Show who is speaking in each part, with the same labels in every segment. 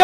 Speaker 1: ก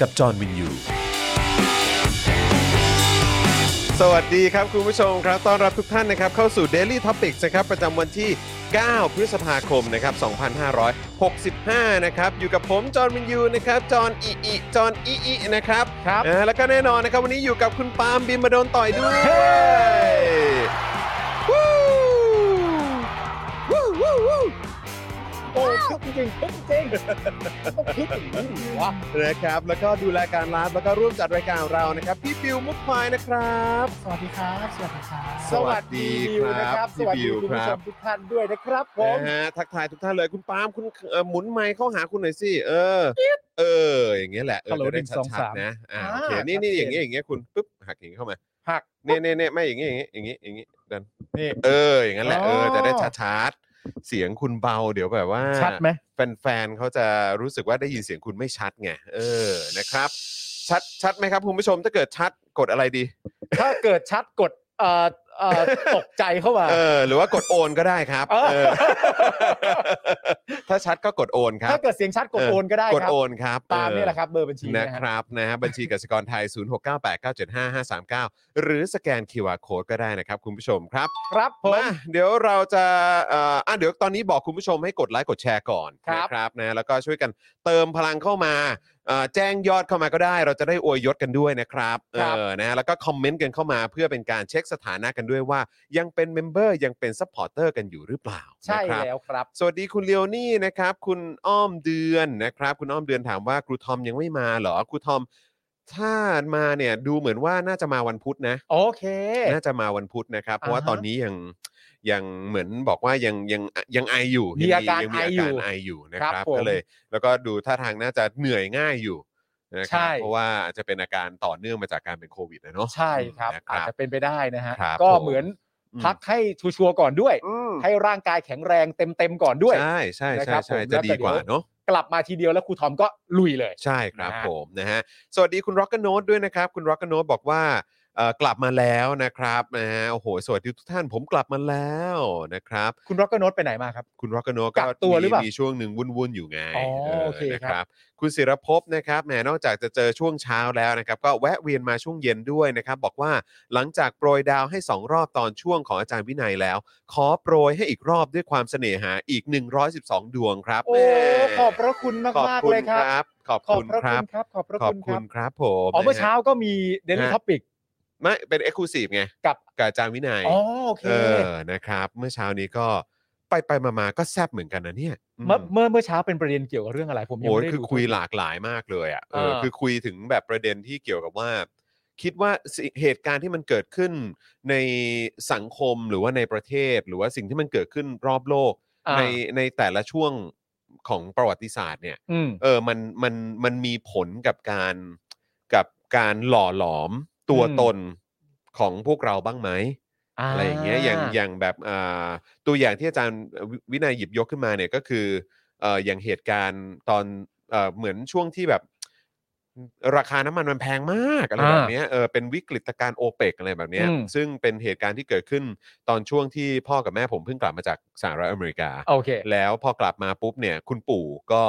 Speaker 2: กับจอห์นวินยู
Speaker 3: สวัสดีครับ คุณผู้ชมครับต้อนรับทุกท่านนะครับ เข้าสู่ Daily Topics นะครับ ประจำวันที่ 9 พฤษภาคมนะครับ 2565 นะครับ อยู่กับผม จอห์นวินยูนะครับ จอห์นอีอีจอห์นอีอีนะครับ
Speaker 4: ครับ
Speaker 3: นะฮะแล้วก็แน่นอนนะครับ วันนี้อยู่กับคุณปาล์มบิมมาโดนต่อยด้วยวู้วู้วู้วู้
Speaker 5: โอ้คิดจริงๆคิดจริงๆต้องคิดอย่างนี้ดิวะ
Speaker 3: นะครับ แล้วก็ดูแลการร้านแล้วก็ร่วมจัดรายการเรานะครับ พี่บิวมุกควายนะครับ
Speaker 5: สวัสดีครับ สวัสดีครับ
Speaker 3: สวัสดีครับ
Speaker 5: สวัสดี
Speaker 3: พี่บิว
Speaker 5: คุณ
Speaker 3: ค
Speaker 5: ผู้ช
Speaker 3: รับ
Speaker 5: มทุกท่านด้วยนะครับผม
Speaker 3: นะฮะทักทายทุกท่านเลยคุณปาล์มคุณเอ่อหมุนไมค์เข้าหาคุณหน่อยสิเออ เออ อย่างเงี้ยแหละเออ
Speaker 6: Hello
Speaker 3: จะได้
Speaker 6: หนึ่งสอง
Speaker 3: ชัด
Speaker 6: สาม
Speaker 3: ๆนะอ่า
Speaker 5: อ่า
Speaker 3: โอเคนี่นี่
Speaker 5: ชัดเจน
Speaker 3: อย่างเงี้ยอย่างเงี้ยคุณปุ๊บหักอย่างเงี้ยเข้ามา
Speaker 5: หัก
Speaker 3: เน่เน่เน่ไม่อย่างเงี้ยอย่างเงี้ยอย่างเงี้ยอย่างเงี้ยดัน
Speaker 6: นี่
Speaker 3: เอออย่างนั้นแหละเออ
Speaker 5: อ๋อ
Speaker 3: จะได้ชัดๆเสียงคุณเบาเดี๋ยวแบบว่า
Speaker 6: ชัดไหม
Speaker 3: แฟนๆเขาจะรู้สึกว่าได้ยินเสียงคุณไม่ชัดไงเออนะครับ ชัดชัดไหมครับคุณผู้ชมถ้าเกิดชัดกดอะไรดี
Speaker 5: ถ้าเกิดชัดกดเอ่อเอ่อตกใจเข้ามา
Speaker 3: เออ หรือว่ากดโอนก็ได้ครับ
Speaker 5: เออ
Speaker 3: เออ ถ้าชัดก็กดโอนครับ
Speaker 5: ถ้าเกิดเสียงชัดกด
Speaker 3: เออ
Speaker 5: โอนก็ได้
Speaker 3: กด
Speaker 5: ครับ
Speaker 3: โอนครับ
Speaker 5: ตาม
Speaker 3: ออ
Speaker 5: นี่แหละครับเบอร์บัญชี
Speaker 3: นะ
Speaker 5: ฮ
Speaker 3: ครับนะฮะบัญชีกสิกรไทย 0698975539 หรือสแกน QR Code ก็ได้นะครับ คุณผู้ชมครับ
Speaker 5: ครับผม
Speaker 3: มาเดี๋ยวเราจะเอ่ออ่ะเดี๋ยวตอนนี้บอกคุณผู้ชมให้กดไลค์กดแชร์ก่อน
Speaker 5: ครับ
Speaker 3: นะครับนะแล้วก็ช่วยกันเติมพลังเข้ามาเอ่อแจ้งยอดเข้ามาก็ได้ เราจะได้อวยยศกันด้วยนะครับเออนะฮะแล้วก็คอมเมนต์กันเข้ามาเพื่อเป็นการเช็คสถานะกันด้วยว่า ยังเป็นเมมเบอร์ยังเป็นซัพพอร์เตอร์กันอยู่หรือเปล่า
Speaker 5: ใช่
Speaker 3: นะครับ
Speaker 5: แล้วครับ
Speaker 3: สวัสดีคุณเลโอนี่นะครับ คุณอ้อมเดือนนะครับ คุณอ้อมเดือนถามว่าครูทอมยังไม่มาเหรอครูทอม ถ้ามาเนี่ยดูเหมือนว่าน่าจะมาวันพุธนะ
Speaker 5: โอเค
Speaker 3: น่าจะมาวันพุธนะครับ เพราะว่า
Speaker 5: อ่าฮะ
Speaker 3: ตอนนี้ยังยังเหมือนบอกว่ายังยังยังไออยู่
Speaker 5: มีอาการ
Speaker 3: ยัมี
Speaker 5: ไอ
Speaker 3: อา
Speaker 5: อยู่
Speaker 3: การไออยู่นะค
Speaker 5: ครั
Speaker 3: รับบ
Speaker 5: ผม
Speaker 3: ก็เลย แล้วก็ดูท่าทางน่าจะเหนื่อยง่ายอยู่นะค
Speaker 5: ใช่
Speaker 3: รับเพราะว่าอาจจะเป็นอาการต่อเนื่องมาจากการเป็นโควิดนะเนาะ
Speaker 5: ใช่ครับ
Speaker 3: นะ
Speaker 5: อาจจะเป็นไปได้นะฮะ
Speaker 3: ครับ
Speaker 5: ก็
Speaker 3: ผม
Speaker 5: เหมือนพักให้ชัวร์ๆก่อนด้วย
Speaker 3: อืม
Speaker 5: ให้ร่างกายแข็งแรงเต็มๆก่อนด้วย
Speaker 3: ใช่ใช่
Speaker 5: นะ
Speaker 3: ใช่
Speaker 5: ครับ
Speaker 3: ใช่
Speaker 5: ผม
Speaker 3: จะ
Speaker 5: แล้ว
Speaker 3: ดี
Speaker 5: แต่เดี๋ยว
Speaker 3: กว่าเนาะ
Speaker 5: กลับมาทีเดียวแล้วครูทอมก็ลุยเลย
Speaker 3: ใช่ครับ
Speaker 5: นะฮะ
Speaker 3: ผมนะฮะสวัสดีคุณร็อกก n o โนด้วยนะครับ คุณร็อกก n o โนบอกว่าเอ่อกลับมาแล้วนะครับนะฮะโอ้โหสวัสดีทุกท่านผมกลับมาแล้วนะครับ
Speaker 5: คุณร็อกเกอร์โนตไปไหนมาครับ
Speaker 3: คุณร็อกก n o โน
Speaker 5: กั
Speaker 3: ก็
Speaker 5: กตัวหรือเปล่ามี
Speaker 3: ช่วงหนึ่งวุ่นๆอยู่ไง
Speaker 5: อ๋อโอเคครับ
Speaker 3: นะครับ คุณศิรภพนะครับแหมนอกจากจะเจอช่วงเช้าแล้วนะครับ ก็แวะเวียนมาช่วงเย็นด้วยนะครับ บอกว่าหลังจากโปรยดาวให้ 2 รอบตอนช่วงของอาจารย์วินัยแล้ว ขอโปรยให้อีกรอบด้วยความเสน่หาอีก 112 ดวงครับ
Speaker 5: โอ้
Speaker 3: แหม
Speaker 5: ขอบพระคุณมาก
Speaker 3: ขอบ
Speaker 5: มาก
Speaker 3: คุณ
Speaker 5: เลยค
Speaker 3: ครับ รับ ขอบ
Speaker 5: ขอบ
Speaker 3: คุณ
Speaker 5: พระ
Speaker 3: ค
Speaker 5: คุ
Speaker 3: รับ
Speaker 5: ณครับ ขอบพระ
Speaker 3: ขอบ
Speaker 5: คุณค
Speaker 3: คุ
Speaker 5: รั
Speaker 3: ณ
Speaker 5: บ
Speaker 3: ครับผม
Speaker 5: อ๋อเมื่อ
Speaker 3: นะฮะ
Speaker 5: เช้าก็มี Daily
Speaker 3: นะ
Speaker 5: Topic
Speaker 3: ไม่เป็นเอ็กซ์คลูซีฟไง
Speaker 5: กับ
Speaker 3: กับอาจารย์วินัย
Speaker 5: อ๋อโอเค
Speaker 3: เออนะครับ เมื่อเช้านี้ก็ไปไปมามาก็แซบเหมือนกันนะเนี่ยอืม
Speaker 5: เมื่อเมื่อเมื่อเช้าเป็นประเด็นเกี่ยวกับเรื่องอะไรผมยัง
Speaker 3: โอ้ย
Speaker 5: ไม่ได้
Speaker 3: คือ
Speaker 5: ดู
Speaker 3: คุยหลากหลายมากเลยอ่ะเอ
Speaker 5: เอ
Speaker 3: อ
Speaker 5: อ
Speaker 3: คือคุยถึงแบบประเด็นที่เกี่ยวกับว่า คิดว่าสิเหตุการณ์ที่มันเกิดขึ้นในสังคมหรือว่าในประเทศ หรือว่าสิ่งที่มันเกิดขึ้นรอบโลก
Speaker 5: อ่า
Speaker 3: ในในแต่ละช่วงของประวัติศาสตร์เนี่ย
Speaker 5: อืม
Speaker 3: เออ มัน มัน มันมีผลกับการ กับการหล่อหลอมตัว
Speaker 5: อืม
Speaker 3: ตนของพวกเราบ้างไหม อะไรอย่างเงี้ย อย่าง อย่างแบบอ่าตัวอย่างที่อาจารย์วิวินัยหยิบยกขึ้นมาเนี่ยก็คือเอ่ออย่างเหตุการณ์ตอนเอ่อเหมือนช่วงที่แบบ ราคาน้ำมันมันแพงมากอะไร
Speaker 5: อ่า
Speaker 3: แบบเนี้ย เออ เป็นวิกฤตการณ์โอเปกอะไรแบบเนี้ย
Speaker 5: อืม
Speaker 3: ซึ่งเป็นเหตุการณ์ที่เกิดขึ้นตอนช่วงที่พ่อกับแม่ผมเพิ่งกลับมาจากสหรัฐอเมริกา
Speaker 5: โอเค
Speaker 3: แล้วพอกลับมาปุ๊บเนี่ยคุณปู่ก็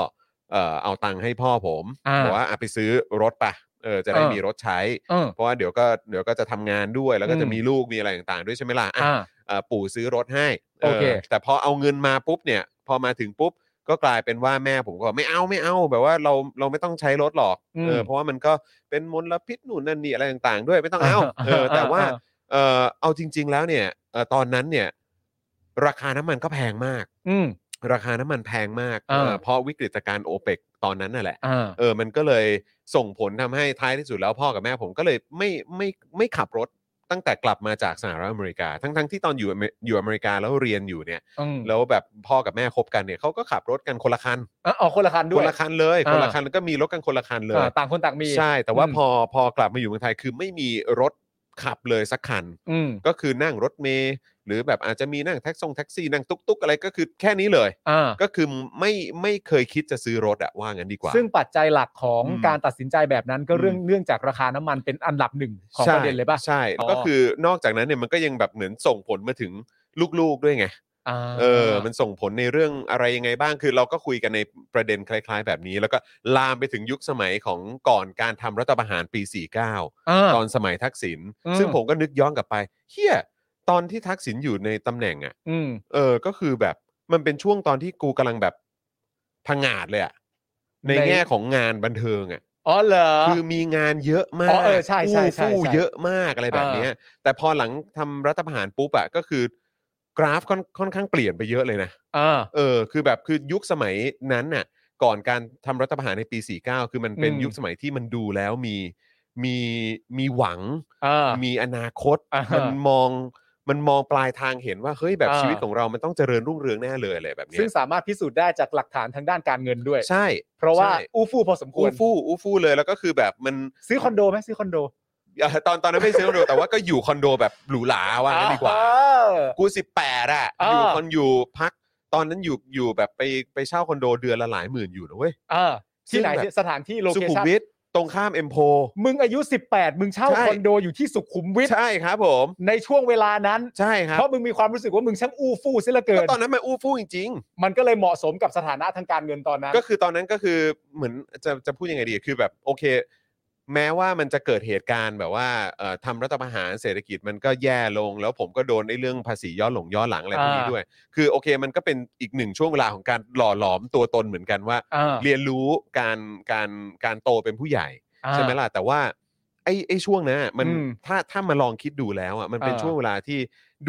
Speaker 3: เอ่อเอาตังค์ให้พ่อผม
Speaker 5: อ่า
Speaker 3: บอกว่าอ่ะไปซื้อรถปะเออจะได้
Speaker 5: เออ
Speaker 3: มีรถใช้
Speaker 5: เออ
Speaker 3: เพราะว่าเดี๋ยวก็เดี๋ยวก็จะทำงานด้วยแล้วก็จะ
Speaker 5: อืม
Speaker 3: มีลูกมีอะไรต่างๆ ด้วยใช่ไหมล่ะอ่ะ
Speaker 5: อ่า
Speaker 3: เอ่อปู่ซื้อรถให้
Speaker 5: โอเค
Speaker 3: แต่พอเอาเงินมาปุ๊บเนี่ย พอมาถึงปุ๊บ ก็กลายเป็นว่าแม่ผมก็บอกไม่เอาไม่เอา แบบว่าเราเราไม่ต้องใช้รถหรอก
Speaker 6: อืม
Speaker 3: เออเพราะว่ามันก็เป็นมลพิษหนุนนั่นนี่อะไรต่างๆ ด้วยไม่ต้องเอาเออแต่ว่า เออเอาจริง ๆ แล้วเนี่ยเอ่อตอนนั้นเนี่ย ราคาน้ำมันก็แพงมาก
Speaker 6: อืม
Speaker 3: ราคาน้ำมันแพงมาก
Speaker 6: เออ
Speaker 3: เอ่อเพราะวิกฤตการณ์โอเปกตอนนั้นน่ะแหละ
Speaker 6: อ่า
Speaker 3: เออมันก็เลยส่งผลทำให้ท้ายที่สุดแล้วพ่อกับแม่ผมก็เลยไม่ไม่ไม่ขับรถตั้งแต่กลับมาจากสหรัฐอเมริกา ทั้งทั้งที่ตอนอยู่อเมอยู่อเมริกาแล้วเรียนอยู่เนี่ย
Speaker 6: อืม
Speaker 3: แล้วแบบพ่อกับแม่คบกันเนี่ยเขาก็ขับรถกันคนละคัน
Speaker 6: เออออกคนละคันด้
Speaker 3: ค
Speaker 6: วย
Speaker 3: นละคันเลย
Speaker 6: อ่า
Speaker 3: คนละคันแล้วก็มีรถกันคนละคันเลย
Speaker 6: อ่าต่างคนต่างมี
Speaker 3: ใช่แต่ว่า
Speaker 6: อืม
Speaker 3: พอพอกลับมาอยู่เมืองไทยคือไม่มีรถขับเลยสักคัน
Speaker 6: อืม
Speaker 3: ก็คือนั่งรถเมล์หรือแบบอาจจะมีนั่งแท็กซงแท็กซี่นั่งตุ๊กตุ๊กอะไรก็คือแค่นี้เลย
Speaker 6: อ่า
Speaker 3: ก็คือไม่ไม่เคยคิดจะซื้อรถอะว่างั้นดีกว่า
Speaker 6: ซึ่งปัจจัยหลักของ
Speaker 3: อืม
Speaker 6: การตัดสินใจแบบนั้นก็เรื่องเนื่องจากราคาน้ำมันเป็นอันดับหนึ่งของ
Speaker 3: ใช่
Speaker 6: ประเด็นเลยป่ะ
Speaker 3: ใช่
Speaker 6: อ๋อ
Speaker 3: ก็คือนอกจากนั้นเนี่ยมันก็ยังแบบเหมือนส่งผลมาถึงลูกๆด้วยไง
Speaker 6: อ่า
Speaker 3: เออ มันส่งผลในเรื่องอะไรยังไงบ้างคือเราก็คุยกันในประเด็นคล้าย ๆ แบบนี้ แล้วก็ลามไปถึงยุคสมัยของก่อนการทำรัฐประหารปี 49 ตอนสมัยทักษิณ
Speaker 6: อืม
Speaker 3: ซึ่งผมก็นึกย้อนกลับไปเฮียตอนที่ทักษิณอยู่ในตำแหน่งอ่ะ
Speaker 6: อืม
Speaker 3: เออก็คือแบบมันเป็นช่วงตอนที่กูกำลังแบบพังงาดเลยอ่ะในแง่ของงานบันเทิงอ่ะ
Speaker 6: อ๋อเหรอ
Speaker 3: คือมีงานเยอะมา
Speaker 6: อ๋
Speaker 3: ก
Speaker 6: อเออใช่ใช่
Speaker 3: อู้
Speaker 6: ใช่
Speaker 3: ฟู่
Speaker 6: ใช่
Speaker 3: เยอะมากอะไรแบบเนี้ยแต่พอหลังทำรัฐประหารปุ๊บอ่ะก็คือกราฟค่อนค่อนข้างเปลี่ยนไปเยอะเลยนะ
Speaker 6: ่า
Speaker 3: เออคือแบบคือยุคสมัยนั้นน่ะก่อนการทำรัฐประหารในปี 49 คือมันเป็น
Speaker 6: อืม
Speaker 3: ยุคสมัยที่มันดูแล้วมีมีมีหวัง
Speaker 6: อ่า
Speaker 3: มีอนาคต
Speaker 6: อ่าฮะ
Speaker 3: มันมองมันมองปลายทางเห็นว่าเฮ้ยแบบ
Speaker 6: อ่า
Speaker 3: ชีวิตของเรามันต้องเจริญรุ่งเรืองแน่เลยอะไรแบบเนี้ย
Speaker 6: ซึ่งสามารถพิสูจน์ได้จากหลักฐานทางด้านการเงินด้วย
Speaker 3: ใช่
Speaker 6: เพราะว่า
Speaker 3: ใช่
Speaker 6: อู้ฟู่พอสมคว
Speaker 3: อู้
Speaker 6: ร
Speaker 3: ฟู่อู้ฟู่เลยแล้วก็คือแบบมัน
Speaker 6: ซื้อคอนโดไหมซื้อคอนโด
Speaker 3: เอ่อตอนตอนนั้นไม่ซื้อคอนโด แต่ว่าก็อยู่คอนโดแบบหรูหราว่างั้นดีกว่า
Speaker 6: เออ
Speaker 3: กูสิบแปดอะ
Speaker 6: อ่า
Speaker 3: อยู่คอนอยู่พัก ตอนนั้นอยู่อยู่แบบไปไปเช่าคอนโดเดือนละหลายหมื่นอยู่นะเว้ย
Speaker 6: เออที่ไหน
Speaker 3: ซึ่งแบบ
Speaker 6: สถานที่โล
Speaker 3: สุ
Speaker 6: เค
Speaker 3: ขุม
Speaker 6: ชั่น
Speaker 3: วิทตรงข้ามเอ็มโพ
Speaker 6: มึงอายุ 18 มึงเช่า
Speaker 3: ใช่
Speaker 6: คอนโดอยู่ที่สุขุมวิท
Speaker 3: ใช่ครับผม
Speaker 6: ในช่วงเวลานั้น
Speaker 3: ใช่ครับ
Speaker 6: เพราะมึงมีความรู้สึกว่ามึงช่างอู้ฟู่เสียเหลือเกิ
Speaker 3: ก็
Speaker 6: น
Speaker 3: ตอนนั้นมันอู้ฟู่จริง ๆ
Speaker 6: มันก็เลยเหมาะสมกับสถานะทางการเงินตอนนั้น
Speaker 3: ก็คือตอนนั้นก็คือเหมือนจะจะพูดยังไงดีคือแบบโอเค แม้ว่ามันจะเกิดเหตุการณ์แบบว่าเอ่อทำรัฐประหารเศรษฐกิจมันก็แย่ลง แล้วผมก็โดนในเรื่องภาษีย้อนหลงย้อนหลังอะไรพวกนี้
Speaker 6: อ่า
Speaker 3: ด้วย คือโอเคมันก็เป็นอีกหนึ่งช่วงเวลาของการหล่อหลอมตัวตนเหมือนกันว่า
Speaker 6: อ่า
Speaker 3: เรียนรู้การการการโตเป็นผู้ใหญ่
Speaker 6: อ่า
Speaker 3: ใช่ไหมล่ะแต่ว่าไอ้ไอ้ช่วงนั้นอะมัน
Speaker 6: อืม
Speaker 3: ถ้าถ้ามาลองคิดดูแล้วอ่ะมันเป็น
Speaker 6: อ่า
Speaker 3: ช่วงเวลาที่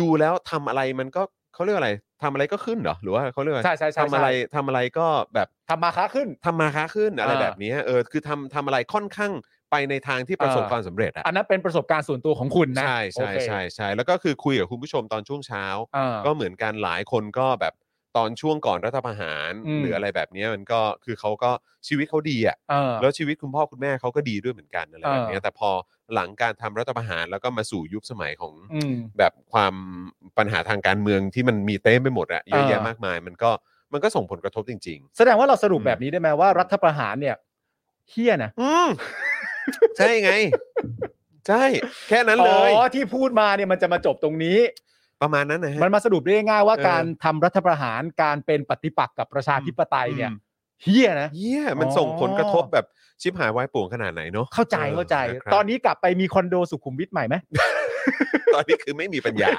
Speaker 3: ดูแล้วทำอะไรมันก็เขาเรียกอะไรทำอะไรก็ขึ้นเหรอหรือว่าเขาเรียกว่า
Speaker 6: ใช่ใช่ใช่
Speaker 3: ทำอะไรทำอะไรก็แบบ
Speaker 6: ทำมาค้าขึ้น
Speaker 3: ทำมาค้าขึ้นอะไร
Speaker 6: อ่า
Speaker 3: แบบนี้เออคือทำทำอะไรค่อนข้างไปในทางที่ประสบ
Speaker 6: อ่า
Speaker 3: ความสำเร็จอะ
Speaker 6: อันนั้นเป็นประสบการณ์ส่วนตัวของคุณนะ
Speaker 3: ใช่ใช่
Speaker 6: โอเค
Speaker 3: ใช่ใช่แล้วก็คือคุยกับคุณผู้ชมตอนช่วงเช้า
Speaker 6: อ่า
Speaker 3: ก็เหมือนกันหลายคนก็แบบตอนช่วงก่อนรัฐประหาร
Speaker 6: อืม
Speaker 3: หรืออะไรแบบนี้มันก็คือเขาก็ชีวิตเขาดีอะ
Speaker 6: อ่า
Speaker 3: แล้วชีวิตคุณพ่อคุณแม่เขาก็ดีด้วยเหมือนกันอะไรแบบนี้
Speaker 6: อ่า
Speaker 3: แต่พอหลังการทำรัฐประหารแล้วก็มาสู่ยุคสมัยของ
Speaker 6: อืม
Speaker 3: แบบความปัญหาทางการเมืองที่มันมีเต้มไปหมดอะเยอะแยะ
Speaker 6: อ่าม
Speaker 3: มากมายมันก็มันก็ส่งผลกระทบจริง ๆ
Speaker 6: แสดงว่าเราสรุป
Speaker 3: อืม
Speaker 6: แบบนี้ได้ไหมว่ารัฐประหารเนี่ยเฮี้ยนะ
Speaker 3: อืม ใช่ไง ใช่ แค่นั้น
Speaker 6: อ๋
Speaker 3: เลย
Speaker 6: อที่พูดมาเนี่ยมันจะมาจบตรงนี้
Speaker 3: ประมาณนั้นนะฮะ
Speaker 6: มันมาสรุปได้ง่ายๆว่า
Speaker 3: เออ
Speaker 6: การทำรัฐประหารการเป็นปฏิปักษ์กับประชาธิปไตยเนี่ย
Speaker 3: อืม
Speaker 6: เฮี้ยนะ
Speaker 3: เยี่ยมัน
Speaker 6: อ๋อ
Speaker 3: ส่งผลกระทบแบบชิบหายวายป่วงขนาดไหนเนาะ
Speaker 6: เข้าใจ
Speaker 3: ออ
Speaker 6: เข้าใจ
Speaker 3: ะครับ
Speaker 6: ตอนนี้กลับไปมีคอนโดสุขุมวิทใหม่ไหม
Speaker 3: ตอนนี้คือไม่มีปัญ ญา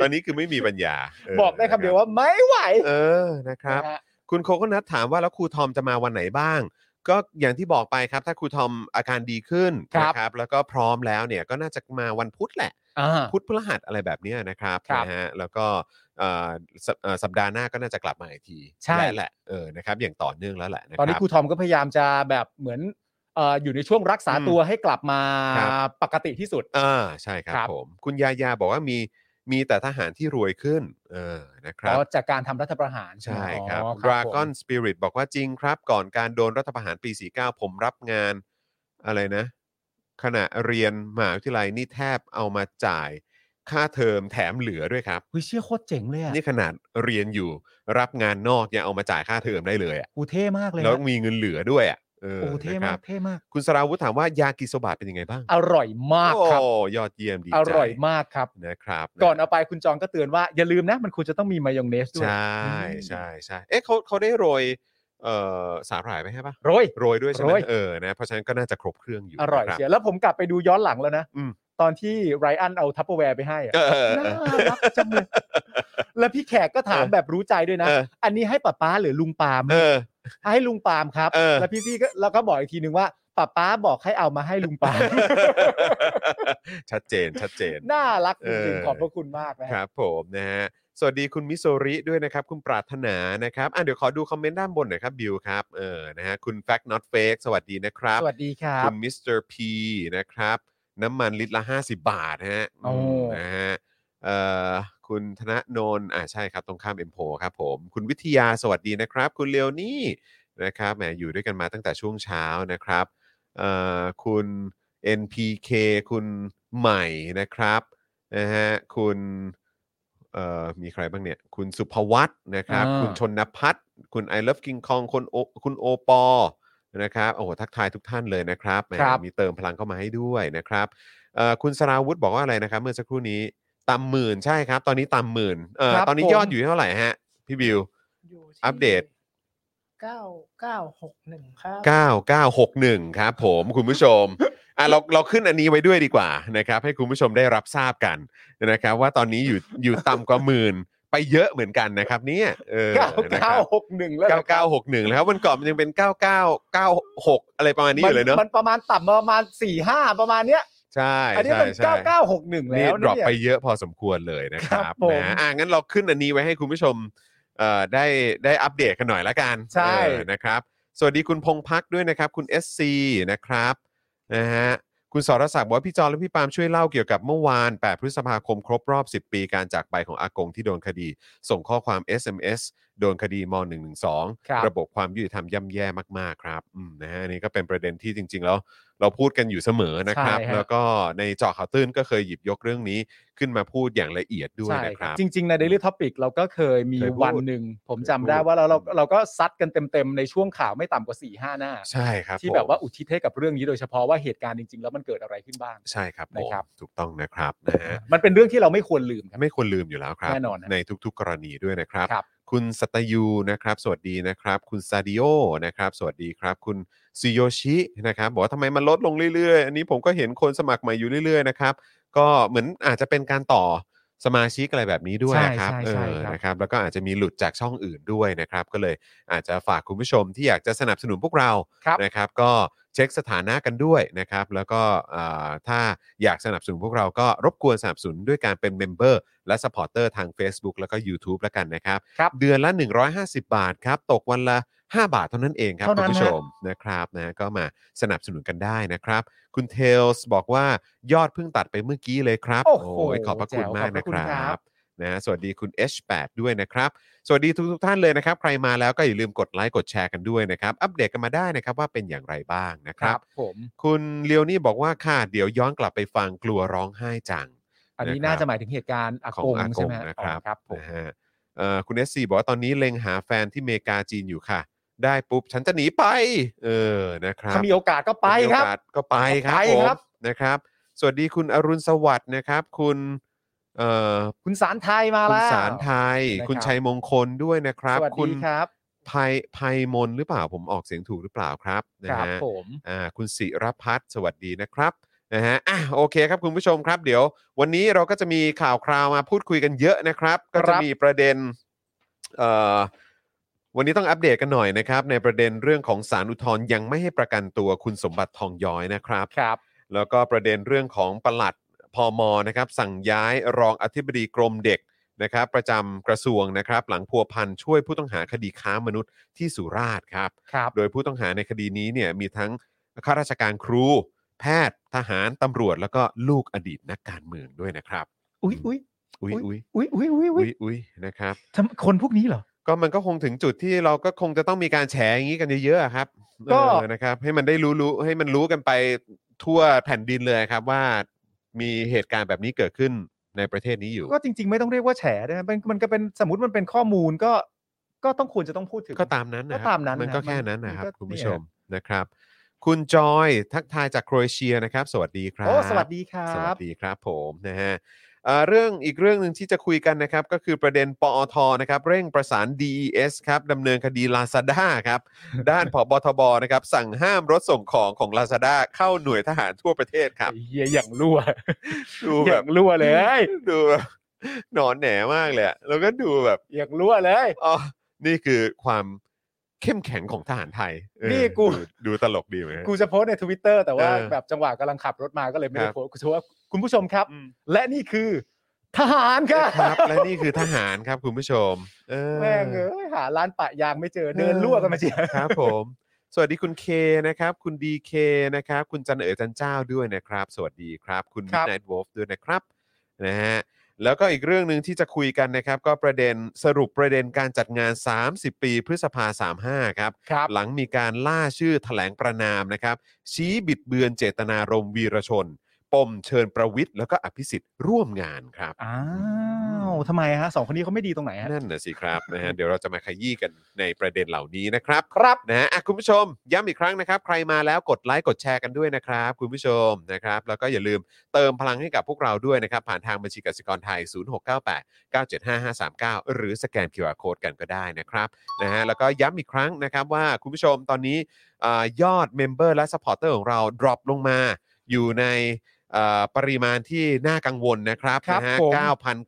Speaker 3: ตอนนี้คือไม่มีปัญญาเ
Speaker 6: บอกได้คำเดียวว่าไม่ไหว
Speaker 3: เออนะครับ
Speaker 6: นะฮะ
Speaker 3: คุณโคก็นัดถามว่าแล้วครูทอมจะมาวันไหนบ้าง ก็อย่างที่บอกไปครับ ถ้าครูทอมอาการดีขึ้น
Speaker 6: ครับ
Speaker 3: นะครับ แล้วก็พร้อมแล้วเนี่ยก็น่าจะมาวันพุธแหละ
Speaker 6: อ่า
Speaker 3: พุธพฤหัสอะไรแบบเนี้ยนะครับ
Speaker 6: ครับ
Speaker 3: นะฮะแล้วก็เอ่อสัปเอ่อสัปดาห์หน้าก็น่าจะกลับมาอีกที
Speaker 6: ใช่
Speaker 3: และแหละเออนะครับอย่างต่อเนื่องแล้วแหละนะค
Speaker 6: ตอน
Speaker 3: รั
Speaker 6: นี้
Speaker 3: บ
Speaker 6: ครูทอมก็พยายามจะแบบเหมือนเอ่ออยู่ในช่วงรักษาตัวให้กลับมา
Speaker 3: ครับ
Speaker 6: ปกติที่สุด
Speaker 3: อ่าใช่ครับ
Speaker 6: ครับ
Speaker 3: ผม คุณยายาบอกว่ามีมีแต่ทหารที่รวยขึ้นเออนะค
Speaker 6: เพ
Speaker 3: รับ
Speaker 6: ราะจากการทำรัฐประหาร
Speaker 3: ใช่ครับ
Speaker 6: อ๋อ
Speaker 3: Dragon Spirit บอกว่าจริงครับ ก่อนการโดนรัฐประหารปี 49 ผมรับงานอะไรนะ ขณะเรียนมหาวิทยาลัยนี่แทบเอามาจ่ายค่าเทอมแถมเหลือด้วยครับ
Speaker 6: เฮ้ยเชี่ยโคตรเจ๋งเลยอ่ะ
Speaker 3: นี่ขนาดเรียนอยู่รับงานนอกยังเอามาจ่ายค่าเทอมได้เลยอะ
Speaker 6: กูเท่มากเลยอะ
Speaker 3: แล้วมีเงินเหลือด้วยอ่ะเออ
Speaker 6: โอ้เท่
Speaker 3: นะครั
Speaker 6: มาก
Speaker 3: บ
Speaker 6: เท่มาก
Speaker 3: คุณสราวุธถามว่ายากิโซบะเป็นยังไงบ้าง
Speaker 6: อร่อยมากครับ
Speaker 3: โอ้ยอดเยี่ยมดีใจ
Speaker 6: อร่อยมากครับ
Speaker 3: นะครับ
Speaker 6: ก่อนเอาไปคุณจองก็เตือนว่าอย่าลืมนะมันควรจะต้องมีมายองเนสด้วย
Speaker 3: ใช่ใช่ใช่เอ๊ะเขาเขาได้โรยเอ่อสาหร่ายไหมใช่ปะ
Speaker 6: โรย
Speaker 3: โรยด้วยใช่ไหม
Speaker 6: โรย
Speaker 3: เออนะเพราะฉะนั้นก็น่าจะครบเครื่องอยู่
Speaker 6: อร่อย
Speaker 3: นะคบ
Speaker 6: เชียวแล้วผมกลับไปดูย้อนหลังแล้วนะ
Speaker 3: อืม
Speaker 6: ตอนที่ไรอันเอาทัพเปอร์แวร์ไปให้อะ
Speaker 3: เออเออเอ
Speaker 6: น่า
Speaker 3: อ
Speaker 6: รักจัง เลยแล้วพี่แขกก็ถาม
Speaker 3: เออ
Speaker 6: แบบรู้ใจด้วยนะ
Speaker 3: เออ
Speaker 6: อันนี้ให้ป้าป้าหรือลุงปาล์ม
Speaker 3: เออ
Speaker 6: ให้ลุงปาล์มครับ
Speaker 3: เออ
Speaker 6: แล้วพี่ซี่ก็แล้วก็บอกอีกทีนึงว่าป้าป้าบอกให้เอามาให้ลุงปาล์ม
Speaker 3: ชัดเจนชัดเจน
Speaker 6: น่ารักจริง
Speaker 3: เออ
Speaker 6: ๆขอบพระคุณมาก
Speaker 3: ค
Speaker 6: นะฮะ
Speaker 3: รับผมนะฮะสวัสดีคุณมิโซริด้วยนะครับ คุณปรารถนานะครับอ่ะเดี๋ยวขอดูคอมเมนต์ด้านบนหน่อยครับบิวครับเออนะฮะคุณ Fact Not Fake สวัสดีนะครับ
Speaker 6: สวัสดีครับ
Speaker 3: คุณมิสเตอร์พีนะครับ น้ำมันลิตรละ 50 บาทฮะ
Speaker 6: โอ้
Speaker 3: มนะฮะเอ่อคุณธนโนนอ่าใช่ครับ ตรงข้ามเอ็มโพครับผม คุณวิทยาสวัสดีนะครับ คุณเลโอนี่นะครับแหมอยู่ด้วยกันมาตั้งแต่ช่วงเช้านะครับเอ่อคุณ NPK คุณใหม่นะครับนะฮะคุณเอ่อมีใครบ้างเนี่ย คุณสุภวัตนะครับ
Speaker 6: อ่า
Speaker 3: คุณชนพัฒน์คุณ I Love King Kong คุณโอคุณโอปอ นะครับโอ้โหทักทายทุกท่านเลยนะครับแหม
Speaker 6: ครับ
Speaker 3: มีเติมพลังเข้ามาให้ด้วยนะครับเอ่อคุณสราวุธบอกว่าอะไรนะครับ เมื่อสักครู่นี้ตามหมื่นใช่ครับ ตอนนี้ตามหมื่นเอ่อ
Speaker 6: ครับ
Speaker 3: ตอนนี้
Speaker 6: ผม
Speaker 3: ยอดอยู่ที่เท่าไหร่ฮะ พี่บิว
Speaker 7: อยู่
Speaker 3: อัปเดต
Speaker 7: เก้าเก้าหกหนึ่งครับ
Speaker 3: 9961 ครับผมคุณผู้ชมอ่ะเราเราขึ้นอันนี้ไว้ด้วยดีกว่านะครับ ให้คุณผู้ชมได้รับทราบกันนะครับ ว่าตอนนี้อยู่อยู่ต่ำกว่าหมื่นไปเยอะเหมือนกันนะครับ เนี่ยเออ
Speaker 6: เก้า
Speaker 3: นะค
Speaker 6: เก้า
Speaker 3: รับ
Speaker 6: หกหนึ่งแล้วนะครับ
Speaker 3: 9961แล้วครับวันก่อนมันยังเป็น 9996 อะไรประมาณนี้อยู่เลยเนอะ
Speaker 6: มันประมาณต่ำประมาณสี่ห้าประมาณเนี้ย
Speaker 3: ใช่
Speaker 6: อันนี้
Speaker 3: ใช่
Speaker 6: มัน
Speaker 3: ใช่
Speaker 6: เก้าเก้าหกหนึ่งแล้ว
Speaker 3: นี่ดรอป
Speaker 6: เนี่ย
Speaker 3: ไปเยอะพอสมควรเลยนะครับ
Speaker 6: ครับผม
Speaker 3: นะฮะอ่ะงั้นเราขึ้นอันนี้ไว้ให้คุณผู้ชมเอ่อได้ได้อัปเดตกันหน่อยละกัน
Speaker 6: ใช่
Speaker 3: เออนะครับ สวัสดีคุณพงพักด้วยนะครับ คุณ SC นะครับนะฮะคุณสรศักดิ์บอกว่าพี่จอนและพี่ปาล์มช่วยเล่าเกี่ยวกับเมื่อวาน 8 พฤษภาคมครบรอบ 10 ปีการจากไปของอากงที่โดนคดี ส่งข้อความ SMS โดนคดีม .112
Speaker 6: ครับ
Speaker 3: ระบบความยุติธรรมย่ำแย่มาก ๆ ครับอืมนะฮะอันนี่ก็เป็นประเด็นที่จริง ๆ แล้ว เราพูดกันอยู่เสมอนะครับ
Speaker 6: ใช่ฮะ
Speaker 3: แล้วก็ในเจาะข่าวตื้นก็เคยหยิบยกเรื่องนี้ขึ้นมาพูดอย่างละเอียดด้วยนะครับ
Speaker 6: จริง ๆ ใน Daily Topic เราก็เคยมี
Speaker 3: เคยพูด
Speaker 6: วันหนึ่ง ผมจำ
Speaker 3: เคยพูด
Speaker 6: ได้ว่าเราเราเราก็ซัดกันเต็ม ๆ ในช่วงข่าวไม่ต่ำกว่า4ี่ห้าหน้า
Speaker 3: ใช่ครับ
Speaker 6: ที่แบบว่า
Speaker 3: ผม
Speaker 6: อุทิศให้กับเรื่องนี้โดยเฉพาะว่าเหตุการณ์จริง ๆ แล้วมันเกิดอะไรขึ้นบ้าง
Speaker 3: ใช่ครับผม
Speaker 6: นะครับ
Speaker 3: ถูกต้องนะครับนะฮะ
Speaker 6: มันเป็นเรื่องที่เราไม่ควรลืมครับ
Speaker 3: ไม่ควรลืมอยู่แล้วครับ
Speaker 6: แน่นอนฮะ
Speaker 3: ในทุกๆ กรณีด้วยนะครับ
Speaker 6: ครับ
Speaker 3: คุณสัตยูนะครับ สวัสดีนะครับ คุณซาดิโอนะครับ สวัสดีครับ คุณซิโยชินะครับบอกว่าทำไมมันลดลงเรื่อยๆ อันนี้ผมก็เห็นคนสมัครใหม่อยู่เรื่อยๆนะครับ ก็เหมือนอาจจะเป็นการต่อสมาชิกอะไรแบบนี้ด้วยนะครับ
Speaker 6: ใช่
Speaker 3: เอ
Speaker 6: ใช่
Speaker 3: อ
Speaker 6: ใช่ครับ
Speaker 3: นะครับ แล้วก็อาจจะมีหลุดจากช่องอื่นด้วยนะครับ ก็เลยอาจจะฝากคุณผู้ชมที่อยากจะสนับสนุนพวกเรา
Speaker 6: ครับ
Speaker 3: นะครับก็เช็คสถานะกันด้วยนะครับ แล้วก็อ่าถ้าอยากสนับสนุนพวกเราก็รบกวนสนับสนุนด้วยการเป็นเมมเบอร์และสปอร์เตอร์ทาง Facebook แล้วก็ YouTube แล้วกันนะครับ
Speaker 6: ครับ
Speaker 3: เดือนละ 150 บาทครับ ตกวันละ 5 บาทเท่านั้นเองครับ
Speaker 6: เท่า
Speaker 3: คุณ
Speaker 6: นั้น
Speaker 3: ผู้ชมนะครับนะก็มาสนับสนุนกันได้นะครับ คุณเทลส์บอกว่ายอดเพิ่งตัดไปเมื่อกี้เลยครับ
Speaker 6: โอ้โห
Speaker 3: ยขอบพระคุณ
Speaker 6: แจ๋ว
Speaker 3: มาก
Speaker 6: ขอบพ
Speaker 3: นะ
Speaker 6: ระคุ
Speaker 3: ค
Speaker 6: ณ
Speaker 3: รั
Speaker 6: ครับ บ
Speaker 3: นะสวัสดีคุณ H8 ด้วยนะครับ สวัสดีทุกทุกๆท่านเลยนะครับ ใครมาแล้วก็อย่าลืมกดไลค์กดแชร์กันด้วยนะครับ อัปเดตกันมาได้นะครับว่าเป็นอย่างไรบ้างนะค
Speaker 6: ครับ รับผม
Speaker 3: คุณเลียวนี่บอกว่าค่ะเดี๋ยวย้อนกลับไปฟังกลัวร้องไห้จัง
Speaker 6: อันนี้
Speaker 3: นะครับ
Speaker 6: น่าจะหมายถึงเหตุการณ์อาก
Speaker 3: ของ
Speaker 6: ง
Speaker 3: อาก
Speaker 6: ใช่
Speaker 3: ง
Speaker 6: ไหม
Speaker 3: นะครับ
Speaker 6: อ๋อครับผม
Speaker 3: นะฮะเอ่อคุณเอสซีบอกว่าตอนนี้เล็งหาแฟนที่อเมริกาจีนอยู่ค่ะ ได้ปุ๊บ ฉันจะหนีไป เออนะครับ
Speaker 6: ถ้ามีโอกาสก็ไปครับ
Speaker 3: มีโอกาสก็ไปครับ
Speaker 6: ไป
Speaker 3: ผม
Speaker 6: ครับ
Speaker 3: นะครับ สวัสดีคุณอรุณสวัสดิ์นะครับ คุณเอ่อ
Speaker 6: คุณสารไทยมา
Speaker 3: คุณ
Speaker 6: แล้ว
Speaker 3: สารไทย
Speaker 6: นะครับ
Speaker 3: คุณชัยมงคลด้วยนะครับ
Speaker 6: สวัส
Speaker 3: ณ
Speaker 6: ดีครับ
Speaker 3: ภัยภัยมนหรือเปล่าผมออกเสียงถูกหรือเปล่าครับนะครับ ฮะ
Speaker 6: ผม
Speaker 3: อ่าคุณศิรพัฒน์สวัสดีนะครับนะฮะอ่ะโอเคครับคุณผู้ชมครับ เดี๋ยว วันนี้เราก็จะมีข่าวคราวมาพูดคุยกันเยอะนะครับ ก็จะมีประเด็นเอ่อวันนี้ต้องอัปเดตกันหน่อยนะครับ ในประเด็นเรื่องของสารอุทธรณ์ยังไม่ให้ประกันตัวคุณสมบัติทองย้อยนะครับ
Speaker 6: ครับ
Speaker 3: แล้วก็ประเด็นเรื่องของปลัดพมนะครับ สั่งย้ายรองอธิบดีกรมเด็กนะครับ ประจำกระทรวงนะครับ หลังพัวพันช่วยผู้ต้องหาคดีค้ามนุษย์ที่สุราษฎร์ครับ
Speaker 6: ครับ
Speaker 3: โดยผู้ต้องหาในคดีนี้เนี่ยมีทั้งข้าราชการครู แพทย์ทหารตำรวจแล้วก็ลูกอดีตนักการเมืองด้วยนะครับ
Speaker 6: อุ้ยอุ้ย
Speaker 3: อุ้ยอุ้ย
Speaker 6: อุ้ยอุ้ยอุ้ย
Speaker 3: อุ้ยอุ้ยนะครับ
Speaker 6: ทำคนพวกนี้เหรอ
Speaker 3: ก็มันก็คงถึงจุดที่เราก็คงจะต้องมีการแฉอย่างนี้กันเยอะๆอะครับ
Speaker 6: ก็
Speaker 3: เออนะครับ ให้มันได้รู้รู้ให้มันรู้กันไปทั่วแผ่นดินเลยครับว่ามีเหตุการณ์แบบนี้เกิดขึ้นในประเทศนี้อยู่
Speaker 6: ก็จริง ๆ ไม่ต้องเรียกว่าแฉด้วยนะมันมันก็เป็นสมมติมันเป็นข้อมูลก็ก็ต้องควรจะต้องพูดถึง
Speaker 3: ก็ตามนั้นนะค
Speaker 6: ก็
Speaker 3: รั
Speaker 6: ตามนั้น
Speaker 3: มันก็
Speaker 6: นะ
Speaker 3: แค่
Speaker 6: มัน
Speaker 3: นั้นนะครับ
Speaker 6: มันก็
Speaker 3: คุณผู้
Speaker 6: เนี่
Speaker 3: ช
Speaker 6: ย
Speaker 3: มนะครับ คุณจอยทักทายจากโครเอเชียนะครับ สวัสดีครับ
Speaker 6: โอ้สวัสดีครั
Speaker 3: สวั
Speaker 6: บ
Speaker 3: สดีครับผมนะฮะ เอ่อเรื่องอีกเรื่องหนึ่งที่จะคุยกันนะครับ ก็คือประเด็นปอทนะครับ เร่งประสาน DES ครับดำเนินคดี Lazada ครับ ด้านผ บทบนะครับ สั่งห้ามรถส่งของของ Lazada เข้าหน่วยทหารทั่วประเทศครับ
Speaker 6: เฮียอย่างรั่ ว
Speaker 3: ดู
Speaker 6: อ
Speaker 3: แบ
Speaker 6: ย่า
Speaker 3: บ
Speaker 6: งรั่วเลย
Speaker 3: ดูแบบ หนอนแหนมากเลยอะแล้วก็ดูแบบ
Speaker 6: อย่างรั่วเลย
Speaker 3: อ๋อนี่คือความเข้มแข็งของทหารไทยเออ
Speaker 6: นี่กู
Speaker 3: ดูดูตลกดีเหมือนกัน
Speaker 6: กูจะโพสต์ในทวิตเตอร์แต่ว่า
Speaker 3: เออ
Speaker 6: แบบจังหวะกำลังขับรถมาก็เลยไม่
Speaker 3: ค
Speaker 6: ได้
Speaker 3: รับ
Speaker 6: โพสต์กูจะว่าคุณผู้ชมครับ
Speaker 3: อืม
Speaker 6: และนี่คือทหารครั
Speaker 3: ครับ บและนี่คือทหารครับคุณผู้ชม เออ
Speaker 6: แม่งเอ้ยหาร้านปะยางไม่เจอเดินรั่วกันมาเชีย
Speaker 3: ครับผม สวัสดีคุณเคนะครับ คุณดีเคนะครับ คุณจันเอ๋อจันเจ้าด้วยนะครับ สวัสดีครับ คุณ Midnight Wolf ด้วยนะครับนะฮะแล้วก็อีกเรื่องหนึ่งที่จะคุยกันนะครับ ก็ประเด็นสรุปประเด็นการจัดงาน 30 ปีพฤษภา 35 ครับ
Speaker 6: ครับ
Speaker 3: หลังมีการล่าชื่อถแถลงประนามนะครับ ชี้บิดเบือนเจตนารมณ์วีรชน ปมเชิญประวิทย์แล้วก็อภิสิทธิ์ร่วมงานครับ
Speaker 6: อ้าวทำไมฮะสองคนนี้เขาไม่ดีตรงไหนฮะ
Speaker 3: นั่นนะสิครับ นะฮะเดี๋ยวเราจะมาขยี้กันในประเด็นเหล่านี้นะครับ
Speaker 6: ครับ
Speaker 3: นะฮะอ่ะคุณผู้ชม ย้ำอีกครั้งนะครับ ใครมาแล้วกดไลค์กดแชร์กันด้วยนะครับ คุณผู้ชมนะครับ แล้วก็อย่าลืมเติมพลังให้กับพวกเราด้วยนะครับ ผ่านทางบัญชีกสิกรไทย 0698 975539 หรือสแกน QR Code กันก็ได้นะครับนะฮะแล้วก็ย้ำอีกครั้งนะครับว่าคุณผู้ชมตอนนี้อายอดเมมเบอร์และสปอร์เตอร์ของเราดรอปลงมาอยู่ในเอ่อปริมาณที่น่ากังวลนะครับ
Speaker 6: ครับ
Speaker 3: นะฮะ
Speaker 6: ผม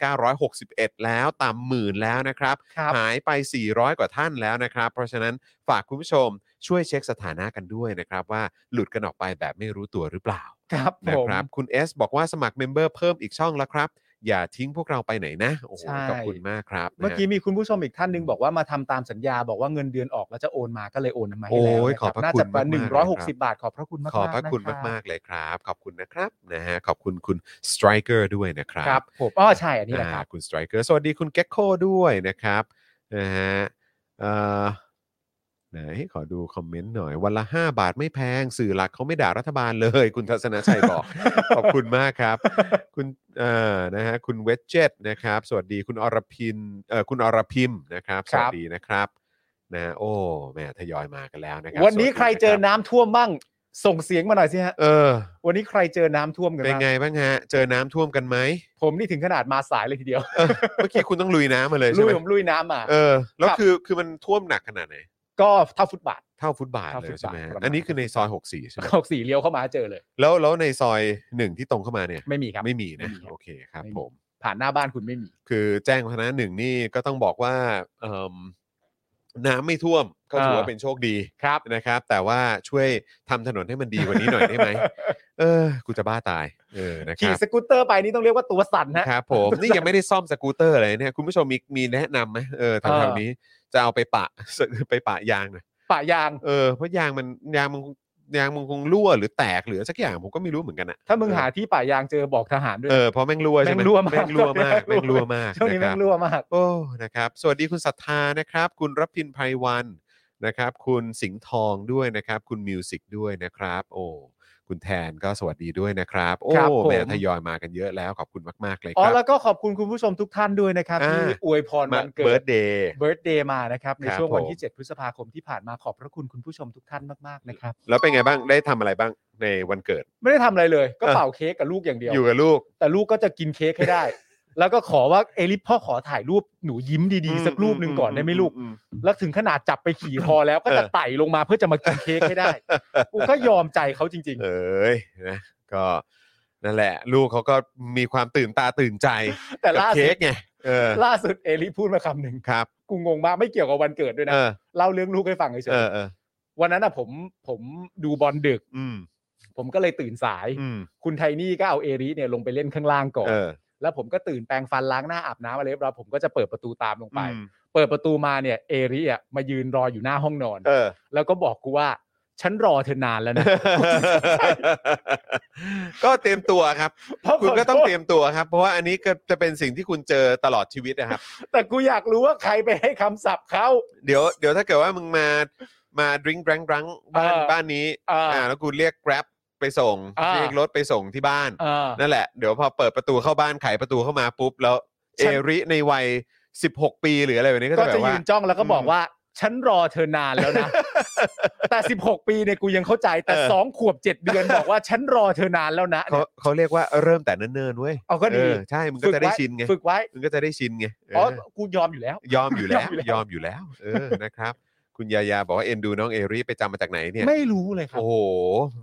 Speaker 3: 9,961 แล้วต่ำหมื่นแล้วนะครับ
Speaker 6: ครับ
Speaker 3: หายไป 400 กว่าท่านแล้วนะครับ เพราะฉะนั้นฝากคุณผู้ชมช่วยเช็คสถานะกันด้วยนะครับ ว่าหลุดกันออกไปแบบไม่รู้ตัวหรือเปล่า
Speaker 6: ครับผ
Speaker 3: นะ
Speaker 6: ม
Speaker 3: ครับ คุณ S บอกว่าสมัครเมมเบอร์เพิ่มอีกช่องแล้วครับ อย่าทิ้งพวกเราไปไหนนะ โอ้โห
Speaker 6: ใช่
Speaker 3: ขอบคุณมากครับนะฮะ
Speaker 6: เมื่อกี้มีคุณผู้ชมอีกท่านหนึงบอกว่ามาทำตามสัญญาบอกว่าเงินเดือนออกแล้วจะโอนมาก็เลยโอนมาให้
Speaker 3: โอ้
Speaker 6: แล้ว
Speaker 3: ย
Speaker 6: นะ
Speaker 3: ขอบพระ
Speaker 6: น่า
Speaker 3: คุณ
Speaker 6: จะประมาณ
Speaker 3: มากๆ
Speaker 6: หนึ่ง
Speaker 3: เล
Speaker 6: ร้อย
Speaker 3: ค
Speaker 6: หกสิบบาทขอบพระคุณมาก
Speaker 3: ขอบพระคุณมาก ๆ เลยครับ ขอบคุณนะครับนะฮะขอบคุณคุณ Striker ด้วยนะค
Speaker 6: ๆ
Speaker 3: รั
Speaker 6: ครับผมอ๋อใช่อันนี้แหละครับ
Speaker 3: อ่าคุณสไตรเกอร์สวัสดีคุณเก็กโคด้วยนะครับนะฮะเอ่อไหนขอดูคอมเมนต์หน่อย วันละ 5 บาทไม่แพง สื่อหลักเขาไม่ด่ารัฐบาลเลย คุณทัศนชัยบอก ขอบคุณมากครับ คุณเอ่อนะฮะคุณเวจเจตนะครับ สวัสดีคุณอรพินเอ่อคุณอรพิมพ์นะครับ ส
Speaker 6: ครับ
Speaker 3: วัสดีนะครับนะฮะโอ้แม่ทยอยมากันแล้วนะครับ
Speaker 6: วันนี้
Speaker 3: สสดี
Speaker 6: ใครเจอะ
Speaker 3: บ
Speaker 6: น้ำท่วมมั่ง ส่งเสียงมาหน่อยสิฮะ
Speaker 3: เออ
Speaker 6: วันนี้ใครเจอน้ำท่วมกัน
Speaker 3: เป็น
Speaker 6: บ้าง
Speaker 3: ไงบ้างฮะ เจอน้ำท่วมกันไหม
Speaker 6: ผมนี่ถึงขนาดมาสายเลยทีเดียว
Speaker 3: เออเมื่อกี้คุณต้องลุยน้ำมาเลยใช่
Speaker 6: ลุ
Speaker 3: ไห
Speaker 6: ย
Speaker 3: ม
Speaker 6: ผมลุยน้ำมา
Speaker 3: เออแล้ว
Speaker 6: ครับ
Speaker 3: คือคือมันท่วมหนักขนาดไหน
Speaker 6: ก็เท่าฟุตบาท
Speaker 3: เท่าฟุตบาท
Speaker 6: เท่า
Speaker 3: เล
Speaker 6: ฟุ
Speaker 3: ย
Speaker 6: ตบา
Speaker 3: ใช่
Speaker 6: ท
Speaker 3: ไหมฮะ
Speaker 6: ประมาณ
Speaker 3: อันนี้คือในซอย64ใช่ไหม
Speaker 6: หกสี่เลี้ยวเข้ามาเจอเลย
Speaker 3: แล้วแล้วในซอยหนึ่งที่ตรงเข้ามาเนี่ย
Speaker 6: ไม่มีครับ
Speaker 3: ไม่มีนะ
Speaker 6: ไม่มีครับ
Speaker 3: โอเคครับ
Speaker 6: ไม่มี
Speaker 3: ผม
Speaker 6: ผ่านหน้าบ้านคุณไม่มี
Speaker 3: คือแจ้งวัฒนะหนึ่งนี่ก็ต้องบอกว่าเอิ่มน้ำไม่ท่วมก็ถือ
Speaker 6: เออ
Speaker 3: ว่าเป็นโชคดี
Speaker 6: ครับ
Speaker 3: นะครับ แต่ว่าช่วยทำถนนให้มันดีกว่านี้หน่อย ได้ไหมเออกูจะบ้าตายเออนะค
Speaker 6: ขี่
Speaker 3: รับ
Speaker 6: สกูตเตอร์ไปนี่ต้องเรียกว่าตัวสั่นฮะ
Speaker 3: ครับ ผมนี่ยังไม่ได้ซ่อมสกูตเตอร์เลยเนี่ยคุณผู้ชมมีมีแนะนำไหมเออแถ
Speaker 6: เอ
Speaker 3: ว
Speaker 6: อ
Speaker 3: ๆนี้จะเอาไปปะ ไปปะยางหน่อย
Speaker 6: ป่ายาง
Speaker 3: เออเพราะยางมันยางมันคงยางมันคงรั่วหรือแตกหรือสักอย่างผมก็ไม่รู้เหมือนกันอะ
Speaker 6: ถ้ามึงหาที่ป่ายางเจอบอกทหารด้วย
Speaker 3: เออเพราะแม่งรั่วใช่ไหม
Speaker 6: แม่งรั่วมาก
Speaker 3: แม่งรั่ว มาก
Speaker 6: แม่
Speaker 3: แม่ง
Speaker 6: งรั่
Speaker 3: รั่ว
Speaker 6: ว
Speaker 3: มาก
Speaker 6: ช่วงนี้แม่
Speaker 3: ะครั
Speaker 6: ง
Speaker 3: บ
Speaker 6: รั่วมาก
Speaker 3: โอ้นะครับ สวัสดีคุณศรัทธานะครับ คุณรับพินไพรวันนะครับ คุณสิงห์ทองด้วยนะครับ คุณมิวสิกด้วยนะครับ โอ้คุณแทนก็สวัสดีด้วยนะครับ โอ้
Speaker 6: ครับผม
Speaker 3: แหมทยอยมากันเยอะแล้วขอบคุณมากๆเลยค
Speaker 6: อ๋อ
Speaker 3: รับ
Speaker 6: แล้วก็ขอบคุณคุณผู้ชมทุกท่านด้วยนะครับ
Speaker 3: อ่า
Speaker 6: ที่อวยพร
Speaker 3: มา
Speaker 6: วันเกิ
Speaker 3: เบิร์
Speaker 6: ด
Speaker 3: ดเดย์
Speaker 6: เบิร์ดเดย์มานะครับ ใน
Speaker 3: ครับ
Speaker 6: ช่วงวัน
Speaker 3: ผม
Speaker 6: ที่ 7 พฤษภาคมที่ผ่านมาขอบพระคุณคุณผู้ชมทุกท่านมากๆนะครับ
Speaker 3: แล้วเป็นไงบ้างได้ทำอะไรบ้างในวันเกิด
Speaker 6: ไม่ได้ทำอะไรเลย ก็
Speaker 3: เออ
Speaker 6: เป่าเค้กกับลูกอย่างเดียว
Speaker 3: อยู่กับลูก
Speaker 6: แต่ลูกก็จะกินเค้กให้ได้ แล้วก็ขอว่าเอลิฟพ่อขอถ่ายรูปหนูยิ้มดีๆ สักรูปหนึ่งก่อนได้ไหมลูก แล้วถึงขนาดจับไปขี่คอแล้วก็จะ
Speaker 3: เออ
Speaker 6: ไต่ลงมาเพื่อจะมากินเค้กให้ได้กูก็ยอมใจเขาจริง
Speaker 3: เอ้ยนะก็นั่นแหละ ลูกเขาก็มีความตื่นตาตื่นใจ
Speaker 6: ๆ แต่
Speaker 3: กับ
Speaker 6: ล่า
Speaker 3: เค้
Speaker 6: สุ
Speaker 3: ก
Speaker 6: ด
Speaker 3: ไงเออ
Speaker 6: ล่าสุดเอลิฟพูดมาคำหนึ่ง
Speaker 3: ครับ
Speaker 6: กูงงมากไม่เกี่ยวกับวันเกิดด้วย
Speaker 3: เอ
Speaker 6: นะ
Speaker 3: อ
Speaker 6: เล่าเรื่องลูกให้ฟังเฉ
Speaker 3: เอย อเออ
Speaker 6: ๆวันนั้นอ่ะผมผมดูบอลดึก
Speaker 3: อืม
Speaker 6: ผมก็เลยตื่นสาย
Speaker 3: อืม
Speaker 6: คุณไทนี่ก็เอาเอริเนี่ยลงไปเล่นข้างล่างก่อน
Speaker 3: เออ
Speaker 6: แล้วผมก็ตื่นแปรงฟันล้างหน้าอาบน้ำอะไรเรียบร้อยผมก็จะเปิดประตูตามลงไป
Speaker 3: อืม
Speaker 6: เปิดประตูมาเนี่ยเอริอ่ะมายืนรออยู่หน้าห้องนอน
Speaker 3: เอ อ
Speaker 6: แล้วก็บอกกูว่าฉันรอเธอนานแล้วนะ
Speaker 3: ก็เตรียมตัว ครับ
Speaker 6: เพราะ
Speaker 3: คุณก็ต้อง
Speaker 6: ขโทษ
Speaker 3: เตรียมตัวครับ เพราะว่าอันนี้ก็จะเป็นสิ่งที่คุณเจอตลอดชีวิตนะครับ
Speaker 6: แต่กูอยากรู้ว่าใครไปให้คำศัพท์เขา
Speaker 3: เดี๋ยวเดี๋ยวถ้าเกิดว่ามึงมามาดริงแรงรังบ้าน
Speaker 6: เออ
Speaker 3: บ้านนี้
Speaker 6: เอออ่
Speaker 3: าแล้วกูเรียกแกร็บไปส่ง
Speaker 6: เออ
Speaker 3: เรียกรถไปส่งที่บ้าน
Speaker 6: เออ
Speaker 3: นั่นแหละ เดี๋ยวพอเปิดประตูเข้าบ้านไขประตูเข้ามาปุ๊บ แล้ว เอ
Speaker 6: ฉัน
Speaker 3: ริในวัย 16 ปีหรืออะไรแบบนี้ก็
Speaker 6: ก็
Speaker 3: จะแบ
Speaker 6: จะ
Speaker 3: บ
Speaker 6: ยื
Speaker 3: ว่า
Speaker 6: นจ้องแล้วก็บอกว่า ฉันรอเธอนานแล้ว นะ แต่ 16 ปีเนี่ยกูยังเข้าใจแต่
Speaker 3: เออ
Speaker 6: สองขวบ 7 เดือนบอกว่าฉันรอเธอนานแล้วนะ
Speaker 3: เขาเขาเรียกว่าเริ่มแต่เนิ่นๆเว้ย
Speaker 6: เอาก็ดี
Speaker 3: เออใช่มันก็จะได้ชินไง
Speaker 6: ฝึกไว้
Speaker 3: มันก็จะได้ชินไงเออ
Speaker 6: อ๋อ
Speaker 3: อ
Speaker 6: กูยอมอยู่แล้ว
Speaker 3: ยอมอยู่แล้ว
Speaker 6: ยอมอยู่แล้
Speaker 3: ย
Speaker 6: ว
Speaker 3: อมอยู่แล้ว เออนะครับ คุณยายาบอกว่าเอ็นดูน้องเอรี่ไปจำมาจากไหนเนี่ย
Speaker 6: ไม่รู้เลยครับ
Speaker 3: โอ้โห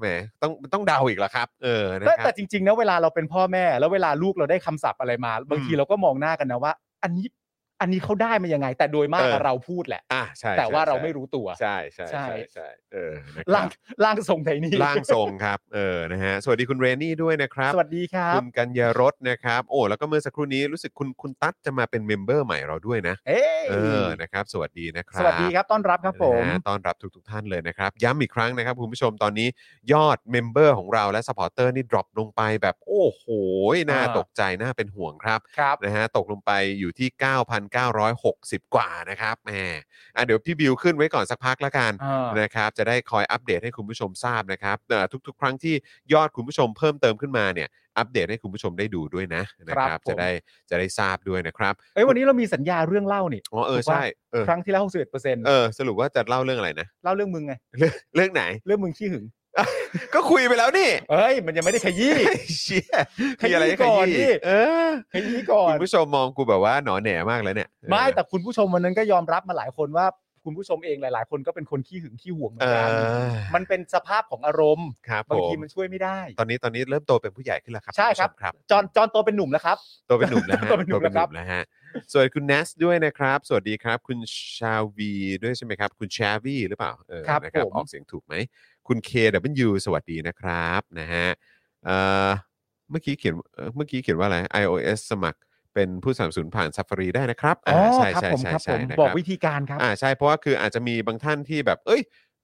Speaker 3: แหมต้องต้องเดาอีกเหรอครับ เออนะ
Speaker 6: แต่
Speaker 3: ครั
Speaker 6: แต่
Speaker 3: บ
Speaker 6: จริงๆนะเวลาเราเป็นพ่อแม่ แล้วเวลาลูกเราได้คำศัพท์อะไรมา บางทีเราก็มองหน้ากันนะว่า อันนี้อันนี้เขาได้มายังไง แต่โดยมาก
Speaker 3: เออ
Speaker 6: เราพูดแหละ
Speaker 3: อ่ะใช่
Speaker 6: แต่ว่า
Speaker 3: ใช่
Speaker 6: เรา
Speaker 3: ใช่
Speaker 6: ไม่รู้ตัว
Speaker 3: ใช่ใช่
Speaker 6: ใช่
Speaker 3: ใช่ใช่เออนะค
Speaker 6: ล่า
Speaker 3: รั
Speaker 6: ง
Speaker 3: บ
Speaker 6: ล่างทรงไทยนี่
Speaker 3: ร่างทรงครับเออนะฮะสวัสดีคุณเรนนี่ด้วยนะครับ
Speaker 6: สวัสดีครับ
Speaker 3: คุณกัญญารสนะครับ โอ้แล้วก็เมื่อสักครู่นี้รู้สึกคุณคุณตั๊ดจะมาเป็นเมมเบอร์ใหม่เราด้วยนะ
Speaker 6: เอ้ย
Speaker 3: เออนะครับ สวัสดีนะครับ
Speaker 6: สวัสดีครับต้อนรับครับผม
Speaker 3: นะฮะต้อนรับทุกๆท่านเลยนะครับ ย้ำอีกครั้งนะครับคุณผู้ชมตอนนี้ยอดเมมเบอร์ของเราและสปอร์เตอร์นี่ดรอปลงไปแบบโอ้โห น่า
Speaker 6: อ่า
Speaker 3: ตกใจ น่าเป็นห่วงครับ
Speaker 6: ครับ
Speaker 3: นะฮะตกลงไปอยู่ที่ 9,960 กว่านะครับแหมอ่ะเดี๋ยวพี่บิวขึ้นไว้ก่อนสักพักละกัน
Speaker 6: อ่าน
Speaker 3: นะครับ จะได้คอยอัปเดตให้คุณผู้ชมทราบนะครับเอ่อทุก ๆ ครั้งที่ยอดคุณผู้ชมเพิ่มเติมขึ้นมาเนี่ยอัปเดตให้คุณผู้ชมได้ดูด้วยนะนะค
Speaker 6: ครั
Speaker 3: รับบ
Speaker 6: ผม
Speaker 3: จะได้จะได้ทราบด้วยนะครับ
Speaker 6: เอ้ยวันนี้เรามีสัญญาเรื่องเล่านี่
Speaker 3: อ๋อเออ
Speaker 6: ถูกปะ
Speaker 3: ใช่เออ
Speaker 6: ครั้งที่แล้วหกสิบเอ็ดเปอร์เซ็นต์
Speaker 3: เออสรุปว่าจะเล่าเรื่องอะไรนะ
Speaker 6: เล่าเรื่องมึงไง
Speaker 3: เรื่องไหน
Speaker 6: เรื่องมึงขี้หึง
Speaker 3: ก็คุยไปแล้วนี่
Speaker 6: เอ้ย มันยังไม่ได้ขยี้
Speaker 3: เชี่ย
Speaker 6: ขยี้
Speaker 3: มีอะไร ให้ข
Speaker 6: ก่อนดิ
Speaker 3: ยี้เออ
Speaker 6: ขยี้ก่อ
Speaker 3: คุ
Speaker 6: น
Speaker 3: ณผู้ชมมองกูแบบว่าหนอแหน่มากแล้วเนี่ย
Speaker 6: ไม่
Speaker 3: เออ
Speaker 6: แต่คุณผู้ชมวันนั้นก็ยอมรับมาหลายคนว่า คุณผู้ชมเองหลาย ๆ คนก็เป็นคนขี้หึงขี้หวงเหมื
Speaker 3: เอ
Speaker 6: อนกัน
Speaker 3: อ
Speaker 6: มันเป็นสภาพของอารมณ์
Speaker 3: ครับผ
Speaker 6: บางที
Speaker 3: ม
Speaker 6: มันช่วยไม่ได้
Speaker 3: ตอนนี้ตอนนี้เริ่มโตเป็นผู้ใหญ่ขึ้นแล้วครับ
Speaker 6: ใช่ครั
Speaker 3: ณ
Speaker 6: บ
Speaker 3: ผู้มครับ
Speaker 6: จอนจอนโตเป็นหนุ่มแล้วครับ
Speaker 3: โตเป็นหนุ่มแล้วฮะ
Speaker 6: โตเป็นหนุ่มแล้วครับ
Speaker 3: แล้วฮะส่วนคุณเนสด้วยนะครับ สวัสดีครับ คุณชาวีด้วยใช่ไหมครับ คุณชาวีหรือเปล่าเออ
Speaker 6: ครับ
Speaker 3: นะ
Speaker 6: ผม
Speaker 3: ออกเสียงถูกไหมคุณ KW สวัสดีนะครับนะฮะเอ่อเมื่อกี้เขียนเอ่อเมื่อกี้เขียนว่าอะไร iOS สมัครเป็นผู้สนับสนุนผ่าน Safari ได้นะครับา
Speaker 6: อ๋อ
Speaker 3: ใช่
Speaker 6: ครับ
Speaker 3: ใช่
Speaker 6: ผม
Speaker 3: ใช่
Speaker 6: ครับผ
Speaker 3: ใช่
Speaker 6: ม
Speaker 3: นะ
Speaker 6: บอกวิธีการครับ
Speaker 3: อ่าใช่เพราะว่าคืออาจจะมีบางท่านที่แบบ เอ้ย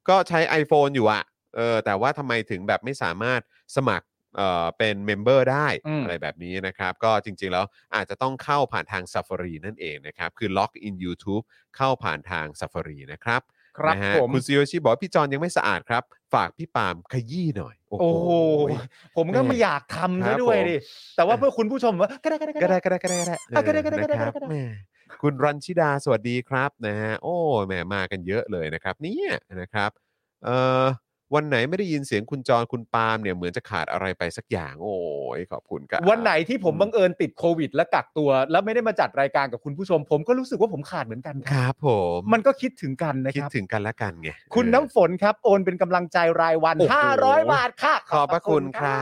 Speaker 3: ก็ใช้ iPhone อยู่อะเออแต่ว่าทำไมถึงแบบไม่สามารถสมัครเอ่อเป็นเมมเบอร์ได้
Speaker 6: อืม
Speaker 3: อะไรแบบนี้นะครับ ก็จริงๆแล้วอาจจะต้องเข้าผ่านทาง Safari นั่นเองนะครับ คือล็อกอิน YouTube เข้าผ่านทาง Safari นะครับ
Speaker 6: ครับ
Speaker 3: นะฮะ
Speaker 6: ผม
Speaker 3: คุณซีโยชิบอกว่าพี่จอนยังไม่สะอาดครับ ฝากพี่ปาล์มขยี้หน่อย โอ้
Speaker 6: โอ้โห
Speaker 3: โห
Speaker 6: ผมก็ไม่
Speaker 3: แม่
Speaker 6: อยากทำ
Speaker 3: ครั
Speaker 6: ซะ
Speaker 3: บ
Speaker 6: ด้วย
Speaker 3: ผม
Speaker 6: ดิแต่ว่าเพื่อคุณผู้ชมว่าก็ได้ก็ได้
Speaker 3: ก็
Speaker 6: ก็
Speaker 3: ได้
Speaker 6: ได้
Speaker 3: ก็ได้ก็ได้ก็ได้
Speaker 6: อ่ะก็ได้ก็ได้ก็
Speaker 3: เออนะครับ
Speaker 6: ได้ก็ได้
Speaker 3: แหม่คุณรันชิดาสวัสดีครับนะฮะโอ้แหมมากันเยอะเลยนะครับเนี่ยนะครับเอ่อวันไหนไม่ได้ยินเสียงคุณจรคุณปาล์มเนี่ยเหมือนจะขาดอะไรไปสักอย่าง โอ้ยขอบคุณครับ
Speaker 6: วันไหนที่ผม
Speaker 3: อืม
Speaker 6: บังเอิญติดโควิด และกักตัว แล้วไม่ได้มาจัดรายการกับคุณผู้ชม ผมก็รู้สึกว่าผมขาดเหมือนกันค
Speaker 3: ครับ รับผม
Speaker 6: มันก็คิดถึงกันนะ
Speaker 3: คิ
Speaker 6: ค
Speaker 3: ด
Speaker 6: รับ
Speaker 3: ถึงกันละกันไง
Speaker 6: คุณ
Speaker 3: เออ
Speaker 6: น้ำฝนครับ โอนเป็นกำลังใจรายวัน
Speaker 3: โอ้โห
Speaker 6: 500 บาทค่ะ
Speaker 3: ขอบพระคุณครั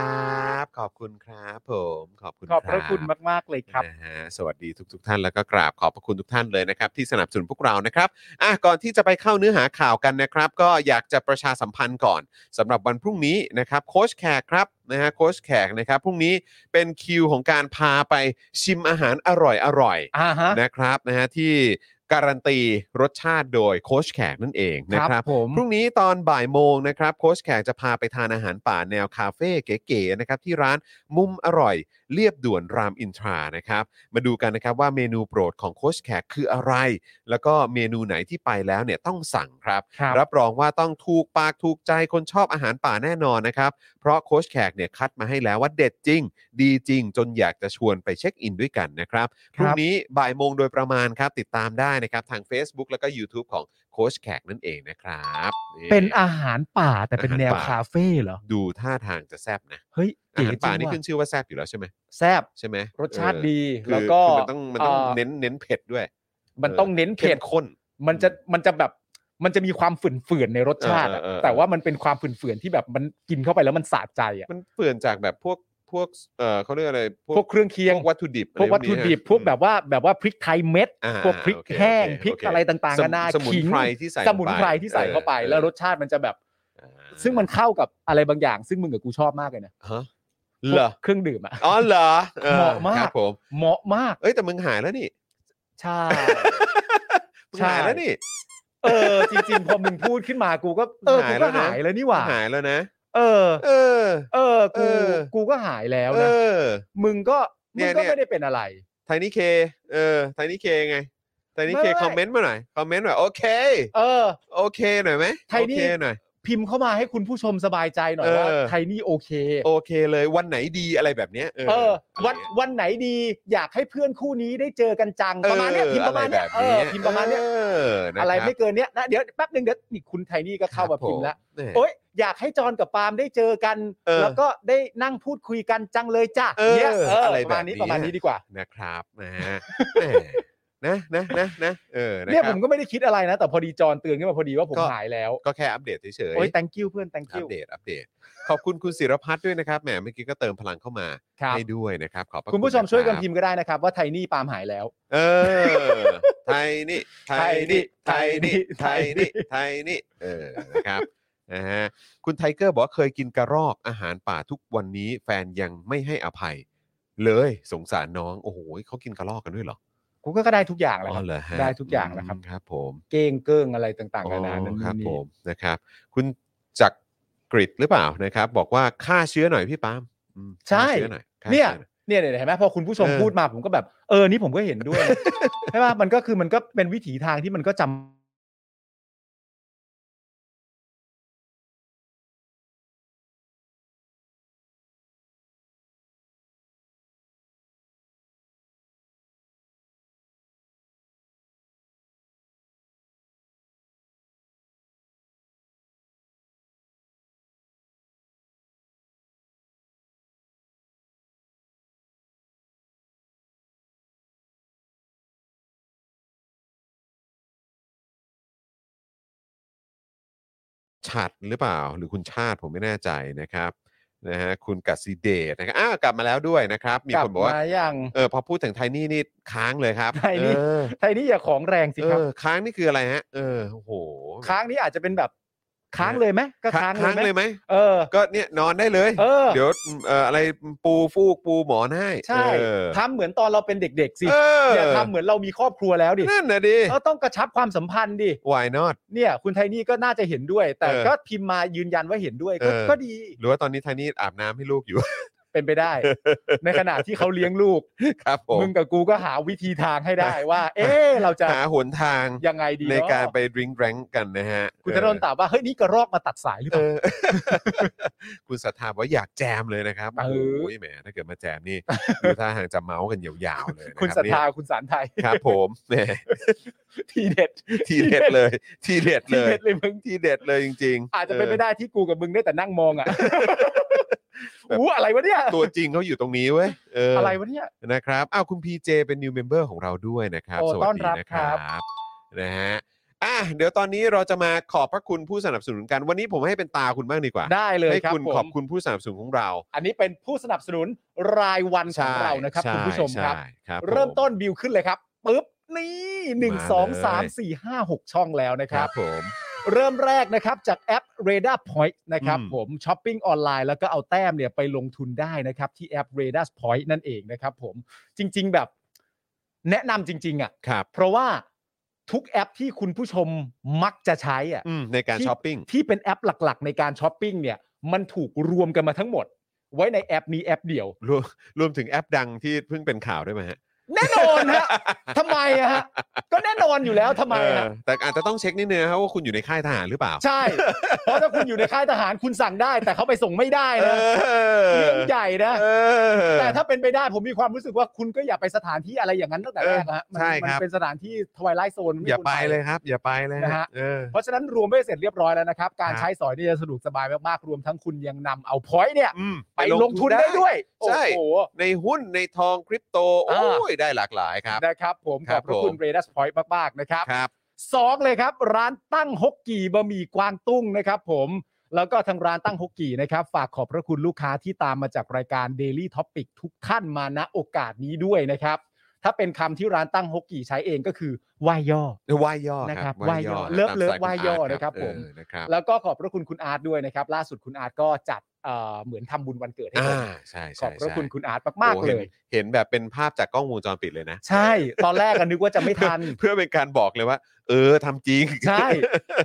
Speaker 3: บ ขอบคุณครับผมขอบคุณ
Speaker 6: ขอบพระคุณ
Speaker 3: บ
Speaker 6: มาก ๆ เลยครับ
Speaker 3: นะฮะสวัสดีทุก ๆ ท่านแล้วก็กราบขอบพระคุณทุกท่านเลยนะครับที่สนับสนุนพวกเรานะครับอ่ะก่อนที่จะไปเข้าเนื้อหาข่าวกันนะครับ ก็อยากจะประชาสัมพันธ์ก่อนสำหรับวันพรุ่งนี้นะครับโค้ชแขกครับนะฮะโค้ชแขกนะครับพรุ่งนี้เป็นคิวของการพาไปชิมอาหารอร่อยอร่อยๆ
Speaker 6: อ่าฮะ
Speaker 3: นะครับนะฮะที่การันตีรสชาติโดยโค้ชแขกนั่นเองนะ
Speaker 6: ครั
Speaker 3: ครับ
Speaker 6: ผม
Speaker 3: พรุ่งนี้ตอนบ่ายโมงนะครับโค้ชแขกจะพาไปทานอาหารป่าแนวคาเฟ่เก๋ๆนะครับที่ร้านมุมอร่อยเรียบด่วนรามอินทรานะครับ มาดูกันนะครับว่าเมนูโปรดของโค้ชแขกคืออะไร แล้วก็เมนูไหนที่ไปแล้วเนี่ยต้องสั่งครับ
Speaker 6: ครับ
Speaker 3: รับรองว่าต้องถูกปากถูกใจคนชอบอาหารป่าแน่นอนนะครับ เพราะโค้ชแขกเนี่ยคัดมาให้แล้วว่าเด็ดจริง ดีจริง จนอยากจะชวนไปเช็คอินด้วยกันนะครับ พรุ่งนี้บ่ายโมงโดยประมาณครับ ติดตามได้นะครับ ทาง Facebook แล้วก็ YouTube ของโค้ชแขกนั่นเองนะครับ
Speaker 6: เป็นอาหารป่าแต่เป็นแนวคาเฟ่เหรอ
Speaker 3: ดูท่าทางจะแซบนะ
Speaker 6: เฮ้ย
Speaker 3: อา
Speaker 6: เก๋
Speaker 3: หาร
Speaker 6: จริ
Speaker 3: ป่าง นี่ขึ้
Speaker 6: ว่ะ
Speaker 3: นชื่อว่าแซบอยู่แล้วใช่ไหม
Speaker 6: แซ่บ
Speaker 3: ใช่ไหม
Speaker 6: รสชาติ
Speaker 3: เออ
Speaker 6: ดี
Speaker 3: คือ
Speaker 6: แล้วก็
Speaker 3: คือมันต้องมันต้อง
Speaker 6: อ่อ
Speaker 3: เน้นเน้นเผ็ดด้วย
Speaker 6: มันต้องเน้นเผ็
Speaker 3: ข้
Speaker 6: ด
Speaker 3: มข้น
Speaker 6: มันจะมันจะแบบมันจะมีความฝืนฝืนๆในรสชาติอะ
Speaker 3: เออเออเออ
Speaker 6: แต่ว่ามันเป็นความฝืนฝืนๆที่แบบมันกินเข้าไปแล้วมันสะใจอ่ะ
Speaker 3: มันเปลี่ยนจากแบบพวกพวกเออเขาเรียกอะไร
Speaker 6: พวกเครื่องเคียง
Speaker 3: พวกวัตถุดิบ
Speaker 6: พวกวัตถุดิบพวกแบบว่าแบบว่าพริกไทยเม็ด
Speaker 3: อ่า
Speaker 6: พวกพริก
Speaker 3: โอเค
Speaker 6: แห้ง
Speaker 3: โเค
Speaker 6: พริก
Speaker 3: โเค
Speaker 6: อะไรต่างๆ
Speaker 3: ส
Speaker 6: กันานา
Speaker 3: สมุน
Speaker 6: ขิง
Speaker 3: ไพรที่ใส่
Speaker 6: สมุนไพรที่ใส่เข้าไป
Speaker 3: ออ
Speaker 6: แล้วรสชาติมันจะแบบ
Speaker 3: อ่า
Speaker 6: ซึ่งมันเข้ากับอะไรบางอย่าง ซึ่งมึงกับกูชอบมากเลยนะ
Speaker 3: ฮะเหรอ
Speaker 6: พวกเครื่องดื่มอ่ะ
Speaker 3: อ๋อเหรอออ
Speaker 6: เหมาะมาก
Speaker 3: ครับผม
Speaker 6: เหมาะมาก
Speaker 3: เอ้ยแต่มึงหายแล้วนี่
Speaker 6: ใช่
Speaker 3: มึง
Speaker 6: ใช่
Speaker 3: หายแล้วนี่
Speaker 6: เออจริงๆพอมึงพูดขึ้นมากูก็เออ
Speaker 3: หา
Speaker 6: กู
Speaker 3: ยแล้
Speaker 6: ก็
Speaker 3: วนะ
Speaker 6: หายแล้วนี่หว่า
Speaker 3: หายแล้วนะ
Speaker 6: เออ
Speaker 3: เออ
Speaker 6: เออกู
Speaker 3: เออ
Speaker 6: กูก็หายแล้ว
Speaker 3: เอ
Speaker 6: นะ
Speaker 3: อ
Speaker 6: มึงก็
Speaker 3: เนี่
Speaker 6: มึง
Speaker 3: ย
Speaker 6: ก็
Speaker 3: เนี่ย
Speaker 6: ไม่ได้เป็นอะไร
Speaker 3: ไทนี่เค เออไทนี่เคไงไทนี่เค
Speaker 6: ไม่ไม่
Speaker 3: คอมเมนต์มาหน่อยคอมเมนต์หน่อยโอเค
Speaker 6: เออ
Speaker 3: โอเคหน่อยไหม
Speaker 6: ไทนี่
Speaker 3: โอเคหน่อย
Speaker 6: พิมพ์เข้ามาให้คุณผู้ชมสบายใจหน่อย
Speaker 3: เออ
Speaker 6: ว่าไทนี่โอเค
Speaker 3: โอเคเลยวันไหนดีอะไรแบบเนี้ย
Speaker 6: เออ
Speaker 3: ะไร
Speaker 6: วัน
Speaker 3: เงี้ย
Speaker 6: วันไหนดีอยากให้เพื่อนคู่นี้ได้เจอกันจังประมาณเนี้ย
Speaker 3: เออ
Speaker 6: พิมพ์ประมาณเนี้ย
Speaker 3: อ
Speaker 6: เอ
Speaker 3: ไร
Speaker 6: อ
Speaker 3: แบบ
Speaker 6: พิมพ์ประมาณเนี้ย
Speaker 3: เออนะ
Speaker 6: อะไร
Speaker 3: คบ
Speaker 6: ไม่เกินเนี้ยนะเดี๋ยวแป๊บนึงเดี๋ยวนี่คุณไทนี่ก็เข้ามาพิมพ์แล้ว
Speaker 3: ครับผ
Speaker 6: โอ๊ยอยากให้จอนกับปาล์มได้เจอกัน
Speaker 3: เออ
Speaker 6: แล้วก็ได้นั่งพูดคุยกันจังเลยจ้ะ
Speaker 3: เออ
Speaker 6: นี่ย
Speaker 3: อะไร
Speaker 6: ประมาณนี้
Speaker 3: แบบนี้
Speaker 6: ประมาณนี้ดีกว่า
Speaker 3: นะครับนะ ฮะแหมนะนะนะนะเออนะ
Speaker 6: เนี่ย
Speaker 3: ค
Speaker 6: ผ
Speaker 3: รับ
Speaker 6: มก็ไม่ได้คิดอะไรนะ แต่พอดีจอนเตือนขึ้นมาพอดีว่าผม
Speaker 3: ก็
Speaker 6: หายแล้ว
Speaker 3: ก็แค่อัปเดตเฉยๆ
Speaker 6: โอ้ย thank you เพื่อน thank
Speaker 3: อั
Speaker 6: you
Speaker 3: ปเดตอัปเดต ขอบคุณคุณศิรพัฒน์ด้วยนะครับแหมเมื่อกี้ก็เติมพลังเข้ามา
Speaker 6: ครับ
Speaker 3: ให้ด้วยนะครับ ขอบพระ
Speaker 6: คุณผู้ชมช่วยกันะ
Speaker 3: รับ
Speaker 6: พิมพ์ก็ได้นะครับ ว่าไทนี่ปาล์มหายแล้ว
Speaker 3: เออ ไทยนี่ไทยนี่ไทยนี่ไทยนี่ไทยนี่เออนะครับนะฮะคุณไทเกอร์บอกว่าเคยกินกระรอกอาหารป่าทุกวันนี้แฟนยังไม่ให้อภัย เลยสงสารน้อง โอ้โหเขากินกระรอกกันด้วยเหรอ
Speaker 6: กูก็ได้ทุกอย่างแห
Speaker 3: อ๋
Speaker 6: ละค
Speaker 3: อ
Speaker 6: รับ
Speaker 3: เหรอฮะ
Speaker 6: ได้ทุกอย่างนะครับ
Speaker 3: มครับผม
Speaker 6: เก้งเกิ้งอะไรต่างๆ
Speaker 3: อ๋
Speaker 6: นานา
Speaker 3: อ
Speaker 6: นั่น
Speaker 3: ครับ
Speaker 6: นี่
Speaker 3: ผมนะครับ คุณจักกริดหรือเปล่านะครับ บอกว่าฆ่าเชื้อหน่อยพี่ปาล์มอืมฆ่าเชื้อหน่อยฆ่า
Speaker 6: เนี่ย
Speaker 3: ชื้อหอ
Speaker 6: เนี่ยเนี่ยเห็นไหมพอคุณผู้ชม
Speaker 3: เออ
Speaker 6: พูดมาผมก็แบบเออนี่ผมก็เห็น ด้วยนะใช่ป่ะมันก็คือมันก็เป็นวิถีทางที่มันก็จำ
Speaker 3: ฉัดหรือเปล่าหรือคุณชาติผมไม่แน่ใจนะครับนะฮะคุณกัสซิเดชนะครับอ้าวกลับมาแล้วด้วยนะครับ มี
Speaker 6: กลั
Speaker 3: คนบอกว่า
Speaker 6: มาอย่าง
Speaker 3: เออพอพูดถึงไทนี่นี่ค้างเลยครับ
Speaker 6: ไทนี่
Speaker 3: เออ
Speaker 6: ไทนี่อย่าของแรงสิครับ
Speaker 3: เออค้างนี่คืออะไรฮะ เออโอ้โห
Speaker 6: ค้างนี้อาจจะเป็นแบบค้างเลยไหมก็
Speaker 3: ค้า
Speaker 6: ค้าง
Speaker 3: งค้าง
Speaker 6: เล
Speaker 3: เลย ย
Speaker 6: ไหม
Speaker 3: ไหม
Speaker 6: เออ
Speaker 3: ก็เนี่ยนอนได้เลย
Speaker 6: เออ
Speaker 3: เดี๋ยวเอ่ออะไรปูฟูกปูหมอนให้
Speaker 6: ใช่
Speaker 3: เออ
Speaker 6: ทำเหมือนตอนเราเป็นเด็ก ๆ สิ
Speaker 3: เอออย่
Speaker 6: อาทำเหมือนเรามีครอบครัวแล้วดิ
Speaker 3: นั่นนะดิ
Speaker 6: เราต้องกระชับความสัมพันธ์ดิ
Speaker 3: why not
Speaker 6: เนี่ย คุณไทนี่ก็น่าจะเห็นด้วย แต่
Speaker 3: เออ
Speaker 6: ก็พิมพ์มายืนยันว่าเห็นด้วยก็
Speaker 3: เออ
Speaker 6: ก็ดี
Speaker 3: หรือว่าตอนนี้ไทนี่อาบน้ำให้ลูกอยู่
Speaker 6: เป็นไปได้ ในขณะที่เขาเลี้ยงลูก
Speaker 3: ครับผม
Speaker 6: มึงกับกูก็หาวิธีทางให้ได้ ว่า เอ๊ะเราจะ
Speaker 3: หาหนทาง
Speaker 6: ยังไงดี
Speaker 3: ในการไป
Speaker 6: เนอะ
Speaker 3: ดริงแรงกันนะฮะ
Speaker 6: คุณ
Speaker 3: เอ
Speaker 6: ธ
Speaker 3: อ
Speaker 6: นนท์ตอบว่า เฮ้ย นี่กระรอกมาตัดสายหรือเป
Speaker 3: เอ
Speaker 6: ล่า
Speaker 3: อ คุณ ศรัทธาบอกว่าอยากแจมเลยนะครับ
Speaker 6: เออ
Speaker 3: โอ้ยแหมถ้าเกิดมาแจมนี่ ดูท่าทางจะเมาส์กันยาวๆเลยนะรับ
Speaker 6: คุณศรัทธา
Speaker 3: เนี่ย
Speaker 6: คุณสารไทย
Speaker 3: ครับ ผม แหม
Speaker 6: ทีเด็ด
Speaker 3: ทีเด็ด เลย ทีเด็ด
Speaker 6: ที
Speaker 3: เลย
Speaker 6: เด็ดเลยมึง
Speaker 3: ทีเด็ดเลยจริงๆ
Speaker 6: อาจจะเป็นไป
Speaker 3: เ
Speaker 6: ได้ที่กูกับมึงได้แต่นั่งมองอ่ะ อู้อะไรวะเนี่ย
Speaker 3: ออตัวจริงเขาอยู่ตรงนี้เว้ยเอออ
Speaker 6: อะไรวะเนี่ย
Speaker 3: นะครับอ้าวคุณพีเจเป็น new member ของเราด้วยนะครับ
Speaker 6: โอ้
Speaker 3: สวัส
Speaker 6: ต้อน
Speaker 3: ดี
Speaker 6: รับ
Speaker 3: นะค
Speaker 6: ครั
Speaker 3: รับ บนะฮะอ่ะเดี๋ยวตอนนี้เราจะมาขอบพระคุณผู้สนับสนุนกัน วันนี้ผมให้เป็นตาคุณบ้างดีกว่า
Speaker 6: ได้เลย
Speaker 3: ให้
Speaker 6: ครับ
Speaker 3: คุณ
Speaker 6: ผม
Speaker 3: ขอบคุณผู้สนับสนุนของเรา
Speaker 6: อันนี้เป็นผู้สนับสนุนรายวันของเรานะครับ
Speaker 3: ใช่
Speaker 6: คุณผู้ชมครับ
Speaker 3: ใครับผม
Speaker 6: เริ่มต้นบิวขึ้นเลยครับปึ๊บนี่หนึ่งสองสามสี่ห้าหกช่องแล้วนะ
Speaker 3: ค
Speaker 6: ค
Speaker 3: รั
Speaker 6: รั
Speaker 3: บบ ผม
Speaker 6: เริ่มแรกนะครับจากแอป r a d a r Point นะครับ
Speaker 3: อืม
Speaker 6: ผมช้อปปิ้งออนไลน์แล้วก็เอาแต้มเนี่ยไปลงทุนได้นะครับที่แอป r a d a r Point นั่นเองนะครับผมจริง ๆ แบบแนะนำจริง ๆ อ่ะ
Speaker 3: ครับ
Speaker 6: เพราะว่าทุกแอปที่คุณผู้ชมมักจะใช้อ่ะ
Speaker 3: อืมในการ
Speaker 6: ที่
Speaker 3: ช้อปปิ้ง
Speaker 6: ที่เป็นแอปหลักๆ ในการช้อปปิ้งเนี่ยมันถูกรวมกันมาทั้งหมด ไว้ในแอปนี้แอปเดียว
Speaker 3: รวมรวมถึงแอปดังที่เพิ่งเป็นข่าวด้วยไหมฮะ
Speaker 6: แน่นอนฮะ ทำไมอะฮะ ก็แน่นอนอยู่แล้วทำไม
Speaker 3: เอ
Speaker 6: ฮะ
Speaker 3: อแต่อาจจะต้องเช็คนิดนึงนะครับว่าคุณอยู่ในค่ายทหารหรือเปล่า
Speaker 6: ใช่ เพราะถ้าคุณอยู่ในค่ายทหารคุณสั่งได้ แต่เขาไปส่งไม่ได้
Speaker 3: เอ
Speaker 6: นะ
Speaker 3: อ
Speaker 6: เรื่องใหญ่นะ
Speaker 3: เออ
Speaker 6: แต่ถ้าเป็นไปได้ผมมีความรู้สึกว่าคุณก็อย่าไปสถานที่อะไรอย่างนั้นตั้งแต่แรกฮะมั
Speaker 3: ใช่ครับ
Speaker 6: มัเป็นสถานที่ทวายไลท์โซน
Speaker 3: อย่าไปเลยครับ อย่าไปเลย
Speaker 6: นะฮะ
Speaker 3: เออ
Speaker 6: เพราะฉะนั้นรวมไปเสร็จเรียบร้อยแล้วนะครับ การ
Speaker 3: ครับ
Speaker 6: ใช้สอยเนี่ยจะสะดวกสบายมากๆรวมทั้งคุณยังนำเอาพอยต์เนี่ย
Speaker 3: อืม
Speaker 6: ไปลงทุนได้ด้วย
Speaker 3: ใช่
Speaker 6: โอ้โห
Speaker 3: ในหุ้นในทองคริปโต
Speaker 6: อ่า
Speaker 3: โอ้ย ได้หลากหลายครับ
Speaker 6: นะครับผม
Speaker 3: ค
Speaker 6: ข
Speaker 3: รั
Speaker 6: อ
Speaker 3: บบ
Speaker 6: พระคุ
Speaker 3: ผ
Speaker 6: ณ
Speaker 3: ม
Speaker 6: เรดัสพอยต์มากๆนะครับ
Speaker 3: ครับ
Speaker 6: สองเลยครับ ร้านตั้งฮกกี่บะหมี่กวางตุ้งนะครับผมแล้วก็ทางร้านตั้งฮกกี่นะครับ ฝากขอบพระคุณลูกค้าที่ตามมาจากรายการ Daily Topic ทุกท่านมาณโอกาสนี้ด้วยนะครับ ถ้าเป็นคำที่ร้านตั้งฮกกี่ใช้เองก็คือวายย่อ
Speaker 3: ว่ายย่อ
Speaker 6: นะ
Speaker 3: ค
Speaker 6: ครั
Speaker 3: รับบ
Speaker 6: ว่ายย่อเลิฟเลิฟ
Speaker 3: ตมส
Speaker 6: ว่ายย่อ
Speaker 3: คุณ
Speaker 6: นะครับผม
Speaker 3: เออนะครับ
Speaker 6: แล้วก็ขอบพระคุณคุณอาร์ตด้วยนะครับ ล่าสุดคุณอาร์ตก็จัดเอ่อเหมือนทำบุญวันเกิดให้
Speaker 3: อ่า
Speaker 6: ผม
Speaker 3: ใช่
Speaker 6: ขอ
Speaker 3: ใช่
Speaker 6: บพระ
Speaker 3: ใช่
Speaker 6: คุณคุณอาร์ตมาก
Speaker 3: โอ้
Speaker 6: ๆเล
Speaker 3: ห็
Speaker 6: ย
Speaker 3: นเห็นแบบเป็นภาพจากกล้องวงจรปิดเลยนะ
Speaker 6: ใช่ ตอนแรกก็นึกว่าจะไม่ทัน
Speaker 3: เพื่อเป็นการบอกเลยว่า เออทำจริง
Speaker 6: ใช่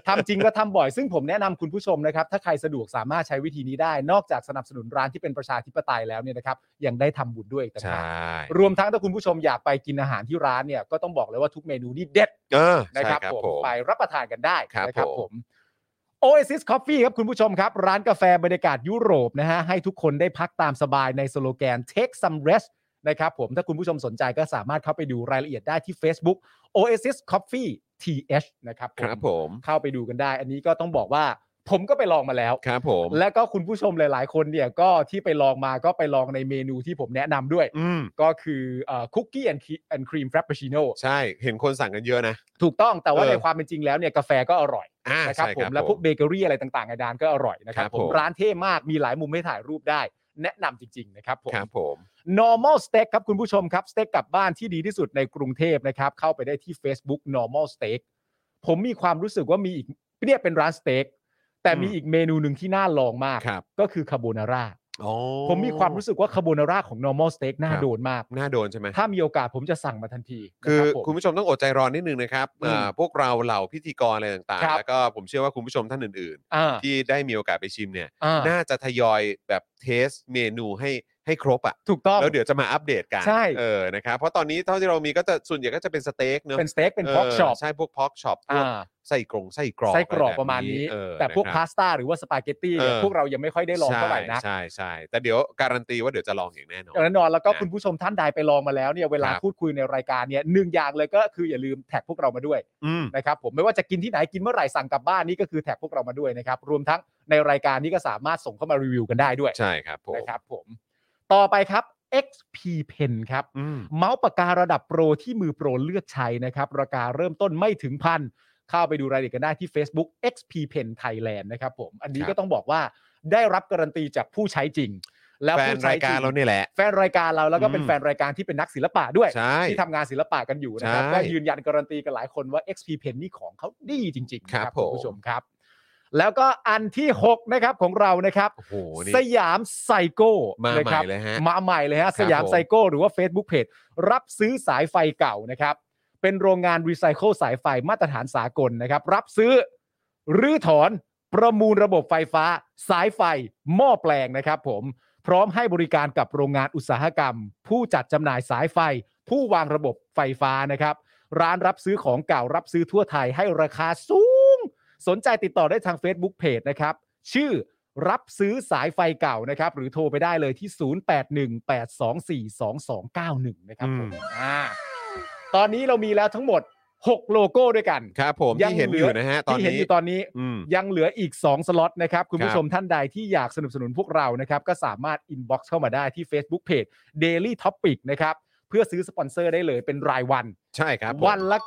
Speaker 6: ทำจริงก็ทำบ่อย ซึ่งผมแนะนำคุณผู้ชมนะครับ ถ้าใครสะดวกสามารถใช้วิธีนี้ได้ นอกจากสนับสนุนร้านที่เป็นประชาธิปไตยแล้วเนี่ยนะครับ ยังได้ทำบุญด้วยอีกต่าง
Speaker 3: ใช่
Speaker 6: หากรวมทั้งถ้าคุณผู้ชมอยากไปกินอาหารที่ร้านเนี่ย ก็ต้องบอกเลยว่าทุกเมนูนี่เด็ด
Speaker 3: เออ
Speaker 6: นะ
Speaker 3: ใช่
Speaker 6: ครับ
Speaker 3: ครับ
Speaker 6: ผม
Speaker 3: ผม
Speaker 6: ไปรับประทานกันได้
Speaker 3: ครับ
Speaker 6: นะ
Speaker 3: ผม
Speaker 6: ผม Oasis Coffee ครับคุณผู้ชมครับ ร้านกาแฟบรรยากาศยุโรปนะฮะให้ทุกคนได้พักตามสบายในสโลแกน Take some rest นะครับผมถ้าคุณผู้ชมสนใจก็สามารถเข้าไปดูรายละเอียดได้ที่ Facebook Oasis Coffee TH นะครับผม
Speaker 3: ครับผม
Speaker 6: เข้าไปดูกันได้ อันนี้ก็ต้องบอกว่าผมก็ไปลองมาแล้ว
Speaker 3: ครับผม
Speaker 6: และก็คุณผู้ชมหลาย ๆ คนเนี่ยก็ที่ไปลองมาก็ไปลองในเมนูที่ผมแนะนำด้วย
Speaker 3: อืม
Speaker 6: ก็คือคุกกี้แอนด์ครีมแฟรปป p ชิโน
Speaker 3: ใช่เห็นคนสั่งกันเยอะนะ
Speaker 6: ถูกต้องแต่ว่า
Speaker 3: เออ
Speaker 6: ในความเป็นจริงแล้วเนี่ยกาแฟก็อร่อย
Speaker 3: อ่า
Speaker 6: นะครับ
Speaker 3: ใช่
Speaker 6: ผ
Speaker 3: ค
Speaker 6: ม
Speaker 3: รับ
Speaker 6: และพวกเบเกอรี่อะไรต่างๆในดานก็อร่อยนะครั
Speaker 3: ค
Speaker 6: บ
Speaker 3: รับผ
Speaker 6: ผ
Speaker 3: ม ม
Speaker 6: ร้านเท่มากมีหลายมุมให้ถ่ายรูปได้ แนะนำจริง ๆ นะครับผม
Speaker 3: ครับผม
Speaker 6: normal steak ครับคุณผู้ชมครับสเต็กกลับบ้านที่ดีที่สุดในกรุงเทพนะครับเข้าไปได้ที่ Facebook normal steak ผมมีความรู้สึกว่ามีอีกเรียกเป็นร้านสเต็กแต่มี
Speaker 3: อืม
Speaker 6: อีกเมนูหนึ่งที่น่าลองมาก
Speaker 3: ครับ
Speaker 6: ก็คือคาโบนาร่า
Speaker 3: อ๋อ
Speaker 6: ผมมีความรู้สึกว่าคาโบนาร่าของ normal steak น่า
Speaker 3: ครับ
Speaker 6: โดนมาก
Speaker 3: น่าโดนใช่ไหม
Speaker 6: ถ้ามีโอกาสผมจะสั่งมาทันที
Speaker 3: คือ
Speaker 6: นะรับผม
Speaker 3: คุณผู้ชมต้องอดใจรอนิดนึงนะครับ
Speaker 6: อืม
Speaker 3: อ่าพวกเราเหล่าพิธีกรอะไรต่าง
Speaker 6: ค
Speaker 3: ๆ
Speaker 6: รับ
Speaker 3: แล้วก็ผมเชื่อว่าคุณผู้ชมท่านอื่น
Speaker 6: อ่า
Speaker 3: ๆ ที่ได้มีโอกาสไปชิมเนี่ย
Speaker 6: อ่า
Speaker 3: น่าจะทยอยแบบเทสเมนูให้ให้ครบอ่ะ
Speaker 6: ถูกต้อง
Speaker 3: แล้วเดี๋ยวจะมาอัปเดตกัน
Speaker 6: ใช่
Speaker 3: เออ นะครับ เพราะตอนนี้เท่าที่เรามีก็จะส่วนใหญ่ก็จะเป็นสเต็กเนอะ
Speaker 6: เป็นสเต็กเป็นพ็อกช็อป
Speaker 3: ใช่พวกพอกช็อปพวก
Speaker 6: อ่า
Speaker 3: ไส้กรงไส้กรอก
Speaker 6: ไส้กรอก
Speaker 3: อไ
Speaker 6: ประมาณนี้
Speaker 3: เออ
Speaker 6: แต่พวก
Speaker 3: นะครับ
Speaker 6: พาสต้าหรือว่าสปาเกตตี้เนี่ย
Speaker 3: เออ
Speaker 6: พวกเรายังไม่ค่อยได้ลองเท่าไหร่นัก
Speaker 3: ใช่ใช่ใช่แต่เดี๋ยวการันตีว่าเดี๋ยวจะลองอย่างแน่นอน
Speaker 6: แน่นอนแล้วก็
Speaker 3: นะ
Speaker 6: คุณผู้ชมท่านใดไปลองมาแล้วเนี่ยเวลา
Speaker 3: ครับ
Speaker 6: พูดคุยในรายการเนี่ยหนึ่งอย่างเลยก็คืออย่าลืมแท็กพวกเรามาด้วย
Speaker 3: อืม
Speaker 6: นะครับผมไม่ว่าจะกินที่ไหนกินเมื่อไหร่สั่งกลับบ้านนี่ก็คือแท็กพวกเรามาด้วยนะครับรวมทั้งในรายการนี้ก็สามารถส่งเข้ามารีวิวกันได้ด้วย
Speaker 3: ใช่ครับผม
Speaker 6: นะครับผมต่อไปครับ XP Pen ครับ
Speaker 3: อืม
Speaker 6: เมาส์ปากการะดับโปรที่มือโปรเลือกใช้นะครับราคาเริ่มต้นไม่ถึงพันเข้าไปดูรายละเอียดกันได้ที่ Facebook XP Pen Thailand นะครับผมอันนี้
Speaker 3: ครับ
Speaker 6: ก็ต้องบอกว่าได้รับการันตีจากผู้ใช้จริง และ
Speaker 3: แฟน
Speaker 6: ผู้ใช้
Speaker 3: ราย
Speaker 6: จ
Speaker 3: การ
Speaker 6: ง
Speaker 3: เราเนี่ยแหละ
Speaker 6: แฟนรายการเราแล้วก็
Speaker 3: อืม
Speaker 6: เป็นแฟนรายการที่เป็นนักศิลปะด้วย
Speaker 3: ใช่
Speaker 6: ที่ทำงานศิลปะกันอยู่นะครับ
Speaker 3: ใช่
Speaker 6: ก็ยืนยันการันตีกันหลายคนว่า XP Pen นี่ของเขาดีจริงๆนะครับ
Speaker 3: ผม
Speaker 6: คุณผู้ชมครับ แล้วก็อันที่ 6 นะครับของเรานะครับ
Speaker 3: โอ้โหนี่
Speaker 6: สยามไซโก้
Speaker 3: มา
Speaker 6: นะ
Speaker 3: ใหม่
Speaker 6: ครับ
Speaker 3: เลยฮะ
Speaker 6: มาใหม่เลย
Speaker 3: ค
Speaker 6: ฮะ
Speaker 3: รับ
Speaker 6: สยาม
Speaker 3: ผม
Speaker 6: ไซโก้หรือว่า Facebook Page รับซื้อสายไฟเก่านะครับ เป็นโรงงานรีไซเคิลสายไฟมาตรฐานสากลนะครับ รับซื้อรื้อถอนประมูลระบบไฟฟ้า สายไฟ หม้อแปลงนะครับผมพร้อมให้บริการกับโรงงานอุตสาหกรรม ผู้จัดจำหน่ายสายไฟ ผู้วางระบบไฟฟ้านะครับ ร้านรับซื้อของเก่ารับซื้อทั่วไทยให้ราคาสูง สนใจติดต่อได้ทาง Facebook Page นะครับ ชื่อรับซื้อสายไฟเก่านะครับ หรือโทรไปได้เลยที่ 0818242291 นะครับผมอ่าตอนนี้เรามีแล้วทั้งหมด 6 โลโก้ด้วยกัน
Speaker 3: ครับผม
Speaker 6: ยัง
Speaker 3: ที่เห็นอยู่
Speaker 6: เหลือ
Speaker 3: นะฮะตอน
Speaker 6: ที่เห็น
Speaker 3: นี้
Speaker 6: อยู่ตอนนี้
Speaker 3: อืม
Speaker 6: ยังเหลืออีก 2 สล็อตนะครับ คุณ
Speaker 3: ค
Speaker 6: ผู้
Speaker 3: รับ
Speaker 6: ชมท่านใดที่อยากสนับสนุนพวกเรานะครับ ก็สามารถ inbox เข้ามาได้ที่ Facebook Page Daily Topic นะครับ เพื่อซื้อสปอนเซอร์ได้เลยเป็นรายวัน
Speaker 3: ใช่ครับผม
Speaker 6: วันละ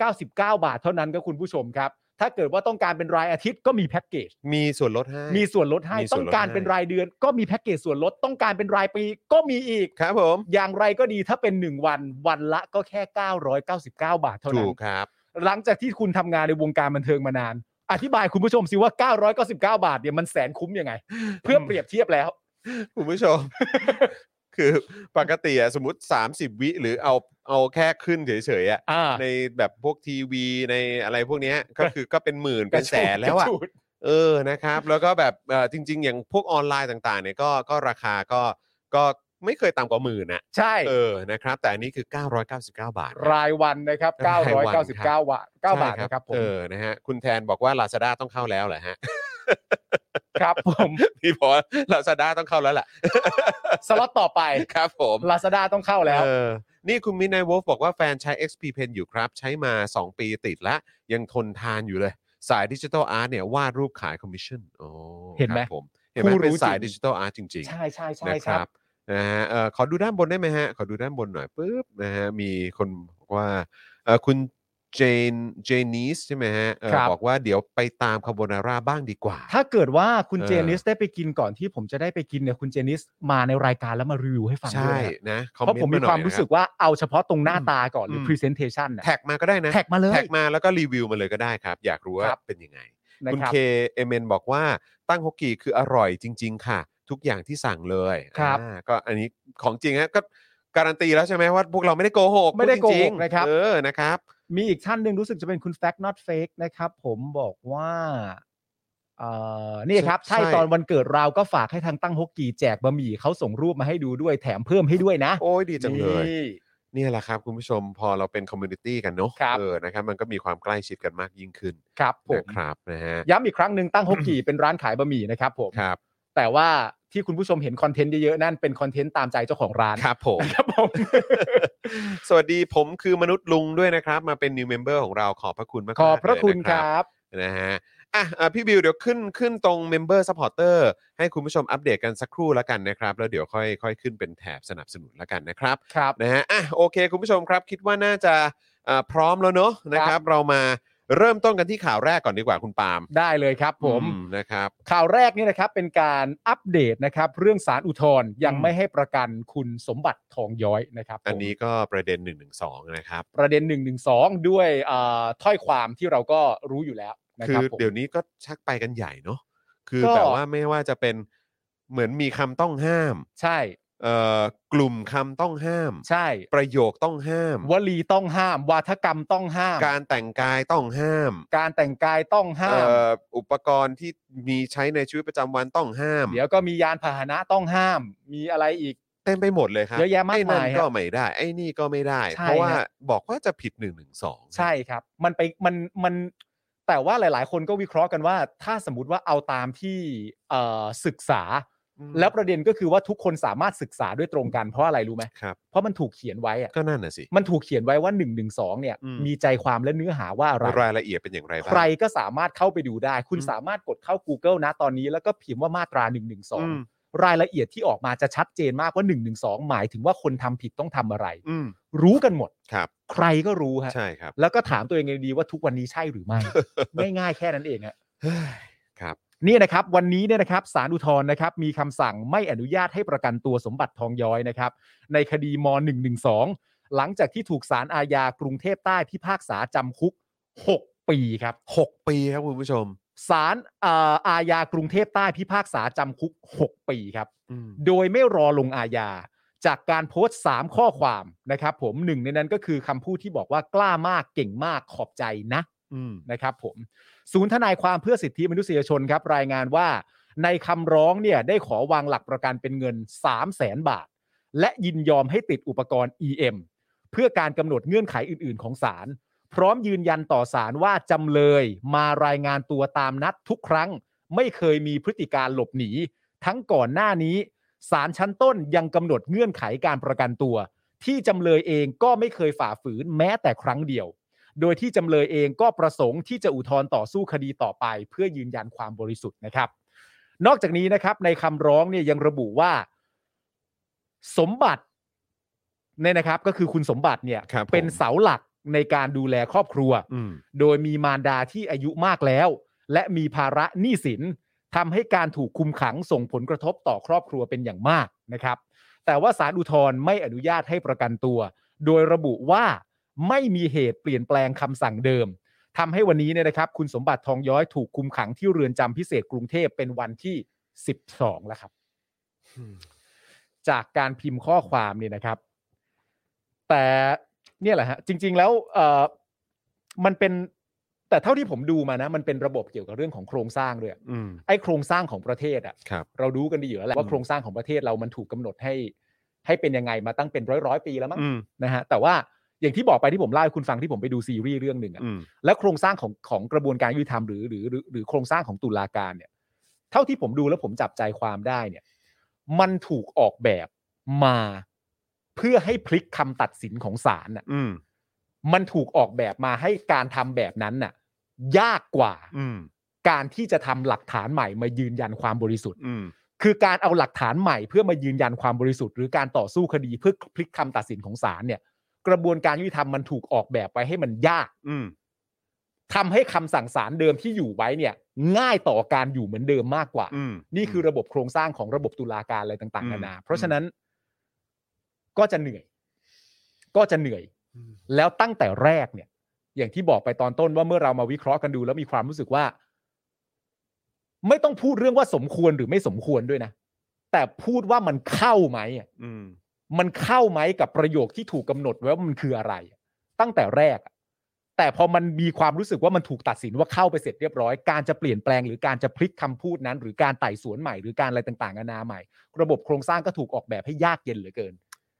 Speaker 6: 999 บาทเท่านั้นครับคุณผู้ชมครับ ถ้าเกิดว่าต้องการเป็นรายอาทิตย์ก็มีแพ็กเกจ
Speaker 3: มีส่วนลดให้
Speaker 6: มีส่วนลดให้
Speaker 3: มีส่
Speaker 6: ต้
Speaker 3: ว
Speaker 6: อน
Speaker 3: ลด
Speaker 6: งการ
Speaker 3: ให้
Speaker 6: เป็นรายเดือน ก็มีแพ็กเกจส่วนลด ต้องการเป็นรายปีก็มีอีก
Speaker 3: ครับผม
Speaker 6: อย่างไรก็ดีถ้าเป็น 1 วัน วันละก็แค่ 999 บาทเท่านั้
Speaker 3: ถู
Speaker 6: น
Speaker 3: กครับ
Speaker 6: หลังจากที่คุณทำงานในวงการบันเทิงมานาน อธิบายคุณผู้ชมสิว่า 999 บาทเนี่ยมันแสนคุ้มยังไง เพื่อเปรียบเทียบแล้ว
Speaker 3: คุณผู้ชม คือปกติอะสมมติ 30 วิหรือเอาเอาแค่ขึ้นเฉยๆอะ
Speaker 6: อ่า
Speaker 3: ในแบบพวกทีวีในอะไรพวกเนี้ยก็ คือก็เป็นหมื่นเป็นแสนแล้วอะ
Speaker 6: กรจูด
Speaker 3: เออนะครับ แล้วก็แบบเอ่อจริง ๆ อย่างพวกออนไลน์ต่างๆเนี่ยก็ก็ราคาก็ก็ไม่เคยต่ำกว่าหมื่นอะ
Speaker 6: ใช่
Speaker 3: เออนะครับ แต่อันนี้คือ 999 บาท
Speaker 6: รายวันนะครับ
Speaker 3: รายวันครับ
Speaker 6: 999 บาท 9 บาท
Speaker 3: ใช่
Speaker 6: นะครับผม
Speaker 3: เออนะฮะคุณแทนบอกว่า Lazada ต้องเข้าแล้วเหรอฮะ
Speaker 6: ครับผม
Speaker 3: พี่พอ Lazada ต้องเข้าแล้วล่ะ
Speaker 6: สล็อตต่อ ไป
Speaker 3: ครับผม
Speaker 6: ลาซาด้าต้องเข้าแล้ว
Speaker 3: เออนี่คุณมินาย w ว l f บอกว่าแฟนใช้ XP Pen อยู่ครับ ใช้มา 2 ปีติดแล้ว ยังทนทานอยู่เลย สายดิจิทัลอาร์ตเนี่ยวาดรูปขายคอมมิชชั่นโอ้
Speaker 6: เห็นไห
Speaker 3: ค
Speaker 6: ม
Speaker 3: รับผมเห็นไหม
Speaker 6: ผู้รู้
Speaker 3: เป็นสาย
Speaker 6: จริง
Speaker 3: ดิจิทัลอาร์ตจริง
Speaker 6: ใช่ใช่
Speaker 3: ๆ
Speaker 6: ใช่
Speaker 3: นะค
Speaker 6: ครั
Speaker 3: รับ บนะฮะเอ่อขอดูด้านบนได้ไหมฮะ ขอดูด้านบนหน่อยปุ๊บนะฮะมีคนบอกว่าเอ่อคุณเจนเจนีสใช่ไหมฮะเอ่อ
Speaker 6: ครับ
Speaker 3: บอกว่าเดี๋ยวไปตามคาโบนาร่าบ้างดีกว่า
Speaker 6: ถ้าเกิดว่าคุณ
Speaker 3: เออ
Speaker 6: เจนิสได้ไปกินก่อนที่ผมจะได้ไปกินเนี่ยคุณเจนิสมาในรายการแล้วมารีวิวให้ฟังด้ว
Speaker 3: ใช่
Speaker 6: ยนะ
Speaker 3: นะคอ
Speaker 6: เพราะ
Speaker 3: เน
Speaker 6: ผม
Speaker 3: ต์
Speaker 6: มี
Speaker 3: หน่อย
Speaker 6: ความ
Speaker 3: นะ
Speaker 6: รู้
Speaker 3: รับ
Speaker 6: สึกว่าเอาเฉพาะตรงหน้าตาก่อนหรือ
Speaker 3: ม
Speaker 6: พรีเซนเทชันนะ
Speaker 3: แท็กมาก็ได้นะ
Speaker 6: แท็กมาเลย
Speaker 3: แท็กมาแล้วก็รีวิวมาเลยก็ได้ครับ อยากรู้ว่า
Speaker 6: ครับ
Speaker 3: เป็นยังไง
Speaker 6: นะ
Speaker 3: คุณ
Speaker 6: รับ
Speaker 3: เคเอเมนบอกว่าตั้งฮกกีคืออร่อยจริง ๆ ค่ะ ทุกอย่างที่สั่งเลย
Speaker 6: ครับ
Speaker 3: อ่าก็อันนี้ของจริงฮะก็การันตีแล้วใช่ไหมว่าพวกเราไม่ได้โกหก
Speaker 6: ไม่ได้โก
Speaker 3: พู
Speaker 6: ห
Speaker 3: จ
Speaker 6: ก
Speaker 3: งๆ
Speaker 6: นะครับ
Speaker 3: เออนะครับ
Speaker 6: มีอีกท่านหนึ่งรู้สึกจะเป็นคุณ Fact Not Fake นะครับ ผมบอกว่าเอ่อนี่ครับ ใช่
Speaker 3: ใช่
Speaker 6: ตอนวันเกิดเราก็ฝากให้ทางตั้งฮกกีแจกบะหมี่เขาส่งรูปมาให้ดูด้วยแถมเพิ่มให้ด้วยนะ
Speaker 3: โอ้ยดีจังเลย
Speaker 6: นี่
Speaker 3: เนี่ยแหละครับคุณผู้ชมพอเราเป็นคอมมูนิตี้กันเนอะ
Speaker 6: ครับ
Speaker 3: เออนะครับมันก็มีความใกล้ชิดกันมากยิ่งขึ้น
Speaker 6: ครับผม
Speaker 3: นะครับนะฮะ
Speaker 6: ย้ำอีกครั้งหนึ่งตั้งฮกกี่ เป็นร้านขายบะหมี่นะครับผม
Speaker 3: ครับ
Speaker 6: แต่ว่าที่คุณผู้ชมเห็นคอนเทนต์เยอะๆนั่นเป็นคอนเทนต์ตามใจเจ้าของร้าน
Speaker 3: ครับผม
Speaker 6: ครับผม
Speaker 3: สวัสดีผมคือมนุษย์ลุงด้วยนะครับ มาเป็น new member ของเราขอบพระคุณมากๆ
Speaker 6: ขอบพระคุณ
Speaker 3: เลย
Speaker 6: ค
Speaker 3: นะ
Speaker 6: รับ
Speaker 3: นะฮะอ่ะอ่ะพี่บิวเดี๋ยวขึ้นขึ้นตรง Member Supporter ให้คุณผู้ชมอัปเดตกันสักครู่แล้วกันนะครับ แล้วเดี๋ยวค่อยค่อยขึ้นเป็นแถบสนับสนุนแล้วกันนะครับ
Speaker 6: ครับ
Speaker 3: นะฮะอ่ะโอเค คุณผู้ชมครับ คิดว่าน่าจะอ่าพร้อมแล้วเนอะนะครับ เรามาเริ่มต้นกันที่ข่าวแรกก่อนดีกว่าคุณปาล์ม
Speaker 6: ได้เลยครับผม
Speaker 3: อืนะครับ
Speaker 6: ข่าวแรกนี่นะครับเป็นการอัปเดตนะครับ เรื่องสารอุทธรณ์ยัง
Speaker 3: อืม
Speaker 6: ไม่ให้ประกันคุณสมบัติทองย้อยนะครับผม
Speaker 3: อันนี้ก็ประเด็น1นึนะครับ
Speaker 6: ประเด็น1นึด้วยเอ่อถ้อยความที่เราก็รู้อยู่แล้วนะ
Speaker 3: คือ
Speaker 6: ครับผม
Speaker 3: เดี๋ยวนี้ก็ชักไปกันใหญ่เนอะคือ
Speaker 6: ก็
Speaker 3: แบบว่าไม่ว่าจะเป็นเหมือนมีคำต้องห้าม
Speaker 6: ใช่
Speaker 3: เอ่อกลุ่มคำต้องห้าม
Speaker 6: ใช่
Speaker 3: ประโยคต้องห้าม
Speaker 6: วลีต้องห้าม วาทกรรมต้องห้าม
Speaker 3: การแต่งกายต้องห้าม
Speaker 6: การแต่งกายต้องห้าม
Speaker 3: เอ่ออุปกรณ์ที่มีใช้ในชีวิตประจำวันต้องห้าม
Speaker 6: เดี๋ยวก็มียานพาหนะต้องห้าม มีอะไรอีก
Speaker 3: เต็มไปหมดเลยครับ
Speaker 6: เยอะแยะมาก
Speaker 3: ไนั่น
Speaker 6: มายฮะ
Speaker 3: ก็ไม่ได้ ไอ้นี่ก็ไม่ได้
Speaker 6: ใช่
Speaker 3: เพราะว่า
Speaker 6: ฮะ
Speaker 3: บอกว่าจะผิดหนึ่งหนึ่งสอง
Speaker 6: ใช่ครับ มันไปมันมันแต่ว่าหลาย ๆ คนก็วิเคราะห์กันว่า ถ้าสมมติว่าเอาตามที่เอ่อศึกษา แล้วประเด็นก็คือว่าทุกคนสามารถศึกษาด้วยตรงกันเพราะอะไรรู้ไหม
Speaker 3: ครับ
Speaker 6: เพราะมันถูกเขียนไว้อะ
Speaker 3: ก็นั่นน่ะสิ
Speaker 6: มันถูกเขียนไว้ว่า1นึเนี่ย
Speaker 3: อืม
Speaker 6: มีใจความและเนื้อหาว่าอะไร
Speaker 3: รายละเอียดเป็นอย่างไรบ้าง
Speaker 6: ใครก็สามารถเข้าไปดูได้ คุณ
Speaker 3: อืม
Speaker 6: สามารถกดเข้า Google นะตอนนี้แล้วก็พิมพ์ว่ามาตรา1นึ
Speaker 3: อืม
Speaker 6: รายละเอียดที่ออกมาจะชัดเจนมากว่า1นึหมายถึงว่าคนทำผิดต้องทำอะไร
Speaker 3: อืม
Speaker 6: รู้กันหมด
Speaker 3: ครับ
Speaker 6: ใครก็รู้ฮะ
Speaker 3: ใช่ครับ
Speaker 6: แล้วก็ถามตัวเองดีๆว่าทุกวันนี้ใช่หรือไม่ ง่ายๆแค่นั้นเองฮะ
Speaker 3: เฮ้ยครับ
Speaker 6: นี่นะครับวันนี้เนี่ยนะครับสารอุทธรณ์นะครับมีคำสั่งไม่อนุญาตให้ประกันตัวสมบัติทองย้อยนะครับ ในคดีม .112 หลังจากที่ถูกสารอาญากรุงเทพใต้พิพากษาจำคุก 6 ปีครับ
Speaker 3: 6 ปีครับคุณผู้ชม
Speaker 6: สารเอ่ออาญากรุงเทพใต้พิพากษาจำคุก 6 ปีครับ
Speaker 3: อืม
Speaker 6: โดยไม่รอลงอาญาจากการโพสต์ 3 ข้อความนะครับผมหนึ่งในนั้นก็คือคำพูดที่บอกว่ากล้ามากเก่งมากขอบใจนะ
Speaker 3: อืม
Speaker 6: นะครับผมศูนย์ทนายความเพื่อสิทธิมนุษยชนครับ รายงานว่า ในคำร้องเนี่ยได้ขอวางหลักประกันเป็นเงิน 3 0 0แสนบาท และยินยอมให้ติดอุปกรณ์ EM เพื่อการกำหนดเงื่อนไขอื่น ๆ ของศาลพร้อมยืนยันต่อศาลว่าจำเลยมารายงานตัวตามนัดทุกครั้ง ไม่เคยมีพฤติการหลบหนี ทั้งก่อนหน้านี้ศาลชั้นต้นยังกำหนดเงื่อนไขการประกันตัว ที่จำเลยเองก็ไม่เคยฝ่าฝืนแม้แต่ครั้งเดียว โดยที่จำเลยเองก็ประสงค์ที่จะอุทธรณ์ต่อสู้คดีต่อไป เพื่อยืนยันความบริสุทธิ์นะครับ นอกจากนี้นะครับในคำร้องเนี่ยยังระบุว่า สมบัติเนี่ยนะครับ ก็คือคุณสมบัติเนี่ย
Speaker 3: ครับผม
Speaker 6: เป็นเสาหลักในการดูแลครอบครัว
Speaker 3: อืม
Speaker 6: โดยมีมารดาที่อายุมากแล้ว และมีภาระหนี้สินทำให้การถูกคุมขังส่งผลกระทบต่อครอบครัวเป็นอย่างมากนะครับ แต่ว่าสารอุทธรณ์ไม่อนุญาตให้ประกันตัว โดยระบุว่าไม่มีเหตุเปลี่ยนแปลงคำสั่งเดิมทำให้วันนี้เนี่ยนะครับ คุณสมบัติทองย้อยถูกคุมขังที่เรือนจำพิเศษกรุงเทพเป็นวันที่ 12 แล้วครับ จากการพิมพ์ข้อความเนี่ยนะครับ แต่เนี่ยแหละฮะจริง ๆ แล้วเอ่อมันเป็นแต่เท่าที่ผมดูมานะ มันเป็นระบบเกี่ยวกับเรื่องของโครงสร้างด้วย
Speaker 3: อืม
Speaker 6: ไอ้โครงสร้างของประเทศอะ
Speaker 3: ครับ
Speaker 6: เรารู้กันดีอยู่แล้วแหละว่าโครงสร้างของประเทศเรามันถูกกำหนดให้ ให้เป็นยังไงมาตั้งเป็นร้อยร้อยๆปีแล้วมั้ง
Speaker 3: อืม
Speaker 6: นะฮะแต่ว่าอย่างที่บอกไปที่ผมเล่าให้คุณฟังที่ผมไปดูซีรีส์เรื่องหนึ่งอะ
Speaker 3: อืม
Speaker 6: และโครงสร้างของของกระบวนการยุติธรรมหรือหรือหรือหรือโครงสร้างของตุลาการเนี่ย เท่าที่ผมดูแล้วผมจับใจความได้เนี่ย มันถูกออกแบบมาเพื่อให้พลิกคำตัดสินของศาลน่ะ
Speaker 3: อืม
Speaker 6: มันถูกออกแบบมาให้การทำแบบนั้นน่ะ ยากกว่า
Speaker 3: อืม
Speaker 6: การที่จะทำหลักฐานใหม่มายืนยันความบริสุทธิ์
Speaker 3: อืม
Speaker 6: คือการเอาหลักฐานใหม่เพื่อมายืนยันความบริสุทธิ์หรือการต่อสู้คดีเพื่อพลิกคำตัดสินของศาลเนี่ย กระบวนการยุติธรรมมันถูกออกแบบไว้ให้มันยาก
Speaker 3: อืม
Speaker 6: ทำให้คำสั่งศาลเดิมที่อยู่ไว้เนี่ย ง่ายต่อการอยู่เหมือนเดิมมากกว่า
Speaker 3: อืม
Speaker 6: นี่คือระบบโครงสร้างของระบบตุลาการอะไรต่าง
Speaker 3: อื
Speaker 6: ๆ
Speaker 3: ม
Speaker 6: นานา
Speaker 3: อืม
Speaker 6: เพราะฉะนั้นก็จะเหนื่อย ก็จะเหนื่อย แล้วตั้งแต่แรกเนี่ย อย่างที่บอกไปตอนต้นว่าเมื่อเรามาวิเคราะห์กันดู แล้วมีความรู้สึกว่า ไม่ต้องพูดเรื่องว่าสมควรหรือไม่สมควรด้วยนะ แต่พูดว่ามันเข้าไหมอะ
Speaker 3: อืม
Speaker 6: มันเข้าไหมกับประโยคที่ถูกกำหนดไว้ว่ามันคืออะไร ตั้งแต่แรกอะแต่พอมันมีความรู้สึกว่ามันถูกตัดสินว่าเข้าไปเสร็จเรียบร้อย การจะเปลี่ยนแปลงหรือการจะพลิกคำพูดนั้น หรือการไต่สวนใหม่หรือการอะไรต่างๆนานาใหม่ ระบบโครงสร้างก็ถูกออกแบบให้ยากเย็นเหลือเกิน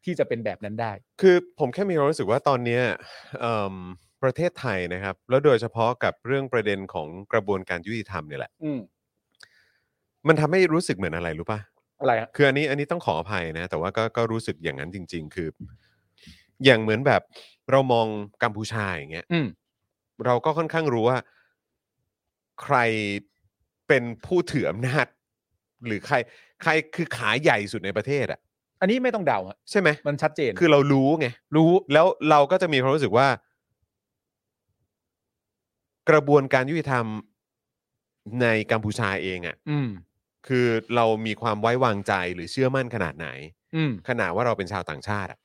Speaker 6: ที่จะเป็นแบบนั้นได้
Speaker 3: คือผมแค่มีความรู้สึกว่าตอนเนี้ยเอิ่มประเทศไทยนะครับ แล้วโดยเฉพาะกับเรื่องประเด็นของกระบวนการยุติธรรมเนี่ยแหละ
Speaker 6: อืม
Speaker 3: มันทำให้รู้สึกเหมือนอะไรรู้ป่ะ
Speaker 6: อะไรฮะ
Speaker 3: คืออันนี้อันนี้ต้องขออภัยนะ แต่ว่าก็ก็รู้สึกอย่างนั้นจริง ๆ คือ อย่างเหมือนแบบเรามองกัมพูชาอย่างเงี้ย
Speaker 6: อืม
Speaker 3: เราก็ค่อนข้างรู้ว่า ใครเป็นผู้ถืออำนาจ หรือใคร ใครคือขาใหญ่สุดในประเทศอะ
Speaker 6: อันนี้ไม่ต้องเดาฮะ
Speaker 3: ใช่ไหม
Speaker 6: มันชัดเจน
Speaker 3: คือเรารู้ไง
Speaker 6: รู้
Speaker 3: แล้วเราก็จะมีความรู้สึกว่า กระบวนการยุติธรรมในกัมพูชาเองอะ่ะ
Speaker 6: อืม
Speaker 3: คือเรามีความไว้วางใจหรือเชื่อมั่นขนาดไหน
Speaker 6: อืม
Speaker 3: ขนาดว่าเราเป็นชาวต่างชาติอะ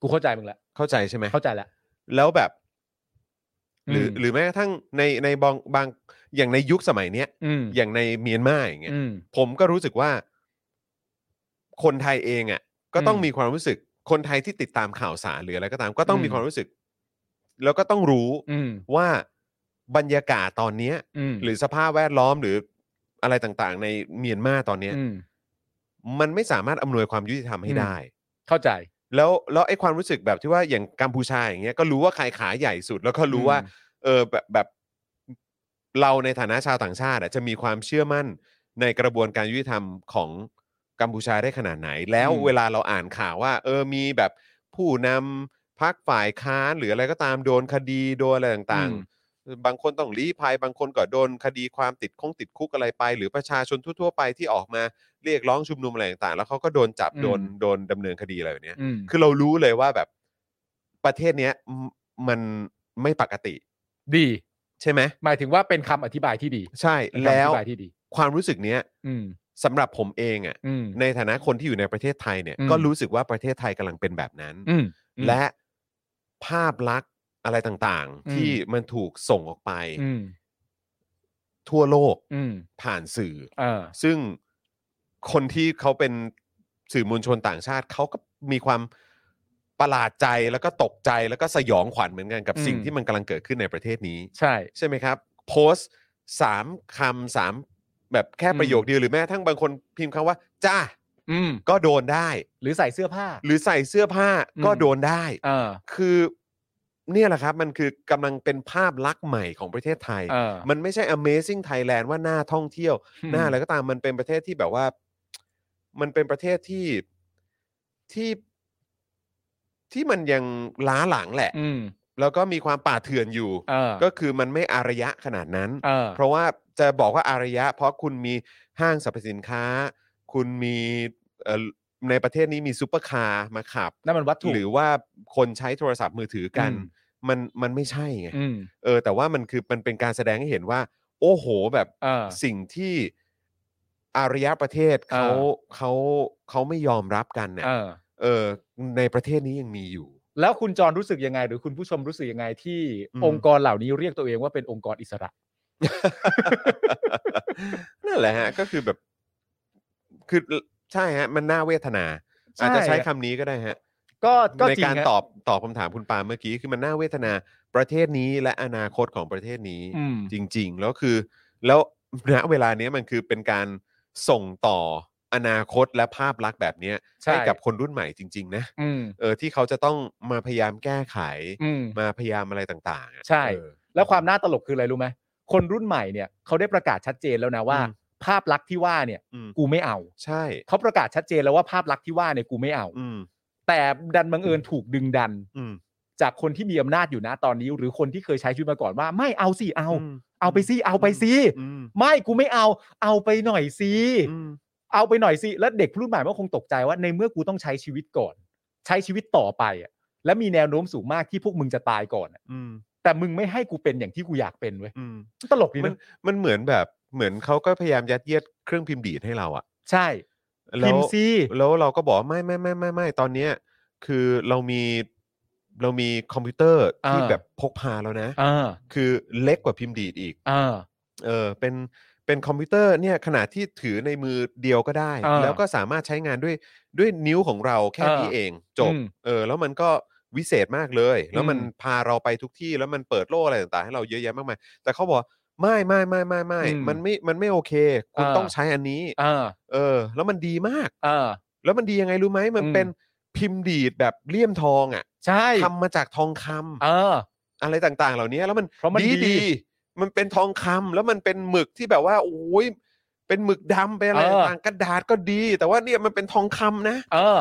Speaker 6: กูเข้าใจมึงแล้ว
Speaker 3: เข้าใจใช่ไหม
Speaker 6: เข้าใจแล้ว
Speaker 3: แล้วแบบ หรืออ
Speaker 6: ม
Speaker 3: หรือแม้กระทั่งในในบางบางอย่างในยุคสมัยเนี้ย
Speaker 6: อืม
Speaker 3: อย่างในเมียนมาอย่างเงี้ย
Speaker 6: อืม
Speaker 3: ผมก็รู้สึกว่า คนไทยเองอะ่ะ ก็ต้อง
Speaker 6: อืม
Speaker 3: มีความรู้สึก คนไทยที่ติดตามข่าวสารหรืออะไรก็ตาม ก็ต้องมี
Speaker 6: อืม
Speaker 3: ความรู้สึก แล้วก็ต้องรู้
Speaker 6: อืม
Speaker 3: ว่าบรรยากาศตอนเนี้ย
Speaker 6: อืม
Speaker 3: หรือสภาพแวดล้อมหรืออะไรต่างๆ ในเมียนมาตอนเนี้ย
Speaker 6: อืม
Speaker 3: มันไม่สามารถอำนวยความยุติธรรมให้
Speaker 6: อืม
Speaker 3: ได้
Speaker 6: เข้าใจ
Speaker 3: แล้วแล้วไอ้ความรู้สึกแบบที่ว่าอย่างกัมพูชาอย่างเงี้ยก็รู้ว่าใครขาใหญ่สุด แล้วก็รู้ว่า
Speaker 6: อืม
Speaker 3: เออแบบแบบเราในฐานะชาวต่างชาติอะจะมีความเชื่อมั่นในกระบวนการยุติธรรมของกัมพูชาได้ขนาดไหน แล้ว
Speaker 6: อืม
Speaker 3: เวลาเราอ่านข่าวว่า เออมีแบบผู้นำพักฝ่ายค้านหรืออะไรก็ตามโดนคดีโดนอะไรต่าง ๆ บางคนต้องลี้ภัยบางคนก็โดนคดีความติดคงติดคุกอะไรไป หรือประชาชนทั่วๆไปที่ออกมาเรียกร้องชุมนุมอะไรต่างๆ แล้วเขาก็โดนจับ
Speaker 6: อืม
Speaker 3: โดนโดนดำเนินคดีอะไรแบบเนี้ย
Speaker 6: อืม
Speaker 3: คือเรารู้เลยว่าแบบประเทศเนี้ยมมันไม่ปกติ
Speaker 6: ดี
Speaker 3: ใช่ไหม
Speaker 6: หมายถึงว่าเป็นคำอธิบายที่ดี
Speaker 3: ใช่
Speaker 6: เป็นคำ
Speaker 3: แล้ว
Speaker 6: อธิบายที่ดี
Speaker 3: ความรู้สึกเนี้ย
Speaker 6: อืม
Speaker 3: สำหรับผมเองอะ่ะ
Speaker 6: อืม
Speaker 3: ในฐานะคนที่อยู่ในประเทศไทยเนี่ย
Speaker 6: อืม
Speaker 3: ก็รู้สึกว่าประเทศไทยกำลังเป็นแบบนั้น
Speaker 6: อืม
Speaker 3: และภาพลักษณ์อะไรต่างๆ
Speaker 6: อืม
Speaker 3: ที่มันถูกส่งออกไป
Speaker 6: อืม
Speaker 3: ทั่วโลก
Speaker 6: อืม
Speaker 3: ผ่านสื่อ
Speaker 6: อ่า
Speaker 3: ซึ่งคนที่เขาเป็นสื่อมวลชนต่างชาติเขาก็มีความประหลาดใจแล้วก็ตกใจแล้วก็สยองขวัญเหมือนกันกับ
Speaker 6: อืม
Speaker 3: สิ่งที่มันกำลังเกิดขึ้นในประเทศนี้
Speaker 6: ใช่
Speaker 3: ใช่ไหมครับ โพสต์สามคำสามแบบแค่
Speaker 6: อืม
Speaker 3: ประโยคเดียวหรือแม้กระทั้งบางคนพิมพ์คำว่า จ้า
Speaker 6: อืม
Speaker 3: ก็โดนได้
Speaker 6: หรือใส่เสื้อผ้า
Speaker 3: หรือใส่เสื้อผ้า
Speaker 6: อืม
Speaker 3: ก็โดนได้
Speaker 6: เออ
Speaker 3: คือเนี่ยแหละครับ มันคือกำลังเป็นภาพลักษณ์ใหม่ของประเทศไทย
Speaker 6: เออ
Speaker 3: มันไม่ใช่ Amazing Thailand ว่าหน้าท่องเที่ยว หน้าอะไรก็ตามมันเป็นประเทศที่แบบว่า มันเป็นประเทศที่ที่ที่มันยังล้าหลังแหละ
Speaker 6: อืม
Speaker 3: แล้วก็มีความป่าเถื่อนอยู่
Speaker 6: เออ
Speaker 3: ก็คือมันไม่อารยะขนาดนั้น
Speaker 6: เออ
Speaker 3: เพราะว่าจะบอกว่าอารยะ เพราะคุณมีห้างสรรพสินค้า คุณมีเอ่อในประเทศนี้มีซูเปอร์คาร์มาขับ
Speaker 6: นั่นมันวัตถุ
Speaker 3: หรือว่าคนใช้โทรศัพท์มือถือกัน
Speaker 6: อืม
Speaker 3: มันมันไม่ใช่ไง
Speaker 6: อืม
Speaker 3: เออแต่ว่ามันคือมันเป็นการแสดงให้เห็นว่า โอ้โหแบบ
Speaker 6: เออ
Speaker 3: สิ่งที่อารยประเทศ
Speaker 6: อ่า
Speaker 3: เขาเขาเขาไม่ยอมรับกันเนี่ย
Speaker 6: เออ
Speaker 3: เออ ในประเทศนี้ยังมีอยู่
Speaker 6: แล้วคุณจรรู้สึกยังไง หรือคุณผู้ชมรู้สึกยังไงที่
Speaker 3: อืม
Speaker 6: องค์กรเหล่านี้เรียกตัวเองว่าเป็นองค์กรอิสระ
Speaker 3: นั่นแหละฮะ ก็คือแบบ คือใช่ฮะ มันน่าเวทนา
Speaker 6: ใช่
Speaker 3: อาจจะใช้คำนี้ก็ได้ฮะ
Speaker 6: ก็ก็
Speaker 3: ใน
Speaker 6: จริง
Speaker 3: การ
Speaker 6: ฮะ
Speaker 3: ตอบตอบคำถามคุณปาเมื่อกี้คือมันน่าเวทนาประเทศนี้และอนาคตของประเทศนี้
Speaker 6: อืม
Speaker 3: จริง ๆ แล้วคือ แล้วณเวลาเนี้ยมันคือเป็นการส่งต่ออนาคตและภาพลักษณ์แบบเนี้ย
Speaker 6: ใช่
Speaker 3: ให้กับคนรุ่นใหม่จริง ๆ นะ
Speaker 6: อืม
Speaker 3: เออที่เขาจะต้องมาพยายามแก้ไข
Speaker 6: อืม
Speaker 3: มาพยายามอะไรต่างๆอะ
Speaker 6: ใช่
Speaker 3: เออ
Speaker 6: แล้วความน่าตลกคืออะไรรู้ไหมคนรุ่นใหม่เนี่ยเขาได้ประกาศชัดเจนแล้วนะว่า
Speaker 3: อืม
Speaker 6: ภาพลักษณ์ที่ว่าเนี่ย
Speaker 3: อืม
Speaker 6: กูไม่เอา
Speaker 3: ใช่
Speaker 6: เขาประกาศชัดเจนแล้วว่าภาพลักษณ์ที่ว่าเนี่ยกูไม่เอา
Speaker 3: อืม
Speaker 6: แต่ดันบังเอิญถูกดึงดัน
Speaker 3: อืม
Speaker 6: จากคนที่มีอำนาจอยู่นะตอนนี้ หรือคนที่เคยใช้ชีวิตมาก่อนว่า ไม่เอาสิเอา
Speaker 3: ม
Speaker 6: เอาไปสิเอาไปสิ
Speaker 3: อืม
Speaker 6: ไม่กูไม่เอา เอาไปหน่อยสิ
Speaker 3: อืม
Speaker 6: เอาไปหน่อยสิแล้วเด็กรุ่นใหม่ก็คงตกใจว่าในเมื่อกูต้องใช้ชีวิตก่อน ใช้ชีวิตต่อไปอะและมีแนวโน้มสูงมากที่พวกมึงจะตายก่อนอะ
Speaker 3: อืม
Speaker 6: แต่มึงไม่ให้กูเป็นอย่างที่กูอยากเป็นเว้ย
Speaker 3: อืม
Speaker 6: ตลกดี
Speaker 3: มัน
Speaker 6: นะ
Speaker 3: มันเหมือนแบบเหมือนเขาก็พยายามยัดเยียดเครื่องพิมพ์ดีดให้เราอะ
Speaker 6: ใช่
Speaker 3: แล้
Speaker 6: พิ
Speaker 3: ว
Speaker 6: มพ์ซี
Speaker 3: แล้วเราก็บอกว่าไม่ไม่ไม่ไม่ไม่ตอนเนี้ย คือเรามีเรามีคอมพิวเตอร์ที่แบบพกพาแล้วนะ
Speaker 6: อ่า
Speaker 3: คือเล็กกว่าพิมพ์ดีดอีก
Speaker 6: อ่า
Speaker 3: เออเป็นเป็นคอมพิวเตอร์เนี่ยขนาดที่ถือในมือเดียวก็ได้
Speaker 6: อ่า
Speaker 3: แล้วก็สามารถใช้งานด้วยด้วยนิ้วของเราแค่
Speaker 6: อ่านี้
Speaker 3: นี้เองจบ
Speaker 6: อืม
Speaker 3: เออแล้วมันก็วิเศษมากเลย แล้วมัน
Speaker 6: อืม
Speaker 3: พาเราไปทุกที่แล้วมันเปิดโลกอะไรต่างๆ ให้เราเยอะแยะมากมายแต่เขาบอกไม่ไม่ไม่ไม่ไม่
Speaker 6: อืม
Speaker 3: มันไม่มันไม่โอเค คุณ
Speaker 6: อ่า
Speaker 3: ต้องใช้อันนี้
Speaker 6: อ่า
Speaker 3: เออ แล้วมันดีมาก
Speaker 6: อ่า
Speaker 3: แล้วมันดียังไงรู้ไหมมัน
Speaker 6: อืม
Speaker 3: เป็นพิมพ์ดีดแบบเลี่ยมทองอ่ะ
Speaker 6: ใช่
Speaker 3: ทำมาจากทองคำ
Speaker 6: เออ
Speaker 3: อะไรต่างๆ เหล่านี้แล้วมัน
Speaker 6: เพราะมัน
Speaker 3: ดี
Speaker 6: ดี
Speaker 3: ดีมันเป็นทองคำแล้วมันเป็นหมึกที่แบบว่าโอ้ยเป็นหมึกดำเป็นอะไร
Speaker 6: เออ
Speaker 3: ต่างๆกระดาษก็ดี แต่ว่าเนี่ยมันเป็นทองคำนะ
Speaker 6: เออ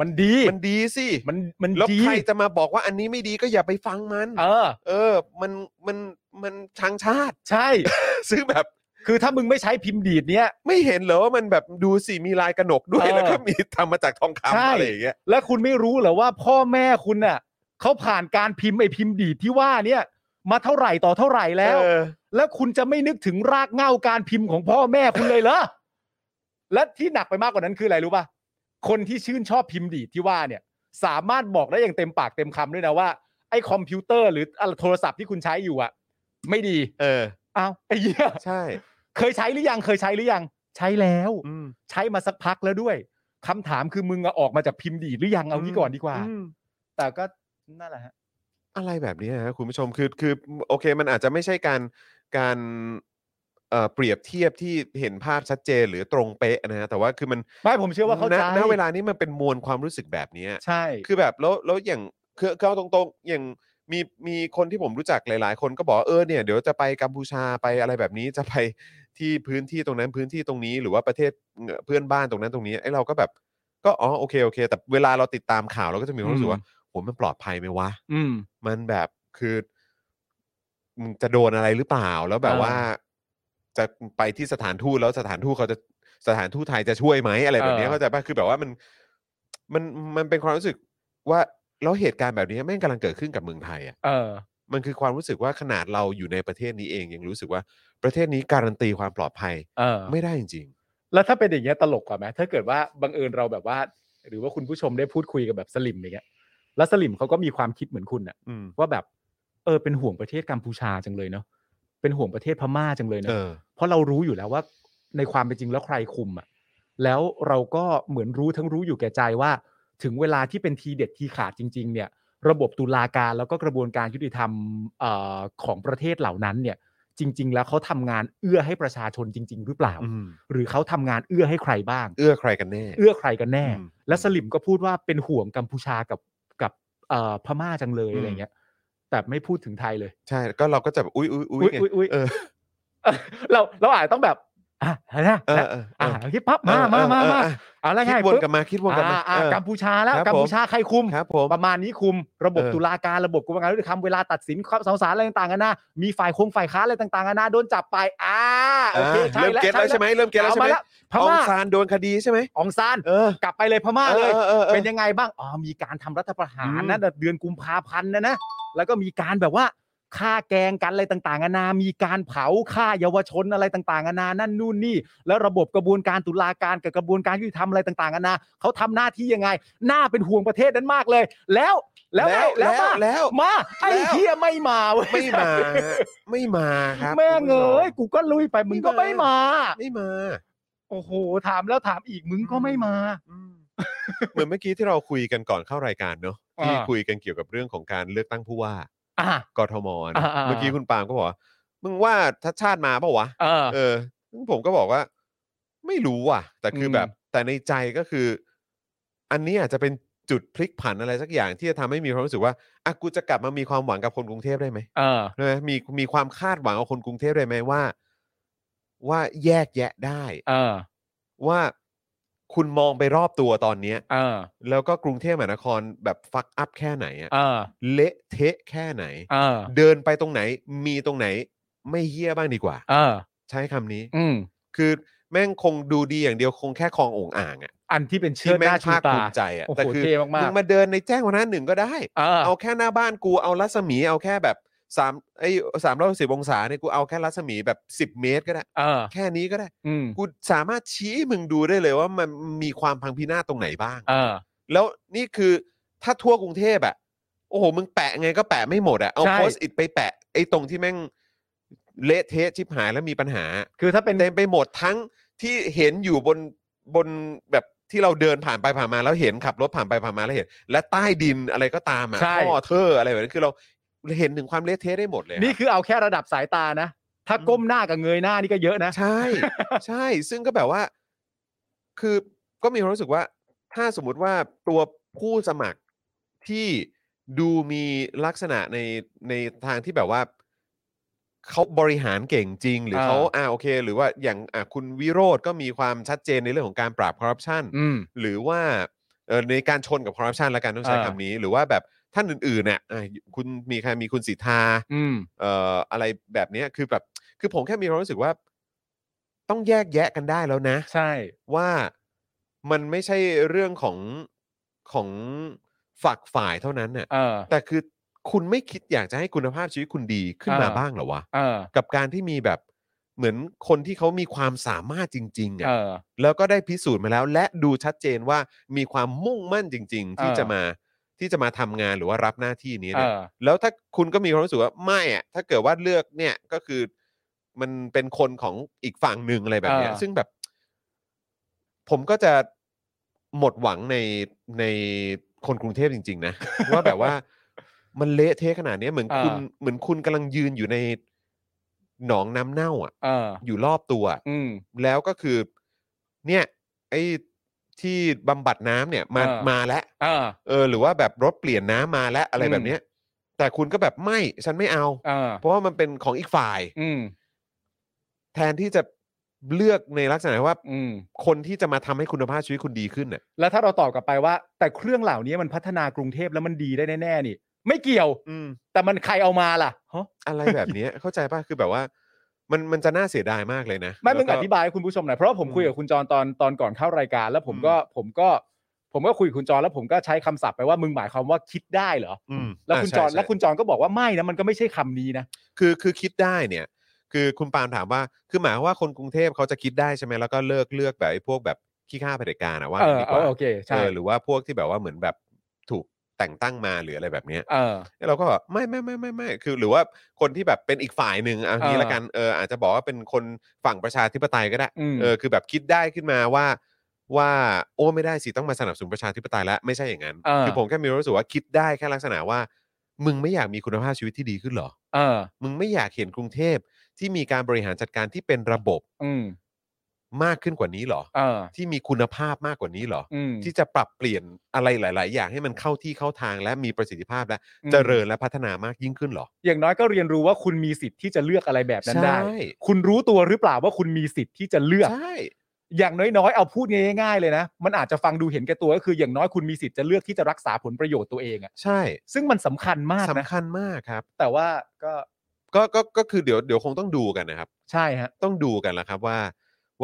Speaker 6: มันดี
Speaker 3: มันดีสิ
Speaker 6: มันมัน
Speaker 3: แล้ว
Speaker 6: ดี
Speaker 3: ใครจะมาบอกว่าอันนี้ไม่ดีก็อย่าไปฟังมัน
Speaker 6: เออ
Speaker 3: เออ มันมันมันทางชาติ
Speaker 6: ใช่
Speaker 3: ซื้อแบบ
Speaker 6: คือถ้ามึงไม่ใช้พิมพ์ดีดเนี้ย
Speaker 3: ไม่เห็นเหรอว่ามันแบบดูสิมีลายกระหนกด้วย
Speaker 6: เออ
Speaker 3: แล้วก็มีทำมาจากทอง
Speaker 6: ใช่
Speaker 3: คำอะไรอย่างเงี้ย
Speaker 6: และคุณไม่รู้เหรอว่าพ่อแม่คุณน่ะเขาผ่านการพิมพ์ไอพิมพ์ดีดที่ว่าเนี่ย มาเท่าไหร่ต่อเท่าไหร่แล้ว
Speaker 3: เออ
Speaker 6: แล้วคุณจะไม่นึกถึงรากเหง้าการพิมพ์ของพ่อแม่คุณเลยเหรอ และที่หนักไปมากกว่านั้นคืออะไรรู้ป่ะ คนที่ชื่นชอบพิมพ์ดีดที่ว่าเนี่ย สามารถบอกได้อย่างเต็มปากเต็มคำด้วยนะว่าไอ้คอมพิวเตอร์หรือโทรศัพท์ที่คุณใช้อยู่อะไม่ดี
Speaker 3: เออ
Speaker 6: อ้าวไอ้เหี้ย
Speaker 3: ใช่
Speaker 6: เคยใช้หรือยังเคยใช้หรือยัง ใช้แล้ว
Speaker 3: อืม
Speaker 6: ใช้มาสักพักแล้วด้วยคำถามคือมึงอะออกมาจากพิมพ์ดีดหรือยังเอางี้ก่อนดีกว่า
Speaker 3: อืม
Speaker 6: แต่ก็นั่นแหละฮะ
Speaker 3: อะไรแบบนี้ฮะคุณผู้ชมคือคือโอเคมันอาจจะไม่ใช่การการเอ่อเปรียบเทียบที่เห็นภาพชัดเจนหรือตรงเป๊ะนะฮะแต่ว่าคือมัน
Speaker 6: ไม่ผมเชื่อว่าเข้าใจ
Speaker 3: ณณเวลานี้มันเป็นมวลความรู้สึกแบบเนี้ย
Speaker 6: ใช่
Speaker 3: คือแบบแล้วแล้วอย่างคือคือเอาตรงๆอย่างมีมีคนที่ผมรู้จักหลาย ๆ คนก็บอกว่าเออเนี่ยเดี๋ยวจะไปกัมพูชาไปอะไรแบบนี้จะไปที่พื้นที่ตรงนั้นพื้นที่ตรงนี้ หรือว่าประเทศเอ่อเพื่อนบ้านตรงนั้นตรงนี้ไอ้เราก็แบบ ก็อ๋อโอเคโอเค แต่เวลาเราติดตามข่าวเราก็จะมีความรู้สึกว่าโหมันปลอดภัยไหมวะ
Speaker 6: อืม
Speaker 3: มันแบบคือมึงจะโดนอะไรหรือเปล่าแล้วแบบ
Speaker 6: อ่า
Speaker 3: ว่า จะไปที่สถานทูตแล้วสถานทูตเขาจะสถานทูตไทยจะช่วยไหมอะไรแบบเนี้ยเข้าใจป่ะคือแบบว่ามันมันมันเป็นความรู้สึกว่าแล้วเหตุการณ์แบบนี้แม่งกำลังเกิดขึ้นกับเมืองไทยอ่ะ
Speaker 6: เออ
Speaker 3: มันคือความรู้สึกว่าขนาดเราอยู่ในประเทศนี้เองยังรู้สึกว่าประเทศนี้การันตีความปลอดภัย
Speaker 6: เออ
Speaker 3: ไม่ได้จริง
Speaker 6: แล้วถ้าเป็นอย่างเงี้ยตลกกว่าไหมถ้าเกิดว่าบังเอิญเราแบบว่า หรือว่าคุณผู้ชมได้พูดคุยกับแบบสลิมอย่างเงี้ยแล้วสลิมเขาก็มีความคิดเหมือนคุณอะ
Speaker 3: ๆ อืม
Speaker 6: ว่าแบบเออเป็นห่วงประเทศกัมพูชาจังเลยเนาะเป็นห่วงประเทศพม่าจังเลยเนาะ
Speaker 3: เออ
Speaker 6: เพราะเรารู้อยู่แล้วว่า ในความเป็นจริงแล้วใครคุมอะแล้วเราก็เหมือนรู้ทั้งรู้อยู่แก่ใจว่า ถึงเวลาที่เป็นทีเด็ดทีขาดจริง ๆ เนี่ย ระบบตุลาการแล้วก็กระบวนการยุติธรรมเออของประเทศเหล่านั้นเนี่ย จริง ๆ แล้วเขาทำงานเอื้อให้ประชาชนจริง ๆ หรือเปล่า
Speaker 3: อืม
Speaker 6: หรือเขาทำงานเอื้อให้ใครบ้าง
Speaker 3: เอื้อใครกันแน่
Speaker 6: เอื้อใครกันแน่
Speaker 3: อืม
Speaker 6: และสลิมก็พูดว่าเป็นห่วงกัมพูชากับกับเอ่อพม่าจังเลย
Speaker 3: อืม
Speaker 6: อะไรเงี้ย แต่ไม่พูดถึงไทยเลย
Speaker 3: ใช่ก็เราก็จะแบบอุ้ยอุ้ยอุ้ยไง
Speaker 6: อุ๊ยอุ๊ยอุ๊ย
Speaker 3: เออ
Speaker 6: เราเราอาจจะต้องแบบอ่ะนะ
Speaker 3: เออเอ
Speaker 6: นะ
Speaker 3: อเอ
Speaker 6: อ่ะ
Speaker 3: อ
Speaker 6: ฮิปฮอปมามามามา
Speaker 3: เออเออ
Speaker 6: เอาละ
Speaker 3: เออ
Speaker 6: ไง
Speaker 3: คิดวนกลับมาคิดวนกลับมา
Speaker 6: อ่ะอ่ะ
Speaker 3: เออ
Speaker 6: กัมพูชาแล้ว
Speaker 3: ครับ
Speaker 6: กัมพูชาใครคุม
Speaker 3: ครับผม
Speaker 6: ประมาณนี้คุมระบบ
Speaker 3: เออ
Speaker 6: ตุลาการระบบกระบวนการยุติธรรมเวลาตัดสินข้อสงสารอะไรต่างๆกันานามีฝ่ายคงฝ่ายค้านอะไรต่างๆกันานาโดนจับไปอ่าโอเคใช่
Speaker 3: เริ่ม
Speaker 6: แล้ว
Speaker 3: เก็ตแล้วใช่ไหมเริ่มเก็ตแล้ว
Speaker 6: เอา
Speaker 3: ใช่ไห
Speaker 6: มาม แล้วพ
Speaker 3: อง
Speaker 6: ม่า
Speaker 3: ซานโดนคดีใช่ไหม
Speaker 6: อองซาน
Speaker 3: เออก
Speaker 6: ลับไปเลยพม่าเลย
Speaker 3: ออออออ
Speaker 6: เป็นยังไงบ้าง อ๋อ มีการทำรัฐประหารนะ
Speaker 3: อืม
Speaker 6: แต่เดือนกุมภาพันธ์นะนะ แล้วก็มีการแบบว่าฆ่าแกงกันอะไรต่างๆนานา มีการเผาฆ่าเยาวชนอะไรต่างๆนานา นั่นนู่นนี่ แล้วระบบกระบวนการตุลาการกับกระบวนการยุติธรรมอะไรต่างๆนานาเขาทำหน้าที่ยังไง หน้าเป็นห่วงประเทศนั้นมากเลย แล้ว แล้วไง
Speaker 3: แล้ว
Speaker 6: มา
Speaker 3: แล้ว
Speaker 6: มา ไอ้
Speaker 3: แล้ว
Speaker 6: เทียไม่มาเว้ย
Speaker 3: ไม่มาไม่มาครับ
Speaker 6: แม่ง
Speaker 3: คุณผู้ช
Speaker 6: เอ้ยกูก็ลุยไป มึงก็ไม่มา
Speaker 3: ไม่มา
Speaker 6: โอ้โห ถามแล้วถามอีก มึงก็ไม่มา
Speaker 3: เหมือนเมื่อกี้ที่เราคุยกันก่อนเข้ารายการเนอะที่
Speaker 6: อ่า
Speaker 3: คุยกันเกี่ยวกับเรื่องของการเลือกตั้งผู้ว่า
Speaker 6: อ่ะ
Speaker 3: กทมนะ
Speaker 6: อ่าอ่าอ่า
Speaker 3: เมื่อกี้คุณปาล์มก็บอกว่ามึงว่าทัดชาติมาเปล่าวะ
Speaker 6: เออ
Speaker 3: เออซึ่งผมก็บอกว่า ไม่รู้อ่ะ แต่คืออ
Speaker 6: ม
Speaker 3: แบบ แต่ในใจก็คือ อันนี้อาจจะเป็นจุดพลิกผันอะไรสักอย่างที่จะทำให้มีความรู้สึกว่าอ่ะกูจะกลับมามีความหวังกับคนกรุงเทพได้ไหม
Speaker 6: เออ
Speaker 3: ใช่ไหมมีมีความคาดหวังกับคนกรุงเทพได้ไหมว่า ว่าแยกแยะได้
Speaker 6: เออ
Speaker 3: ว่าคุณมองไปรอบตัวตอนเนี้ย
Speaker 6: เออ
Speaker 3: แล้วก็กรุงเทพมหานครแบบฟักอัพแค่ไหนอะ
Speaker 6: เออ
Speaker 3: เละเทะแค่ไหน
Speaker 6: เออ
Speaker 3: เดินไปตรงไหน มีตรงไหน ไม่เหี้ยบ้างดีกว่า
Speaker 6: เออ
Speaker 3: ใช้คำนี้
Speaker 6: อืม
Speaker 3: คือแม่งคงดูดีอย่างเดียวคงแค่คลองโองอ่างอะ
Speaker 6: อันที่เป็น
Speaker 3: ที่
Speaker 6: เชิดห
Speaker 3: แม่ง
Speaker 6: น้าชู
Speaker 3: ภาค
Speaker 6: ตา
Speaker 3: ภูมิใจอะ
Speaker 6: โอ้โห
Speaker 3: แต่คื
Speaker 6: เท่มาก
Speaker 3: มึงมาเดินในแจ้งวัฒนะหนึ่งก็ได้
Speaker 6: ๆเออ
Speaker 3: เอาแค่หน้าบ้านกูเอารัศมีเอาแค่แบบสามไอ้สามร้อยสิบองศาเนี่ยกูเอาแค่รัศมีแบบสิบ10 เมตรก็ได้
Speaker 6: เออ
Speaker 3: แค่นี้ก็ได้
Speaker 6: อืม
Speaker 3: กูสามารถชี้ให้มึงดูได้เลยว่ามันมีความพังพินาศตรงไหนบ้าง
Speaker 6: เออ
Speaker 3: แล้วนี่คือถ้าทั่วกรุงเทพอะโอ้โห มึงแปะไงก็แปะไม่หมดอะเอา
Speaker 6: ใช่
Speaker 3: โพสต์อิดไปแปะ ไอ้ตรงที่แม่งเละเทะชิบหายแล้วมีปัญหา
Speaker 6: คือถ้าเป็น
Speaker 3: เต็มไปหมดทั้งที่เห็นอยู่บนบนแบบที่เราเดินผ่านไปผ่านมาแล้วเห็นขับรถผ่านไปผ่านมาแล้วเห็น และใต้ดินอะไรก็ตามอะ
Speaker 6: ใช่
Speaker 3: ท่อเธออะไรแบบนี้คือเราเห็นถึงความเละเทะได้หมดเลยอะ
Speaker 6: นี่คือเอาแค่ระดับสายตานะ ถ้าก้มหน้ากับเงยหน้านี่ก็เยอะนะ
Speaker 3: ใช่ ใช่ ซึ่งก็แบบว่า คือก็มีความรู้สึกว่า ถ้าสมมุติว่าตัวผู้สมัครที่ดูมีลักษณะในในทางที่แบบว่าเขาบริหารเก่งจริง หรือเขาอ่าโอเค หรือว่าอย่างอ่ะคุณวิโรธก็มีความชัดเจนในเรื่องของการปราบคอร์รัปชัน
Speaker 6: อืม
Speaker 3: หรือว่าเอ่อในการชนกับคอร์รัปชันละกันต้องใช้
Speaker 6: อ่า
Speaker 3: คำนี้ หรือว่าแบบท่านอื่นๆเนี่ยอ่ะคุณมีใครมีคุณสิทธา
Speaker 6: อืม
Speaker 3: เอ่ออะไรแบบเนี้ยคือแบบคือผมแค่มีความรู้สึกว่า ต้องแยกแยะกันได้แล้วนะ
Speaker 6: ใช่
Speaker 3: ว่ามันไม่ใช่เรื่องของของฝักฝ่ายเท่านั้นน่ะ
Speaker 6: เออ
Speaker 3: แต่คือคุณไม่คิดอยากจะให้คุณภาพชีวิตคุณดีขึ้นมา
Speaker 6: อ่า
Speaker 3: บ้างเหรอวะ
Speaker 6: เออ
Speaker 3: กับการที่มีแบบเหมือนคนที่เขามีความสามารถจริงๆ
Speaker 6: เอ
Speaker 3: อ่ะ
Speaker 6: อ
Speaker 3: แล้วก็ได้พิสูจน์มาแล้ว และดูชัดเจนว่ามีความมุ่งมั่นจริง ๆ ที่
Speaker 6: เออ
Speaker 3: จะมาที่จะมาทำงานหรือว่ารับหน้าที่นี้
Speaker 6: เอ
Speaker 3: เนี่ย
Speaker 6: อ
Speaker 3: แล้วถ้าคุณก็มีความรู้สึกว่าไม่อ่ะถ้าเกิดว่าเลือกเนี่ยก็คือมันเป็นคนของอีกฝั่งหนึ่งอะไรแบบเนี้ย
Speaker 6: เออ
Speaker 3: ซึ่งแบบ ผมก็จะหมดหวังในในคนกรุงเทพจริง ๆ นะ ว่าแบบว่ามันเละเทะขนาดเนี้ยเหมือน
Speaker 6: อ่า
Speaker 3: คุณเหมือนคุณกำลังยืนอยู่ในหนองน้ำเน่าอ่ะ
Speaker 6: เออ
Speaker 3: อยู่รอบตัวอะ
Speaker 6: อืม
Speaker 3: แล้วก็คือ เนี่ย ไอ้ที่บำบัดน้ำเนี่ยมา
Speaker 6: อ่าม
Speaker 3: มาแล้ว
Speaker 6: เออ
Speaker 3: เออ หรือว่าแบบรถเปลี่ยนน้ำมาแล้วอะไร
Speaker 6: อืม
Speaker 3: แบบเนี้ย แต่คุณก็แบบไม่ฉันไม่เอา
Speaker 6: เออ
Speaker 3: เพราะว่ามันเป็นของอีกฝ่าย
Speaker 6: อืม
Speaker 3: แทนที่จะเลือกในลักษณะว่า
Speaker 6: อืม
Speaker 3: คนที่จะมาทำให้คุณภาพชีวิตคุณดีขึ้นน่ะ
Speaker 6: แล้วถ้าเราตอบกลับไปว่า แต่เครื่องเหล่านี้มันพัฒนากรุงเทพแล้วมันดีได้แน่ๆนี่ ไม่เกี่ยว
Speaker 3: อืม
Speaker 6: แต่มันใครเอามาล่ะฮะ
Speaker 3: อะไรแบบ เนี้ย เข้าใจป่ะคือแบบว่า มันมันจะน่าเสียดายมากเลยนะ
Speaker 6: ไม่มึง
Speaker 3: แล้ว
Speaker 6: อ
Speaker 3: ก็
Speaker 6: ธิบายให้คุณผู้ชมหน่อยเพราะว่าผมคุยกับคุณจรตอนตอนก่อนเข้ารายการ แล้วผมก็ผมก็ ผมก็คุยกับคุณจรแล้วผมก็ใช้คำศัพท์ไปว่ามึงหมายความว่าคิดได้เหรอ
Speaker 3: อืม
Speaker 6: แล้ว
Speaker 3: อ่า
Speaker 6: คุณ
Speaker 3: ใช่
Speaker 6: จร
Speaker 3: ใช่
Speaker 6: แล้วคุณจรก็บอกว่าไม่นะมันก็ไม่ใช่คำนี้นะ
Speaker 3: คือคือคิดได้เนี่ย คือคุณปาล์มถามว่า คือหมายความว่าคนกรุงเทพเขาจะคิดได้ใช่ไหมแล้วก็เลิกเลือกแบบไอ้พวกแบบขี้ข้าเผด็จการอะว่า
Speaker 6: เอ
Speaker 3: งั้
Speaker 6: อน
Speaker 3: ดีก
Speaker 6: เอ
Speaker 3: ว่า
Speaker 6: อโอเคใช่
Speaker 3: เออหรือว่าพวกที่แบบว่าเหมือนแบบถูกแต่งตั้งมาหรืออะไรแบบเนี้ย
Speaker 6: เออ
Speaker 3: แล้วเราก็แบบไม่ไม่ไม่ไม่ไม่คือหรือว่าคนที่แบบเป็นอีกฝ่ายหนึ่งเอางี้
Speaker 6: เออ
Speaker 3: ละกันเอออาจจะบอกว่าเป็นคนฝั่งประชาธิปไตยก็ได้
Speaker 6: อืม
Speaker 3: เออคือแบบคิดได้ขึ้นมาว่าว่าโอ้ไม่ได้สิต้องมาสนับสนุนประชาธิปไตยแล้วไม่ใช่อย่างนั้น
Speaker 6: เออ
Speaker 3: คือผมแค่มีความรู้สึกว่าคิดได้แค่ลักษณะว่า มึงไม่อยากมีคุณภาพชีวิตที่ดีขึ้นเหรอ
Speaker 6: เออ
Speaker 3: มึงไม่อยากเห็นกรุงเทพที่มีการบริหารจัดการที่เป็นระบบ
Speaker 6: อืม
Speaker 3: มากขึ้นกว่านี้เหรอ
Speaker 6: เออ
Speaker 3: ที่มีคุณภาพมากกว่านี้เหรอ
Speaker 6: อืม
Speaker 3: ที่จะปรับเปลี่ยนอะไรหลาย ๆ อย่างให้มันเข้าที่เข้าทางและมีประสิทธิภาพและ
Speaker 6: อืม
Speaker 3: เจริญและพัฒนามากยิ่งขึ้นเหรอ
Speaker 6: อย่างน้อยก็เรียนรู้ว่าคุณมีสิทธิ์ที่จะเลือกอะไรแบบนั้นได้
Speaker 3: ใช่
Speaker 6: คุณรู้ตัวหรือเปล่าว่าคุณมีสิทธิ์ที่จะเลือก
Speaker 3: ใช่
Speaker 6: อย่างน้อยๆ เอาพูดง่ายๆเลยนะ มันอาจจะฟังดูเห็นแก่ตัวก็คืออย่างน้อยคุณมีสิทธิ์จะเลือกที่จะรักษาผลประโยชน์ตัวเองอะ
Speaker 3: ใช่
Speaker 6: ซึ่งมันสำคัญมากนะ
Speaker 3: สำคัญมากครับ
Speaker 6: แต่ว่าก็
Speaker 3: ก็ก็ก็คือเดี๋ยวเดี๋ยวคงต้องดูกันนะครับ
Speaker 6: ใช่ฮะ
Speaker 3: ต้องดูกันแล้วครับว่า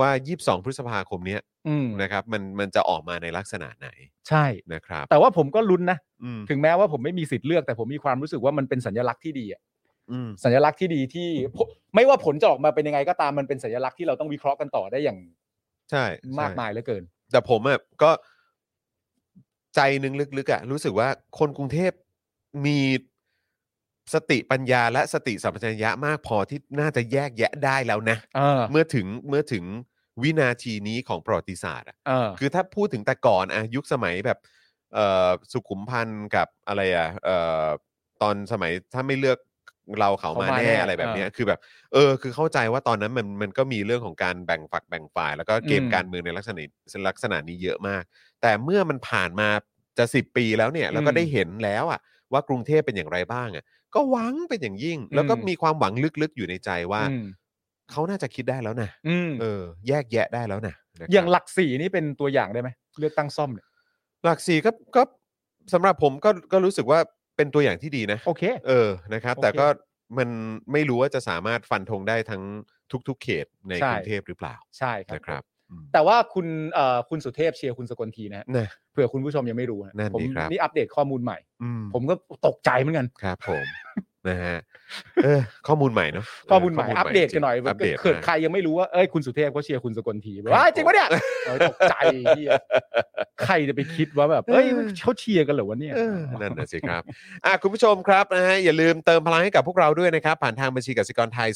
Speaker 3: ว่า 22 พฤษภาคมเนี้ย
Speaker 6: อืม
Speaker 3: นะครับ มันมันจะออกมาในลักษณะไหน
Speaker 6: ใช่
Speaker 3: นะครับ
Speaker 6: แต่ว่าผมก็ลุ้นนะ
Speaker 3: อืม
Speaker 6: ถึงแม้ว่าผมไม่มีสิทธิ์เลือกแต่ผมมีความรู้สึกว่ามันเป็นสัญลักษณ์ที่ดีอะ
Speaker 3: อืม
Speaker 6: สัญลักษณ์ที่ดีที่ผมไม่ว่าผลจะออกมาเป็นยังไงก็ตามมันเป็นสัญลักษณ์ที่เราต้องวิเคราะห์กันต่อได้อย่าง
Speaker 3: ใช่
Speaker 6: มาก
Speaker 3: ใช่
Speaker 6: มายเหลือเกิน
Speaker 3: แต่ผมอ่ะก็ใจหนึงลึกๆอ่ะรู้สึกว่าคนกรุงเทพมีสติปัญญาและสติสัมปชัญญะมากพอที่น่าจะแยกแยะได้แล้วนะ
Speaker 6: เออ
Speaker 3: เมื่อถึงเมื่อถึงวินาทีนี้ของประวัติศาสตร์อ่ะ
Speaker 6: เออ
Speaker 3: คือถ้าพูดถึงแต่ก่อนอะยุคสมัยแบบเอ่อสุขุมพันธ์กับอะไรอ่ะเอ่อตอนสมัยถ้าไม่เลือกเราเขามา
Speaker 6: เขามาแน่
Speaker 3: แน่อะไรแบบเนี้ยคือแบบ เออ คือเข้าใจว่าตอนนั้นมันมันก็มีเรื่องของการแบ่งฝักแบ่งฝ่าย แล้วก็เกม
Speaker 6: อืม
Speaker 3: การเมืองในลักษณะลักษณะนี้เยอะมาก แต่เมื่อมันผ่านมาจะสิบปีแล้วเนี่ยแล้วก็ได้เห็นแล้วอ่ะว่ากรุงเทพเป็นอย่างไรบ้างอ่ะก็หวังเป็นอย่างยิ่ง แล้วก็มีความหวังลึกๆอยู่ในใจว่า
Speaker 6: อืม
Speaker 3: เขาน่าจะคิดได้แล้วนะ
Speaker 6: อืม
Speaker 3: เออแยกแยะได้แล้วนะนะครับ
Speaker 6: อย่างหลักสี่นี่เป็นตัวอย่างได้ไหมเลือกตั้งซ่อมเนี่ย
Speaker 3: หลักสี่ก็ก็สำหรับผมก็ก็รู้สึกว่าเป็นตัวอย่างที่ดีนะ
Speaker 6: โอเค
Speaker 3: เออนะครับ
Speaker 6: โอเค
Speaker 3: แต่ก็มันไม่รู้ว่าจะสามารถฟันธงได้ทั้งทุก ๆ เขตใน
Speaker 6: ใช่
Speaker 3: กรุงเทพหรือเปล่า
Speaker 6: ใช่ครับ
Speaker 3: นะครับอืม
Speaker 6: แต่ว่าคุณเอ่อคุณสุเทพเชียร์คุณสกลทีนะฮะ
Speaker 3: นะ
Speaker 6: เผื่อคุณผู้ชมยังไม่รู้ฮะ
Speaker 3: นั่นดิ
Speaker 6: ผม
Speaker 3: ครับ
Speaker 6: นี่อัปเดตข้อมูลใหม่
Speaker 3: อืม
Speaker 6: ผมก็ตกใจเหมือนกัน
Speaker 3: ครับผม นะฮะเออข้อมูลใหม่เนาะ
Speaker 6: ข้อมูลใหม่
Speaker 3: เ
Speaker 6: อัปเดตกันหน่อย
Speaker 3: จริงอัปเดต
Speaker 6: เกิด
Speaker 3: มา
Speaker 6: ใครยังไม่รู้ว่าเอ้ยคุณสุเทพเขาเชียร์คุณสกลที
Speaker 3: ครับ
Speaker 6: ว่าจริง ปะเนี่ย
Speaker 3: ผม
Speaker 6: เอ้ยตกใจเหี้ยใครจะไปคิดว่าแบบเอ้ยเขาเชียร์กันเหรอวะเนี่ย
Speaker 3: เออนั่นนะสิครับ อ่ะคุณผู้ชมครับนะฮะอย่าลืมเติมพลังให้กับพวกเราด้วยนะครับ ผ่านทางบัญชีกสิกรไทย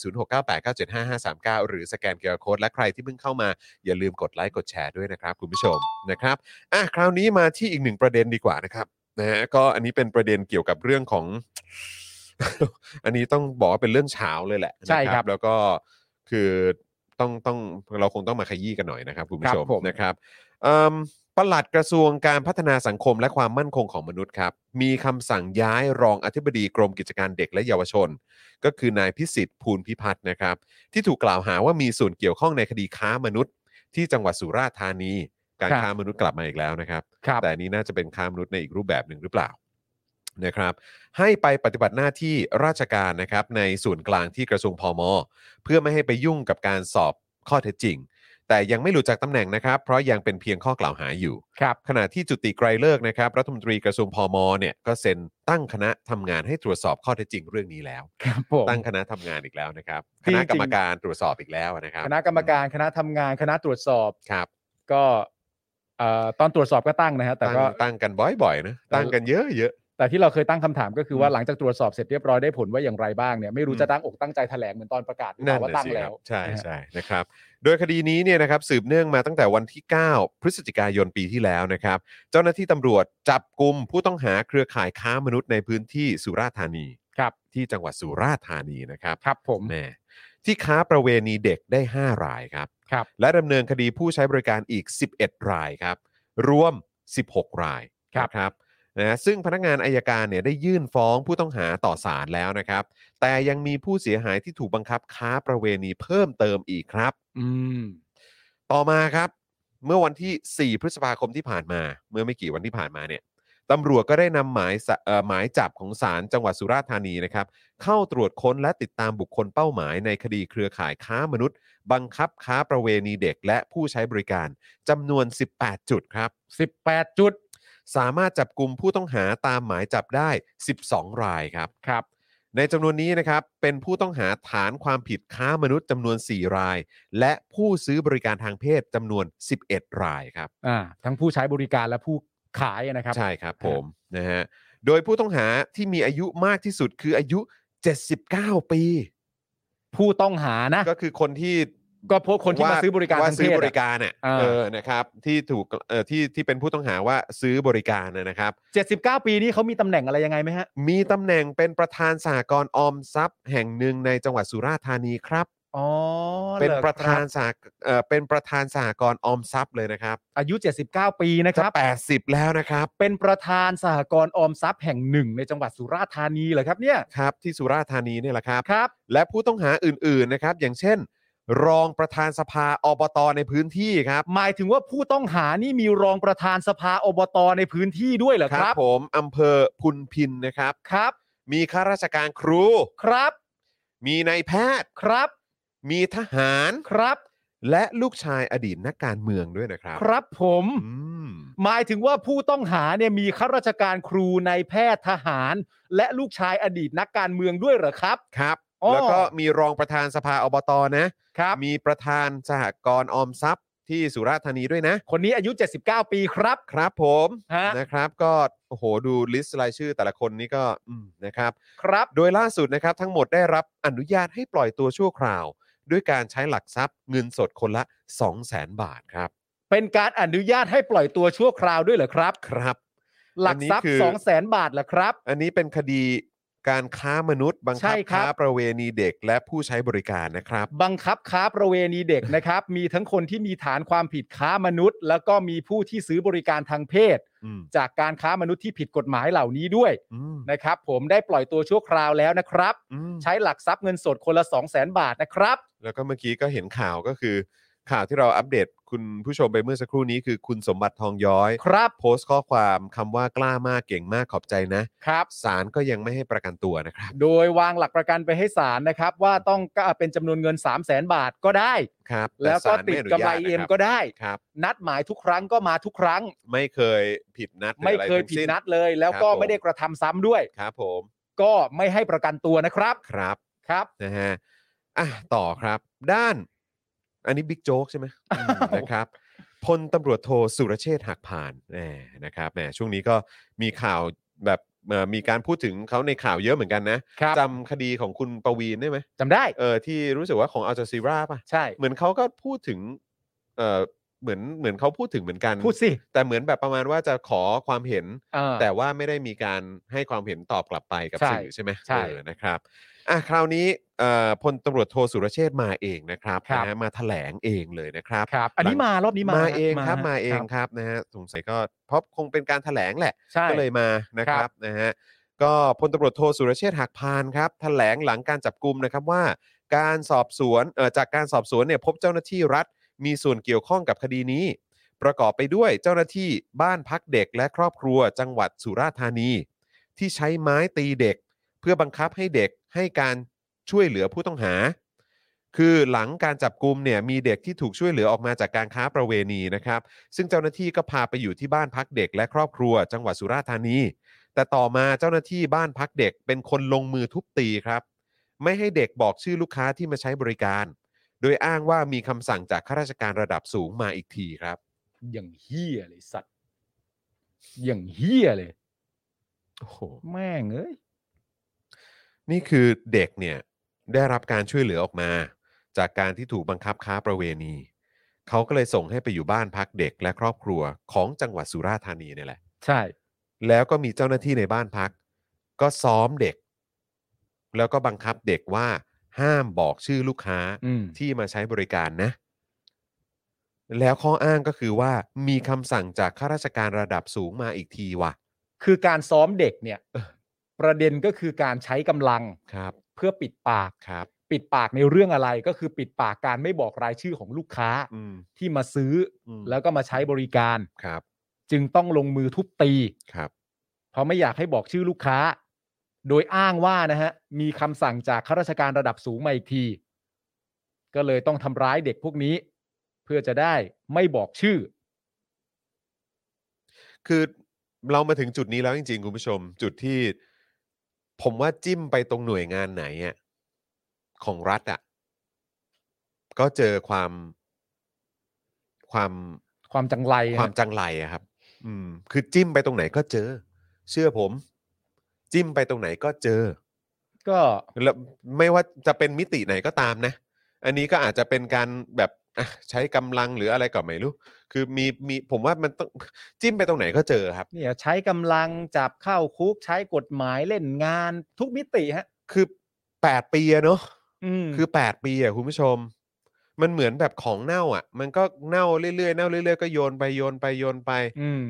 Speaker 3: 0698975539 หรือสแกนเคอร์โคดและใครที่เพิ่งเข้ามา อย่าลืมกดไลค์กดแชร์ด้วยนะครับ คุณผู้ชมนะครับอ่ะคราวนี้มาที่อีกหนึ่งประเด็นดีกว่านะครับนะฮะก็อันนี้เป็นประเด็นเกี่ยวกับเรื่องของ อันนี้ต้องบอกว่าเป็นเรื่องเช้าเลยแหละนะ
Speaker 6: ใช่ครับ
Speaker 3: แล้วก็คือต้องต้องเราคงต้องมาขยี้กันหน่อยนะครับคุณผู้ชม
Speaker 6: ครับผม
Speaker 3: นะครับเอิ่ม ปลัดกระทรวงการพัฒนาสังคมและความมั่นคงของมนุษย์ครับ มีคำสั่งย้ายรองอธิบดีกรมกิจการเด็กและเยาวชน ก็คือนายพิสิทธิ์ภูลพิพัฒน์นะครับ ที่ถูกกล่าวหาว่ามีส่วนเกี่ยวข้องในคดีค้ามนุษย์ ที่จังหวัดสุราษฎร์ธานี การ
Speaker 6: ครับ
Speaker 3: ค้ามนุษย์กลับมาอีกแล้วนะครับ
Speaker 6: ครับ
Speaker 3: แต่อันนี้น่าจะเป็นค้ามนุษย์ในอีกรูปแบบหนึ่งหรือเปล่านะครับ ให้ไปปฏิบัติหน้าที่ราชการนะครับในส่วนกลางที่กระทรวงพม เพื่อไม่ให้ไปยุ่งกับการสอบข้อเท็จจริง แต่ยังไม่หลุดจากตำแหน่งนะครับ เพราะยังเป็นเพียงข้อกล่าวหาอยู่
Speaker 6: ครับ
Speaker 3: ขณะที่จุติไกรเลิกษ์นะครับ รัฐมนตรีกระทรวงพมเนี่ยก็เซ็นตั้งคณะทำงานให้ตรวจสอบข้อเท็จจริงเรื่องนี้แล้ว
Speaker 6: ครับผม
Speaker 3: ตั้งคณะทำงานอีกแล้วนะครับค
Speaker 6: จริงๆ
Speaker 3: ณะกรรมการตรวจสอบอีกแล้วนะครับ
Speaker 6: คณะกรรมการคณะทำงานคณะตรวจสอบ
Speaker 3: ครับ
Speaker 6: ก็เอ่อตอนตรวจสอบก็ตั้งนะฮะแต่
Speaker 3: ตั้ง
Speaker 6: ก็
Speaker 3: ตั้งกันบ่อยๆนะตั้งกันเยอะๆ
Speaker 6: แต่ที่เราเคยตั้งคำถามก็คือ
Speaker 3: อื
Speaker 6: ว่าม หลังจากตรวจสอบเสร็จเรียบร้อยได้ผลว่าอย่างไรบ้างเนี่ยไม่รู้
Speaker 3: อืม
Speaker 6: จะตั้งอกตั้งใจแถลงเหมือนตอนประกาศหรือเป
Speaker 3: นั่
Speaker 6: ล่าน ว่า
Speaker 3: น่ะ
Speaker 6: ตั้ง
Speaker 3: สิค
Speaker 6: แล้
Speaker 3: รับ
Speaker 6: ว
Speaker 3: ใช่
Speaker 6: นะฮะ
Speaker 3: ใช่นะครับ โดยคดีนี้เนี่ยนะครับสืบเนื่องมาตั้งแต่วันที่ 9 พฤศจิกายนปีที่แล้วนะครับ เจ้าหน้าที่ตำรวจจับกลุ่มผู้ต้องหาเครือข่ายค้ามนุษย์ในพื้นที่สุราษฎร์ธานี
Speaker 6: ครับ
Speaker 3: ที่จังหวัดสุราษฎร์ธานีนะครับ
Speaker 6: ครับผม
Speaker 3: แหมที่ค้าประเวณีเด็กได้ 5 รายครับ
Speaker 6: ครับ
Speaker 3: และดำเนินคดีผู้ใช้บริการอีก 11 รายครับ รวม 16 ราย
Speaker 6: ครับ
Speaker 3: นะครับนะซึ่งพนักงานอายการเนี่ยได้ยื่นฟ้องผู้ต้องหาต่อศาลแล้วนะครับ แต่ยังมีผู้เสียหายที่ถูกบังคับค้าประเวณีเพิ่มเติมอีกครับ
Speaker 6: อืม
Speaker 3: ต่อมาครับ เมื่อวันที่ 4 พฤษภาคมที่ผ่านมา เมื่อไม่กี่วันที่ผ่านมาเนี่ยตำรวจก็ได้นำหมายสะเอ่อหมายจับของศาลจังหวัดสุราษฎร์ธานีนะครับ เข้าตรวจค้นและติดตามบุคคลเป้าหมายในคดีเครือข่ายค้ามนุษย์ บังคับค้าประเวณีเด็กและผู้ใช้บริการจำนวน 18 จุดครับ
Speaker 6: สิบแปดจุด
Speaker 3: สามารถจับกลุ่มผู้ต้องหาตามหมายจับได้ 12 รายครับ
Speaker 6: ครับ
Speaker 3: ในจำนวนนี้นะครับ เป็นผู้ต้องหาฐานความผิดค้ามนุษย์จำนวน 4 ราย และผู้ซื้อบริการทางเพศจำนวน 11 รายครับ
Speaker 6: อ่า ทั้งผู้ใช้บริการและผู้ขายนะครับ
Speaker 3: ใช่ครับผมนะฮะโดยผู้ต้องหาที่มีอายุมากที่สุดคืออายุ 79 ปี
Speaker 6: ผู้ต้องหานะ
Speaker 3: ก็คือคนที่
Speaker 6: ก็พวกคนที่
Speaker 3: ว่
Speaker 6: มาซื้อบริการ
Speaker 3: ว่า
Speaker 6: ทาง
Speaker 3: ซื้
Speaker 6: เพ
Speaker 3: อ
Speaker 6: ศ
Speaker 3: บริ
Speaker 6: อะ
Speaker 3: การเนี่ย
Speaker 6: อ่า
Speaker 3: เออนะครับที่ถูกเอ่อที่ที่เป็นผู้ต้องหาว่าซื้อบริการนะนะครับ
Speaker 6: เจ็ดสิบเก้าปีนี้เขามีตำแหน่งอะไรยังไงไหมฮะ
Speaker 3: มีตำแหน่งเป็นประธานสหกรณ์ออมทรัพย์ แห่งหนึ่งในจังหวัดสุราษฎร์ธานีครับ
Speaker 6: อ๋อ
Speaker 3: เป็น
Speaker 6: หอคบ
Speaker 3: ประธานสหกเอ่อเป็นประธานสหกรณ์ออมทรัพย์เลยนะครับ
Speaker 6: อายุ 79 ปีนะค
Speaker 3: จะ
Speaker 6: รับ
Speaker 3: 80 แล้วนะครับ
Speaker 6: เป็นประธานสหกรณ์ออมทรัพย์แห่งหนึ่งในจังหวัดสุราษฎร์ธานีเหรอครับเนี่ย
Speaker 3: ครับ ที่สุราษฎร์ธานีเนี่ยแหละครับ
Speaker 6: ครับ
Speaker 3: และผู้ต้องหาอื่นๆนะครับ อย่างเช่น รองประธานสภาอบตในพื้นที่ครับ
Speaker 6: หมายถึงว่าผู้ต้องหานี่มีรองประธานสภาอบตในพื้นที่ด้วยเหรอครับ
Speaker 3: ผมอำเภอพุนพินนะครับ
Speaker 6: ครับ
Speaker 3: มีข้าราชการครู
Speaker 6: ครับ
Speaker 3: มีนายแพทย์
Speaker 6: ครับ
Speaker 3: มีทหาร
Speaker 6: ครับ
Speaker 3: และลูกชายอดีตนักการเมืองด้วยนะครับ
Speaker 6: ครับผม
Speaker 3: อืม
Speaker 6: หมายถึงว่าผู้ต้องหาเนี่ยมีข้าราชการครูนายแพทย์ทหาร และลูกชายอดีตนักการเมืองด้วยเหรอครับ
Speaker 3: ครับ
Speaker 6: อ๋อ
Speaker 3: แล้วก็มีรองประธานสภาอบตนะ
Speaker 6: ครับ
Speaker 3: มีประธานสหกรณ์ออมทรัพย์ที่สุราษฎร์ธานีด้วยนะ
Speaker 6: คนนี้อายุ 79 ปีครับ
Speaker 3: ครับผม
Speaker 6: ฮะ
Speaker 3: นะครับก็โอ้โหดูลิสต์รายชื่อแต่ละคนนี่ก็อืมนะครับ
Speaker 6: ครับ
Speaker 3: โดยล่าสุดนะครับทั้งหมดได้รับอนุญาตให้ปล่อยตัวชั่วคราว ด้วยการใช้หลักทรัพย์เงินสดคนละ 2 0 0แสนบาทครับ
Speaker 6: เป็นการอนุญาตให้ปล่อยตัวชั่วคราวด้วยเหรอครับ
Speaker 3: ครับ
Speaker 6: หลักทรัพ
Speaker 3: อันนี้คื
Speaker 6: ย์
Speaker 3: อ
Speaker 6: สองแสนบาทเหรอครับ
Speaker 3: อันนี้เป็นคดีการค้ามนุษย์บัง
Speaker 6: ใช่
Speaker 3: คับ
Speaker 6: ครั
Speaker 3: ค้า
Speaker 6: บ
Speaker 3: ประเวณีเด็กและผู้ใช้บริการนะครับ
Speaker 6: บังคับค้าประเวณีเด็ก นะครับ มีทั้งคนที่มีฐานความผิดค้ามนุษย์ แล้วก็มีผู้ที่ซื้อบริการทางเพศ
Speaker 3: อืม
Speaker 6: จากการค้ามนุษย์ที่ผิดกฎหมายเหล่านี้ด้วย
Speaker 3: อืม
Speaker 6: นะครับ ผมได้ปล่อยตัวชั่วคราวแล้วนะครับ
Speaker 3: อืม
Speaker 6: ใช้หลักทรัพย์เงินสดคนละ 2 0 0แสนบาทนะครับ
Speaker 3: แล้วก็เมื่อกี้ก็เห็นข่าวก็คือ ข่าวที่เราอัปเดตคุณผู้ชมไปเมื่อสักครู่นี้คือคุณสมบัติทองย้อย
Speaker 6: ครับ
Speaker 3: โพสต์ข้อความคำว่ากล้ามากเก่งมากขอบใจนะ
Speaker 6: ครับ
Speaker 3: ศาลก็ยังไม่ให้ประกันตัวนะครับ
Speaker 6: โดยวางหลักประกันไปให้ศาลนะครับ ว่าต้องเป็นจำนวนเงิน 3 0 0แสนบาทก็ได้
Speaker 3: ครับต่
Speaker 6: แล้วก็
Speaker 3: ศาม่
Speaker 6: ติด
Speaker 3: นุ
Speaker 6: กำไร
Speaker 3: ญานะ
Speaker 6: เอ็ม
Speaker 3: คบ
Speaker 6: ก็ได้
Speaker 3: ครับ
Speaker 6: นัดหมายทุกครั้งก็มาทุกครั้ง
Speaker 3: ไม่เคยผิดนัดหรือ
Speaker 6: ไม่
Speaker 3: อะร
Speaker 6: เคยผิด
Speaker 3: ทั้งสิ้
Speaker 6: นัดเลย แล้ว
Speaker 3: ครับ
Speaker 6: ก็
Speaker 3: ผม
Speaker 6: ไม่ได้กระทำซ้ำด้วย
Speaker 3: ครับผม
Speaker 6: ก็ไม่ให้ประกันตัวนะครับ
Speaker 3: ครับ
Speaker 6: ครับ
Speaker 3: นะฮะอ่ะต่อครับ ด้าน อันนี้บิ๊กโจ๊กใช่ไหมอืมนะครับพลตำรวจโทสุรเชษฐ์หักผ่านแหมนะครับแหมช่วงนี้ก็มีข่าวแบบเอ่อมีการพูดถึงเขาในข่าวเยอะเหมือนกันนะครับ จำคดีของคุณประวีนได้ไหม
Speaker 6: จำได้
Speaker 3: เออที่รู้สึกว่าของอัลจาซีราป่ะ
Speaker 6: ใช่
Speaker 3: เหมือนเขาก็พูดถึงเอ่อ เหมือนเหมือนเขาพูดถึงเหมือนกัน
Speaker 6: พูดสิ
Speaker 3: แต่เหมือนแบบประมาณว่าจะขอความเห็น
Speaker 6: เออ
Speaker 3: แต่ว่าไม่ได้มีการให้ความเห็นตอบกลับไปกับ
Speaker 6: ใช่
Speaker 3: สื่อใช่ไหม
Speaker 6: ใช่
Speaker 3: เออนะครับอ่ะคราวนี้เอ่อพลตำรวจโทสุรเชษฐ์มาเองนะครับ
Speaker 6: ครับ
Speaker 3: นะฮะมาแถลงเองเลยนะครับ
Speaker 6: ครับ อันนี้มารอบนี้มา
Speaker 3: มา
Speaker 6: ฮะ
Speaker 3: เองครับมาเอง
Speaker 6: ครับ
Speaker 3: ครับนะฮะสงสัยก็เพราะคงเป็นการแถลงแหละ
Speaker 6: ใช่
Speaker 3: ก็เลยมานะค
Speaker 6: ครั
Speaker 3: รับบ นะฮะก็พลตำรวจโทสุรเชษฐ์หักพานครับแถลงหลังการจับกลุ่มนะครับว่า การสอบสวนเอ่อจากการสอบสวนเนี่ยพบเจ้าหน้าที่รัฐ มีส่วนเกี่ยวข้องกับคดีนี้ ประกอบไปด้วยเจ้าหน้าที่บ้านพักเด็กและครอบครัวจังหวัดสุราษฎร์ธานี ที่ใช้ไม้ตีเด็ก เพื่อบังคับให้เด็กให้การช่วยเหลือผู้ต้องหา คือหลังการจับกลุ่มเนี่ยมีเด็กที่ถูกช่วยเหลือออกมาจากการค้าประเวณีนะครับ ซึ่งเจ้าหน้าที่ก็พาไปอยู่ที่บ้านพักเด็กและครอบครัว จังหวัดสุราษฎร์ธานี แต่ต่อมาเจ้าหน้าที่บ้านพักเด็กเป็นคนลงมือทุบตีครับ ไม่ให้เด็กบอกชื่อลูกค้าที่มาใช้บริการ โดยอ้างว่ามีคำสั่งจากข้าราชการระดับสูงมาอีกทีครับ
Speaker 6: อย่างเฮียเลยสัตว์ อย่างเฮียเลย
Speaker 3: โอ้โห
Speaker 6: แม่งเอ้ย
Speaker 3: นี่คือเด็กเนี่ยได้รับการช่วยเหลือออกมา จากการที่ถูกบังคับค้าประเวณี เขาก็เลยส่งให้ไปอยู่บ้านพักเด็กและครอบครัวของจังหวัดสุราษฎร์ธานีเนี่ยแหละ
Speaker 6: ใช่
Speaker 3: แล้วก็มีเจ้าหน้าที่ในบ้านพัก ก็ซ้อมเด็ก แล้วก็บังคับเด็กว่าห้ามบอกชื่อลูกค้า
Speaker 6: อืม
Speaker 3: ที่มาใช้บริการนะ แล้วข้ออ้างก็คือว่ามีคำสั่งจากข้าราชการระดับสูงมาอีกทีว่ะ
Speaker 6: คือการซ้อมเด็กเนี่ย ประเด็นก็คือการใช้กำลัง
Speaker 3: ครับ
Speaker 6: เพื่อปิดปาก
Speaker 3: ครับ
Speaker 6: ปิดปากในเรื่องอะไรก็คือปิดปากการไม่บอกรายชื่อของลูกค้า
Speaker 3: อืม
Speaker 6: ที่มาซื้ออ
Speaker 3: ม
Speaker 6: แล้วก็มาใช้บริการ
Speaker 3: ครับ
Speaker 6: จึงต้องลงมือทุบตี
Speaker 3: ครับ
Speaker 6: เพราะไม่อยากให้บอกชื่อลูกค้า โดยอ้างว่านะฮะ มีคำสั่งจากข้าราชการระดับสูงมาอีกที ก็เลยต้องทำร้ายเด็กพวกนี้ เพื่อจะได้ไม่บอกชื่อ
Speaker 3: คือเรามาถึงจุดนี้แล้วจริงๆ คุณผู้ชม จุดที่ผมว่าจิ้มไปตรงหน่วยงานไหนอะของรัฐอะก็เจอความความ
Speaker 6: ความจังไร
Speaker 3: ความจังไรอะครับ อืม คือจิ้มไปตรงไหนก็เจอ เชื่อผม จิ้มไปตรงไหนก็เจอ
Speaker 6: ก็
Speaker 3: แล้วไม่ว่าจะเป็นมิติไหนก็ตามนะ อันนี้ก็อาจจะเป็นการแบบอ่ะใช้กำลังหรืออะไรก็ไม่รู้ คือมีมีผมว่ามันต้อง จิ้มไปตรงไหนก็เจอครับ
Speaker 6: เนี่ยใช้กำลังจับเข้าคุกใช้กฎหมายเล่นงานทุกมิติฮะ
Speaker 3: คือแปดปีอะเนาะ
Speaker 6: อืม
Speaker 3: คือ 8 ปีอ่ะคุณผู้ชม มันเหมือนแบบของเน่าอ่ะ มันก็เน่าเรื่อยๆเน่าเรื่อยๆก็โยนไปโยนไปโยนไป
Speaker 6: อืม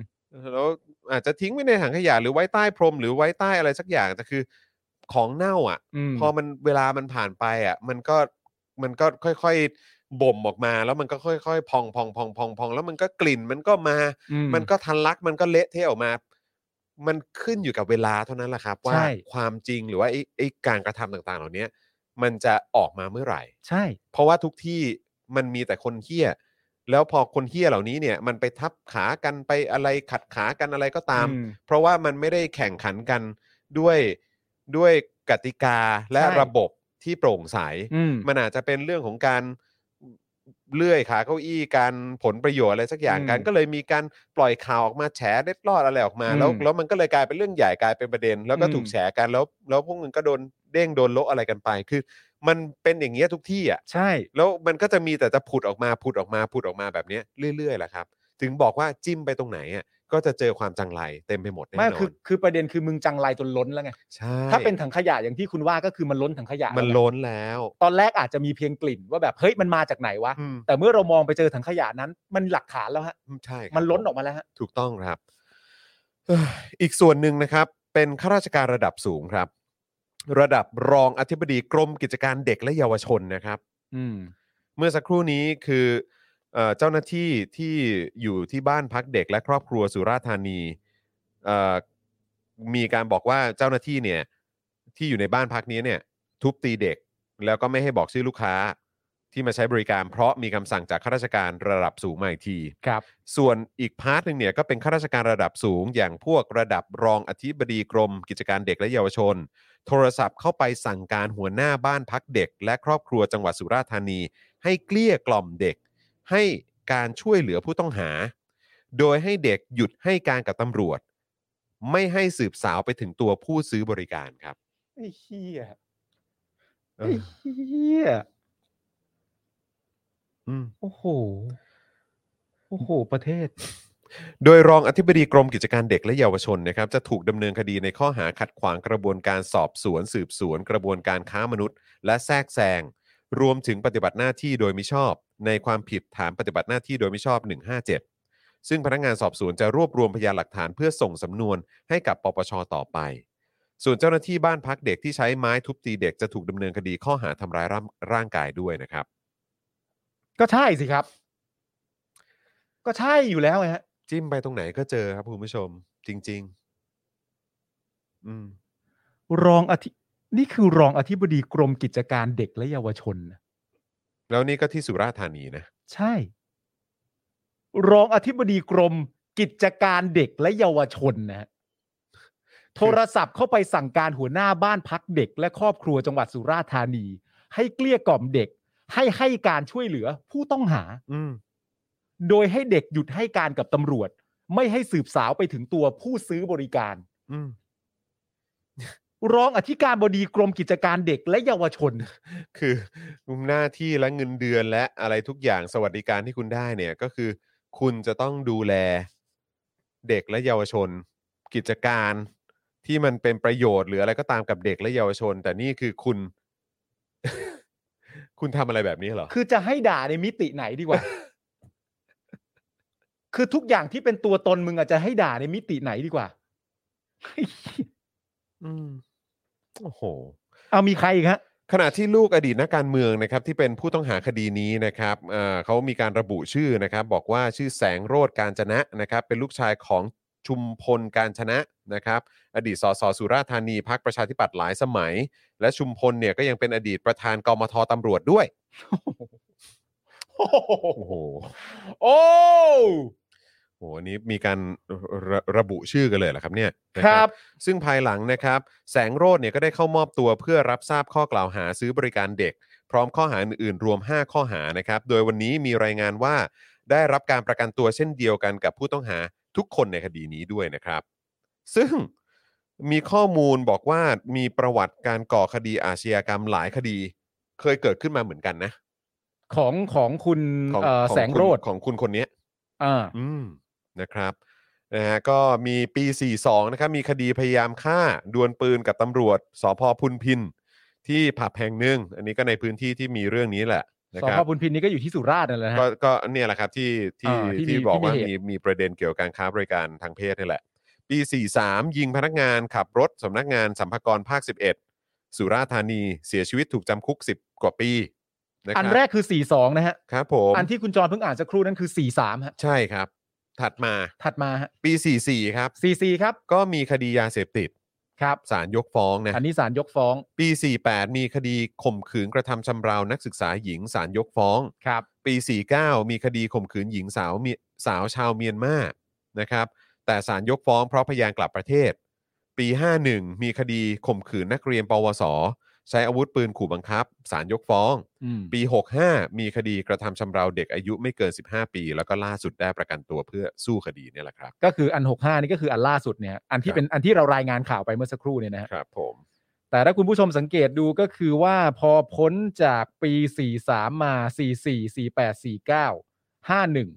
Speaker 3: แล้วอาจจะทิ้งไว้ในถังขยะหรือไว้ใต้พรมหรือไว้ใต้อะไรสักอย่างแต่คือของเน่าอ่ะ
Speaker 6: อืม
Speaker 3: พอมันเวลามันผ่านไปอ่ะ มันก็มันก็ค่อยๆบ่มออกมา แล้วมันก็ค่อยๆพองพองพองพองพองแล้วมันก็กลิ่นมันก็มา
Speaker 6: อื
Speaker 3: มันก็ทันลักมันก็เละเทะออกมา มันขึ้นอยู่กับเวลาเท่านั้นแหละครับ ว่า
Speaker 6: ใช่
Speaker 3: ความจริงหรือว่าไอ้ไอ้การกระทำต่างๆ เหล่านี้มันจะออกมาเมื่อไหร่
Speaker 6: ใช่
Speaker 3: เพราะว่าทุกที่มันมีแต่คนเฮี้ย แล้วพอคนเฮี้ยเหล่านี้เนี่ยมันไปทับขากันไปอะไรขัดขากันอะไรก็ตาม
Speaker 6: อืม
Speaker 3: เพราะว่ามันไม่ได้แข่งขันกันด้วยด้วยกติกาและ
Speaker 6: ใช่
Speaker 3: ระบบที่โปร่งใส
Speaker 6: อืม
Speaker 3: มันอาจจะเป็นเรื่องของการเลื่อยขาเก้าอี้การผลประโยชน์อะไรสักอย่าง
Speaker 6: อืม
Speaker 3: กันก็เลยมีการปล่อยข่าวออกมาแฉเล็ดลอดอะไรออกมา แล้ว
Speaker 6: อืม
Speaker 3: แล้วมันก็เลยกลายเป็นเรื่องใหญ่กลายเป็นประเด็น แล้วก็
Speaker 6: อืม
Speaker 3: ถูกแฉกันแล้ว แล้วพวกมึงก็โดนเด้งโดนโละอะไรกันไป คือ มันเป็นอย่างเงี้ยทุกที่อ่ะ
Speaker 6: ใช่
Speaker 3: แล้วมันก็จะมีแต่จะผุดออกมาผุดออกมาผุดออกมาแบบเนี้ยเรื่อยๆแหละครับ ถึงบอกว่าจิ้มไปตรงไหนอ่ะก็จะเจอความจังไรเต็มไปหมดแน่
Speaker 6: ไม่
Speaker 3: นอ
Speaker 6: คือนคือประเด็นคือมึงจังไรจนล้นแล้วไง
Speaker 3: ใช่
Speaker 6: ถ้าเป็นถังขยะอย่างที่คุณว่าก็คือมันล้นถังขยะ
Speaker 3: มัน
Speaker 6: แวไง
Speaker 3: ล้นแล้ว
Speaker 6: ตอนแรกอาจจะมีเพียงกลิ่นว่าแบบเฮ้ยมันมาจากไหนวะ
Speaker 3: อืม
Speaker 6: แต่เมื่อเรามองไปเจอถังขยะนั้น มันหลักฐานแล้วฮะ
Speaker 3: ใช่ครับ
Speaker 6: มันล้น
Speaker 3: ผ
Speaker 6: ออกมาแล้วฮะ
Speaker 3: ถูกต้องครับ เอ้ยอีกส่วนหนึ่งนะครับ เป็นข้าราชการระดับสูงครับ ระดับรองอธิบดีกรมกิจการเด็กและเยาวชนนะครับ
Speaker 6: อืม
Speaker 3: เมื่อสักครู่นี้คือเอ่อเจ้าหน้าที่ที่อยู่ที่บ้านพักเด็กและครอบครัวสุราษฎร์ธานีเอ่อมีการบอกว่าเจ้าหน้าที่เนี่ยที่อยู่ในบ้านพักนี้เนี่ยทุบตีเด็กแล้วก็ไม่ให้บอกชื่อลูกค้าที่มาใช้บริการ เพราะมีคำสั่งจากข้าราชการระดับสูงมาอีกที
Speaker 6: ครับ
Speaker 3: ส่วนอีกพาร์ทหนึ่งเนี่ยก็เป็นข้าราชการระดับสูง อย่างพวกระดับรองอธิบดีกรม กิจการเด็กและเยาวชน โทรศัพท์เข้าไปสั่งการหัวหน้าบ้านพักเด็ก และครอบครัวจังหวัดสุราษฎร์ธานี ให้เกลี้ยกล่อมเด็ก ให้การช่วยเหลือผู้ต้องหา โดยให้เด็กหยุดให้การกับตำรวจ ไม่ให้สืบสาวไปถึงตัวผู้ซื้อบริการครับ
Speaker 6: ไอ้เหี้ย
Speaker 3: เอ
Speaker 6: ไอ้
Speaker 3: อ
Speaker 6: เหี้ย
Speaker 3: อืม
Speaker 6: โอ้โห โ โอ้โห ประเทศ
Speaker 3: โดยรองอธิบดีกรมกิจการเด็กและเยาวชนนะครับจะถูกดำเนินคดีในข้อหาขัดขวางกระบวนการสอบสวน สืบสวน กระบวนการค้ามนุษย์ และแทรกแซงรวมถึงปฏิบัติหน้าที่โดยมิชอบ ในความผิดฐานปฏิบัติหน้าที่โดยมิชอบ 157 ซึ่งพนักงานสอบสวนจะรวบรวมพยานหลักฐานเพื่อส่งสำนวนให้กับปปชต่อไป ส่วนเจ้าหน้าที่บ้านพักเด็กที่ใช้ไม้ทุบตีเด็กจะถูกดำเนินคดีข้อหาทำร้ายร่างร่างกายด้วยนะครับ
Speaker 6: ก็ใช่สิครับ ก็ใช่อยู่แล้วไงฮะ
Speaker 3: จิ้มไปตรงไหนก็เจอครับคุณผู้ชม จริง ๆ อืม
Speaker 6: รองอธิ นี่คือรองอธิบดีกรมกิจการเด็กและเยาวชนนะ
Speaker 3: แล้วนี่ก็ที่สุราษฎร์ธานีนะ
Speaker 6: ใช่ รองอธิบดีกรมกิจการเด็กและเยาวชนนะฮะโทรศัพท์เข้าไปสั่งการหัวหน้าบ้านพักเด็ก และครอบครัวจังหวัดสุราษฎร์ธานี ให้เกลี้ยกล่อมเด็ก ให้ให้การช่วยเหลือผู้ต้องหา
Speaker 3: อืม
Speaker 6: โดยให้เด็กหยุดให้การกับตำรวจ ไม่ให้สืบสาวไปถึงตัวผู้ซื้อบริการ
Speaker 3: อืม
Speaker 6: รองอธิการบดีกรมกิจการเด็กและเยาวชน
Speaker 3: คือหน้าที่และเงินเดือนและอะไรทุกอย่างสวัสดิการที่คุณได้เนี่ย ก็คือ คุณจะต้องดูแล เด็กและเยาวชน กิจการ ที่มันเป็นประโยชน์หรืออะไรก็ตามกับเด็กและเยาวชน แต่นี่คือคุณ คุณทำอะไรแบบนี้เหรอ
Speaker 6: คือจะให้ด่าในมิติไหนดีกว่า คือทุกอย่างที่เป็นตัวตนมึงอาจจะให้ด่าในมิติไหนดีกว่า
Speaker 3: อืมโอ้โห
Speaker 6: เอามีใครอีกฮะ
Speaker 3: ขณะที่ลูกอดีตนักการเมืองนะครับที่เป็นผู้ต้องหาคดีนี้นะครับเอ่อเขามีการระบุชื่อนะครับ บอกว่าชื่อแสงโรดการจนะนะครับ เป็นลูกชายของชุมพลการชนะนะครับ อดีตสสสุราษฎร์ธานีพักประชาธิปัตย์หลายสมัย และชุมพลเนี่ยก็ยังเป็นอดีตประธานกมทตำรวจด้วย โอ้โห
Speaker 6: โอ้
Speaker 3: โอ้โหอันนี้มีการระระบุชื่อกันเลยเหรอครับเนี่ยนะ
Speaker 6: ครับ
Speaker 3: ซึ่งภายหลังนะครับ แสงโรดเนี่ยก็ได้เข้ามอบตัวเพื่อรับทราบข้อกล่าวหาซื้อบริการเด็ก พร้อมข้อหาอื่นๆ รวม 5 ข้อหานะครับ โดยวันนี้มีรายงานว่า ได้รับการประกันตัวเช่นเดียวกันกับผู้ต้องหาทุกคนในคดีนี้ด้วยนะครับ ซึ่งมีข้อมูลบอกว่ามีประวัติการก่อคดีอาชญากรรมหลายคดี เคยเกิดขึ้นมาเหมือนกันนะ
Speaker 6: ของของคุณ
Speaker 3: ของ
Speaker 6: เอ่อ
Speaker 3: ของ
Speaker 6: แสงโรด
Speaker 3: คุณของคุณคนเนี้ย
Speaker 6: อ่า
Speaker 3: อืมนะครับนะฮะก็มีปี 42 นะครับ มีคดีพยายามฆ่าดวลปืนกับตำรวจสพพุนพิน ที่ผับแห่งหนึ่ง อันนี้ก็ในพื้นที่ที่มีเรื่องนี้แหละนะ
Speaker 6: ส
Speaker 3: ครั
Speaker 6: พ
Speaker 3: บ
Speaker 6: บุญพินนี่ก็อยู่ที่สุราษฎร์นั่นแหละฮะ
Speaker 3: ก็ก็เนี่ยแหละครับที่ที่
Speaker 6: อ่าที่มี
Speaker 3: ที่บอกว่า
Speaker 6: ที่มี
Speaker 3: มี
Speaker 6: เหตุ
Speaker 3: มีประเด็นเกี่ยวกับการค้าบริการทางเพศนี่แหละ ปี 43 ยิงพนักงานขับรถสำนักงานสัมภากรภาค 11 สุราษฎร์ธานีเสียชีวิตถูกจำคุก 10 กว่าปีนะค
Speaker 6: อัน
Speaker 3: รับ
Speaker 6: แรกคือ 42 นะฮะ
Speaker 3: ครับผม
Speaker 6: อันที่คุณจรเพิ่งอ่านสักครู่นั่นคือ 43 ฮะ
Speaker 3: ใช่ครับ ถัดมา
Speaker 6: ถัดมาฮะ
Speaker 3: ปี 44 ครับ
Speaker 6: 44ครับ
Speaker 3: ก็มีคดียาเสพติด
Speaker 6: ครับ
Speaker 3: ศาลยกฟ้องนะ
Speaker 6: อันนี้ศาลยกฟ้อง
Speaker 3: ปี 48 มีคดีข่มขืนกระทำชำเรานักศึกษาหญิงศาลยกฟ้อง
Speaker 6: ครับ
Speaker 3: ปี 49 มีคดีข่มขืนหญิงสาวเมียสาวชาวเมียนมานะครับ แต่ศาลยกฟ้องเพราะพยานกลับประเทศ ปี 51 มีคดีข่มขืนนักเรียนปวส ใช้อาวุธปืนขู่บังคับศาลยกฟ้อง
Speaker 6: อืม
Speaker 3: ปี 65 มีคดีกระทำชำเราเด็กอายุไม่เกิน 15 ปี แล้วก็ล่าสุดได้ประกันตัวเพื่อสู้คดีเนี่ยแหละครับ
Speaker 6: ก็คืออัน 65 นี่ก็คืออันล่าสุดเนี่ย อัน
Speaker 3: ค
Speaker 6: ที่
Speaker 3: รับ
Speaker 6: เป็นอันที่เรารายงานข่าวไปเมื่อสักครู่เนี่ยนะฮะ
Speaker 3: ครับผม
Speaker 6: แต่ถ้าคุณผู้ชมสังเกตดูก็คือว่าพอพ้นจากปี 43 มา 44 48 49 51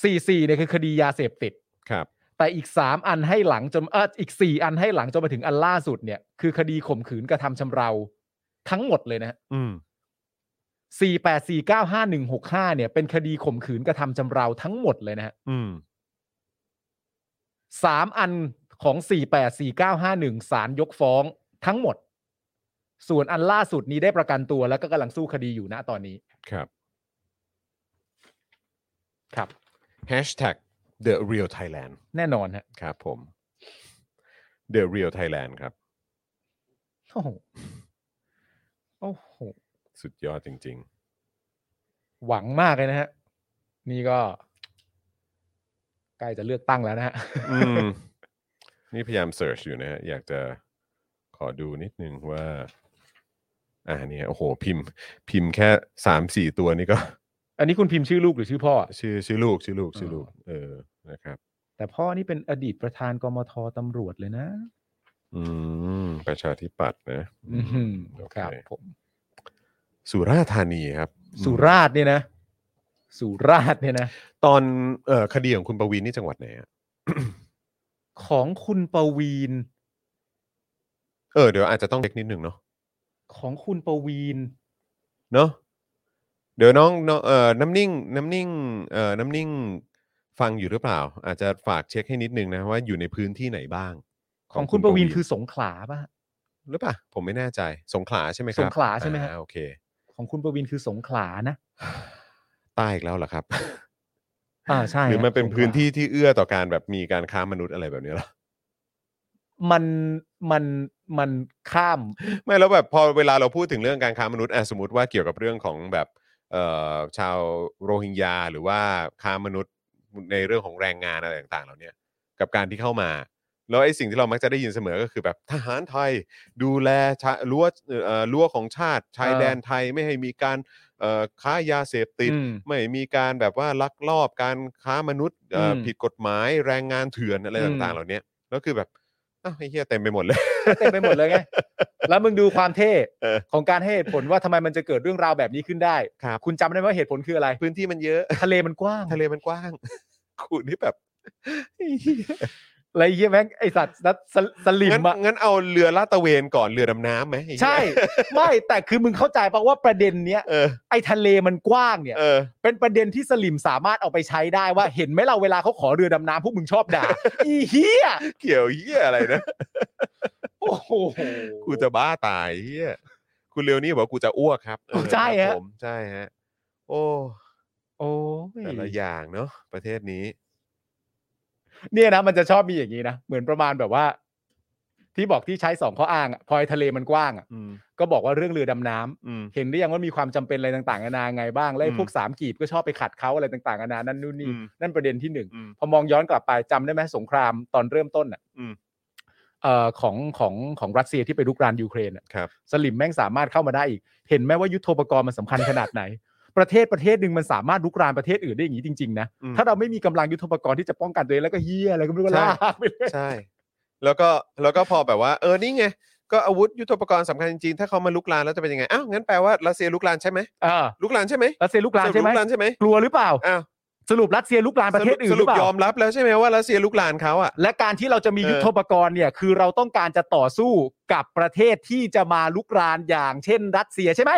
Speaker 6: 44เนี่ยคือคดียาเสพติด
Speaker 3: ครับ
Speaker 6: แต่อีก 3 อันให้หลังจนเอออีก 4 อันให้หลังจนมาถึงอันล่าสุดเนี่ยคือคดีข่มขืนกระทำชำเรา ทั้งหมดเลยนะฮะ
Speaker 3: อืม
Speaker 6: 48 49 51 65 เนี่ยเป็นคดีข่มขืนกระทำชำเราทั้งหมดเลยนะฮะ
Speaker 3: อืม
Speaker 6: สามอันของสี่แปดสี่เก้าห้าหนึ่งศาลยกฟ้องทั้งหมด ส่วนอันล่าสุดนี้ได้ประกันตัวแล้วก็กำลังสู้คดีอยู่นะตอนนี้
Speaker 3: ครับ
Speaker 6: ครับ
Speaker 3: Hashtag The Real Thailand
Speaker 6: แน่นอนฮะ
Speaker 3: ครับผม The Real Thailand ครับ
Speaker 6: โอ้โหโอ้โห
Speaker 3: สุดยอดจริง
Speaker 6: หวังมากเลยนะฮะ นี่ก็ ใกล้จะเลือกตั้งแล้วนะฮะ
Speaker 3: ๆ อืม นี่พยายามเ e ิร์ชอยู่นะฮะ อยากจะขอดูนิดนึงว่า อ่าเนี่ยโอ้โห พิมพ์ พิมพ์แค่สามสี่ตัวนี่ก็
Speaker 6: อันนี้คุณพิมพ์ชื่อลูกหรือชื่อพ่อ
Speaker 3: ชื่อชื่อลูก ชื่อลูก ชื่อลูก เออนะครับ
Speaker 6: แต่พ่อนี่เป็นอดีตประธานกมทตำรวจเลยนะ
Speaker 3: อืม ประชาธิปัตย์นะ
Speaker 6: อื้อหือ
Speaker 3: โอเ
Speaker 6: ครับผม
Speaker 3: สุราษฎร์ธานีครับ
Speaker 6: สุราษฎร์เนี่ยนะ สุราษฎร์เนี่ยนะ
Speaker 3: ตอนเอ่อคดีของคุณประวินนี่จังหวัดไหนอะ
Speaker 6: ของคุณประวีน
Speaker 3: เออเดี๋ยวอาจจะต้องเช็คนิดหนึ่งเนาะ
Speaker 6: ของคุณประวีน
Speaker 3: เนาะเดี๋ยวน้องน้องเอ่อน้ำนิ่งน้ำนิ่งเอ่อน้ำนิ่งฟังอยู่หรือเปล่า อาจจะฝากเช็คให้นิดนึงนะว่าอยู่ในพื้นที่ไหนบ้าง
Speaker 6: ของคุณประวีนคือสงขลาป่ะ
Speaker 3: หรือเปล่าผมไม่แน่ใจสงขลาใช่ไหมครับ
Speaker 6: สงขลาใช่ไหมฮะ
Speaker 3: อ่โอเค
Speaker 6: ของคุณประวีนคือสงขลานะ
Speaker 3: ใต้อีกแล้วเหรอครับ
Speaker 6: อ่าใช่
Speaker 3: หรือ
Speaker 6: ฮะ
Speaker 3: มันเป็น
Speaker 6: สงขลา
Speaker 3: พื้นที่ที่เอื้อต่อการแบบมีการค้ามนุษย์อะไรแบบนี้เหรอ
Speaker 6: มันมันมันข้าม
Speaker 3: ไม่แล้วแบบพอเวลาเราพูดถึงเรื่องการค้ามนุษย์อ่ะสมมติว่าเกี่ยวกับเรื่องของแบบเอ่อชาวโรฮิงญาหรือว่าค้ามนุษย์ในเรื่องของแรงงานอะไรต่างๆเหล่าเนี้ยกับการที่เข้ามา แล้วไอ้สิ่งที่เรามักจะได้ยินเสมอก็คือแบบทหารไทยดูแลชะรั้วเอ่อรั้วของชาติชาย
Speaker 6: เออ
Speaker 3: แดนไทยไม่ให้มีการเอ่อค้ายาเสพติด
Speaker 6: อืม
Speaker 3: ไม่มีการแบบว่าลักลอบการค้ามนุษย์เอ่ออ
Speaker 6: ม
Speaker 3: ผิดกฎหมายแรงงานเถื่อนอะไร
Speaker 6: อืม
Speaker 3: ต่างๆ เหล่าเนี้ยแล้วคือแบบอ้าวไอ้เหี้ยเต็มไปหมดเลย
Speaker 6: เต็มไปหมดเลยไง แล้วมึงดูความเท่
Speaker 3: เออ
Speaker 6: ของการให้เหตุผลว่าทำไมมันจะเกิดเรื่องราวแบบนี้ขึ้นได้
Speaker 3: ครับ
Speaker 6: คุณจำได้ไหมว่าเหตุผลคืออะไร
Speaker 3: พื้นที่มันเยอะ
Speaker 6: ทะเลมันกว้าง
Speaker 3: ทะเลมันกว้าง กูนี่แบบ
Speaker 6: อะไรเยี่ยแม่งไอสัตว์นัดสสลิ
Speaker 3: งั้น
Speaker 6: มอะ
Speaker 3: งั้นเอาเรือลาดตระเวนก่อนเรือดำน้ำไหมไอ้เหี้ย
Speaker 6: ใช่ ไม่แต่คือมึงเข้าใจปะว่าประเด็นเนี้ย
Speaker 3: เออ
Speaker 6: ไอทะเลมันกว้างเนี่ย
Speaker 3: เออ
Speaker 6: เป็นประเด็นที่สลิมสามารถเอาไปใช้ได้ว่า เห็นไหมเราเวลาเขาขอเรือดำน้ำพวกมึงชอบ ด่า อีเฮีย
Speaker 3: เกี่ยวเหี้ยอะไรนะ
Speaker 6: โอ้โห
Speaker 3: กูจะบ้าตายเหี้ยคุณเร็วนี่บอกว่ากูจะอ้วกครับเออ
Speaker 6: ใช่
Speaker 3: ครั
Speaker 6: ฮะ
Speaker 3: บผมใช่ฮะ โอ้
Speaker 6: โอ้ย
Speaker 3: แต่ละอย่างเนาะประเทศนี้
Speaker 6: เนี่ยนะมันจะชอบมีอย่างนี้นะ เหมือนประมาณแบบว่า ที่บอกที่ใช้สองข้ออ้างอะพลอยทะเลมันกว้างอะ
Speaker 3: อืม
Speaker 6: ก็บอกว่าเรื่องเรือดำน้ำ
Speaker 3: อืม
Speaker 6: เห็นหรือยังว่ามีความจำเป็นอะไรต่างๆนานาไงบ้างและไอ้
Speaker 3: อืม
Speaker 6: พวกสามกีบก็ชอบไปขัดเขาอะไรต่างๆนานานั่นนู่นนี่
Speaker 3: อืม
Speaker 6: นั่นประเด็นที่หนึ่ง
Speaker 3: อืม
Speaker 6: พอมองย้อนกลับไปจำได้ไหมสงครามตอนเริ่มต้นอ่ะ
Speaker 3: อืม
Speaker 6: เอ่อของของของรัสเซียที่ไปรุกรานยูเครนอะ
Speaker 3: ครับ
Speaker 6: สลิมแม่งสามารถเข้ามาได้อีก เห็นไหมว่ายุทโธปกรณ์มันสำคัญขนาดไหน ประเทศประเทศหนึ่งมันสามารถลุกรานประเทศอื่นได้อย่างนี้จริงๆนะ
Speaker 3: อืม
Speaker 6: ถ้าเราไม่มีกำลังยุทโธปกรณ์ที่จะป้องกันตัวเองแล้วก็เฮียอะไรก็ไม่รู้ก็
Speaker 3: ใช่
Speaker 6: ลากไปเลย
Speaker 3: ใช่ แล้วก็แล้วก็พอแบบว่า เออนี่ไง ก็อาวุธยุทโธปกรณ์สำคัญจริงๆถ้าเขามาลุกลานแล้วจะเป็นยังไงอ้าวงั้นแปลว่ารัสเซียลุกลานใช่ไหม
Speaker 6: อ่า
Speaker 3: ลุกลานใช่ไหม
Speaker 6: รัสเซียลุกรานใช่ไหม
Speaker 3: ลุกลานใช่ไหม
Speaker 6: กลัวหรือเปล่า
Speaker 3: อ้าว
Speaker 6: สรุปรัสเซียลุกรานประเทศอื่
Speaker 3: ส
Speaker 6: นห
Speaker 3: รุ
Speaker 6: รื
Speaker 3: ป
Speaker 6: อเปล่าย
Speaker 3: อมรับแล้วใช่ไหมว่ารัสเซียลุกลานเขาอ่ะ
Speaker 6: และการที่เราจะมี
Speaker 3: เออ
Speaker 6: ยุทโธปกรณ์เนี่ย คือเราต้องการจะต่อสู้กับประเทศที่จะมาลุกรานอย่าง เช่น รัสเซียใช่ไหม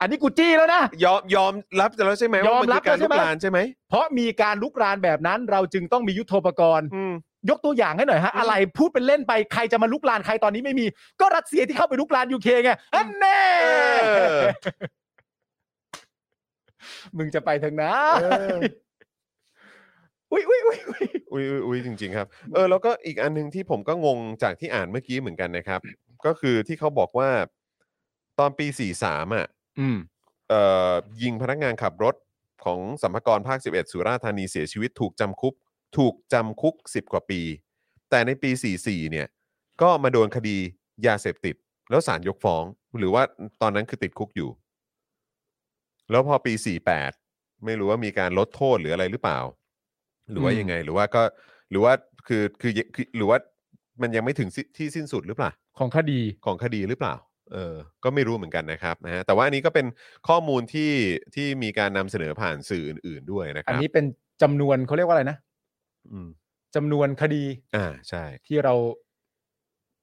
Speaker 6: อันนี้กูจี้แล้วนะ
Speaker 3: ยอมยอมรับแล้วใช่ไหม
Speaker 6: ย
Speaker 3: ว่า
Speaker 6: อม
Speaker 3: มัน
Speaker 6: รั
Speaker 3: คือ
Speaker 6: บ
Speaker 3: การลุก
Speaker 6: แล้วใช่ไหม
Speaker 3: ลานใช่ไหม
Speaker 6: เพราะมีการลุกรานแบบนั้น เราจึงต้องมียุทโธปกรณ์
Speaker 3: อืม
Speaker 6: ยกตัวอย่างให้หน่อยฮะ
Speaker 3: อืม
Speaker 6: อะไรพูดเป็นเล่นไปใครจะมาลุกลานใครตอนนี้ไม่มี ก็รัสเซียที่เข้าไปลุกลานยูเคไงอันแน่
Speaker 3: เออ
Speaker 6: มึงจะไปทางไหนะ
Speaker 3: เออ
Speaker 6: อุ้ยอุ้ยอุ้ยอุ๊ย
Speaker 3: อุ้ยอุ๊ยอุ้ยจริง ๆ ครับเออแล้วก็อีกอันหนึงที่ผมก็งงจากที่อ่านเมื่อกี้เหมือนกันนะครับ ก็คือที่เขาบอกว่าตอนปี 43 อ่ะ
Speaker 6: อืม
Speaker 3: เอ่อยิงพนักงานขับรถของสัมภากรภาค 11 สุราษฎร์ธานีเสียชีวิตถูกจำคุก ถูกจำคุก 10 กว่าปี แต่ในปี 44 เนี่ย ก็มาโดนคดียาเสพติด แล้วศาลยกฟ้อง หรือว่าตอนนั้นคือติดคุกอยู่ แล้วพอปี 48 ไม่รู้ว่ามีการลดโทษหรืออะไรหรือเปล่า หรือว่ายังไงหรือว่าก็หรือว่าคือคือคือหรือว่ามันยังไม่ถึงสิที่สิ้นสุดหรือเปล่า
Speaker 6: ของคดี
Speaker 3: ของคดีหรือเปล่า เออ ก็ไม่รู้เหมือนกันนะครับนะฮะแต่ว่าอันนี้ก็เป็นข้อมูลที่ที่มีการนำเสนอผ่านสื่ออื่น ๆด้วยนะค
Speaker 6: อัน
Speaker 3: รับ
Speaker 6: นี้เป็นจำนวนเขาเรียกว่าอะไรนะ
Speaker 3: อืม
Speaker 6: จำนวนคดี
Speaker 3: อ่าใช่
Speaker 6: ที่เรา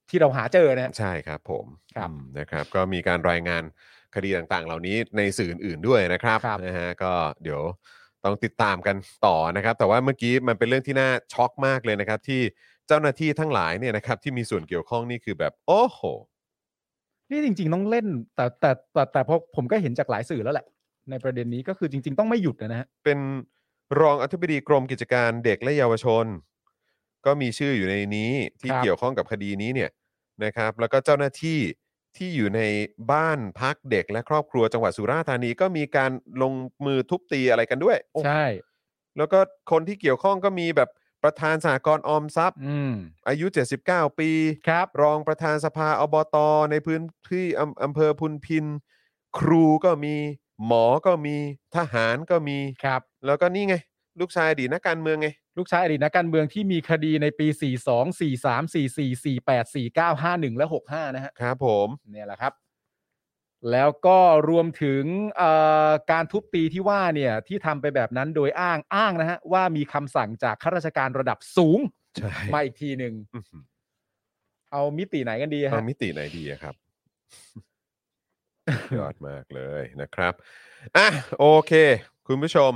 Speaker 6: ที่เราหาเจอนะ
Speaker 3: ใช่ครับผม
Speaker 6: ครับ
Speaker 3: อืมนะครับก็มีการรายงานคดีต่างๆ เหล่านี้ในสื่ออื่นๆด้วยนะครับ
Speaker 6: ครับ
Speaker 3: นะฮะก็เดี๋ยวต้องติดตามกันต่อนะครับ แต่ว่าเมื่อกี้มันเป็นเรื่องที่น่าช็อกมากเลยนะครับ ที่เจ้าหน้าที่ทั้งหลายเนี่ยนะครับ ที่มีส่วนเกี่ยวข้องนี่คือแบบโอ้โห
Speaker 6: นี่จริง ๆ ต้องเล่น แต่แต่แต่แต่พอผมก็เห็นจากหลายสื่อแล้วแหละ ในประเด็นนี้ก็คือจริง ๆ ต้องไม่หยุดนะฮะ
Speaker 3: เป็นรองอธิบดีกรมกิจการเด็กและเยาวชน ก็มีชื่ออยู่ในนี้ที่
Speaker 6: ครับ
Speaker 3: เกี่ยวข้องกับคดีนี้เนี่ยนะครับ แล้วก็เจ้าหน้าที่ที่อยู่ในบ้านพักเด็กและครอบครัวจังหวัดสุราษฎร์ธานีก็มีการลงมือทุบตีอะไรกันด้วยโอ้
Speaker 6: ใช่
Speaker 3: แล้วก็คนที่เกี่ยวข้องก็มีแบบประธานสหกรณ์ออมทรัพย์
Speaker 6: อืม
Speaker 3: อายุ 79 ปี
Speaker 6: ครับ
Speaker 3: รองประธานสภาอบตอในพื้นที่อำอำเภอพุนพิน ครูก็มีหมอก็มีทหารก็มี
Speaker 6: ครับ
Speaker 3: แล้วก็นี่ไง ลูกชายอดีตนักการเมืองไง
Speaker 6: ลูกชายอดีตนักการเมืองที่มีคดีในปี 42 43 44 48 49 51 และ 65 นะฮะ
Speaker 3: ครับผม
Speaker 6: เนี่ยแหละครับ แล้วก็รวมถึงเอ่อการทุบตีที่ว่าเนี่ยที่ทำไปแบบนั้นโดยอ้างอ้างนะฮะว่ามีคำสั่งจากข้าราชการระดับสูง
Speaker 3: ใช่
Speaker 6: มาอีกทีหนึ่ง
Speaker 3: อื้อหือ
Speaker 6: เอามิติไหนกันดี
Speaker 3: เอา
Speaker 6: ฮะ
Speaker 3: มิติไหนดีอะ ครับ ยอดมากเลยนะครับอ่ะโอเค คุณผู้ชม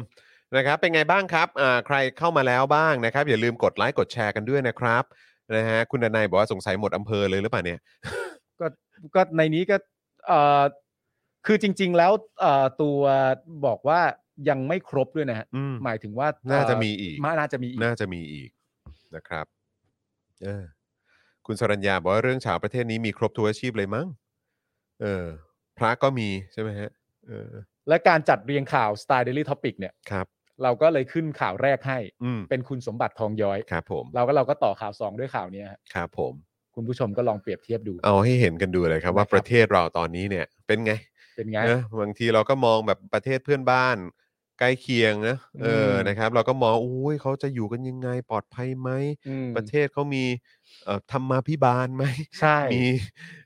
Speaker 3: นะครับ เป็นไงบ้างครับอ่าใครเข้ามาแล้วบ้างนะครับ อย่าลืมกดไลค์กดแชร์กันด้วยนะครับนะฮะคุณดนายบอกว่าสงสัยหมดอำเภอเลยหรือเปล่าเนี่ย
Speaker 6: ก็ก็ในนี้ก็เอ่อคือจริง ๆ แล้วเอ่อตัวบอกว่ายังไม่ครบด้วยนะฮะ
Speaker 3: อืม
Speaker 6: หมายถึงว่า
Speaker 3: น่าจะ
Speaker 6: เ
Speaker 3: มีอีก
Speaker 6: มาน่าจะมีอีก
Speaker 3: น่าจะมีอีกนะครับเออคุณสรัญญาบอกว่าเรื่องฉาวประเทศนี้มีครบทุกอาชีพเลยมั้งเออ พระก็มีใช่ไหมฮะ เออ
Speaker 6: และการจัดเรียงข่าวสไตล์ Daily Topic เนี่ย
Speaker 3: ครับ
Speaker 6: เราก็เลยขึ้นข่าวแรกให้
Speaker 3: อืม
Speaker 6: เป็นคุณสมบัติทองย้อย
Speaker 3: ครับผม
Speaker 6: เราก็เราก็ต่อข่าวสองด้วยข่าวเนี้ยฮะ
Speaker 3: ครับผม
Speaker 6: คุณผู้ชมก็ลองเปรียบเทียบดู
Speaker 3: เอาให้เห็นกันดูเลยครับ ว่า
Speaker 6: นะครับ
Speaker 3: ประเทศเราตอนนี้เนี่ย เป็นไง
Speaker 6: เป็นไง
Speaker 3: เนอะบางทีเราก็มองแบบประเทศเพื่อนบ้าน ใกล้เคียงนะเออ
Speaker 6: อืม
Speaker 3: นะครับ เราก็มองอุ้ยเขาจะอยู่กันยังไงปลอดภัยไหม
Speaker 6: อืม
Speaker 3: ประเทศเขามีเอ่อธรรมาภิบาลไหม
Speaker 6: ใช่
Speaker 3: มี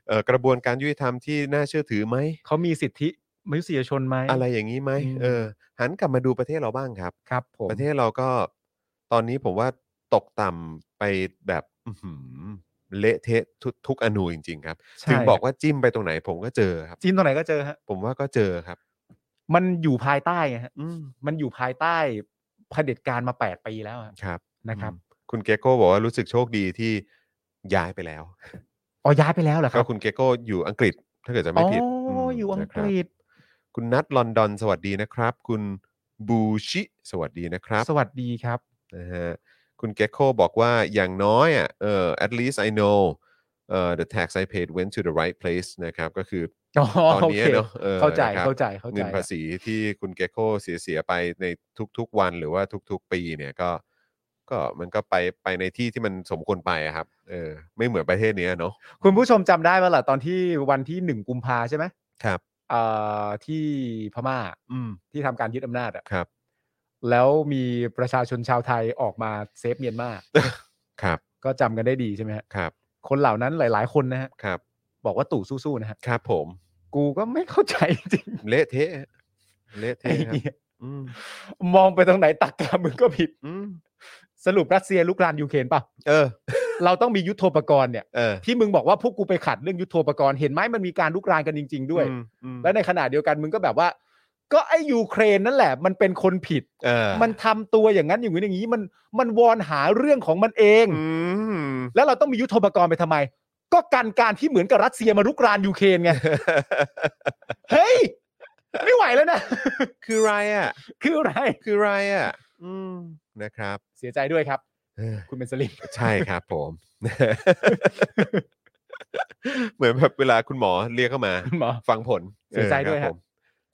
Speaker 3: เอ่อกระบวนการยุติธรรมที่น่าเชื่อถือไหม
Speaker 6: เขามีสิทธิมนุษยชนไหม
Speaker 3: อะไรอย่างนี้ไหม
Speaker 6: อืม
Speaker 3: เออ หันกลับมาดูประเทศเราบ้างครับ
Speaker 6: ครับผม
Speaker 3: ประเทศเราก็ตอนนี้ผมว่าตกต่ำไปแบบอื้อหือเละเทะทุกทุกอนูจริง ๆ ครับ
Speaker 6: ใช่
Speaker 3: ถึงบอกว่าจิ้มไปตรงไหนผมก็เจอครับ
Speaker 6: จีนตรงไหนก็เจอฮะ
Speaker 3: ผมว่าก็เจอครับ
Speaker 6: มันอยู่ภายใต้ไงฮะ
Speaker 3: อืม
Speaker 6: มันอยู่ภายใต้เผด็จการมา 8 ปีแล้วอะ
Speaker 3: ครับ
Speaker 6: นะครับ
Speaker 3: อืมคุณเกโก้บอกว่ารู้สึกโชคดีที่ย้ายไปแล้ว
Speaker 6: อ๋อย้ายไปแล้วเหรอค
Speaker 3: ก็
Speaker 6: รับ
Speaker 3: คุณเกโก้อยู่อังกฤษ ถ้าเกิดจะไม่ผิด
Speaker 6: อ๋อ
Speaker 3: ม
Speaker 6: อยู่อังกฤษ
Speaker 3: นะครับคุณนัทลอนดอนสวัสดีนะครับ คุณบูชิสวัสดีนะครับ
Speaker 6: สวัสดีครับ
Speaker 3: นะฮะคุณเก k โคบอกว่าอย่างน้อยอ่ะเออ at least I know เอ่อ the tax I paid went to the right place นะครับ ก็คือ
Speaker 6: อ๋อ
Speaker 3: ตอนนี้
Speaker 6: โอเค
Speaker 3: เนาะออ
Speaker 6: เข้าใจ
Speaker 3: นะครับ
Speaker 6: เข้าใจเข้าใจ
Speaker 3: เงินภาษีที่คุณเก k โคเสียเสียไปในทุกๆวันหรือว่าทุกๆปีเนี่ยก็ก็มันก็ไปไปในที่ที่มันสมควรไปอะครับเออไม่เหมือนประเทศเนี้ยเนาะ
Speaker 6: คุณผู้ชมจำได้ว่าล่ะตอนที่วันที่ 1 กุมภาใช่ไหม
Speaker 3: ครับ
Speaker 6: เอ่อที่พม่า
Speaker 3: อืม
Speaker 6: ที่ทำการยึดอำนาจอะ
Speaker 3: ครับ
Speaker 6: แล้วมีประชาชนชาวไทยออกมาเซฟเมียนมา
Speaker 3: ครับ
Speaker 6: ก็จำกันได้ดีใช่ไหมฮะ
Speaker 3: ครับ
Speaker 6: คนเหล่านั้นหลาย ๆ คนนะฮะ
Speaker 3: ครับ
Speaker 6: บอกว่าตู่สู้ๆนะฮะ
Speaker 3: ครับผม
Speaker 6: กูก็ไม่เข้าใจจริง
Speaker 3: เละเทะฮะเละ
Speaker 6: ไอ้
Speaker 3: เทะครับ
Speaker 6: เหี้ย
Speaker 3: อืม
Speaker 6: มองไปตรงไหนตักกามึงก็ผิด
Speaker 3: อืม
Speaker 6: สรุปรัสเซียลุกรานยูเครนเปล่ะ
Speaker 3: เออ
Speaker 6: เราต้องมียุทโธปกรณ์เนี่ย
Speaker 3: เออ
Speaker 6: ที่มึงบอกว่าพวกกูไปขัดเรื่องยุทโธปกรณ์เห็นไหมมันมีการลุกรานกันจริง ๆ ด้วย
Speaker 3: อืมอืม
Speaker 6: และในขณะเดียวกันมึงก็แบบว่า ก็ไอ้ยูเครนนั่นแหละ มันเป็นคนผิด
Speaker 3: เออ
Speaker 6: มันทำตัวอย่างนั้นอย่างนี้อย่างนี้มันมันวอนหาเรื่องของมันเอง
Speaker 3: อืม
Speaker 6: แล้วเราต้องมียุทโธปกรณ์ไปทำไม ก็กันการที่เหมือนกับรัสเซียมาลุกรานยูเครนไง เฮ้ยไม่ไหวแล้วนะ
Speaker 3: คือไรอ่ะ
Speaker 6: คืออะไร
Speaker 3: คือไรอ่ะ อืมนะครับ
Speaker 6: เสียใจด้วยครับ
Speaker 3: เออ
Speaker 6: คุณเป็นสลิม
Speaker 3: ใช่ครับผม เหมือนแบบเวลาคุณหมอเรียกเข้ามา
Speaker 6: คุณหมอ
Speaker 3: ฟังผล
Speaker 6: เสียใจด้วย
Speaker 3: เออครั
Speaker 6: ฮะ
Speaker 3: บผม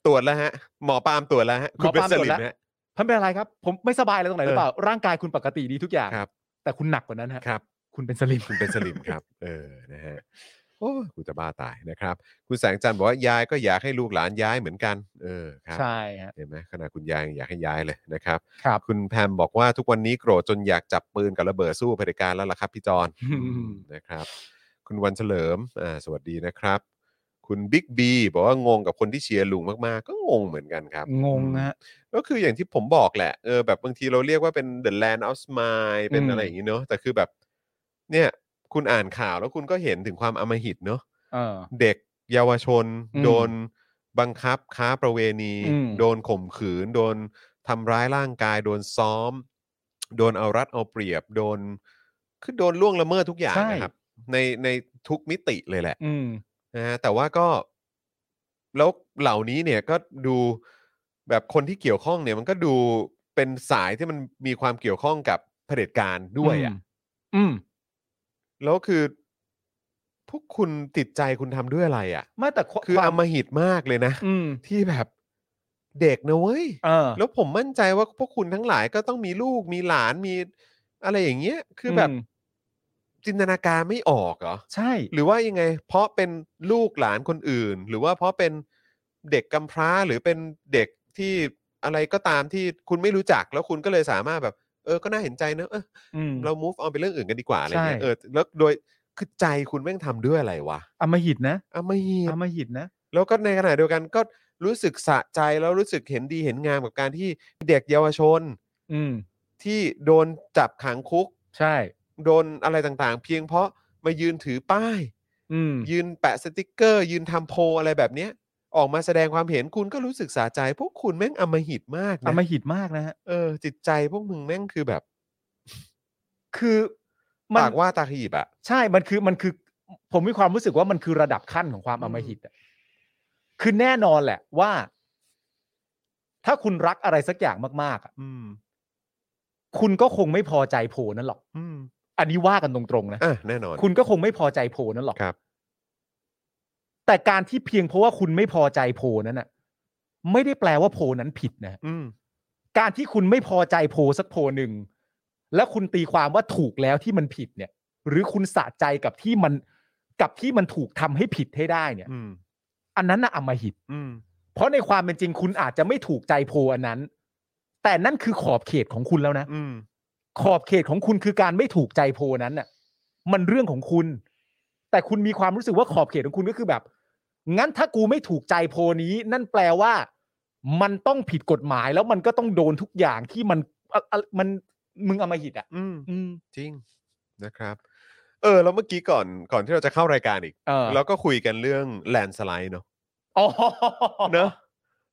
Speaker 3: ตรวจแล้วฮะ หมอปาล์มตรวจแล้วฮะ
Speaker 6: หม
Speaker 3: คุณ
Speaker 6: อ
Speaker 3: เป็น
Speaker 6: ปาล์ม
Speaker 3: ส
Speaker 6: ตรวจ
Speaker 3: ลิ
Speaker 6: แล้
Speaker 3: ม
Speaker 6: ว
Speaker 3: ฮะ
Speaker 6: ท่านเป็นอะไรครับ ผมไม่สบายเลยตรงไหนหรื
Speaker 3: เอ
Speaker 6: อ
Speaker 3: อ
Speaker 6: เปล่าร่างกายคุณปกติดีทุกอย่าง
Speaker 3: ครับ
Speaker 6: แต่คุณหนักกว่านั้นฮะ
Speaker 3: ครับ
Speaker 6: คุณเป็นสลิม
Speaker 3: คุณเป็นสลิมครับ เออ นะฮะ โอ้ยกูจะบ้าตายนะครับ คุณแสงจันทร์บอกว่ายายก็อยากให้ลูกหลานย้ายเหมือนกัน เออ ครับ
Speaker 6: ใช่ฮะ
Speaker 3: เห็นไหมขณะคุณยายยังอยากให้ย้ายเลยนะครับ
Speaker 6: ครับ
Speaker 3: คุณแพมบอกว่าทุกวันนี้โกรธจนอยากจับปืนกับระเบิดสู้เผด็จการแล้วล่ะครับพี่จอน
Speaker 6: อืม
Speaker 3: นะครับ คุณวันเฉลิมอ่าสวัสดีนะครับ คุณบิ๊กบีบอกว่างงกับคนที่เชียร์ลุงมากๆ ก็งงเหมือนกันครับ
Speaker 6: งงฮะ
Speaker 3: ก็คืออย่างที่ผมบอกแหละเออแบบบางทีเราเรียกว่าเป็น the land of smile เป็น
Speaker 6: อืม
Speaker 3: อะไรอย่างนี้เนาะแต่คือแบบ เนี่ยคุณอ่านข่าวแล้วคุณก็เห็นถึงความอำมหิตเนาะ
Speaker 6: เออ
Speaker 3: เด็กเยาวชน
Speaker 6: อืม
Speaker 3: โดนบังคับค้าประเวณี
Speaker 6: อืม
Speaker 3: โดนข่มขืน โดนทำร้ายร่างกาย โดนซ้อม โดนเอารัดเอาเปรียบ โดนคือโดนล่วงละเมิดทุกอย่าง
Speaker 6: ใช่
Speaker 3: นะครับ ในในทุกมิติเลยแหละ
Speaker 6: อืม
Speaker 3: นะฮะแต่ว่าก็ แล้วเหล่านี้เนี่ยก็ดูแบบคนที่เกี่ยวข้องเนี่ย มันก็ดูเป็นสายที่มันมีความเกี่ยวข้องกับเผด็จการด้วยอ่ะ
Speaker 6: อืม
Speaker 3: แล้วคือ พวกคุณติดใจคุณทำด้วยอะไรอ่ะ
Speaker 6: ไม่แต่
Speaker 3: คือ
Speaker 6: วา
Speaker 3: อ
Speaker 6: ม
Speaker 3: มหิตมากเลยนะ
Speaker 6: อืม
Speaker 3: ที่แบบเด็กนะเว้ย
Speaker 6: เออ
Speaker 3: แล้วผมมั่นใจว่าพวกคุณทั้งหลายก็ต้องมีลูกมีหลานมีอะไรอย่างเงี้ย คือแบบ
Speaker 6: อืม
Speaker 3: จินตนาการไม่ออกเหรอ
Speaker 6: ใช่
Speaker 3: หรือว่ายังไง เพราะเป็นลูกหลานคนอื่น หรือว่าเพราะเป็นเด็กกำพร้าหรือเป็นเด็กที่อะไรก็ตามที่คุณไม่รู้จัก แล้วคุณก็เลยสามารถแบบ เออก็น่าเห็นใจนะเออ
Speaker 6: อืม
Speaker 3: เรา move on ไปเรื่องอื่นกันดีกว่าอะไรเงี้ย
Speaker 6: ใช่
Speaker 3: เออแล้วโดยคือใจคุณแม่งทำด้วยอะไรวะ
Speaker 6: อำมหิตนะ
Speaker 3: อ่ะไม่เหี้ย
Speaker 6: อำมหิตนะ
Speaker 3: แล้วก็ในขณะเดียวกันก็รู้สึกสะใจแล้วรู้สึกเห็นดีเห็นงามกับการที่เด็กเยาวชน
Speaker 6: อืม
Speaker 3: ที่โดนจับขังคุก
Speaker 6: ใช่
Speaker 3: โดนอะไรต่างๆ เพียงเพราะมายืนถือป้าย
Speaker 6: อืม
Speaker 3: ยืนแปะสติกเกอร์ ยืนทำโพลอะไรแบบเนี้ย ออกมาแสดงความเห็นคุณก็รู้สึกสาใจ พวกคุณแม่งอำมหิตมาก
Speaker 6: อ
Speaker 3: นะ
Speaker 6: มหิตมากนะฮะ
Speaker 3: เออ จิตใจพวกมึงแม่งคือแบบ
Speaker 6: คือมัน
Speaker 3: ปากว่าตาหีบอะ
Speaker 6: ใช่ มันคือมันคือ ผมมีความรู้สึกว่ามันคือระดับขั้นของความอมหิตอะคือแน่นอนแหละว่า ถ้าคุณรักอะไรสักอย่างมากๆอะ
Speaker 3: อืม
Speaker 6: คุณก็คงไม่พอใจโผล่นั่นหรอก
Speaker 3: อืม
Speaker 6: อันนี้ว่ากันตรงๆนะ
Speaker 3: อ่ะแน่นอน
Speaker 6: คุณก็คงไม่พอใจโผล่นั่นหรอก
Speaker 3: ครับ
Speaker 6: แต่การที่เพียงเพราะว่าคุณไม่พอใจโผล่นั้นน่ะ ไม่ได้แปลว่าโผล่นั้นผิดนะฮะ
Speaker 3: อืม
Speaker 6: การที่คุณไม่พอใจโผล่สักโผล่หนึ่ง แล้วคุณตีความว่าถูกแล้วที่มันผิดเนี่ย หรือคุณสะใจกับที่มันกับที่มันถูกทำให้ผิดให้ได้เนี่ย
Speaker 3: อืม
Speaker 6: อันนั้นน่ะอำมหิต
Speaker 3: อืม
Speaker 6: เพราะในความเป็นจริงคุณอาจจะไม่ถูกใจโพลอันนั้น แต่นั่นคือขอบเขตของคุณแล้วนะ
Speaker 3: อืม
Speaker 6: ขอบเขตของคุณคือการไม่ถูกใจโพลนั้นน่ะ มันเรื่องของคุณ แต่คุณมีความรู้สึกว่าขอบเขตของคุณก็คือแบบ งั้นถ้ากูไม่ถูกใจโพลนี้ นั่นแปลว่า มันต้องผิดกฎหมายแล้วมันก็ต้องโดนทุกอย่างที่มันอะอะมันมึงเอามาหิตอ่ะ
Speaker 3: อืม
Speaker 6: อืม
Speaker 3: จริงนะครับ เออ แล้วเมื่อกี้ก่อนก่อนที่เราจะเข้ารายการอีก
Speaker 6: เออ
Speaker 3: เราก็คุยกันเรื่องแลนสไลด์เนาะ
Speaker 6: อ๋อ
Speaker 3: เนอะ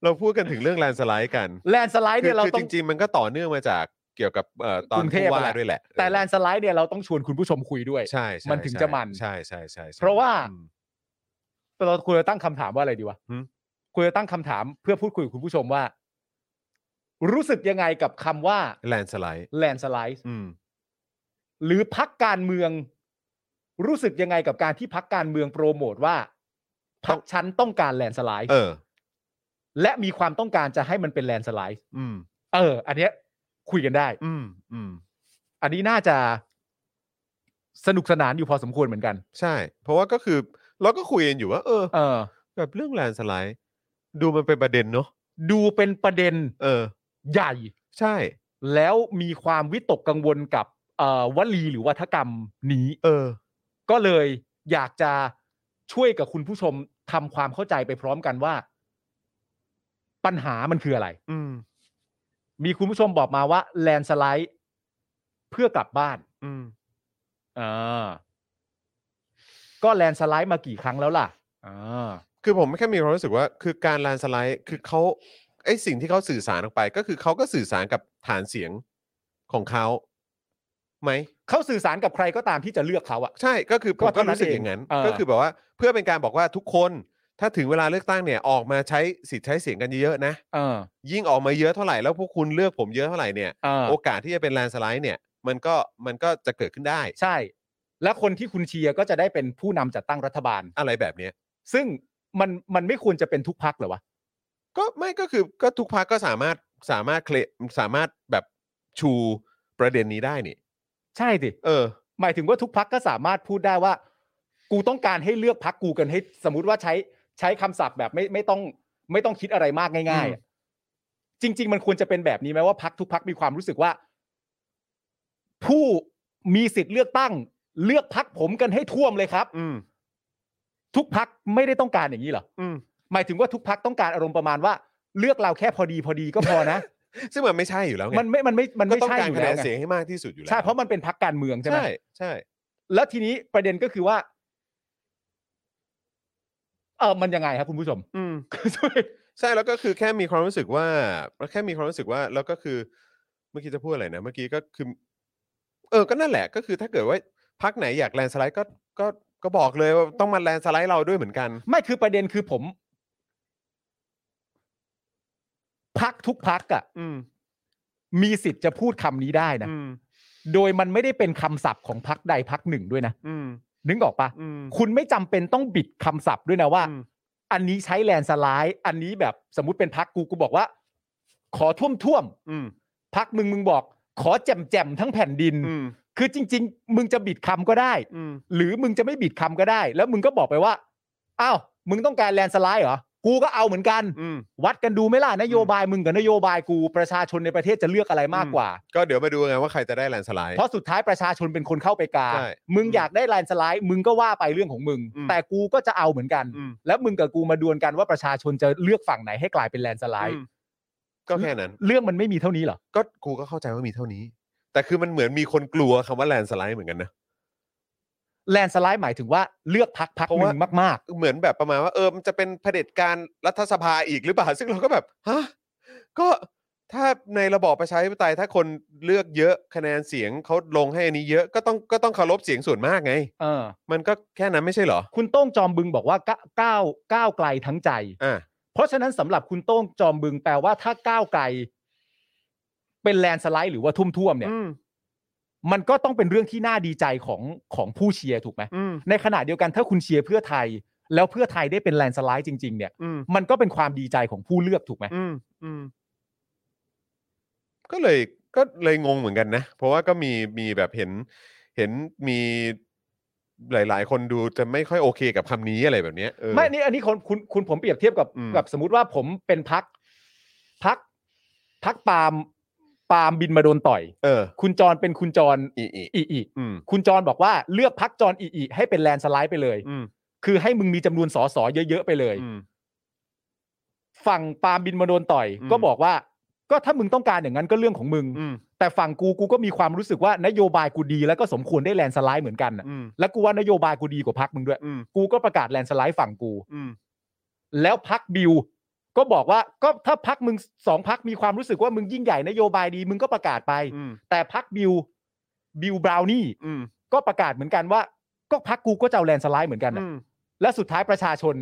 Speaker 3: เราพูดกันถึงเรื่องแลนสไลด์กัน
Speaker 6: แลนด์สไลด์
Speaker 3: คื
Speaker 6: เนี่ยเรา
Speaker 3: คือ
Speaker 6: ต้
Speaker 3: จ
Speaker 6: อง
Speaker 3: ริง ๆ มันก็ต่อเนื่องมาจากเกี่ยวกับเอ่อตอน
Speaker 6: กรุงเท
Speaker 3: ผู้
Speaker 6: พ
Speaker 3: ว่า
Speaker 6: อะแหละ
Speaker 3: ด้วยแหละ
Speaker 6: แต่แล
Speaker 3: เอ
Speaker 6: นด์สไลด์เนี่ยเราต้องชวนคุณผู้ชมคุยด้วย
Speaker 3: อใช่ใช่
Speaker 6: มันถึง
Speaker 3: ใช่
Speaker 6: จะมัน
Speaker 3: ใช่ใช่ใช่ใช่
Speaker 6: เพราะว่า
Speaker 3: อืม
Speaker 6: แต่เราควรจะตั้งคำถามว่าอะไรดีวะ
Speaker 3: หืม
Speaker 6: ควรจะตั้งคำถามเพื่อพูดคุยกับคุณผู้ชมว่า รู้สึกยังไงกับคำว่า
Speaker 3: แลนสไลด์
Speaker 6: แลนสไลด์
Speaker 3: อืม
Speaker 6: หรือพักการเมือง รู้สึกยังไงกับการที่พักการเมืองโปรโมทว่า
Speaker 3: ต้
Speaker 6: พั
Speaker 3: อก ง
Speaker 6: ชั้นต้องการแลนสไลด์
Speaker 3: เออ
Speaker 6: และมีความต้องการจะให้มันเป็นแลนสไลด์
Speaker 3: อืม
Speaker 6: เออ อันเนี้ย คุยกันได้
Speaker 3: อืมอืม
Speaker 6: อันนี้น่าจะสนุกสนานอยู่พอสมควรเหมือนกัน
Speaker 3: ใช่ เพราะว่าก็คือเราก็คุยกันอยู่ว่า เออ
Speaker 6: เออ
Speaker 3: แบบเรื่องแลนสไลด์ดูมันเป็นประเด็นเนาะ
Speaker 6: ดูเป็นประเด็น
Speaker 3: เออ
Speaker 6: ใหญ่
Speaker 3: ใช่
Speaker 6: แล้วมีความวิตกกังวลกับเอ่อวลีหรือวัฒกรรมนี้
Speaker 3: เออ
Speaker 6: ก็เลยอยากจะช่วยกับคุณผู้ชมทำความเข้าใจไปพร้อมกันว่า ปัญหามันคืออะไร
Speaker 3: อืม
Speaker 6: มีคุณผู้ชมบอกมาว่าแลนสไลด์เพื่อกลับบ้าน
Speaker 3: อืม
Speaker 6: อ่าก็แลนสไลด์มากี่ครั้งแล้วล่ะอ่า
Speaker 3: คือผมแค่มีความรู้สึกว่าคือการแลนสไลด์คือเขาไอ้สิ่งที่เขาสื่อสารออกไป ก็คือเขาก็สื่อสารกับฐานเสียงของเขาไหม
Speaker 6: เขาสื่อสารกับใครก็ตามที่จะเลือกเขาอะ
Speaker 3: ใช่ก็คือผ
Speaker 6: ก็
Speaker 3: มก็
Speaker 6: เท่านั้น
Speaker 3: รู้สึกอย่างนั้น
Speaker 6: เองเออ
Speaker 3: ก็คือแบบว่าเพื่อเป็นการบอกว่าทุกคนถ้าถึงเวลาเลือกตั้งเนี่ยออกมาใช้สิทธิ์ใช้เสียงกันเยอะๆนะ
Speaker 6: เออ
Speaker 3: ยิ่งออกมาเยอะเท่าไหร่แล้วพวกคุณเลือกผมเยอะเท่าไหร่เนี่ย
Speaker 6: เออ
Speaker 3: โอกาสที่จะเป็นแลนสไลด์เนี่ยมันก็มันก็จะเกิดขึ้นได้
Speaker 6: ใช่ และคนที่คุณเชียร์ก็จะได้เป็นผู้นำจัดตั้งรัฐบาล
Speaker 3: อะไรแบบเนี้ย
Speaker 6: ซึ่งมันมันไม่ควรจะเป็นทุกพักเหรอวะ
Speaker 3: ก็ไม่ก็คือก็ทุกพรรคก็สามารถสามารถเคลมสามารถแบบชูประเด็นนี้ได้นี่
Speaker 6: ใช่สิ
Speaker 3: เออ
Speaker 6: หมายถึงว่าทุกพักก็สามารถพูดได้ว่า กูต้องการให้เลือกพักกูกันให้ สมมติว่าใช้ใช้คำศัพท์แบบไม่ไม่ต้อง ไม่ต้องคิดอะไรมากง่ายๆอะจริง ๆ มันควรจะเป็นแบบนี้ไหมว่าพักทุกพักมีความรู้สึกว่า ผู้มีสิทธิ์เลือกตั้ง เลือกพักผมกันให้ท่วมเลยครับ
Speaker 3: อืม
Speaker 6: ทุกพักไม่ได้ต้องการอย่างนี้เหรอ
Speaker 3: อืม
Speaker 6: หมายถึงว่าทุกพักต้องการอารมณ์ประมาณว่า เลือกเราแค่พอดีพอดีก็พอ นะ
Speaker 3: ซึ่งมันไม่ใช่อยู่แล้วไง
Speaker 6: มันไม่มันไม่มัน
Speaker 3: ก็
Speaker 6: ไม่
Speaker 3: ต้อง
Speaker 6: ใช่
Speaker 3: การ
Speaker 6: อยู่
Speaker 3: คะแน
Speaker 6: แล้
Speaker 3: น
Speaker 6: วไง
Speaker 3: เสียงให้มากที่สุดอยู่แล้ว
Speaker 6: ใช่เพราะมันเป็นพักการเมืองใช่ไหม
Speaker 3: ใช่ใช่
Speaker 6: แล้วทีนี้ประเด็นก็คือว่า เออมันยังไงครับคุณผู้ชม
Speaker 3: อืม ใช่แล้วก็คือแค่มีความรู้สึกว่าแค่มีความรู้สึกว่าแล้วก็คือเมื่อกี้จะพูดอะไรนะ เมื่อกี้ก็คือ เออก็นั่นแหละ ก็คือถ้าเกิดว่าพักไหนอยากแลนด์สไลด์ก็ก็ก็บอกเลยว่าต้องมาแลนด์สไลด์เราด้วยเหมือนกัน
Speaker 6: ไม่คือประเด็นคือผม พักทุกพักอะ่ะ
Speaker 3: อืม
Speaker 6: มีสิทธิ์จะพูดคำนี้ได้นะ
Speaker 3: อืม
Speaker 6: โดยมันไม่ได้เป็นคำศัพท์ของพักใดพักหนึ่งด้วยนะ
Speaker 3: อืม
Speaker 6: นึกออกปะ
Speaker 3: อืม
Speaker 6: คุณไม่จำเป็นต้องบิดคำศัพท์ด้วยนะว่า
Speaker 3: อืม
Speaker 6: อันนี้ใช้แลนสไลด์ อันนี้แบบสมมุติเป็นพักกูกูบอกว่า ขอท่วมท่วม
Speaker 3: อืม
Speaker 6: ๆพักมึงมึงบอก ขอแจ่มแจ่มๆทั้งแผ่นดิน
Speaker 3: อืม
Speaker 6: คือจริง ๆ มึงจะบิดคำก็ได้
Speaker 3: อืม
Speaker 6: หรือมึงจะไม่บิดคำก็ได้ แล้วมึงก็บอกไปว่า อ้าว มึงต้องการแลนด์สไลด์เหรอ กูก็เอาเหมือนกัน
Speaker 3: อืม
Speaker 6: วัดกันดูไหมล่ะนโยบายมึงกับนโยบายกูประชาชนในประเทศจะเลือกอะไรมากกว่า
Speaker 3: ก็เดี๋ยวมาดูกันว่าใครจะได้แลนด์สไลด์
Speaker 6: เพราะสุดท้ายประชาชนเป็นคนเข้าไปกา
Speaker 3: ใช่
Speaker 6: มึงอยากได้แลนด์สไลด์ มึงก็ว่าไปเรื่องของมึง
Speaker 3: อืม
Speaker 6: แต่กูก็จะเอาเหมือนกัน
Speaker 3: อืม
Speaker 6: แล้วมึงกับกูมาดวลกันว่าประชาชนจะเลือกฝั่งไหนให้กลายเป็นแลนด์สไลด์
Speaker 3: อืมก็แค่นั้น
Speaker 6: เรื่องมันไม่มีเท่านี้เหรอ
Speaker 3: ก็กูก็เข้าใจว่ามีเท่านี้ แต่คือมันเหมือนมีคนกลัวคำว่าแลนด์สไลด์เหมือนกันนะ
Speaker 6: แลนด์สไลด์หมายถึงว่าเลือกพักพัก
Speaker 3: เพราะ
Speaker 6: ห
Speaker 3: ว่า
Speaker 6: นึ่งมาก
Speaker 3: เหมือนแบบประมาณว่าเออมันจะเป็นเผด็จการรัฐสภาอีกหรือเปล่า ซึ่งเราก็แบบฮะก็ถ้าในระบอบประชาธิปไตยถ้าคนเลือกเยอะคะแนนเสียงเขาลงให้อันนี้เยอะก็ต้องก็ต้องเคารพเสียงส่วนมากไง
Speaker 6: ๆ เออ
Speaker 3: มันก็แค่นั้นไม่ใช่เหรอ
Speaker 6: คุณโต้งจอมบึงบอกว่าก้าก้าวก้าวไกลทั้งใจ
Speaker 3: อ่ะ
Speaker 6: เพราะฉะนั้นสำหรับคุณโต้งจอมบึงแปลว่าถ้าก้าวไกล เป็นแลนด์สไลด์หรือว่าทุ่มท่วมๆเนี่ย
Speaker 3: อืม
Speaker 6: มันก็ต้องเป็นเรื่องที่น่าดีใจของของผู้เชียร์ถูกไหม
Speaker 3: อืม
Speaker 6: ในขณะเดียวกันถ้าคุณเชียร์เพื่อไทย แล้วเพื่อไทยได้เป็นแลนด์สไลด์จริง ๆ เนี่ย
Speaker 3: อืม
Speaker 6: มันก็เป็นความดีใจของผู้เลือกถูกไหม
Speaker 3: อืมอืมก็เลยก็เลยงงเหมือนกันนะ เพราะว่าก็มีมีแบบเห็น เห็นมีหลาย ๆ คนดูจะไม่ค่อยโอเคกับคำนี้อะไรแบบเนี้ยเออ
Speaker 6: ไม่นี่อันนี้คนคุณคุณผมเปรียบเทียบกับ
Speaker 3: อืม
Speaker 6: กับสมมติว่าผมเป็นพักพักพักปาล์มปาล์มบินมาโดนต่อย
Speaker 3: เออ
Speaker 6: คุณจรเป็นคุณจร
Speaker 3: อีอี
Speaker 6: อีอี
Speaker 3: อืม
Speaker 6: คุณจรบอกว่าเลือกพักจรอีอีให้เป็นแลนด์สไลด์ไปเลย
Speaker 3: อืม
Speaker 6: คือให้มึงมีจำนวนสอสอเยอะ ๆ ไปเลย
Speaker 3: อืม
Speaker 6: ฝั่งปาล์มบินมาโดนต่อย
Speaker 3: อืม
Speaker 6: ก็บอกว่า ก็ถ้ามึงต้องการอย่างนั้นก็เรื่องของมึง
Speaker 3: อืม
Speaker 6: แต่ฝั่งกูกูก็มีความรู้สึกว่านโยบายกูดีแล้วก็สมควรได้แลนด์สไลด์เหมือนกันน่ะ
Speaker 3: อืม
Speaker 6: แล้วกูว่านโยบายกูดีกว่าพักมึงด้วย
Speaker 3: อืม
Speaker 6: กูก็ประกาศแลนด์สไลด์ฝั่งกู
Speaker 3: อืม
Speaker 6: แล้วพักบิว ก็บอกว่าก็ถ้าพักมึงสองพักมีความรู้สึกว่ามึงยิ่งใหญ่นโยบายดีมึงก็ประกาศไป
Speaker 3: อืม
Speaker 6: แต่พักบิวบิวบราวนี่
Speaker 3: อืม
Speaker 6: ก็ประกาศเหมือนกันว่า ก็พักกูก็จะเอาแลนด์สไลด์เหมือนกันน่ะ
Speaker 3: อืม
Speaker 6: และสุดท้ายประชาชน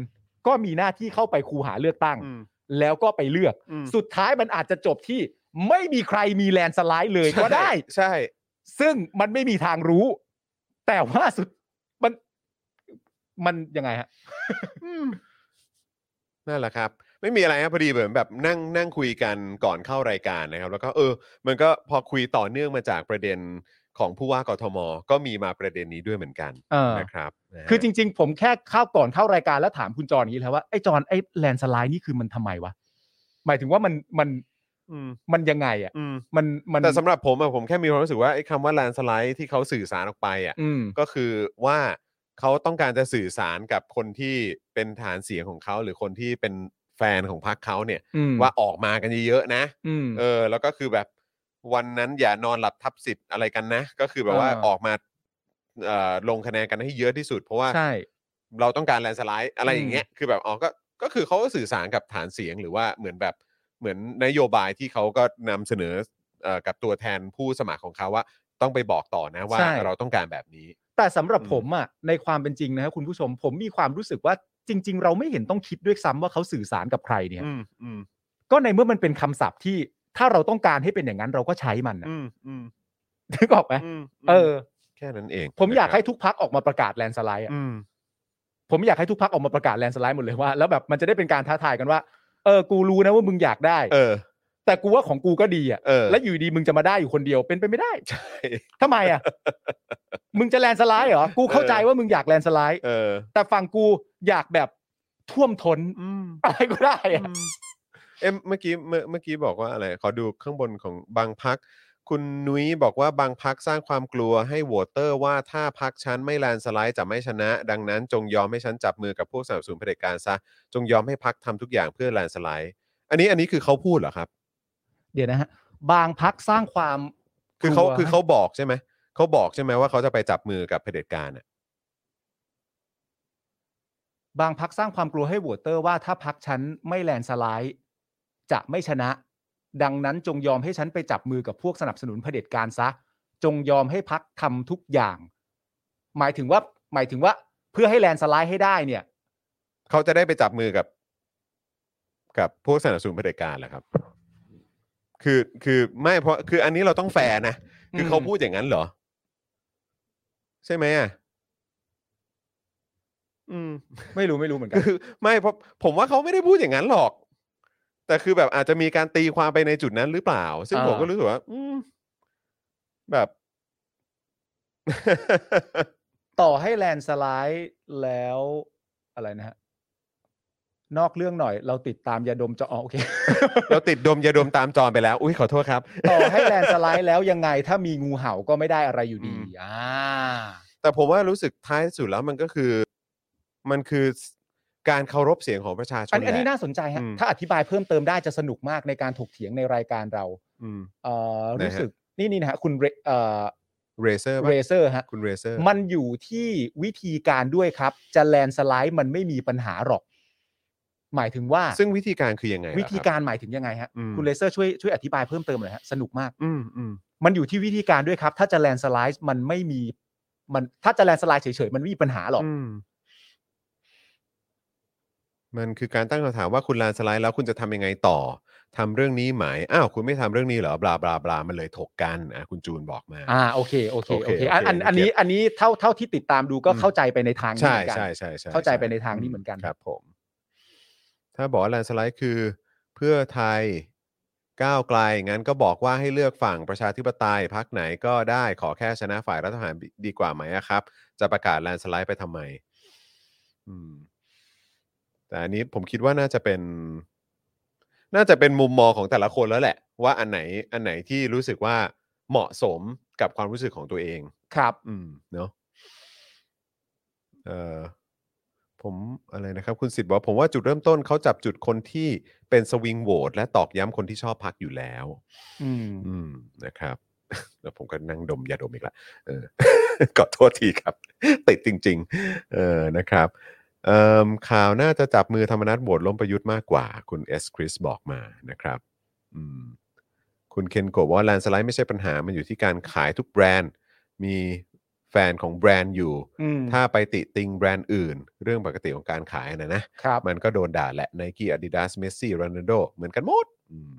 Speaker 6: ก็มีหน้าที่เข้าไปคูหาเลือกตั้ง
Speaker 3: อืม
Speaker 6: แล้วก็ไปเลือก
Speaker 3: อืม
Speaker 6: สุดท้ายมันอาจจะจบที่ไม่มีใครมีแลนด์สไลด์เลยก็ได้
Speaker 3: ใช่
Speaker 6: ซึ่งมันไม่มีทางรู้ แต่ว่าสุดมันมันยังไงฮะ
Speaker 3: นั่นแหละครับ ไม่มีอะไรครับพอดีเหมือนแบบนั่งนั่งคุยกันก่อนเข้ารายการนะครับ แล้วก็เออ มันก็พอคุยต่อเนื่องมาจากประเด็นของผู้ว่ากทม ก็มีมาประเด็นนี้ด้วยเหมือนกัน
Speaker 6: เออ
Speaker 3: นะครับนะฮะ
Speaker 6: คือจริง ๆ ผมแค่เข้าก่อนเข้ารายการแล้วถามคุณจรอย่างนี้แล้วว่าไอ้จรไอ้แลนสไลด์นี่คือมันทำไมวะหมายถึงว่ามันมัน
Speaker 3: อืม
Speaker 6: มันยังไงอ่ะ
Speaker 3: อืม
Speaker 6: มันมัน
Speaker 3: แต่สำหรับผมอะผมแค่มีความรู้สึกว่าไอ้คำว่าแลนสไลด์ที่เขาสื่อสารออกไปอะ
Speaker 6: อืม
Speaker 3: ก็คือว่าเขาต้องการจะสื่อสารกับคนที่เป็นฐานเสียงของเขาหรือคนที่เป็นแฟนของพรรคเขาเนี่ย
Speaker 6: อืม
Speaker 3: ว่าออกมากันเยอะๆนะ
Speaker 6: อืม
Speaker 3: เออ แล้วก็คือแบบวันนั้นอย่านอนหลับทับสิทธิ์อะไรกันนะ ก็คือแบบว่า
Speaker 6: อ่า
Speaker 3: ออกมาเอ่อลงคะแนนกันให้เยอะที่สุด เพราะว่า
Speaker 6: ใช่
Speaker 3: เราต้องการแลนสไลด์อะไร
Speaker 6: อืม
Speaker 3: อย่างเงี้ย คือแบบอ๋อก็ก็คือเขาก็สื่อสารกับฐานเสียงหรือว่าเหมือนแบบเหมือนนโยบายที่เขาก็นำเสนอเอ่อกับตัวแทนผู้สมัครของเขาว่าต้องไปบอกต่อนะว่า
Speaker 6: ใช่
Speaker 3: เราต้องการแบบนี้
Speaker 6: แต่สำหรับ
Speaker 3: อืม
Speaker 6: ผมอ่ะในความเป็นจริงนะครับคุณผู้ชมผมมีความรู้สึกว่าจริง ๆ เราไม่เห็นต้องคิดด้วยซ้ำว่าเขาสื่อสารกับใครเนี่ย
Speaker 3: อืมอืม
Speaker 6: ก็ในเมื่อมันเป็นคำศัพท์ที่ถ้าเราต้องการให้เป็นอย่างนั้นเราก็ใช้มันนะ
Speaker 3: อืมอืม
Speaker 6: นึกออกไหม
Speaker 3: อืม
Speaker 6: เออ
Speaker 3: แค่นั้นเอง
Speaker 6: ผมอยาก
Speaker 3: นะครับ
Speaker 6: ให้ทุกพักออกมาประกาศแลนด์สไลด์อะ
Speaker 3: อืม
Speaker 6: ผมอยากให้ทุกพักออกมาประกาศแลนด์สไลด์หมดเลยว่า แล้วแบบมันจะได้เป็นการท้าทายกันว่า เออ กูรู้นะว่ามึงอยากได้
Speaker 3: เออ
Speaker 6: แต่กูว่าของกูก็ดีอ่ะ
Speaker 3: เออ
Speaker 6: แล้วอยู่ดีมึงจะมาได้อยู่คนเดียวเป็นไปไม่ได้
Speaker 3: ใช่
Speaker 6: ทำไมอ่ะ มึงจะแลนด์สไลด์เหรอ กูเข้าใจว่ามึงอยากแลนด์สไลด์
Speaker 3: เออ
Speaker 6: แต่ฝั่งกูอยากแบบท่วมท้น
Speaker 3: อืม
Speaker 6: อะไรก็ได้อะ
Speaker 3: เอ็มเมื่อกี้เมื่อเมื่อกี้บอกว่าอะไร ขอดูข้างบนของบางพัก คุณนุ้ยบอกว่าบางพักสร้างความกลัวให้โหวตเตอร์ว่าถ้าพักฉันไม่แลนด์สไลด์จะไม่ชนะ ดังนั้นจงยอมให้ฉันจับมือกับพวกสนับสนุนเผด็จการซะ จงยอมให้พักทำทุกอย่างเพื่อแลนด์สไลด์ อันนี้อันนี้คือเขาพูดเหรอครับ
Speaker 6: เดี๋ยวนะฮะ บางพักสร้างความ
Speaker 3: คือเขา
Speaker 6: กลัว
Speaker 3: คือเขาบอกใช่ไหม เขาบอกใช่ไหมว่าเขาจะไปจับมือกับเผด็จการอ่ะ
Speaker 6: บางพักสร้างความกลัวให้โหวตเตอร์ว่าถ้าพักฉันไม่แลนด์สไลด์ จะไม่ชนะ ดังนั้นจงยอมให้ฉันไปจับมือกับพวกสนับสนุนเผด็จการซะ จงยอมให้พักทำทุกอย่าง หมายถึงว่า หมายถึงว่า เพื่อให้แลนด์สไลด์ให้ได้เนี่ย
Speaker 3: เขาจะได้ไปจับมือกับ กับพวกสนับสนุนเผด็จการเหรอครับ คือคือไม่เพราะคืออันนี้เราต้องแฟร์นะ คือ
Speaker 6: ม
Speaker 3: เขาพูดอย่างนั้นเหรอ ใช่ไหมอ่ะอืม
Speaker 6: ไม่รู้ไม่รู้เหมือนกัน
Speaker 3: คือไม่เพราะผมว่าเขาไม่ได้พูดอย่างนั้นหรอก แต่คือแบบอาจจะมีการตีความไปในจุดนั้นหรือเปล่า ซึ่งผม
Speaker 6: อ่า
Speaker 3: ก็รู้สึกว่า อืม แบบ
Speaker 6: ต่อให้แลนด์สไลด์แล้วอะไรนะฮะ นอกเรื่องหน่อย เราติดตามยาดมจะออกโอเค
Speaker 3: เราติดดมยาดมตามจอนไปแล้ว อุ้ยขอโทษครับ
Speaker 6: ต่อให้แลนด์สไลด์แล้วยังไงถ้ามีงูเห่าก็ไม่ได้อะไรอยู่ดี
Speaker 3: อืม
Speaker 6: อ่า
Speaker 3: แต่ผมว่ารู้สึกท้ายสุดแล้วมันก็คือ มันคือการเคารพเสียงของประชาชน
Speaker 6: อันอันนี้
Speaker 3: แหละ
Speaker 6: น่าสนใจฮะ
Speaker 3: อืม
Speaker 6: ถ้าอธิบายเพิ่มเติมได้จะสนุกมากในการถกเถียงในรายการเรา
Speaker 3: อืม
Speaker 6: เอ่อ
Speaker 3: ไหนฮะ
Speaker 6: รู้สึกนี่นี่นะฮะคุณเรเอ่อ
Speaker 3: เรเซอร์
Speaker 6: เรเซอร์ฮะ
Speaker 3: คุณเรเซอร์
Speaker 6: มันอยู่ที่วิธีการด้วยครับ จะแลนด์สไลด์มันไม่มีปัญหาหรอก หมายถึงว่า
Speaker 3: ซึ่งวิธีการคือยังไงล่ะคบ
Speaker 6: วิธีการหมายถึงยังไงฮะ
Speaker 3: อืม
Speaker 6: คุณเลเซอร์ช่วยช่วยอธิบายเพิ่มเติมหน่อยฮะสนุกมาก
Speaker 3: อืมอืม
Speaker 6: มันอยู่ที่วิธีการด้วยครับ ถ้าจะแลนด์สไลด์มันไม่มีมันถ้าจะแลนด์สไลด์เฉยๆมันไม่มีปัญหาหรอก
Speaker 3: อืมมันคือการตั้งคำถามว่าคุณลานสไลด์แล้วคุณจะทำยังไงต่อทำเรื่องนี้ไหมอ้าวคุณไม่ทำเรื่องนี้เหรอบลาบลาบลามันเลยถกกันอ่ะคุณจูนบอกมา
Speaker 6: อ่าโอเคโอเค
Speaker 3: โอ
Speaker 6: โอ
Speaker 3: เค
Speaker 6: เคอันอัน
Speaker 3: โอเค
Speaker 6: อันนี้
Speaker 3: เก็ต
Speaker 6: อันนี้เท่าเท่าที่ติดตามดูก็
Speaker 3: อืม
Speaker 6: เข้าใจไปในทางนี้
Speaker 3: ใช่
Speaker 6: เหมือนกัน
Speaker 3: ใช่ใช่ใช่
Speaker 6: เข้าใจไปในทางนี้เหมือนกัน
Speaker 3: ครับ ผม ถ้าบอกว่าแลนสไลด์คือ เพื่อไทยก้าวไกลงั้นก็บอกว่าให้เลือกฝั่งประชาธิปไตยพักไหนก็ได้ขอแค่ชนะฝ่ายรัฐประหารดีกว่าไหมอะครับ จะประกาศแลนสไลด์ไปทำไม อืม แต่อันนี้ผมคิดว่าน่าจะเป็น น่าจะเป็นมุมมองของแต่ละคนแล้วแหละ ว่าอันไหน อันไหนที่รู้สึกว่าเหมาะสมกับความรู้สึกของตัวเอง
Speaker 6: ครับ
Speaker 3: อืมเนาะเอ่อผมอะไรนะครับ คุณสิทธิ์บอกว่าผมว่าจุดเริ่มต้นเขาจับจุดคนที่เป็นสวิงโหวตและตอกย้ำคนที่ชอบพักอยู่แล้ว
Speaker 6: อืม
Speaker 3: อืมนะครับ แล้วผมก็นั่งดมยาดมอีกละเออ ขอโทษทีครับ ติดจริง ๆ เออนะครับเอิ่มข่าวน่าจะจับมือธรรมนัฐโหวตล้มประยุทธ์มากกว่า คุณเอสคริสบอกมานะครับ อืมคุณเคนโกะบอกว่าแลนสไลด์ไม่ใช่ปัญหา มันอยู่ที่การขายทุกแบรนด์ มีแฟนของแบรนด์อยู่
Speaker 6: อืม
Speaker 3: ถ้าไปติติงแบรนด์อื่น เรื่องปกติของการขายนะนะ
Speaker 6: ครับ
Speaker 3: มันก็โดนด่าแหละ Nike Adidas Messi Ronaldo เหมือนกันหมดอืม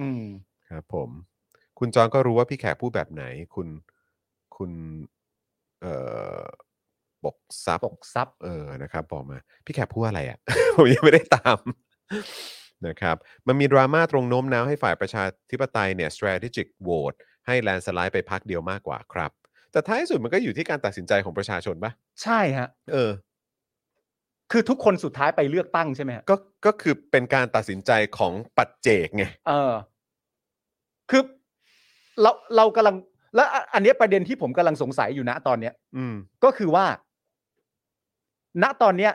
Speaker 6: อืม
Speaker 3: ครับผม คุณจอนก็รู้ว่าพี่แขกพูดแบบไหน คุณคุณเอ่อปกซับ
Speaker 6: ตกซับ
Speaker 3: เออนะครับบอกมา พี่แขกพูดอะไรอะ่ะ ผมยังไม่ได้ตาม นะครับ มันมีดราม่าตรงโน้มน้าวให้ฝ่ายประชาธิปไตยเนี่ย strategic vote ให้แลนสไลด์ไปพักเดียวมากกว่าครับ แต่ท้ายสุดมันก็อยู่ที่การตัดสินใจของประชาชนปะ
Speaker 6: ใช่ฮะ
Speaker 3: เออ
Speaker 6: คือทุกคนสุดท้ายไปเลือกตั้งใช่ไหมฮะ
Speaker 3: ก็ก็คือเป็นการตัดสินใจของปัจเจกไง
Speaker 6: เออ คือเราเรากำลัง แล้วอันอันเนี้ยประเด็นที่ผมกำลังสงสัยอยู่นะตอนเนี้ย
Speaker 3: อืม
Speaker 6: ก็คือว่า ณตอนเนี้ย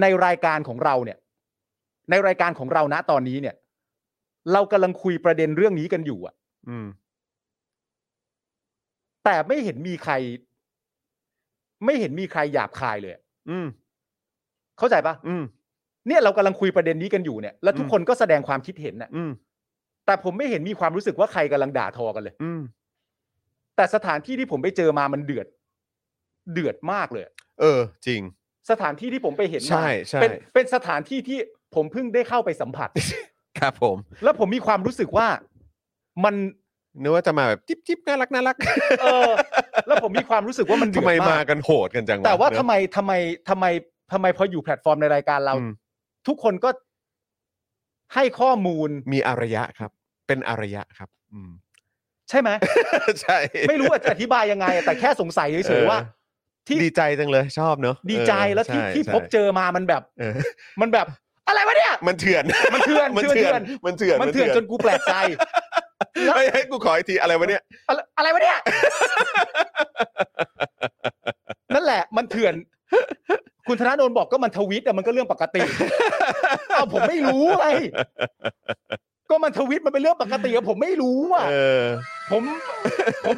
Speaker 6: ในรายการของเราเนี่ย ในรายการของเราณตอนนี้เนี่ย เรากำลังคุยประเด็นเรื่องนี้กันอยู่อะ
Speaker 3: อืม
Speaker 6: แต่ไม่เห็นมีใคร ไม่เห็นมีใครหยาบคายเลยอะ
Speaker 3: อืม
Speaker 6: เข้าใจปะ
Speaker 3: อืม
Speaker 6: เนี่ยเรากำลังคุยประเด็นนี้กันอยู่เนี่ยแล้วทุกคนก็แสดงความคิดเห็นนะ
Speaker 3: อืม
Speaker 6: แต่ผมไม่เห็นมีความรู้สึกว่าใครกำลังด่าทอกันเลย
Speaker 3: อืม
Speaker 6: แต่สถานที่ที่ผมไปเจอมามันเดือด เดือดมากเลยอะ
Speaker 3: เออ จริง
Speaker 6: สถานที่ที่ผมไปเห็นมา
Speaker 3: ใช่ใช่
Speaker 6: เป็นเป็นสถานที่ที่ผมเพิ่งได้เข้าไปสัมผัส
Speaker 3: ครับผม
Speaker 6: แล้วผมมีความรู้สึกว่ามัน
Speaker 3: นึกว่าจะมาแบบจิ๊บจิ๊บน่ารักน่ารัก
Speaker 6: เออ แล้วผมมีความรู้สึกว่ามันเดื
Speaker 3: ทำ
Speaker 6: อด
Speaker 3: ไมมาม
Speaker 6: าก
Speaker 3: กันโหดกันจังะ
Speaker 6: แต่ว่า
Speaker 3: เนอะ
Speaker 6: ทำไมทำไมทำไมทำไมพออยู่แพลตฟอร์มในรายการเรา
Speaker 3: อืม
Speaker 6: ทุกคนก็ให้ข้อมูล
Speaker 3: มีอารยะครับ เป็นอารยะครับ อืม
Speaker 6: ใช่ ไหม
Speaker 3: ใช่
Speaker 6: ไม่รู้ว่าจะอธิบายยังไง แต่แค่สงสัยเฉยๆว่า ที่
Speaker 3: ดีใจจังเลยชอบเนอะ
Speaker 6: ดีใจ
Speaker 3: เออ
Speaker 6: แล้วที่
Speaker 3: ใช่
Speaker 6: ที่
Speaker 3: ใช่
Speaker 6: พบเจอมามันแบบ
Speaker 3: เออ
Speaker 6: มันแบบ อะไรวะเนี่ย
Speaker 3: มันเถื่อน
Speaker 6: มันเถื่อน
Speaker 3: มันเถื่อนมันเถื่อน
Speaker 6: มันเถื่อนจนกูแปลกใจ แล้ว
Speaker 3: เฮ้ยเฮ้ยกูขออีกทีอะไรวะเนี่ย
Speaker 6: อะไร อะไรวะเนี่ย นั่นแหละ มันเถื่อน คุณธนาโนนบอกก็มันทวิตอะมันก็เรื่องปก ติเอาผมไม่รู้ไงก็มันทวิตมันเป็นเรื่องปกติอะผมไม่รู้อะ
Speaker 3: เออ
Speaker 6: ผมผม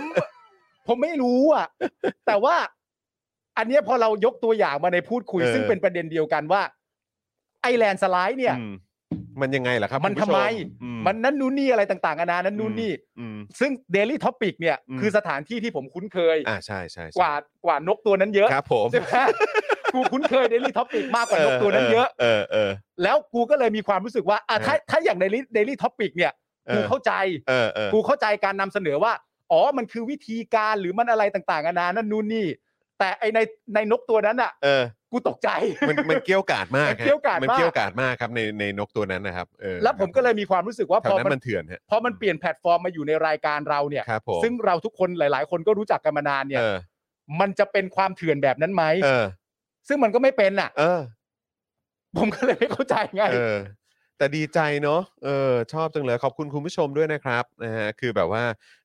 Speaker 6: ผมไม่รู้อะแต่ว่า อันเนี้ยพอเรายกตัวอย่างมาในพูดคุย
Speaker 3: เออ
Speaker 6: ซึ่งเป็นประเด็นเดียวกันว่า ไอแลนด์สไลด์เนี่ย
Speaker 3: อืมมันยังไงล่ะครับ
Speaker 6: มัน
Speaker 3: คุณผู้ช
Speaker 6: ทำไม
Speaker 3: อื
Speaker 6: มันนั่นนู่นนี่อะไรต่างๆนานานั้นนู่นนี่
Speaker 3: อืม
Speaker 6: ซึ่ง Daily Topic เนี่ย
Speaker 3: อืม
Speaker 6: คือสถานที่ที่ผมคุ้นเคย
Speaker 3: อ่าใช่ใช่ใช่
Speaker 6: กว่ากว่านกตัวนั้นเยอะ
Speaker 3: ครับผม
Speaker 6: ใช่ไหม กูคุ้นเคย Daily Topic มากกว่านกตัวนั้นเยอะ
Speaker 3: เออเออ
Speaker 6: แล้วกูก็เลยมีความรู้สึกว่าอ่ะถ้าถ้าอย่าง Daily Daily Topic เนี่ย
Speaker 3: เออ
Speaker 6: กูเข้าใจ
Speaker 3: เออเออ
Speaker 6: กูเข้าใจการนำเสนอว่า อ๋อมันคือวิธีการหรือมันอะไรต่างๆนานานั่นนู่นนี่ แต่ไอในในนกตัวนั้นอ่ะ
Speaker 3: เออ
Speaker 6: กูตกใจ
Speaker 3: มันมันเกี้ยวกาดมาก
Speaker 6: มัน
Speaker 3: ฮะ
Speaker 6: เกี้ยวกาด
Speaker 3: มัน
Speaker 6: มาก
Speaker 3: เกี้ยวกาดมากครับในในนกตัวนั้นนะครับเออ
Speaker 6: แล้วผมก็เลยมีความรู้สึกว่า
Speaker 3: แถ
Speaker 6: พ
Speaker 3: ว
Speaker 6: อ
Speaker 3: นั้
Speaker 6: มันน
Speaker 3: มันเถื่อนฮะ
Speaker 6: พอมันเปลี่ยนแพลตฟอร์มมาอยู่ในรายการเราเนี่ย
Speaker 3: ครับผม
Speaker 6: ซึ่งเราทุกคนหลาย ๆ คนก็รู้จักกันมานานเนี่ย
Speaker 3: เออ
Speaker 6: มันจะเป็นความเถื่อนแบบนั้นไหม
Speaker 3: เออ
Speaker 6: ซึ่งมันก็ไม่เป็นน่ะ
Speaker 3: เออ
Speaker 6: ผมก็เลยไม่เข้าใจไง
Speaker 3: เออแต่ดีใจเนาะเออชอบจังเลยขอบคุณคุณผู้ชมด้วยนะครับนะฮะคือแบบว่า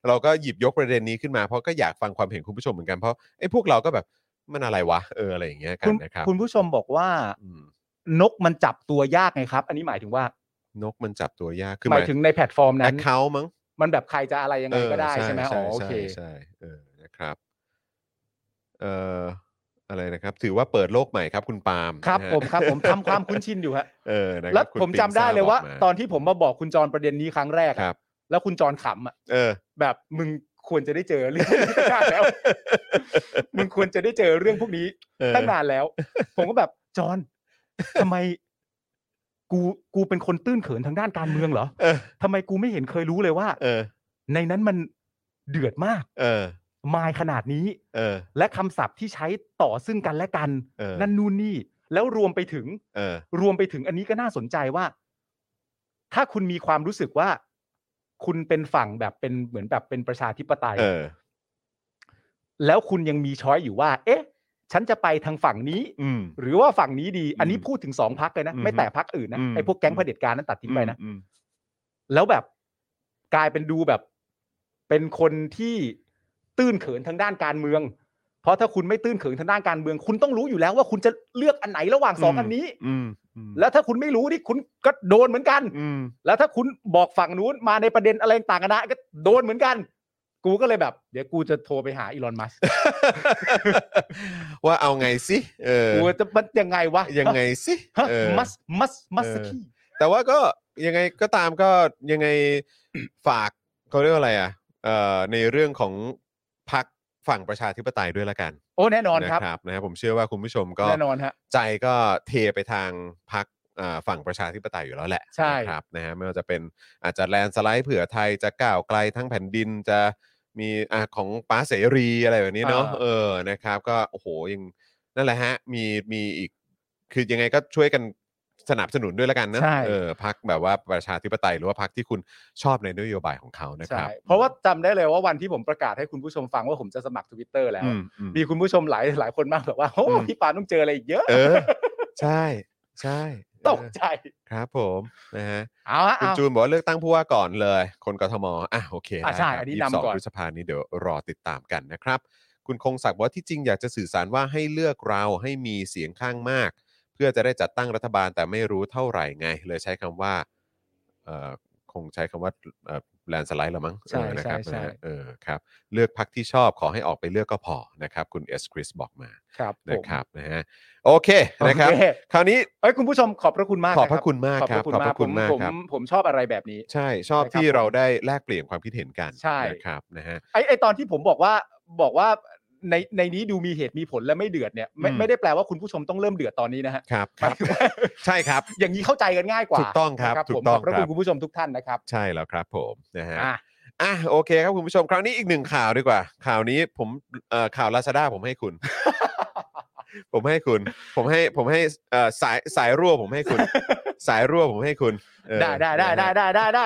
Speaker 3: เราก็หยิบยกประเด็นนี้ขึ้นมาเพราะก็อยากฟังความเห็นคุณผู้ชมเหมือนกันเพราะไอ้พวกเราก็แบบมันอะไรวะเอออะไรอย่างเงี้ยกัน
Speaker 6: คุณ
Speaker 3: นะครับ
Speaker 6: คุณผู้ชมบอกว่า
Speaker 3: อืม
Speaker 6: นกมันจับตัวยากไงครับ อันนี้หมายถึงว่าน
Speaker 3: กมันจับตัวยากคือ
Speaker 6: หมายถึงในแพลตฟอร์ม
Speaker 3: แอ
Speaker 6: นั้น
Speaker 3: คเคาท์มั้ง
Speaker 6: มันแบบใครจะอะไรยังไงก็ได้ใช่ไหมอ๋อโอเค
Speaker 3: ใช่เออนะครับเอ่ออะไรนะครับ ถือว่าเปิดโลกใหม่ครับคุณปาล์ม
Speaker 6: ครับ
Speaker 3: นะฮะ
Speaker 6: ผมครับผมทำความคุ้นชินอยู่ฮะ
Speaker 3: เออนะครับ
Speaker 6: แล้ว
Speaker 3: คุณ
Speaker 6: ผม
Speaker 3: ปิง
Speaker 6: จำได้เลยว่า
Speaker 3: ทรบกม
Speaker 6: ตอนที่ผมมาบอกคุณจรประเด็นนี้ครั้งแรก
Speaker 3: ค
Speaker 6: อะ
Speaker 3: รับ
Speaker 6: แล้วคุณจรขำอ่ะ
Speaker 3: เออ
Speaker 6: แบบมึงควรจะได้เจอเรื่องนี้ตั้ งนานแล้ว มึงควรจะได้เจอเรื่องพวกนี้
Speaker 3: เออ
Speaker 6: ตั้งนานแล้ว ผมก็แบบจรทำไม กูกูเป็นคนตื้นเขินทางด้านการเมืองเหรอ
Speaker 3: เออ
Speaker 6: ทำไมกูไม่เห็นเคยรู้เลยว่า
Speaker 3: เออ
Speaker 6: ในนั้นมันเดือดมาก
Speaker 3: เออ
Speaker 6: มายขนาดนี้
Speaker 3: เออ
Speaker 6: และคำศัพท์ที่ใช้ต่อซึ่งกันและกัน
Speaker 3: เออ
Speaker 6: นั่นนู่นนี่ แล้วรวมไปถึง
Speaker 3: เออ
Speaker 6: รวมไปถึงอันนี้ก็น่าสนใจว่า ถ้าคุณมีความรู้สึกว่า คุณเป็นฝั่งแบบเป็นเหมือนแบบเป็นประชาธิปไตย
Speaker 3: เออ
Speaker 6: แล้วคุณยังมีช้อยอยู่ว่า เอ๊ะ ฉันจะไปทางฝั่งนี้
Speaker 3: อืม
Speaker 6: หรือว่าฝั่งนี้ดี อันนี้
Speaker 3: อืม
Speaker 6: พูดถึงสองพักเลยนะ
Speaker 3: อืม
Speaker 6: ไม่แต่พักอื่นนะ
Speaker 3: อืม
Speaker 6: ไอ้พวกแก๊งเผด็จการนั้นตัดทิ้งไปนะ
Speaker 3: อืม
Speaker 6: แล้วแบบกลายเป็นดูแบบเป็นคนที่ตื้นเขินทางด้านการเมือง เพราะถ้าคุณไม่ตื้นเขินทางด้านการเมือง คุณต้องรู้อยู่แล้วว่าคุณจะเลือกอันไหนระหว่างสองอันนี้
Speaker 3: อืมอืม
Speaker 6: แล้วถ้าคุณไม่รู้นี่คุณก็โดนเหมือนกัน
Speaker 3: อืม
Speaker 6: แล้วถ้าคุณบอกฝั่งนู้นมาในประเด็นอะไรต่างกันนะก็โดนเหมือนกัน กูก็เลยแบบ เดี๋ยวกูจะโทรไปหาอีลอนมัสก์
Speaker 3: ว่าเอาไงสิเออ
Speaker 6: กูจะมันยังไงวะ
Speaker 3: ยังไงสิ
Speaker 6: ฮะ
Speaker 3: เออ
Speaker 6: มัสมัสมัสกี้
Speaker 3: แต่ว่าก็ยังไงก็ตามก็ยังไงฝากเขาเรียกว่าอะไรอ่ะเอ่อในเรื่องของพักฝั่งประชาธิปไตยด้วยละกัน
Speaker 6: โอ้แน่นอนครับ
Speaker 3: นะครับนะครับผมเชื่อว่าคุณผู้ชมก็
Speaker 6: แน่นอนฮะ
Speaker 3: ใจก็เทไปทางพักฝั่งประชาธิปไตยอยู่แล้วแหละ
Speaker 6: ใช่
Speaker 3: นะครับนะฮะไม่ว่าจะเป็นอาจจะแลนสไลด์เผื่อไทยจะก้าวไกลทั้งแผ่นดินจะมีอ่ะของป้าเสรีอะไรแบบนี้เนาะเออนะครับ ก็โอ้โหยังนั่นแหละฮะมีมีอีก คือยังไงก็ช่วยกันสนับสนุนด้วยแล้วกันนะ
Speaker 6: ใช่
Speaker 3: เออพักแบบว่าประชาธิปไตยหรือว่าพักที่คุณชอบในนโยบายของเขานะค
Speaker 6: ใช่
Speaker 3: รับ
Speaker 6: เพราะว่าจำได้เลยว่าวันที่ผมประกาศให้คุณผู้ชมฟังว่าผมจะสมัครทวิตเตอร์แล้ว
Speaker 3: อืมอืม
Speaker 6: มีคุณผู้ชมหลายหลายคนมากแบบว่าโอ้
Speaker 3: อืม
Speaker 6: พี่ปานต้องเจออะไรอีกเยอะ
Speaker 3: เอ อ ใช่ใช่เออ
Speaker 6: ตกใจ
Speaker 3: ครับผมนะฮะ
Speaker 6: เอาฮะ
Speaker 3: คุณ
Speaker 6: เอา
Speaker 3: จูนบอกว่าเลือกตั้งผู้ว่าก่อนเลย คนกทมอ่ะโอเค
Speaker 6: อ่ะใช่
Speaker 3: ได้ครับ
Speaker 6: อันนี้
Speaker 3: ยี่สิบสง
Speaker 6: นำก่อน
Speaker 3: พฤษภานี้เดี๋ยวรอติดตามกันนะครับ คุณคงศักดิ์บอกว่าที่จริงอยากจะสื่อสารว่าให้เลือกเราให้มีเสียงข้างมาก เพื่อจะได้จัดตั้งรัฐบาลแต่ไม่รู้เท่าไหร่ไง เลยใช้คำว่าเอ่อคงใช้คำว่าแลนสไลด์ละมั้ง
Speaker 6: ใช่
Speaker 3: เออนะครั
Speaker 6: ใช่ใช่
Speaker 3: นะฮะเออครับเลือกพักที่ชอบขอให้ออกไปเลือกก็พอนะครับ คุณเอสคริสบอกมา
Speaker 6: ครับผม
Speaker 3: นะครับนะฮะโอเคนะครับ
Speaker 6: โอเ
Speaker 3: คราวนี้
Speaker 6: เอ้ยคุณผู้ชมขอบพระคุณมาก
Speaker 3: ขอบพระ
Speaker 6: น
Speaker 3: คุณมากครับ
Speaker 6: ขอบพ
Speaker 3: ขอบพ
Speaker 6: ระ
Speaker 3: ระคุ
Speaker 6: คุณ
Speaker 3: มาม
Speaker 6: ณาก ก
Speaker 3: ครับ
Speaker 6: ผมผมผมชอบอะไรแบบนี้
Speaker 3: ใช่ชอบ
Speaker 6: ใช่ครับ
Speaker 3: ที่เราได้แลกเปลี่ยนความคิดเห็นกัน
Speaker 6: ใช่
Speaker 3: นะครับนะฮะ
Speaker 6: ไอ้ไอ้ตอนที่ผมบอกว่าบอกว่าในในนี้ดูมีเหตุมีผลและไม่เดือดเนี่ยไม่
Speaker 3: อืม
Speaker 6: ไม่ได้แปลว่าคุณผู้ชมต้องเริ่มเดือดตอนนี้นะฮะ
Speaker 3: ครับค
Speaker 6: หมา
Speaker 3: รั
Speaker 6: ย
Speaker 3: บ
Speaker 6: ถึงว่า
Speaker 3: ใช่ครับ
Speaker 6: อย่างนี้เข้าใจกันง่ายกว่า
Speaker 3: ถูกต้องครับ
Speaker 6: นะ
Speaker 3: ถู
Speaker 6: ผม
Speaker 3: กต้อง
Speaker 6: ขอบพระ
Speaker 3: ครั
Speaker 6: คุณ
Speaker 3: บ
Speaker 6: คุณผู้ชมทุกท่านนะครับ
Speaker 3: ใช่แล้วครับผมนะฮะ
Speaker 6: อ่ะ
Speaker 3: อ่ะโอเคครับคุณผู้ชมคราวนี้อีกหนึ่งข่าวดีกว่า ข่าวนี้ผมเอ่อข่าวลาซาด้าผมให้คุณ ผมให้คุณ ผมให้ผมให้เอ่อสายสายรั่วผมให้ คุณ สายรั่วผมให้คุณเออ
Speaker 6: ได้ได้ได้ได้
Speaker 3: นะฮะ
Speaker 6: ได้ได้ได้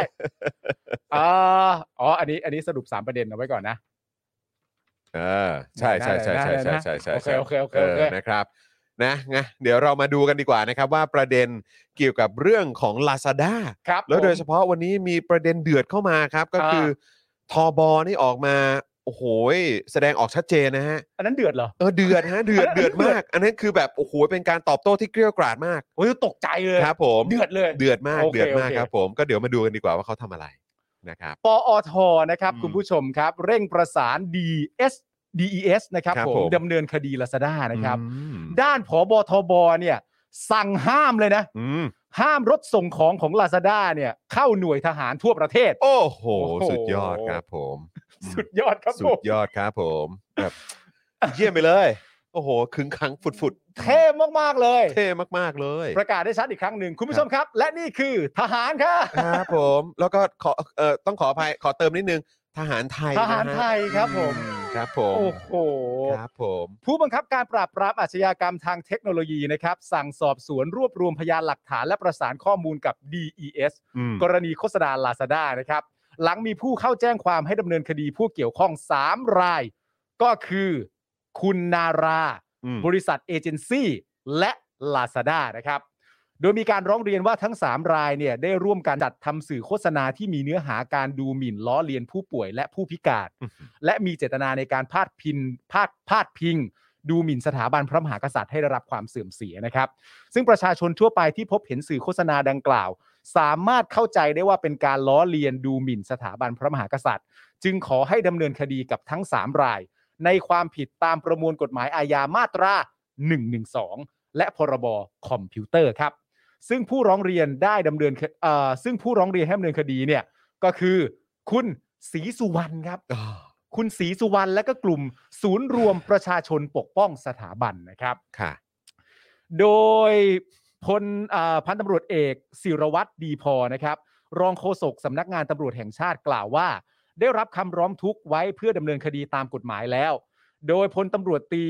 Speaker 6: เอ่ออ๋ออันนี้อันนี้สรุปสามประเด็นเอาไว้ก่อนนะ
Speaker 3: เออใช่ใช่ใช่ใช่
Speaker 6: ได้
Speaker 3: ใช่
Speaker 6: นะ
Speaker 3: ใช่ใช่ใช่
Speaker 6: โอเคโอเคโอเคโอเค
Speaker 3: อนะครับนะงั้นเดี๋ยวเรามาดูกันดีกว่านะครับ ว่าประเด็นเกี่ยวกับเรื่องของลาซาด้า
Speaker 6: ครับ
Speaker 3: แล้วโดย
Speaker 6: ผม
Speaker 3: เฉพาะวันนี้มีประเด็นเดือดเข้ามาครับ ก็
Speaker 6: อ่า
Speaker 3: คือทอบอนี่ออกมา โอ้โหยแสดงออกชัดเจนนะฮะ
Speaker 6: อันนั้นเดือดเหรอ
Speaker 3: เออเดือดฮะเดือด
Speaker 6: อันนั้น
Speaker 3: เดือดมาก อันนั้นคือแบบโอ้โหเป็นการตอบโต้ที่เกรี้ยวกราดมาก
Speaker 6: โอ้ยตกใจเลย
Speaker 3: ครับ ผม
Speaker 6: เดือดเลย
Speaker 3: เดือดมาก
Speaker 6: โอเค
Speaker 3: เดือดมาก
Speaker 6: โอเค
Speaker 3: ครับ ผมก็เดี๋ยวมาดูกันดีกว่าว่าเขาทำอะไรนะครับ
Speaker 6: ปอทนะครับ
Speaker 3: อืม
Speaker 6: คุณผู้ชมครับ เร่งประสาน DS DES นะครับ
Speaker 3: ครับ
Speaker 6: ผ
Speaker 3: ผม ม
Speaker 6: ดำเนินคดีลาซาด้านะครับ
Speaker 3: อืม
Speaker 6: ด้านผอบทบเนี่ย สั่งห้ามเลยนะ
Speaker 3: อืม
Speaker 6: ห้ามรถส่งของของลาซาด้าเนี่ย เข้าหน่วยทหารทั่วประเทศ
Speaker 3: โอ้โห
Speaker 6: โอ้โห
Speaker 3: สุดยอดครับ ผมอืม
Speaker 6: สุดยอดครับ
Speaker 3: สุ
Speaker 6: ผ
Speaker 3: ด
Speaker 6: ม
Speaker 3: ยอดครับ ผมแบบเยี่ยมไปเลยโอ้โหขึงขังฝุดๆ
Speaker 6: เท่มาก ๆ เลย
Speaker 3: เท่มากๆเลย
Speaker 6: ประกาศได้ชัดอีกครั้งหนึ่งคุณผู้ชมครับ และนี่คือทหารค่ะ
Speaker 3: ครับผมแล้วก็ขอเอ่อต้องขออภัยขอเติมนิดนึงทหารไทยนะ
Speaker 6: ท
Speaker 3: ฮะ
Speaker 6: หารไทยครับผม
Speaker 3: อืครับผม
Speaker 6: โอ้โห
Speaker 3: ครับผม
Speaker 6: ผู้บังคับการปราบปรามอาชญากรรมทางเทคโนโลยีนะครับ สั่งสอบสวนรวบรวมพยานหลักฐานและประสานข้อมูลกับ DES
Speaker 3: อืม
Speaker 6: กรณีโฆษณาลาซาด้านะครับ หลังมีผู้เข้าแจ้งความให้ดำเนินคดีผู้เกี่ยวข้อง 3 ราย ก็คือ คุณนารา
Speaker 3: อืม
Speaker 6: บริษัทเอเจนซี่และลาซาด้านะครับ โดยมีการร้องเรียนว่าทั้ง 3 รายเนี่ยได้ร่วมกันจัดทำสื่อโฆษณาที่มีเนื้อหาการดูหมิ่นล้อเลียนผู้ป่วยและผู้พิการ และมีเจตนาในการพาดพินพาดพาดพิง ดูหมิ่นสถาบันพระมหากษัตริย์ให้ได้รับความเสื่อมเสียนะครับ ซึ่งประชาชนทั่วไปที่พบเห็นสื่อโฆษณาดังกล่าว สามารถเข้าใจได้ว่าเป็นการล้อเลียนดูหมิ่นสถาบันพระมหากษัตริย์ จึงขอให้ดำเนินคดีกับทั้ง 3 ราย ในความผิดตามประมวลกฎหมายอาญามาตรา 112 และพรบคอมพิวเตอร์ครับ ซึ่งผู้ร้องเรียนได้ดำเนินคเอ่อซึ่งผู้ร้องเรียนให้ดำเนินคดีเนี่ยก็คือคุณศรีสุวรรณครับ
Speaker 3: อ่า
Speaker 6: คุณศรีสุวรรณและก็กลุ่มศูนย์รวมประชาชนปกป้องสถาบันนะครับ
Speaker 3: ค่ะ
Speaker 6: โดยพลอ่าพันตำรวจเอกศิรวัตรดีพอนะครับ รองโฆษกสำนักงานตำรวจแห่งชาติกล่าวว่า ได้รับคำร้องทุกข์ไว้เพื่อดำเนินคดีตามกฎหมายแล้ว โดยพลตำรวจตี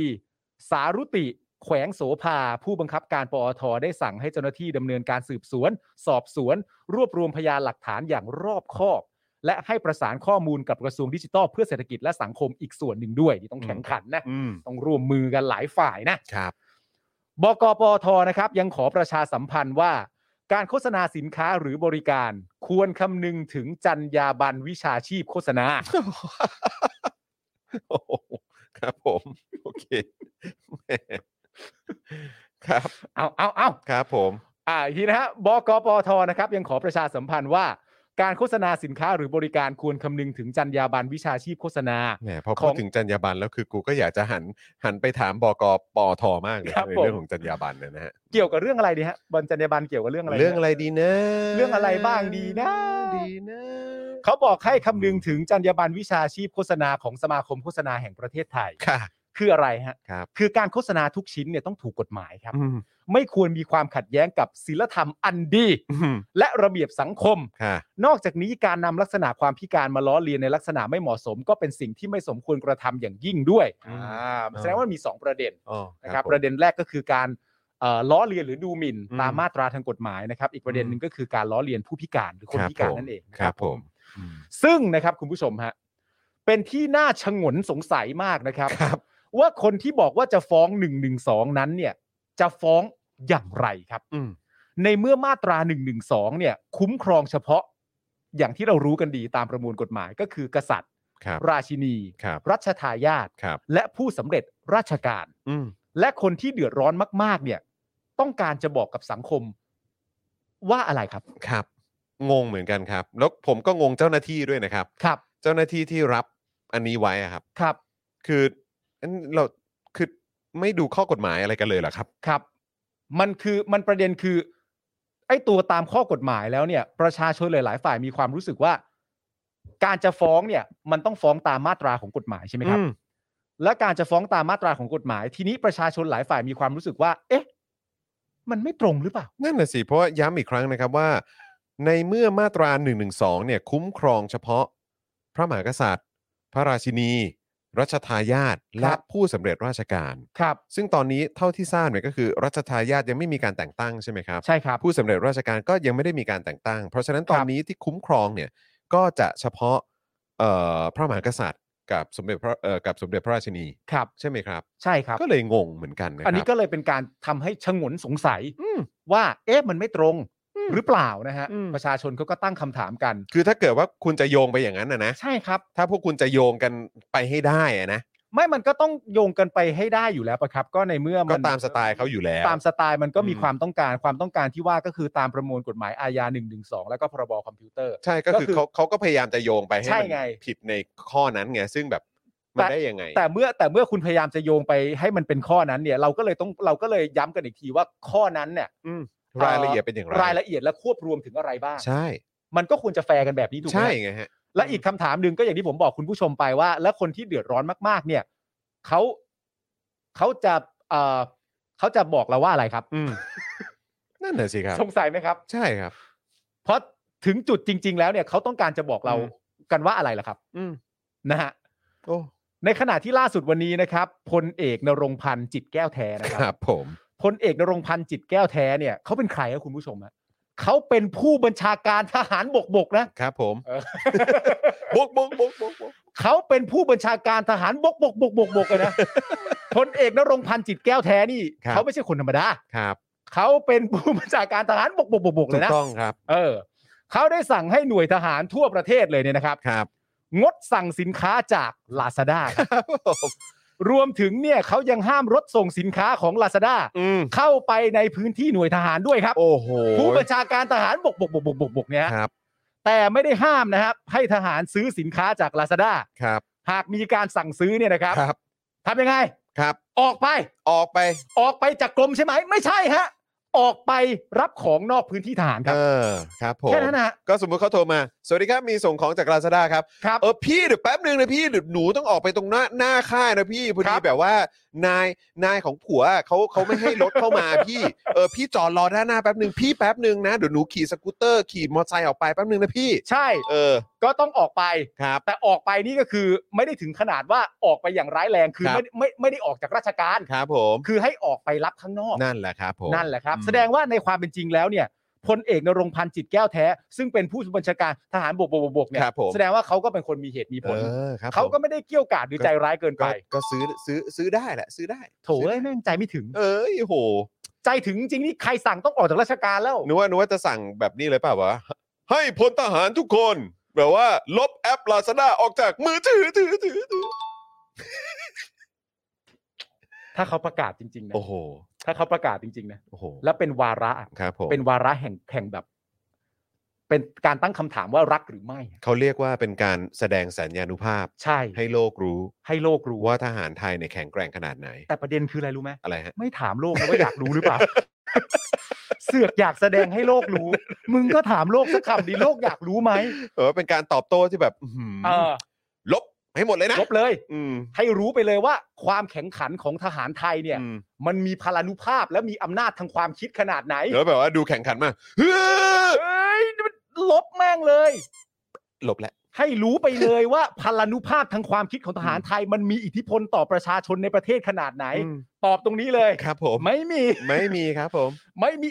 Speaker 6: สารุติ แขวงโสภา ผู้บังคับการปอทได้สั่งให้เจ้าหน้าที่ดำเนินการสืบสวน สอบสวน รวบรวมพยานหลักฐานอย่างรอบคอบ และให้ประสานข้อมูลกับกระทรวงดิจิทัลเพื่อเศรษฐกิจและสังคมอีกส่วนหนึ่งด้วยนี่ต้องแข่งขันนะ
Speaker 3: อืม
Speaker 6: ต้องร่วมมือกันหลายฝ่ายนะ
Speaker 3: ครับ
Speaker 6: บกปอทนะครับยังขอประชาสัมพันธ์ว่า การโฆษณาสินค้าหรือบริการ ควรคำนึงถึงจรรยาบรรณวิชาชีพโฆษณา
Speaker 3: โอ้โหครับผม โอเคแหม่ครับ
Speaker 6: เอาเอาเอา
Speaker 3: ครับผม
Speaker 6: อ่าอีกทีนะฮะบกปอทนะครับยังขอประชาสัมพันธ์ว่า การโฆษณาสินค้าหรือบริการควรคำนึงถึงจรรยาบรรณวิชาชีพโฆษณา
Speaker 3: แหมพอ
Speaker 6: ข
Speaker 3: พู
Speaker 6: อ
Speaker 3: ด
Speaker 6: ง
Speaker 3: ถึงจรรยาบรรณแล้วคือกูก็อยากจะหันหันไปถามบกปอทมากเลย
Speaker 6: ครับ
Speaker 3: ใน
Speaker 6: ผม
Speaker 3: เรื่องของจรรยาบรรณเนยนะฮะ
Speaker 6: เกี่ยวกับเรื่องอะไรดีฮะบรรจรรยาบรรณเกี่ยวกับเรื่องอะไร
Speaker 3: เรื่องอะไรดีนะ
Speaker 6: เรื่องอะไรบ้างดีนะ
Speaker 3: ดีนะ
Speaker 6: เขาบอกให้คำนึงถึงจรรยาบรรณวิชาชีพโฆษณาของสมาคมโฆษณาแห่งประเทศไทย
Speaker 3: ค่ะ
Speaker 6: คืออะไรฮะ
Speaker 3: ครับ
Speaker 6: คือการโฆษณาทุกชิ้นเนี่ยต้องถูกกฎหมายครับ
Speaker 3: อืม
Speaker 6: ไม่ควรมีความขัดแย้งกับศีลธรรมอันดี
Speaker 3: อืม
Speaker 6: และระเบียบสังคม
Speaker 3: ค่ะ
Speaker 6: นอกจากนี้การนำลักษณะความพิการมาล้อเลียนในลักษณะไม่เหมาะสม ก็เป็นสิ่งที่ไม่สมควรกระทำอย่างยิ่งด้วย
Speaker 3: อืม
Speaker 6: อ่าแสดงว่ามี 2 ประเด็น
Speaker 3: อ๋อ
Speaker 6: นะครับ
Speaker 3: ผม
Speaker 6: ประเด็นแรกก็คือการเอ่อล้อเลียนหรือดูหมิ่น
Speaker 3: อืม
Speaker 6: ตามมาตราทางกฎหมายนะครับ อีกประเด็นหนึ่งก็คือการล้อเลียนผู้พิการหรือค
Speaker 3: ค
Speaker 6: น
Speaker 3: รับ
Speaker 6: พิการ
Speaker 3: ผม
Speaker 6: นั่นเองนะครับ
Speaker 3: ผมอืม
Speaker 6: ซึ่งนะครับคุณผู้ชมฮะเป็นที่น่าชงนสงสัยมากนะครับ
Speaker 3: ครับ
Speaker 6: ว่าคนที่บอกว่าจะฟ้อง1นึนั้นเนี่ยจะฟ้องอย่างไรครับ
Speaker 3: อืม
Speaker 6: ในเมื่อมาตรา1นึเนี่ยคุ้มครองเฉพาะอย่างที่เรารู้กันดีตามประมวลกฎหมายก็คือกษัตริย์
Speaker 3: ครับ
Speaker 6: ราชินี
Speaker 3: ครับ
Speaker 6: รัชทายาท
Speaker 3: ครับ
Speaker 6: และผู้สำเร็จราชการ
Speaker 3: อืม
Speaker 6: และคนที่เดือดร้อนมาก ๆ เนี่ย ต้องการจะบอกกับสังคม ว่าอะไรครับ
Speaker 3: ครับ งงเหมือนกันครับ แล้วผมก็งงเจ้าหน้าที่ด้วยนะครับ
Speaker 6: ครับ
Speaker 3: เจ้าหน้าที่ที่รับอันนี้ไว้อะครับ
Speaker 6: ครับ
Speaker 3: คืออันเราคือไม่ดูข้อกฎหมายอะไรกันเลยเหรอครับ
Speaker 6: ครับ มันคือมันประเด็นคือ ไอ้ตัวตามข้อกฎหมายแล้วเนี่ย ประชาชนหลาย ๆ ฝ่ายมีความรู้สึกว่า การจะฟ้องเนี่ย มันต้องฟ้องตามมาตราของกฎหมายใช่ไหมครับ
Speaker 3: อืม
Speaker 6: และการจะฟ้องตามมาตราของกฎหมาย ทีนี้ประชาชนหลายฝ่ายมีความรู้สึกว่า เอ๊ะ มันไม่ตรงหรือเปล่า
Speaker 3: นั่นน่ะสิ เพราะว่าย้ำอีกครั้งนะครับว่า ในเมื่อมาตรา1นึเนี่ยคุ้มครองเฉพาะพระมหากษัตริย์ พระราชินี รัชทายาทและ
Speaker 6: ครับ
Speaker 3: ผู้สำเร็จราชการ
Speaker 6: ครับ
Speaker 3: ซึ่งตอนนี้เท่าที่ทราบเนี่ยก็คือ รัชทายาทยังไม่มีการแต่งตั้งใช่ไหมครับ
Speaker 6: ใช่ครับ
Speaker 3: ผู้สำเร็จราชการก็ยังไม่ได้มีการแต่งตั้ง เพราะฉะนั้นตอน
Speaker 6: ครับ
Speaker 3: นี้ที่คุ้มครองเนี่ยก็จะเฉพาะเอ่อพระมหากษัตริย์ กับสมเด็จพระเอ่อกับสมเด็จพระราชินี
Speaker 6: ครับ
Speaker 3: ใช่ไหมครับ
Speaker 6: ใช่ครับ
Speaker 3: ก็เลยงงเหมือนกันนะครับ
Speaker 6: อั
Speaker 3: อั
Speaker 6: นนี้ก็เลยเป็นการทำให้ชงนสงสัย
Speaker 3: อืม
Speaker 6: ว่า เอ๊ะ มันไม่ตรง
Speaker 3: อืม
Speaker 6: หรือเปล่านะฮะ
Speaker 3: อืม
Speaker 6: ประชาชนเขาก็ตั้งคำถามกัน
Speaker 3: คือถ้าเกิดว่าคุณจะโยงไปอย่างนั้นนะนะ
Speaker 6: ใช่ครับ
Speaker 3: ถ้าพวกคุณจะโยงกันไปให้ได้อะนะ
Speaker 6: ไม่มันก็ต้องโยงกันไปให้ได้อยู่แล้วปะครับ ก็ในเมื่อ
Speaker 3: ก็
Speaker 6: น
Speaker 3: ตามสไตล์เขาอยู่แล้ว
Speaker 6: ตามสไตล์มันก็มี
Speaker 3: อืม
Speaker 6: ความต้องการความต้องการที่ว่าก็คือตามประมวลกฎหมายอาญา1นึแล้วก็พรบคอมพิวเตอร์
Speaker 3: ใช่ก็คือ
Speaker 6: ก็คือ
Speaker 3: เขาเขาก็พยายามจะโยงไปให้
Speaker 6: ใช่
Speaker 3: มัน
Speaker 6: ไง
Speaker 3: ผิดในข้อนั้นไงซึ่งแบบมัน
Speaker 6: แต่
Speaker 3: ได้ยังไง
Speaker 6: แต่เมื่อแต่เมื่อคุณพยายามจะโยงไปให้มันเป็นข้อนั้นเนี่ย เราก็เลยต้องเราก็เลยย้ำกันอีกทีว่าข้อนั้นเนี่ย
Speaker 3: อืมรายละเอียดเป็นอย่างไร
Speaker 6: รายละเอียดและควบรวมถึงอะไรบ้าง
Speaker 3: ใช่
Speaker 6: มันก็ควรจะแฟร์กันแบบนี้ถูกไหม
Speaker 3: ใช่
Speaker 6: ฮะ
Speaker 3: ไงฮะ
Speaker 6: และอีกคำถามหนึ่งก็อย่างที่ผมบอกคุณผู้ชมไปว่า และคนที่เดือดร้อนมาก ๆ เนี่ยเขาเขาจะเอ่อเขาจะบอกเราว่าอะไรครับ
Speaker 3: อืม นั่นน่ะสิครับ
Speaker 6: สงสัยไหมครับ
Speaker 3: ใช่ครับ
Speaker 6: เพราะถึงจุดจริง ๆ แล้วเนี่ยเขาต้องการจะบอกเรา
Speaker 3: อืม
Speaker 6: กันว่าอะไรล่ะครับ
Speaker 3: อืม
Speaker 6: นะฮะ
Speaker 3: โอ้
Speaker 6: ในขณะที่ล่าสุดวันนี้นะครับพลเอกนรงค์พันธ์จิตแก้วแท้นะค
Speaker 3: ครับ รับผม
Speaker 6: พลเอกนรงค์พันธ์จิตแก้วแท้เนี่ยเขาเป็นใครครับคุณผู้ชมฮะเขาเป็นผู้บัญชาการทหารบกบก นะครับ
Speaker 3: ผม
Speaker 6: เออบ
Speaker 3: กบกบกบกบก
Speaker 6: เขาเป็นผู้บัญชาการทหารบกบกบกบกบกเลยนะพลเอกนรงค์พันธ์จิตแก้วแท้นี่เขาไม่ใช่คนธรรมดา
Speaker 3: ครับ
Speaker 6: เขาเป็นผู้บัญชาการทหารบกบกบกบกเล
Speaker 3: ถู
Speaker 6: ย
Speaker 3: ก
Speaker 6: นะ
Speaker 3: ต้องครับ
Speaker 6: เออเขาได้สั่งให้หน่วยทหารทั่วประเทศเลยเนี่ยนะครับ
Speaker 3: ครับ
Speaker 6: งดสั่งสินค้าจาก Lazada ครับ
Speaker 3: ครับผม
Speaker 6: รวมถึงเนี่ยเขายังห้ามรถส่งสินค้าของ Lazada
Speaker 3: อืม
Speaker 6: เข้าไปในพื้นที่หน่วยทหารด้วยครับ
Speaker 3: โอ้โห
Speaker 6: ผู้บัญชาการทหารบกบกบกบกบกบกเนี่ยฮะ
Speaker 3: ครับ
Speaker 6: แต่ไม่ได้ห้ามนะครับ ให้ทหารซื้อสินค้าจาก Lazada
Speaker 3: ครับ
Speaker 6: หากมีการสั่งซื้อเนี่ยนะครับ
Speaker 3: ครับ
Speaker 6: ทำยังไง
Speaker 3: ครับ
Speaker 6: ออกไป
Speaker 3: ออกไป
Speaker 6: ออกไปจากกรมใช่ไหม ไม่ใช่ฮะ ออกไปรับของนอกพื้นที่ทหารค
Speaker 3: เอ
Speaker 6: รับ
Speaker 3: อครับผม
Speaker 6: แค่นั้นนะฮะ
Speaker 3: ก็สมมุติเขาโทรมา สวัสดีครับมีส่งของจากลาซาด้าครับ
Speaker 6: ครับ
Speaker 3: เออพี่เดี๋ยวแป๊บนึงนะพี่เดี๋ยวหนูต้องออกไปตรงหน้าหน้าค่ายนะพี่พอ
Speaker 6: ค
Speaker 3: ดี
Speaker 6: รับ
Speaker 3: แบบว่านายนายของผัวเขาเขาไม่ให้รถเข้ามาพี่เออพี่จอดรอด้านหน้าแป๊บนึงพี่แป๊บนึงนะเดี๋ยวหนูขี่สกูตเตอร์ขี่มอเตอร์ไซค์ออกไปแป๊บนึงนะพี่
Speaker 6: ใช่
Speaker 3: เออ
Speaker 6: ก็ต้องออกไป
Speaker 3: ครับ
Speaker 6: แต่ออกไปนี่ก็คือไม่ได้ถึงขนาดว่าออกไปอย่างร้ายแรง คือ
Speaker 3: ครับ
Speaker 6: ไม่ไม่ไม่ได้ออกจากราชการ
Speaker 3: ครับผม
Speaker 6: คือให้ออกไปรับข้างนอก
Speaker 3: นั่นแหละครับผม
Speaker 6: นั่นแหละครับ
Speaker 3: อืม
Speaker 6: แสดงว่าในความเป็นจริงแล้วเนี่ยพลเอกนรงค์พันธ์จิตแก้วแท้ ซึ่งเป็นผู้บัญชาการทหารบกบกบกบกเนี่ย
Speaker 3: ครับผม
Speaker 6: แสดงว่าเขาก็เป็นคนมีเหตุมีผ
Speaker 3: เอ
Speaker 6: ล
Speaker 3: อครับ
Speaker 6: เขาก็
Speaker 3: ผม
Speaker 6: ไม่ได้เกี้ยวกาดหรือใจร้ายเกินไป
Speaker 3: ก็ก็ซื้อซื้อซื้อได้แหละ ซื้อได้
Speaker 6: โถเอ้ยแม่งใจไม่ถึง
Speaker 3: เอ้ยโห
Speaker 6: ใจถึงจริงนี่ใครสั่งต้องออกจากราชการแล้ว
Speaker 3: นึกว่านึกว่าจะสั่งแบบนี้เลยเปล่าวะให้พลทหารทุกคนแบบว่า ลบแอปลาซาด้าออกจากมือถือถือถือถือ
Speaker 6: ถ้าเขาประกาศจริงๆนะ
Speaker 3: โอ้โห
Speaker 6: ถ้าเขาประกาศจริงๆนะ
Speaker 3: โอ้โห
Speaker 6: แล้วเป็นวาระอะ
Speaker 3: ครับผม
Speaker 6: เป็นวาระแห่งแห่งแบบ เป็นการตั้งคำถามว่ารักหรือไม่อะ
Speaker 3: เขาเรียกว่าเป็นการแสดงสัญญานุภาพ
Speaker 6: ใช่
Speaker 3: ให้โลกรู้
Speaker 6: ให้โลกรู้
Speaker 3: ว่าทหารไทยในยแข็งแกร่งขนาดไหน
Speaker 6: แต่ประเด็นคืออะไรรู้ไหม
Speaker 3: อะไรฮะ
Speaker 6: ไม่ถามโลกนะว่าอยากรู้ หรือเปล่า เสือกอยากแสดงให้โลกรู้ มึงก็ถามโลกสักคำดิโลกอยากรู้ไหม
Speaker 3: เออเป็นการตอบโต้ที่แบบอื้อหือ
Speaker 6: เออ
Speaker 3: ลบให้หมดเลยนะ
Speaker 6: ลบเลย
Speaker 3: อืม
Speaker 6: ให้รู้ไปเลยว่า ความแข็งขันของทหารไทยเนี่ย
Speaker 3: อืม
Speaker 6: มันมีพลานุภาพและมีอำนาจทางความคิดขนาดไหน
Speaker 3: แล้วแบบว่าดูแข่งขันมากเฮ้ย
Speaker 6: เอ้ยมันลบแม่งเลย
Speaker 3: หลบแล้ว
Speaker 6: ให้รู้ไปเลยว่าพลานุภาพทางความคิดของทหารไทย มันมีอิทธิพลต่อประชาชนในประเทศขนาดไหน
Speaker 3: อืม
Speaker 6: ตอบตรงนี้เลย
Speaker 3: ครับผม
Speaker 6: ไม่มี
Speaker 3: ไม่มีครับผม
Speaker 6: ไม่มี